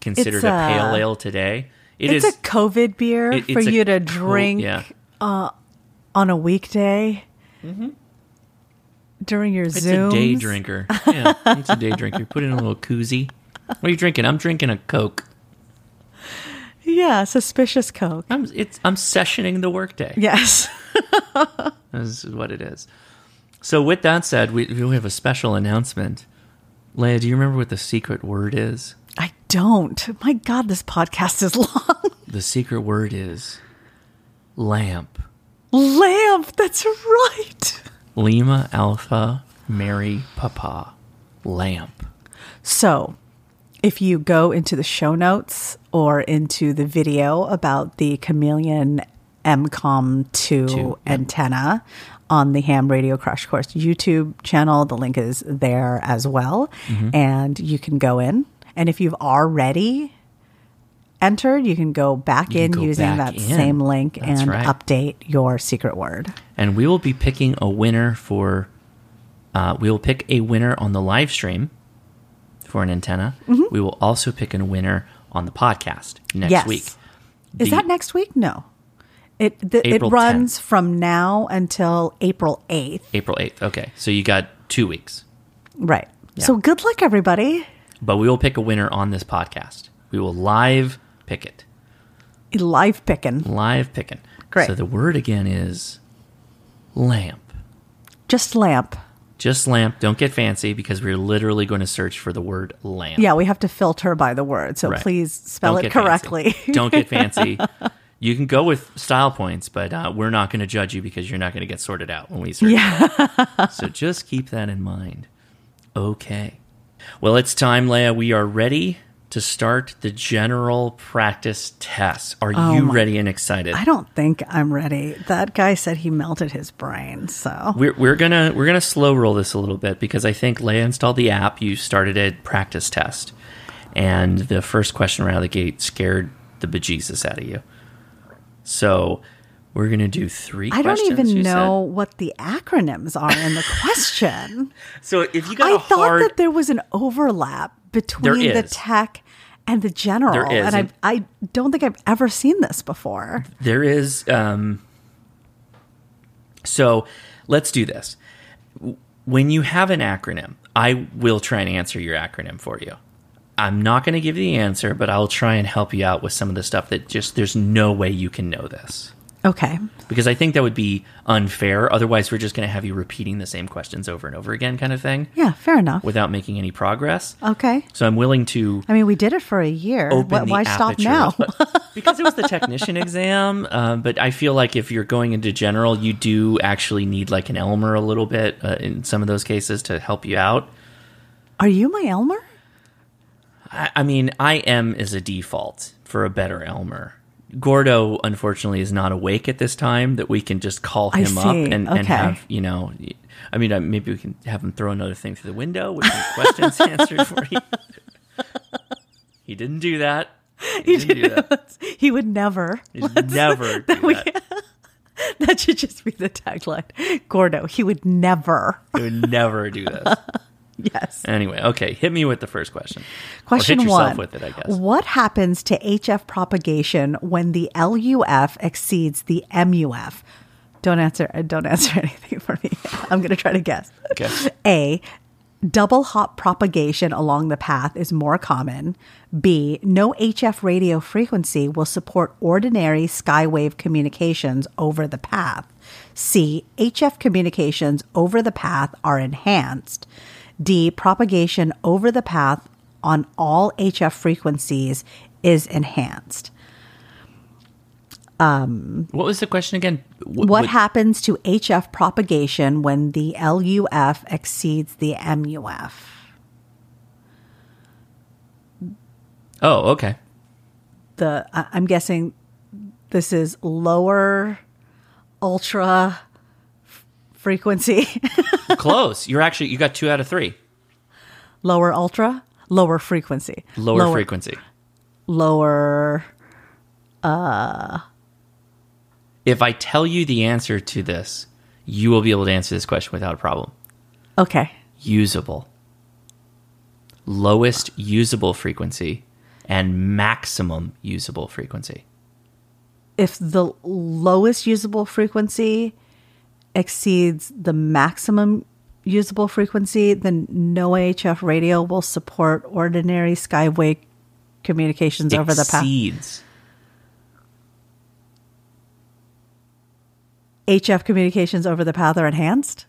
Speaker 1: considered
Speaker 2: It's
Speaker 1: a,
Speaker 2: a-
Speaker 1: pale ale today. It
Speaker 2: it's
Speaker 1: is-
Speaker 2: a COVID beer
Speaker 1: it-
Speaker 2: for
Speaker 1: it's a
Speaker 2: you to
Speaker 1: co-
Speaker 2: drink
Speaker 1: yeah.
Speaker 2: on a weekday during your
Speaker 1: Mm-hmm. It's
Speaker 2: Zoom.
Speaker 1: a day drinker. Yeah, it's a day drinker. Put in a little koozie. What are you drinking? I'm drinking a Coke.
Speaker 2: Yeah, suspicious Coke.
Speaker 1: I'm it's I'm sessioning the workday.
Speaker 2: Yes.
Speaker 1: This is what it is. So, with that said, we, we have a special announcement. Leia, do you remember what the secret word is?
Speaker 2: I don't. My God, this podcast is long.
Speaker 1: The secret word is lamp.
Speaker 2: Lamp, that's right.
Speaker 1: Lima Alpha Mary Papa lamp.
Speaker 2: So, if you go into the show notes or into the video about the chameleon MCOM 2
Speaker 1: Two, yeah.
Speaker 2: antenna on the Ham Radio Crash Course YouTube channel, the link is there as well.
Speaker 1: Mm-hmm.
Speaker 2: And you can go in. And if you've already entered, you can go back
Speaker 1: You
Speaker 2: in
Speaker 1: can go
Speaker 2: using
Speaker 1: back
Speaker 2: that
Speaker 1: in.
Speaker 2: same link
Speaker 1: That's
Speaker 2: and
Speaker 1: right.
Speaker 2: update your secret word.
Speaker 1: And we will be picking a winner for. Uh, we will pick a winner on the live stream for an antenna.
Speaker 2: Mm-hmm.
Speaker 1: We will also pick a winner on the podcast next
Speaker 2: Yes.
Speaker 1: week. The-
Speaker 2: Is that next week? No. It th- it
Speaker 1: April
Speaker 2: runs from now until April 8th.
Speaker 1: April 8th? Okay. So, you got two weeks.
Speaker 2: Right.
Speaker 1: Yeah.
Speaker 2: So good luck, everybody.
Speaker 1: but we will pick a winner on this podcast. We will live pick it.
Speaker 2: Live picking.
Speaker 1: Live picking.
Speaker 2: Great.
Speaker 1: So the word again is lamp.
Speaker 2: Just lamp.
Speaker 1: Just lamp. Don't get fancy because we're literally going to search for the word lamp.
Speaker 2: Yeah, we have to filter by the word. So
Speaker 1: Right.
Speaker 2: please spell
Speaker 1: Don't
Speaker 2: it
Speaker 1: get fancy.
Speaker 2: correctly.
Speaker 1: Don't get fancy. You can go with style points, but uh, we're not going to judge you because you're not going to get sorted out when we search.
Speaker 2: yeah.
Speaker 1: so just keep that in mind. Okay. Well, it's time, Leia. We are ready to start the general practice test. Are
Speaker 2: Oh
Speaker 1: you ready and excited?
Speaker 2: I don't think I'm ready. That guy said he melted his brain. So
Speaker 1: We're, we're gonna we're gonna slow roll this a little bit because I think Leia installed the app. You started a practice test, and the first question right out of the gate scared the bejesus out of you. So we're gonna do three.
Speaker 2: I don't
Speaker 1: questions,
Speaker 2: even
Speaker 1: you said?
Speaker 2: know what the acronyms are in the question.
Speaker 1: So if you got a
Speaker 2: I thought
Speaker 1: hard,
Speaker 2: that there was an overlap between the
Speaker 1: is.
Speaker 2: tech and the general.
Speaker 1: There is,
Speaker 2: And I,
Speaker 1: and-
Speaker 2: I don't think I've ever seen this before.
Speaker 1: there is. Um, so let's do this. W- When you have an acronym, I will try and answer your acronym for you. I'm not going to give you the answer, but I'll try and help you out with some of the stuff that just there's no way you can know this.
Speaker 2: Okay.
Speaker 1: because I think that would be unfair. Otherwise, we're just going to have you repeating the same questions over and over again, kind of thing,
Speaker 2: Yeah, fair enough.
Speaker 1: without making any progress.
Speaker 2: okay.
Speaker 1: So I'm willing to
Speaker 2: I mean, we did it for a year.
Speaker 1: open
Speaker 2: Why,
Speaker 1: the
Speaker 2: why stop
Speaker 1: aperture.
Speaker 2: now?
Speaker 1: because it was the technician exam. Um, but I feel like if you're going into general, you do actually need like an Elmer a little bit uh, in some of those cases to help you out.
Speaker 2: Are you my Elmer?
Speaker 1: I, I mean, I am is a default for a better Elmer. Gordo, unfortunately, is not awake at this time that we can just call
Speaker 2: I
Speaker 1: him up
Speaker 2: see.
Speaker 1: and,
Speaker 2: Okay.
Speaker 1: and have, you know, I mean, uh, maybe we can have him throw another thing through the window with some questions answered for you. He didn't do that. He, didn't do that.
Speaker 2: he would never.
Speaker 1: He's never do
Speaker 2: we-
Speaker 1: that.
Speaker 2: That should just be the tagline. Gordo, he would never.
Speaker 1: He would never do this.
Speaker 2: Yes.
Speaker 1: Anyway, okay, hit me with the first question.
Speaker 2: Question
Speaker 1: or hit
Speaker 2: one.
Speaker 1: yourself with it, I guess.
Speaker 2: What happens to HF propagation when the LUF exceeds the MUF? Don't answer. uh, Don't answer anything for me. I'm going to try to guess.
Speaker 1: Okay.
Speaker 2: A. Double hop propagation along the path is more common. B. No HF radio frequency will support ordinary skywave communications over the path. C. HF communications over the path are enhanced. D. Propagation over the path on all HF frequencies is enhanced.
Speaker 1: What was the question again? What,
Speaker 2: What happens to HF propagation when the LUF exceeds the MUF?
Speaker 1: Oh, okay.
Speaker 2: the I- I'm guessing this is lower ultra f- frequency,
Speaker 1: Close. You're actually you got two out of three.
Speaker 2: lower ultra, lower frequency,
Speaker 1: Lower, frequency.
Speaker 2: lower.
Speaker 1: If I tell you the answer to this, you will be able to answer this question without a problem.
Speaker 2: Okay,
Speaker 1: Usable. Lowest usable frequency and maximum usable frequency.
Speaker 2: if the lowest usable frequency exceeds the maximum usable frequency, then no HF radio will support ordinary skyway communications over the path.
Speaker 1: Exceeds.
Speaker 2: HF communications over the path are enhanced?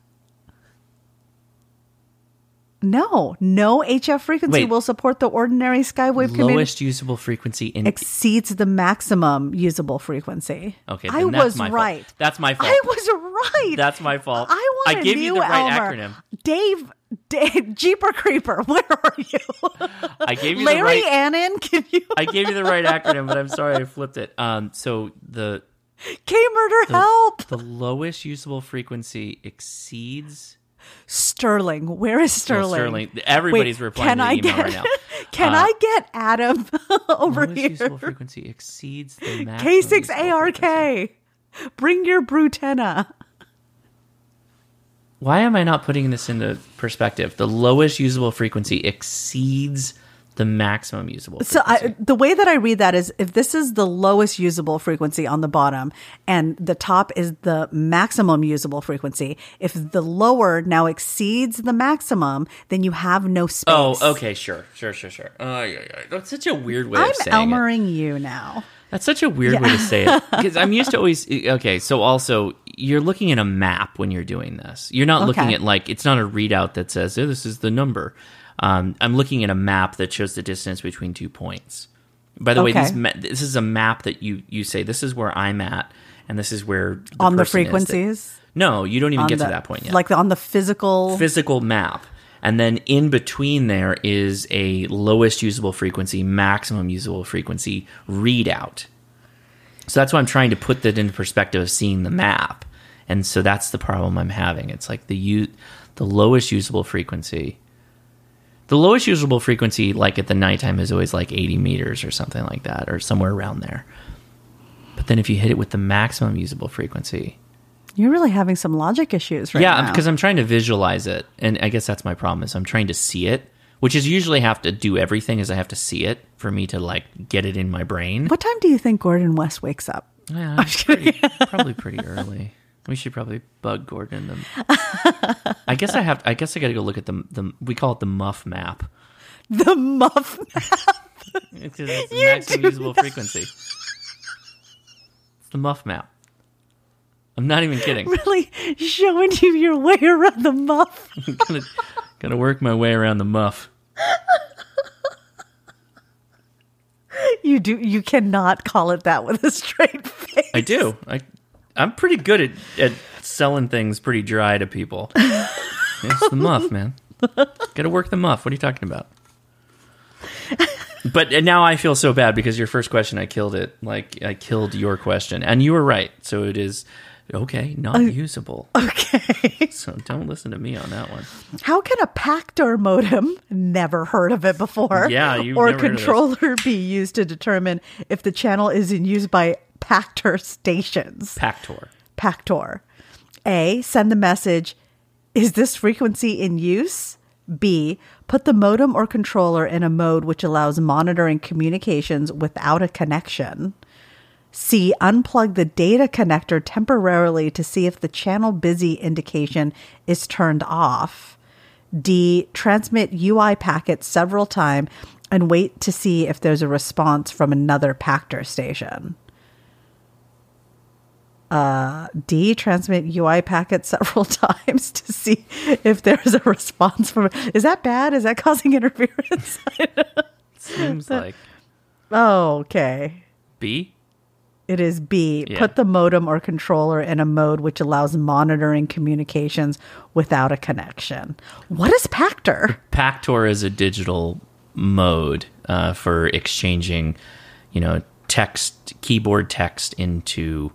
Speaker 2: No, no HF frequency
Speaker 1: Wait.
Speaker 2: will support the ordinary skywave communication.
Speaker 1: Lowest usable frequency in
Speaker 2: Exceeds the maximum usable frequency.
Speaker 1: Okay,
Speaker 2: I
Speaker 1: then that's
Speaker 2: was
Speaker 1: my fault.
Speaker 2: right.
Speaker 1: That's my fault.
Speaker 2: I was right.
Speaker 1: That's my fault.
Speaker 2: I want
Speaker 1: I
Speaker 2: a
Speaker 1: gave
Speaker 2: new
Speaker 1: you the right
Speaker 2: Elmer.
Speaker 1: acronym.
Speaker 2: Dave, Dave, Jeeper Creeper, where are you?
Speaker 1: I gave you the
Speaker 2: Larry
Speaker 1: right
Speaker 2: Annan, can you?
Speaker 1: I gave you the right acronym, but I'm sorry I flipped it. Um so the
Speaker 2: K Murder, help!
Speaker 1: the lowest usable frequency exceeds
Speaker 2: Sterling, where is Sterling?
Speaker 1: Sterling. Everybody's replying
Speaker 2: can
Speaker 1: to the
Speaker 2: I
Speaker 1: email
Speaker 2: get,
Speaker 1: right now. Uh,
Speaker 2: Can I get Adam over
Speaker 1: Lowest
Speaker 2: here?
Speaker 1: usable frequency exceeds the maximum. usable frequency.
Speaker 2: K6ARK. Bring your Brutenna.
Speaker 1: Why am I not putting this into perspective? The lowest usable frequency exceeds the maximum usable. Frequency.
Speaker 2: So I, the way that I read that is if this is the lowest usable frequency on the bottom and the top is the maximum usable frequency, if the lower now exceeds the maximum, then you have no space.
Speaker 1: oh, okay, sure, sure, sure, sure. Oh, yeah, yeah. That's such a weird way
Speaker 2: I'm
Speaker 1: of saying it.
Speaker 2: Elmering you now.
Speaker 1: That's such a weird way to say it because I'm used to always e, okay. So also, you're looking at a map when you're doing this. You're not looking
Speaker 2: Okay.
Speaker 1: at like it's not a readout that says oh, this is the number. Um, I'm looking at a map that shows the distance between two points. By the way,
Speaker 2: Okay.
Speaker 1: these ma- this is a map that you you say this is where I'm at, and this is where the
Speaker 2: on the
Speaker 1: person is that-"
Speaker 2: frequencies?
Speaker 1: no, you don't even
Speaker 2: on
Speaker 1: get
Speaker 2: the-
Speaker 1: to that point yet.
Speaker 2: Like the, on the physical.
Speaker 1: physical map. And then in between there is a lowest usable frequency, maximum usable frequency readout. So that's why I'm trying to put that into perspective of seeing the map. And so that's the problem I'm having. It's like the u- the lowest usable frequency. The lowest usable frequency, like at the nighttime, is always like 80 meters or something like that, or somewhere around there. But then if you hit it with the maximum usable frequency,
Speaker 2: You're really having some logic issues right
Speaker 1: yeah,
Speaker 2: now.
Speaker 1: because I'm trying to visualize it, and I guess that's my problem is I'm trying to see it, which is usually have to do everything is I have to see it for me to like get it in my brain.
Speaker 2: What time do you think Gordon West wakes up?
Speaker 1: Yeah, it's pretty, probably pretty early. We should probably bug Gordon. Them. I guess I have. I guess I got to go look at the the. We call it the muff map.
Speaker 2: The muff.
Speaker 1: It's 'cause it's the
Speaker 2: You
Speaker 1: maximum
Speaker 2: do
Speaker 1: usable frequency. It's the muff map. I'm not even kidding.
Speaker 2: really showing you your way around the muff.
Speaker 1: I'm gonna, gonna work my way around the muff.
Speaker 2: You do. You cannot call it that with a straight face.
Speaker 1: I do. I I'm pretty good at, at selling things pretty dry to people. it's the muff, man. Got to work the muff. What are you talking about? But and now I feel so bad because your first question I killed it. Like I killed your question, and you were right. So it is okay, not usable.
Speaker 2: Okay.
Speaker 1: So don't listen to me on that one.
Speaker 2: How can a Pactor modem, never heard of it before,
Speaker 1: Yeah, you've
Speaker 2: or
Speaker 1: never heard of this.
Speaker 2: controller be used to determine if the channel is in use by Pactor stations?
Speaker 1: Pactor.
Speaker 2: Pactor. A. Send the message, is this frequency in use? B. Put the modem or controller in a mode which allows monitoring communications without a connection. C. Unplug the data connector temporarily to see if the channel busy indication is turned off. D. Transmit UI packets several times and wait to see if there's a response from another Pactor station. D transmit UI packets several times to see if there's a response from Is that bad? Is that causing interference?
Speaker 1: Seems like
Speaker 2: oh, okay.
Speaker 1: B.
Speaker 2: It is B.
Speaker 1: Yeah.
Speaker 2: Put the modem or controller in a mode which allows monitoring communications without a connection. What is Pactor?
Speaker 1: Pactor is a digital mode uh, for exchanging, you know, text, keyboard text into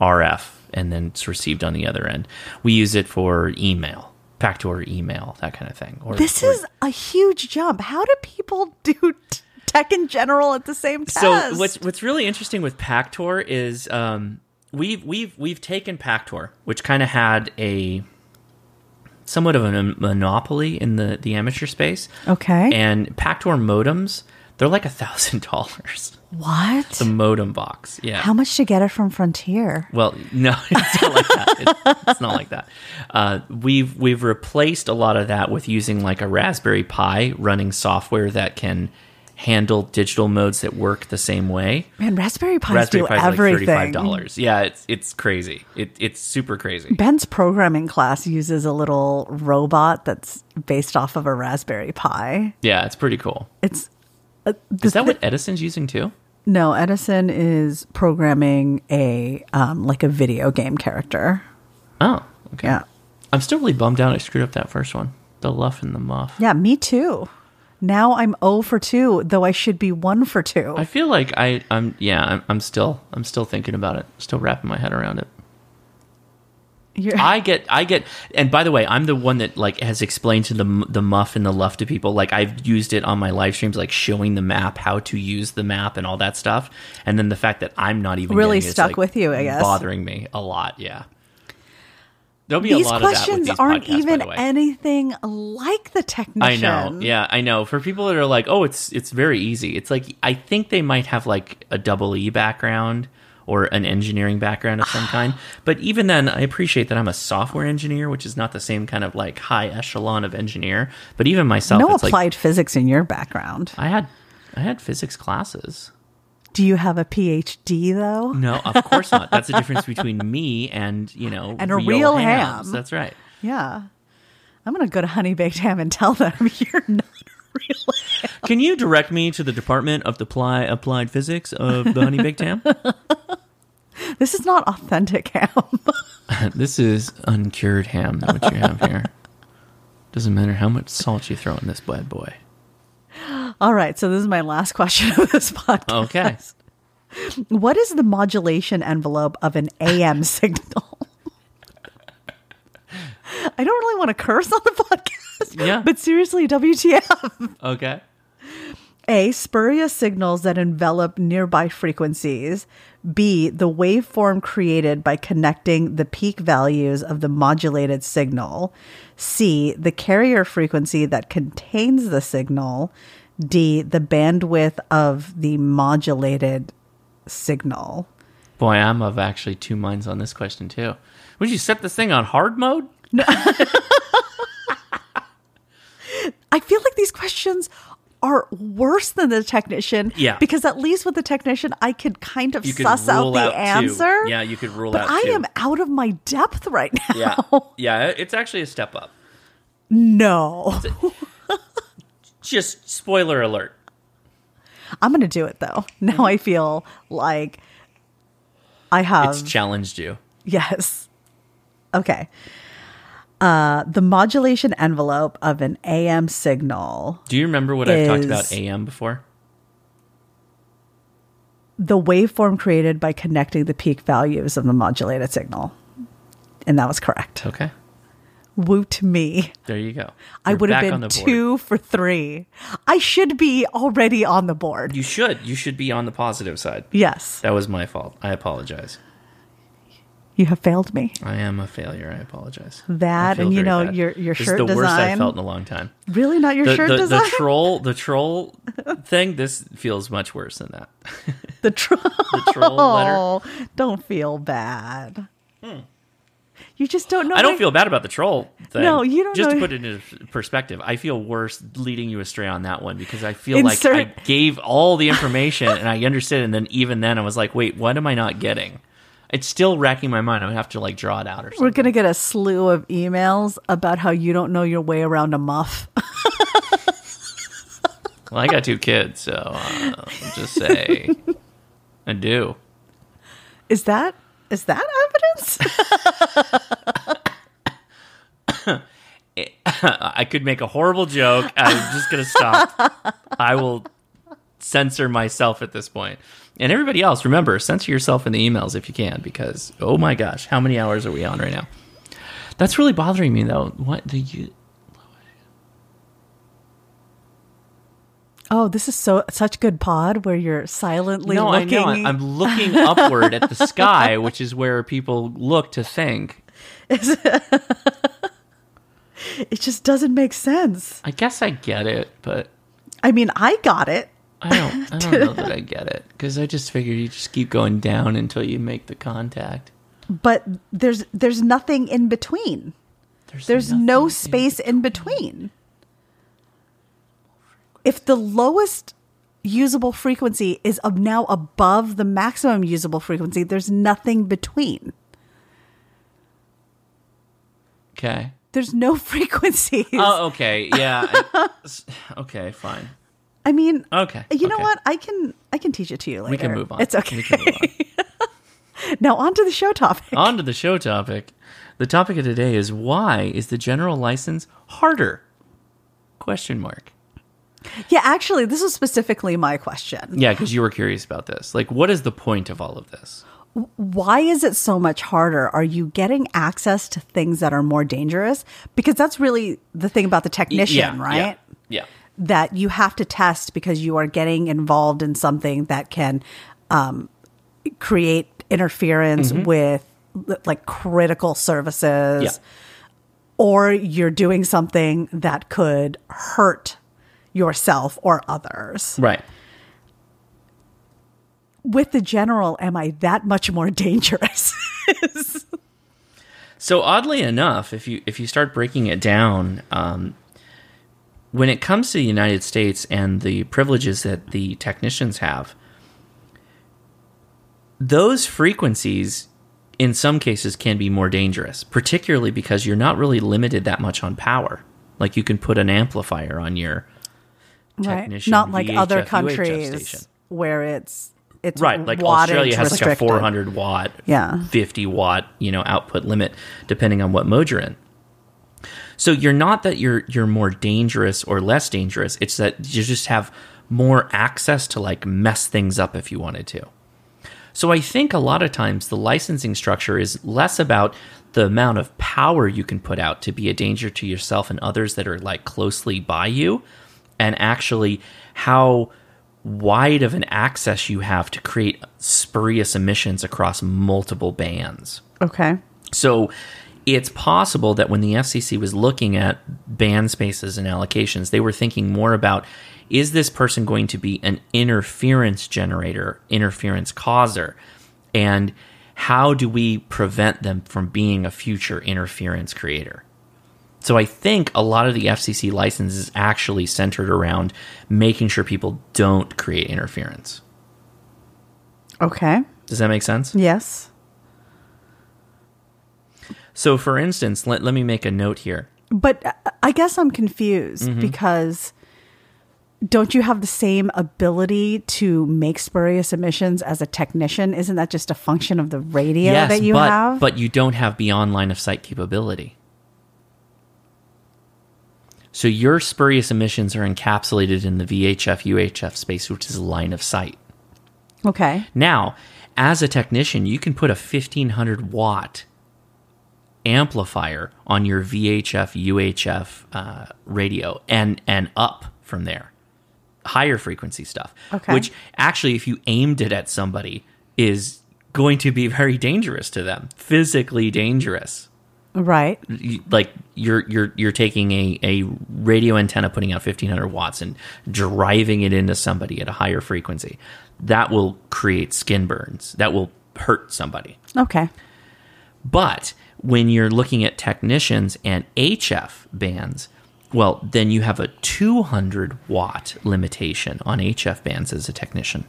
Speaker 1: RF, and then it's received on the other end. We use it for email, Pactor email, that kind of thing. Or,
Speaker 2: This
Speaker 1: or-
Speaker 2: is a huge jump. How do people do t- tech in general at the same time?
Speaker 1: So what's what's really interesting with Pactor is um, we've we've we've taken Pactor, which kind of had a somewhat of a monopoly in the the amateur space.
Speaker 2: Okay.
Speaker 1: And Pactor modems, they're like a thousand dollars.
Speaker 2: what?
Speaker 1: The modem box. Yeah.
Speaker 2: How much to get it from Frontier?
Speaker 1: Well, no, it's not like that. It's, it's not like that. Uh, we've we've replaced a lot of that with using like a Raspberry Pi running software that can handle digital modes that work the same way.
Speaker 2: Man, Raspberry Pis
Speaker 1: Raspberry
Speaker 2: do
Speaker 1: Pi is like
Speaker 2: everything.
Speaker 1: thirty-five dollars. Yeah, it's it's crazy. It, it's super crazy.
Speaker 2: Ben's programming class uses a little robot that's based off of a Raspberry Pi.
Speaker 1: Yeah, it's pretty cool.
Speaker 2: It's uh,
Speaker 1: Is that what Edison's using too?
Speaker 2: no Edison is programming a um, like a video game character.
Speaker 1: Oh, okay.
Speaker 2: Yeah,
Speaker 1: I'm still really bummed out. I screwed up that first one. The luff and the muff.
Speaker 2: yeah, me too. Now I'm O for two, though I should be one for two.
Speaker 1: I feel like I, I'm yeah, I'm, I'm still I'm still thinking about it, still wrapping my head around it.
Speaker 2: You're-
Speaker 1: I get I get, and by the way, I'm the one that like has explained to the m- the muff and the luff to people. Like I've used it on my live streams, like showing the map, how to use the map, and all that stuff. And then the fact that I'm not even
Speaker 2: Really
Speaker 1: getting it is,
Speaker 2: stuck
Speaker 1: like,
Speaker 2: with you, I guess.
Speaker 1: bothering me a lot. Yeah, there'll be
Speaker 2: these
Speaker 1: a lot
Speaker 2: questions
Speaker 1: of that with these
Speaker 2: aren't
Speaker 1: podcasts, by
Speaker 2: even
Speaker 1: the way.
Speaker 2: anything like the
Speaker 1: I
Speaker 2: technician.
Speaker 1: know. Yeah, I know. For people that are like, "Oh, it's it's very easy." It's like I think they might have like a double E background or an engineering background of some kind. But even then, I appreciate that I'm a software engineer, which is not the same kind of like high echelon of engineer. But even myself,
Speaker 2: No
Speaker 1: it's
Speaker 2: applied
Speaker 1: like
Speaker 2: physics in your background.
Speaker 1: I had I had physics classes.
Speaker 2: Do you have a PhD though?
Speaker 1: No, of course not. That's the difference between me and you know
Speaker 2: And a real
Speaker 1: hams.
Speaker 2: ham.
Speaker 1: That's right.
Speaker 2: Yeah. I'm going to go to Honey Baked Ham and tell them you're not real.
Speaker 1: Can you direct me to the Department of the Pli- Applied Physics of the Honey Baked Ham?
Speaker 2: This is not authentic ham.
Speaker 1: This is uncured ham, what you have here. Doesn't matter how much salt you throw in this bad boy.
Speaker 2: All right, so this is my last question of this podcast.
Speaker 1: Okay.
Speaker 2: What is the modulation envelope of an AM signal? I don't really want to curse on the podcast.
Speaker 1: Yeah.
Speaker 2: But seriously, WTF.
Speaker 1: Okay.
Speaker 2: A, spurious signals that envelop nearby frequencies. B, the waveform created by connecting the peak values of the modulated signal. C, the carrier frequency that contains the signal. D, the bandwidth of the modulated signal.
Speaker 1: Boy, I'm of actually two minds on this question too. Would you set this thing on hard mode?
Speaker 2: I feel like these questions are worse than the technician
Speaker 1: Yeah.
Speaker 2: because at least with the technician I could kind of
Speaker 1: You could
Speaker 2: suss out
Speaker 1: rule
Speaker 2: the
Speaker 1: out two.
Speaker 2: answer.
Speaker 1: Yeah, you could rule
Speaker 2: but
Speaker 1: out
Speaker 2: I
Speaker 1: two.
Speaker 2: am out of my depth right now.
Speaker 1: Yeah. Yeah, it's actually a step up.
Speaker 2: No.
Speaker 1: Just spoiler alert.
Speaker 2: I'm going to do it though. Now I feel like I have
Speaker 1: Mm-hmm. It's challenged you.
Speaker 2: yes. Okay. Uh the modulation envelope of an AM signal,
Speaker 1: Do you remember what I've talked
Speaker 2: Is-
Speaker 1: about AM before?
Speaker 2: the waveform created by connecting the peak values of the modulated signal. And that was correct.
Speaker 1: Okay.
Speaker 2: Woot me.
Speaker 1: There you go.
Speaker 2: I
Speaker 1: You're
Speaker 2: would have
Speaker 1: back on
Speaker 2: been
Speaker 1: the board.
Speaker 2: two for three. I should be already on the board.
Speaker 1: You should. You should be on the positive side.
Speaker 2: Yes,
Speaker 1: That was my fault. I apologize.
Speaker 2: you have failed me.
Speaker 1: I am a failure. I apologize.
Speaker 2: That
Speaker 1: I feel
Speaker 2: and, you
Speaker 1: very
Speaker 2: know,
Speaker 1: bad.
Speaker 2: your- your
Speaker 1: This
Speaker 2: shirt
Speaker 1: is the worst
Speaker 2: design.
Speaker 1: I've felt in a long time.
Speaker 2: Really, not your
Speaker 1: The,
Speaker 2: shirt
Speaker 1: the,
Speaker 2: design?
Speaker 1: the troll, the troll thing. This feels much worse than that.
Speaker 2: The troll.
Speaker 1: The troll letter.
Speaker 2: Oh, don't feel bad. You just don't know.
Speaker 1: I don't
Speaker 2: what-
Speaker 1: feel bad about the troll thing.
Speaker 2: No, you don't
Speaker 1: Just
Speaker 2: know-
Speaker 1: to put it into perspective, I feel worse leading you astray on that one because I feel like I
Speaker 2: Insert-
Speaker 1: gave all the information and I understood, and then even then I was like, wait, what am I not getting? It's still racking my mind. I would have to like draw it out or something.
Speaker 2: We're gonna get a slew of emails about how you don't know your way around a muff.
Speaker 1: Well, I got two kids, so uh, just say I do.
Speaker 2: Is that is that evidence?
Speaker 1: Uh, I could make a horrible joke. I'm just gonna stop. I will censor myself at this point. And everybody else, remember, censor yourself in the emails if you can, because oh my gosh, how many hours are we on right now? That's really bothering me though. What do you?
Speaker 2: oh, this is so such good pod where you're silently
Speaker 1: No, I
Speaker 2: looking.
Speaker 1: know. I'm looking upward at the sky, which is where people look to think.
Speaker 2: it just doesn't make sense.
Speaker 1: I guess I get it, but
Speaker 2: I mean, I got it.
Speaker 1: I don't. I don't know that I get it because I just figure you just keep going down until you make the contact.
Speaker 2: but there's there's nothing in between. There's no
Speaker 1: nothing.
Speaker 2: space in between. If the lowest usable frequency is ab- now above the maximum usable frequency, there's nothing between.
Speaker 1: Okay.
Speaker 2: There's no frequencies.
Speaker 1: Oh, okay. Yeah. I- s- okay. Fine.
Speaker 2: I mean,
Speaker 1: Okay,
Speaker 2: You know
Speaker 1: Oh. okay.
Speaker 2: what? I can I can teach it to you later.
Speaker 1: We can move on. Oh.
Speaker 2: It's okay.
Speaker 1: We can move
Speaker 2: now on to the show topic.
Speaker 1: on. on to the show topic. The topic of today is why is the general license harder? Question mark.
Speaker 2: Yeah, actually, this is specifically my question.
Speaker 1: Yeah, because you were curious about this. Like, what is the point of all of this?
Speaker 2: why is it so much harder? Are you getting access to things that are more dangerous? Because that's really the thing about the technician,
Speaker 1: yeah.
Speaker 2: right?
Speaker 1: Yeah. yeah.
Speaker 2: That you have to test because you are getting involved in something that can um, create interference
Speaker 1: Mm-hmm.
Speaker 2: with like critical services,
Speaker 1: Yeah.
Speaker 2: or you're doing something that could hurt yourself or others.
Speaker 1: Right.
Speaker 2: With the general, am I that much more dangerous?
Speaker 1: So oddly enough, if you if you start breaking it down, um, when it comes to the United States and the privileges that the technicians have, those frequencies in some cases can be more dangerous, particularly because you're not really limited that much on power. Like you can put an amplifier on your technician,
Speaker 2: Not like other
Speaker 1: VHF, UHF station.
Speaker 2: countries where it's it's
Speaker 1: right like
Speaker 2: wattage
Speaker 1: australia has like a
Speaker 2: restricted.
Speaker 1: 400 watt
Speaker 2: Yeah.
Speaker 1: 50 watt you know output limit depending on what mode you're in So you're not that you're you're more dangerous or less dangerous. It's that you just have more access to like mess things up if you wanted to. So I think a lot of times the licensing structure is less about the amount of power you can put out to be a danger to yourself and others that are like closely by you and actually how wide of an access you have to create spurious emissions across multiple bands.
Speaker 2: Okay.
Speaker 1: So it's possible that when the FCC was looking at ban spaces and allocations, they were thinking more about is this person going to be an interference generator, interference causer? And how do we prevent them from being a future interference creator? So I think a lot of the FCC license is actually centered around making sure people don't create interference.
Speaker 2: Okay.
Speaker 1: Does that make sense?
Speaker 2: Yes.
Speaker 1: So, for instance, let, let me make a note here.
Speaker 2: But uh, I guess I'm confused
Speaker 1: Mm-hmm.
Speaker 2: because don't you have the same ability to make spurious emissions as a technician? Isn't that just a function of the radio that you
Speaker 1: but,
Speaker 2: have?
Speaker 1: but you don't have beyond line of sight capability. So your spurious emissions are encapsulated in the VHF UHF space, which is line of sight.
Speaker 2: okay.
Speaker 1: Now, as a technician, you can put a 1500 watt amplifier on your VHF UHF uh, radio and and up from there, higher frequency stuff.
Speaker 2: Okay.
Speaker 1: Which actually, if you aimed it at somebody, is going to be very dangerous to them, physically dangerous.
Speaker 2: Right.
Speaker 1: You- Like you're you're you're taking a, a radio antenna, putting out 1500 watts, and driving it into somebody at a higher frequency. That will create skin burns. That will hurt somebody.
Speaker 2: Okay.
Speaker 1: But when you're looking at technicians and HF bands, well, then you have a 200 watt limitation on HF bands as a technician.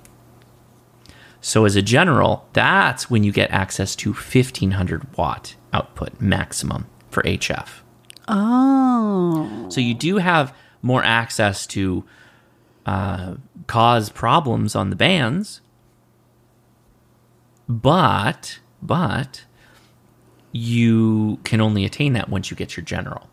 Speaker 1: So, as a general, that's when you get access to 1500 watt output maximum for HF.
Speaker 2: Oh.
Speaker 1: So, you do have more access to uh, cause problems on the bands, but, but, you can only attain that once you get your general.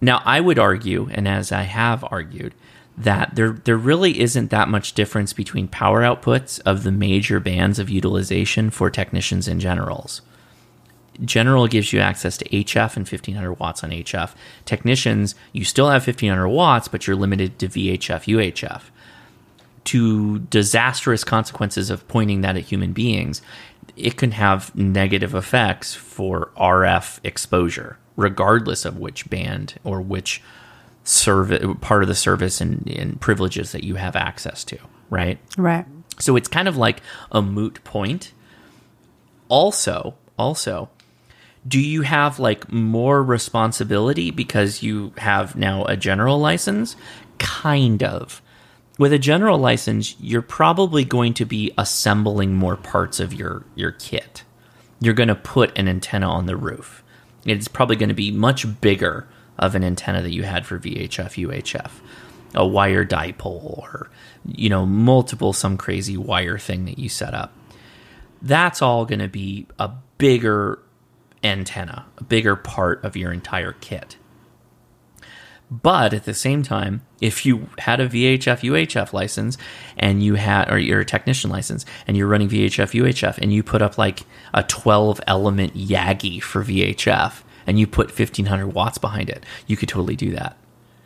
Speaker 1: Now, I would argue, and as I have argued, that there there really isn't that much difference between power outputs of the major bands of utilization for technicians and generals. General gives you access to HF and 1500 watts on HF. Technicians, you still have 1500 watts, but you're limited to VHF, UHF to disastrous consequences of pointing that at human beings, it can have negative effects for RF exposure, regardless of which band or which service part of the service and, and privileges that you have access to, right?
Speaker 2: Right.
Speaker 1: So it's kind of like a moot point. Also, also, do you have like more responsibility because you have now a general license? Kind of. With a general license, you're probably going to be assembling more parts of your your kit. You're going to put an antenna on the roof. It's probably going to be much bigger of an antenna that you had for VHF, UHF, a wire dipole, or you know, multiple some crazy wire thing that you set up that's all going to be a bigger antenna, a bigger part of your entire kit. But at the same time, if you had a VHF UHF license and you had, or you're a technician license and you're running VHF UHF and you put up like a 12 element Yagi for VHF and you put 1500 watts behind it, you could totally do that.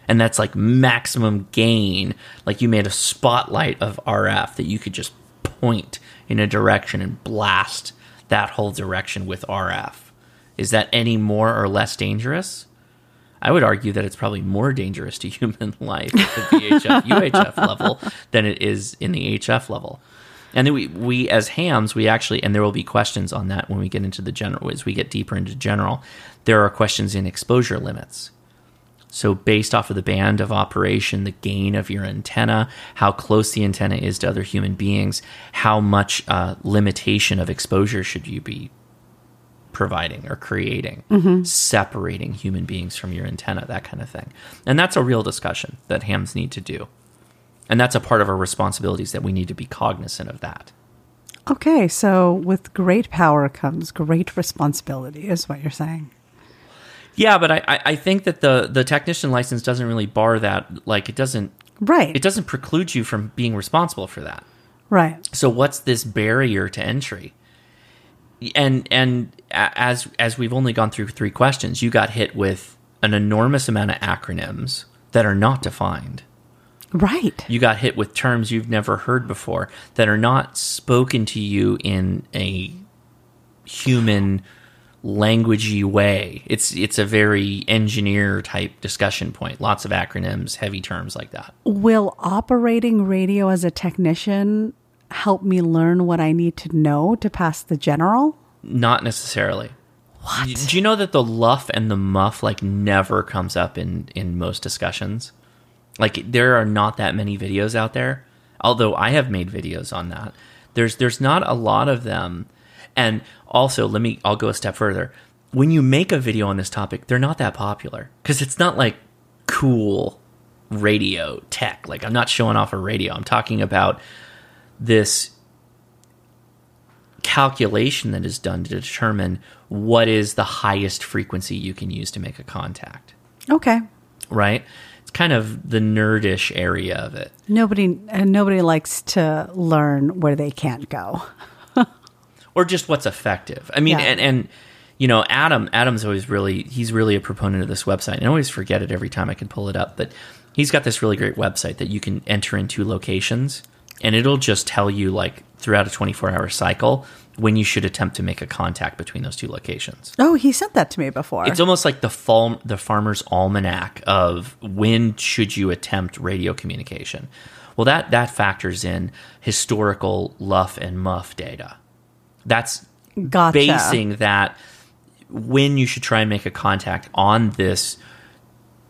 Speaker 1: And that's like maximum gain. Like you made a spotlight of RF that you could just point in a direction and blast that whole direction with RF. Is that any more or less dangerous? I would argue that it's probably more dangerous to human life at the VHF UHF level than it is in the HF level. And then we, we as hams, we actually, and there will be questions on that when we get into the general, as we get deeper into general, there are questions in exposure limits. So, based off of the band of operation, the gain of your antenna, how close the antenna is to other human beings, how much uh, limitation of exposure should you be providing or creating, separating human beings from your antenna, that kind of thing. And that's a real discussion that hams need to do. And that's a part of our responsibilities that we need to be cognizant of that.
Speaker 2: Okay. So with great power comes great responsibility, is what you're saying.
Speaker 1: Yeah, but I, I I think that the the technician license doesn't really bar that. Like it doesn't
Speaker 2: Right.
Speaker 1: it doesn't preclude you from being responsible for that.
Speaker 2: right.
Speaker 1: So what's this barrier to entry? And and a- as as we've only gone through three questions, you got hit with an enormous amount of acronyms that are not defined.
Speaker 2: Right.
Speaker 1: You got hit with terms you've never heard before that are not spoken to you in a human languagey way. It's it's a very engineer type discussion point. Lots of acronyms, heavy terms like that.
Speaker 2: Will operating radio as a technician help me learn what I need to know to pass the general?
Speaker 1: Not necessarily. What? Do you know that the luff and the muff like never comes up in in most discussions? Like there are not that many videos out there. Although I have made videos on that. There's there's not a lot of them. And also, let me I'll go a step further. When you make a video on this topic, they're not that popular cuz it's not like cool radio tech. Like I'm not showing off a radio. I'm talking about this calculation that is done to determine what is the highest frequency you can use to make a contact,
Speaker 2: Okay.
Speaker 1: right? It's kind of the nerdish area of it.
Speaker 2: Nobody uh, nobody likes to learn where they can't go.
Speaker 1: or just what's effective. I mean,
Speaker 2: Yeah.
Speaker 1: and and you know, Adam Adam's always really he's really a proponent of this website. And I always forget it every time I can pull it up, but he's got this really great website that you can enter into locations and it'll just tell you like throughout a 24-hour cycle when you should attempt to make a contact between those two locations.
Speaker 2: Oh, he sent that to me before.
Speaker 1: It's almost like the fal- the farmer's almanac of when should you attempt radio communication. Well, that that factors in historical luff and muff data. That's
Speaker 2: gotcha.
Speaker 1: basing that when you should try and make a contact on this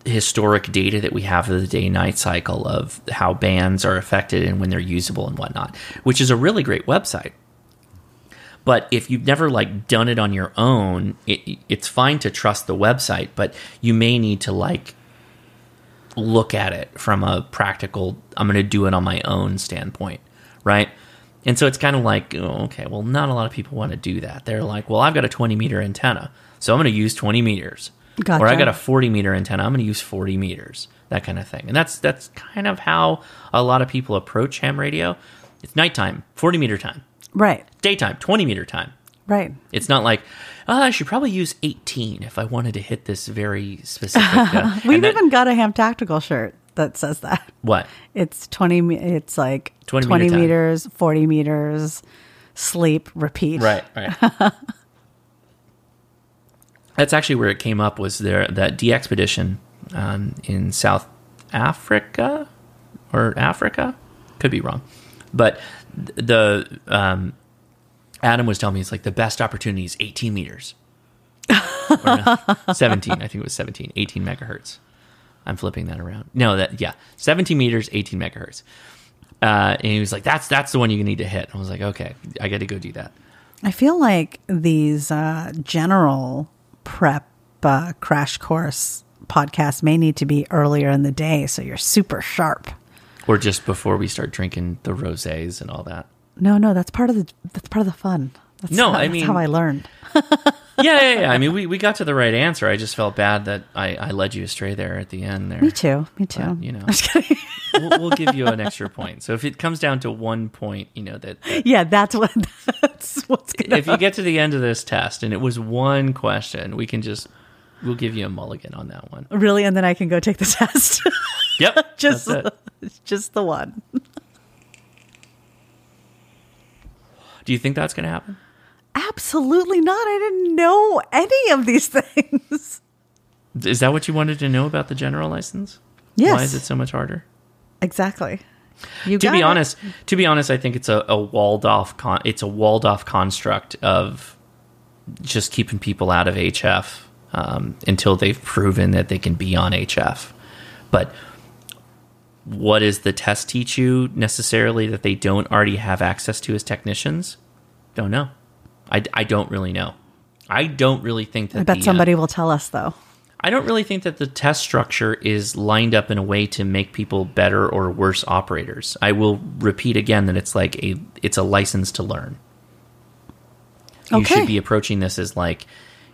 Speaker 1: historic data that we have of the day night cycle of how bands are affected and when they're usable and whatnot, which is a really great website. But if you've never like done it on your own, it, it's fine to trust the website, but you may need to like look at it from a practical i'm going to do it on my own standpoint right and so it's kind of like oh, okay well not a lot of people want to do that they're like well i've got a 20 meter antenna so i'm going to use 20 meters or i
Speaker 2: Gotcha.
Speaker 1: got a 40 meter antenna i'm going to use 40 meters that kind of thing and that's that's kind of how a lot of people approach ham radio it's nighttime 40 meter time
Speaker 2: Right.
Speaker 1: daytime 20 meter time
Speaker 2: Right.
Speaker 1: it's not like oh, i should probably use 18 if i wanted to hit this very specific uh, and
Speaker 2: We've
Speaker 1: that-
Speaker 2: even got a ham tactical shirt that says that.
Speaker 1: what
Speaker 2: It's 20 me- it's like
Speaker 1: 20
Speaker 2: 20,
Speaker 1: meter time.
Speaker 2: meters, 40 meters, sleep, repeat.
Speaker 1: Right, right. That's actually where it came up was there that de expedition um, in South Africa or Africa, could be wrong, but th- the um, Adam was telling me it's like the best opportunity is 18 meters, Or no, 17. I think it was 17, 18 megahertz. I'm flipping that around. No, that yeah, 17 meters, 18 megahertz. Uh, and he was like, "That's that's the one you need to hit." I was like, "Okay, I got to go do that."
Speaker 2: I feel like these uh, general prep uh, crash course podcasts may need to be earlier in the day so you're super sharp.
Speaker 1: or just before we start drinking the rosés and all that.
Speaker 2: No, no, that's part of the that's part of the fun. That's
Speaker 1: No,
Speaker 2: how,
Speaker 1: I
Speaker 2: that's
Speaker 1: mean-
Speaker 2: how I learned.
Speaker 1: Yeah, yeah, yeah. I mean, we, we got to the right answer. I just felt bad that I, I led you astray there at the end. There,
Speaker 2: Me too. Me too.
Speaker 1: But, you know.
Speaker 2: I'm just kidding.
Speaker 1: we'll, we'll give you an extra point. So if it comes down to one point, you know that that-
Speaker 2: yeah, that's what that's what's gonna
Speaker 1: if you get to the end of this test and it was one question, we can just we'll give you a mulligan on that one.
Speaker 2: really and then I can go take the test.
Speaker 1: Yep,
Speaker 2: just
Speaker 1: that's it.
Speaker 2: just the one.
Speaker 1: Do you think that's going to happen?
Speaker 2: Absolutely not. I didn't know any of these things.
Speaker 1: Is that what you wanted to know about the general license? Why is it so much harder?
Speaker 2: exactly. You
Speaker 1: to
Speaker 2: got
Speaker 1: be
Speaker 2: it.
Speaker 1: honest to be honest i think it's a, a walled off con- it's a walled off construct of just keeping people out of hf um, until they've proven that they can be on hf but what does the test teach you necessarily that they don't already have access to as technicians don't know i, I don't really know i don't really think that
Speaker 2: I bet
Speaker 1: the, uh,
Speaker 2: somebody will tell us though.
Speaker 1: I don't really think that the test structure is lined up in a way to make people better or worse operators. I will repeat again that it's like a it's a license to learn. You
Speaker 2: Okay.
Speaker 1: should be approaching this as like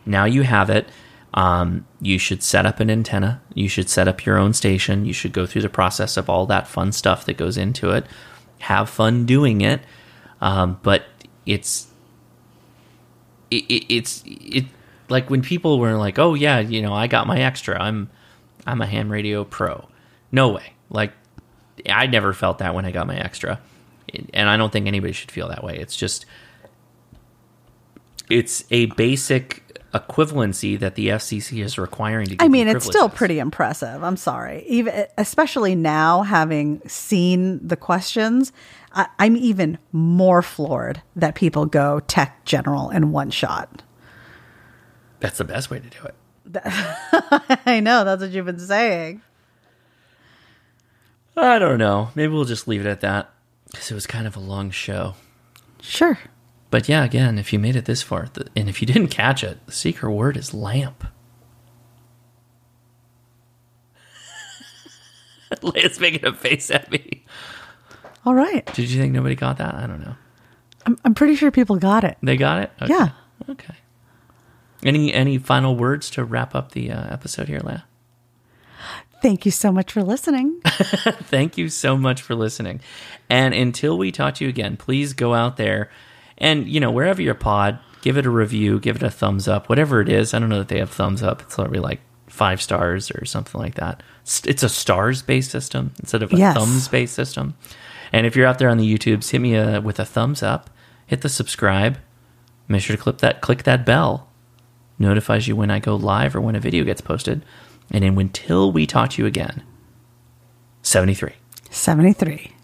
Speaker 1: now you have it. Um, you should set up an antenna. You should set up your own station. You should go through the process of all that fun stuff that goes into it. Have fun doing it. Um, but it's it, it, it's it like when people were like, "Oh yeah, you know, I got my extra. I'm I'm a ham radio pro." No way. Like I never felt that when I got my extra. And I don't think anybody should feel that way. It's just it's a basic equivalency that the FCC is requiring to give
Speaker 2: I mean,
Speaker 1: you
Speaker 2: it's still
Speaker 1: privileges.
Speaker 2: pretty impressive. I'm sorry, even especially now having seen the questions, I, I'm even more floored that people go tech general in one shot.
Speaker 1: That's the best way to do it.
Speaker 2: I know that's what you've been saying.
Speaker 1: I don't know. Maybe we'll just leave it at that because it was kind of a long show.
Speaker 2: Sure.
Speaker 1: But yeah, again, if you made it this far, th- and if you didn't catch it, the secret word is lamp. Leia's making a face at me.
Speaker 2: All right.
Speaker 1: Did you think nobody got that? I don't know.
Speaker 2: I'm, I'm pretty sure people got it.
Speaker 1: They got it. Okay.
Speaker 2: Yeah.
Speaker 1: Okay. Any any final words to wrap up the uh, episode here, Leia?
Speaker 2: Thank you so much for listening.
Speaker 1: Thank you so much for listening. And until we talk to you again, please go out there and, you know, wherever your pod, give it a review, give it a thumbs up, whatever it is. I don't know that they have thumbs up. It's probably like five stars or something like that. It's- It's a stars based system instead of a
Speaker 2: Yes.
Speaker 1: thumbs based system. And if you're out there on the YouTubes, hit me a, with a thumbs up, hit the subscribe, make sure to click that, click that bell. Notifies you when I go live or when a video gets posted. And then until we talk to you again, 73.
Speaker 2: 73.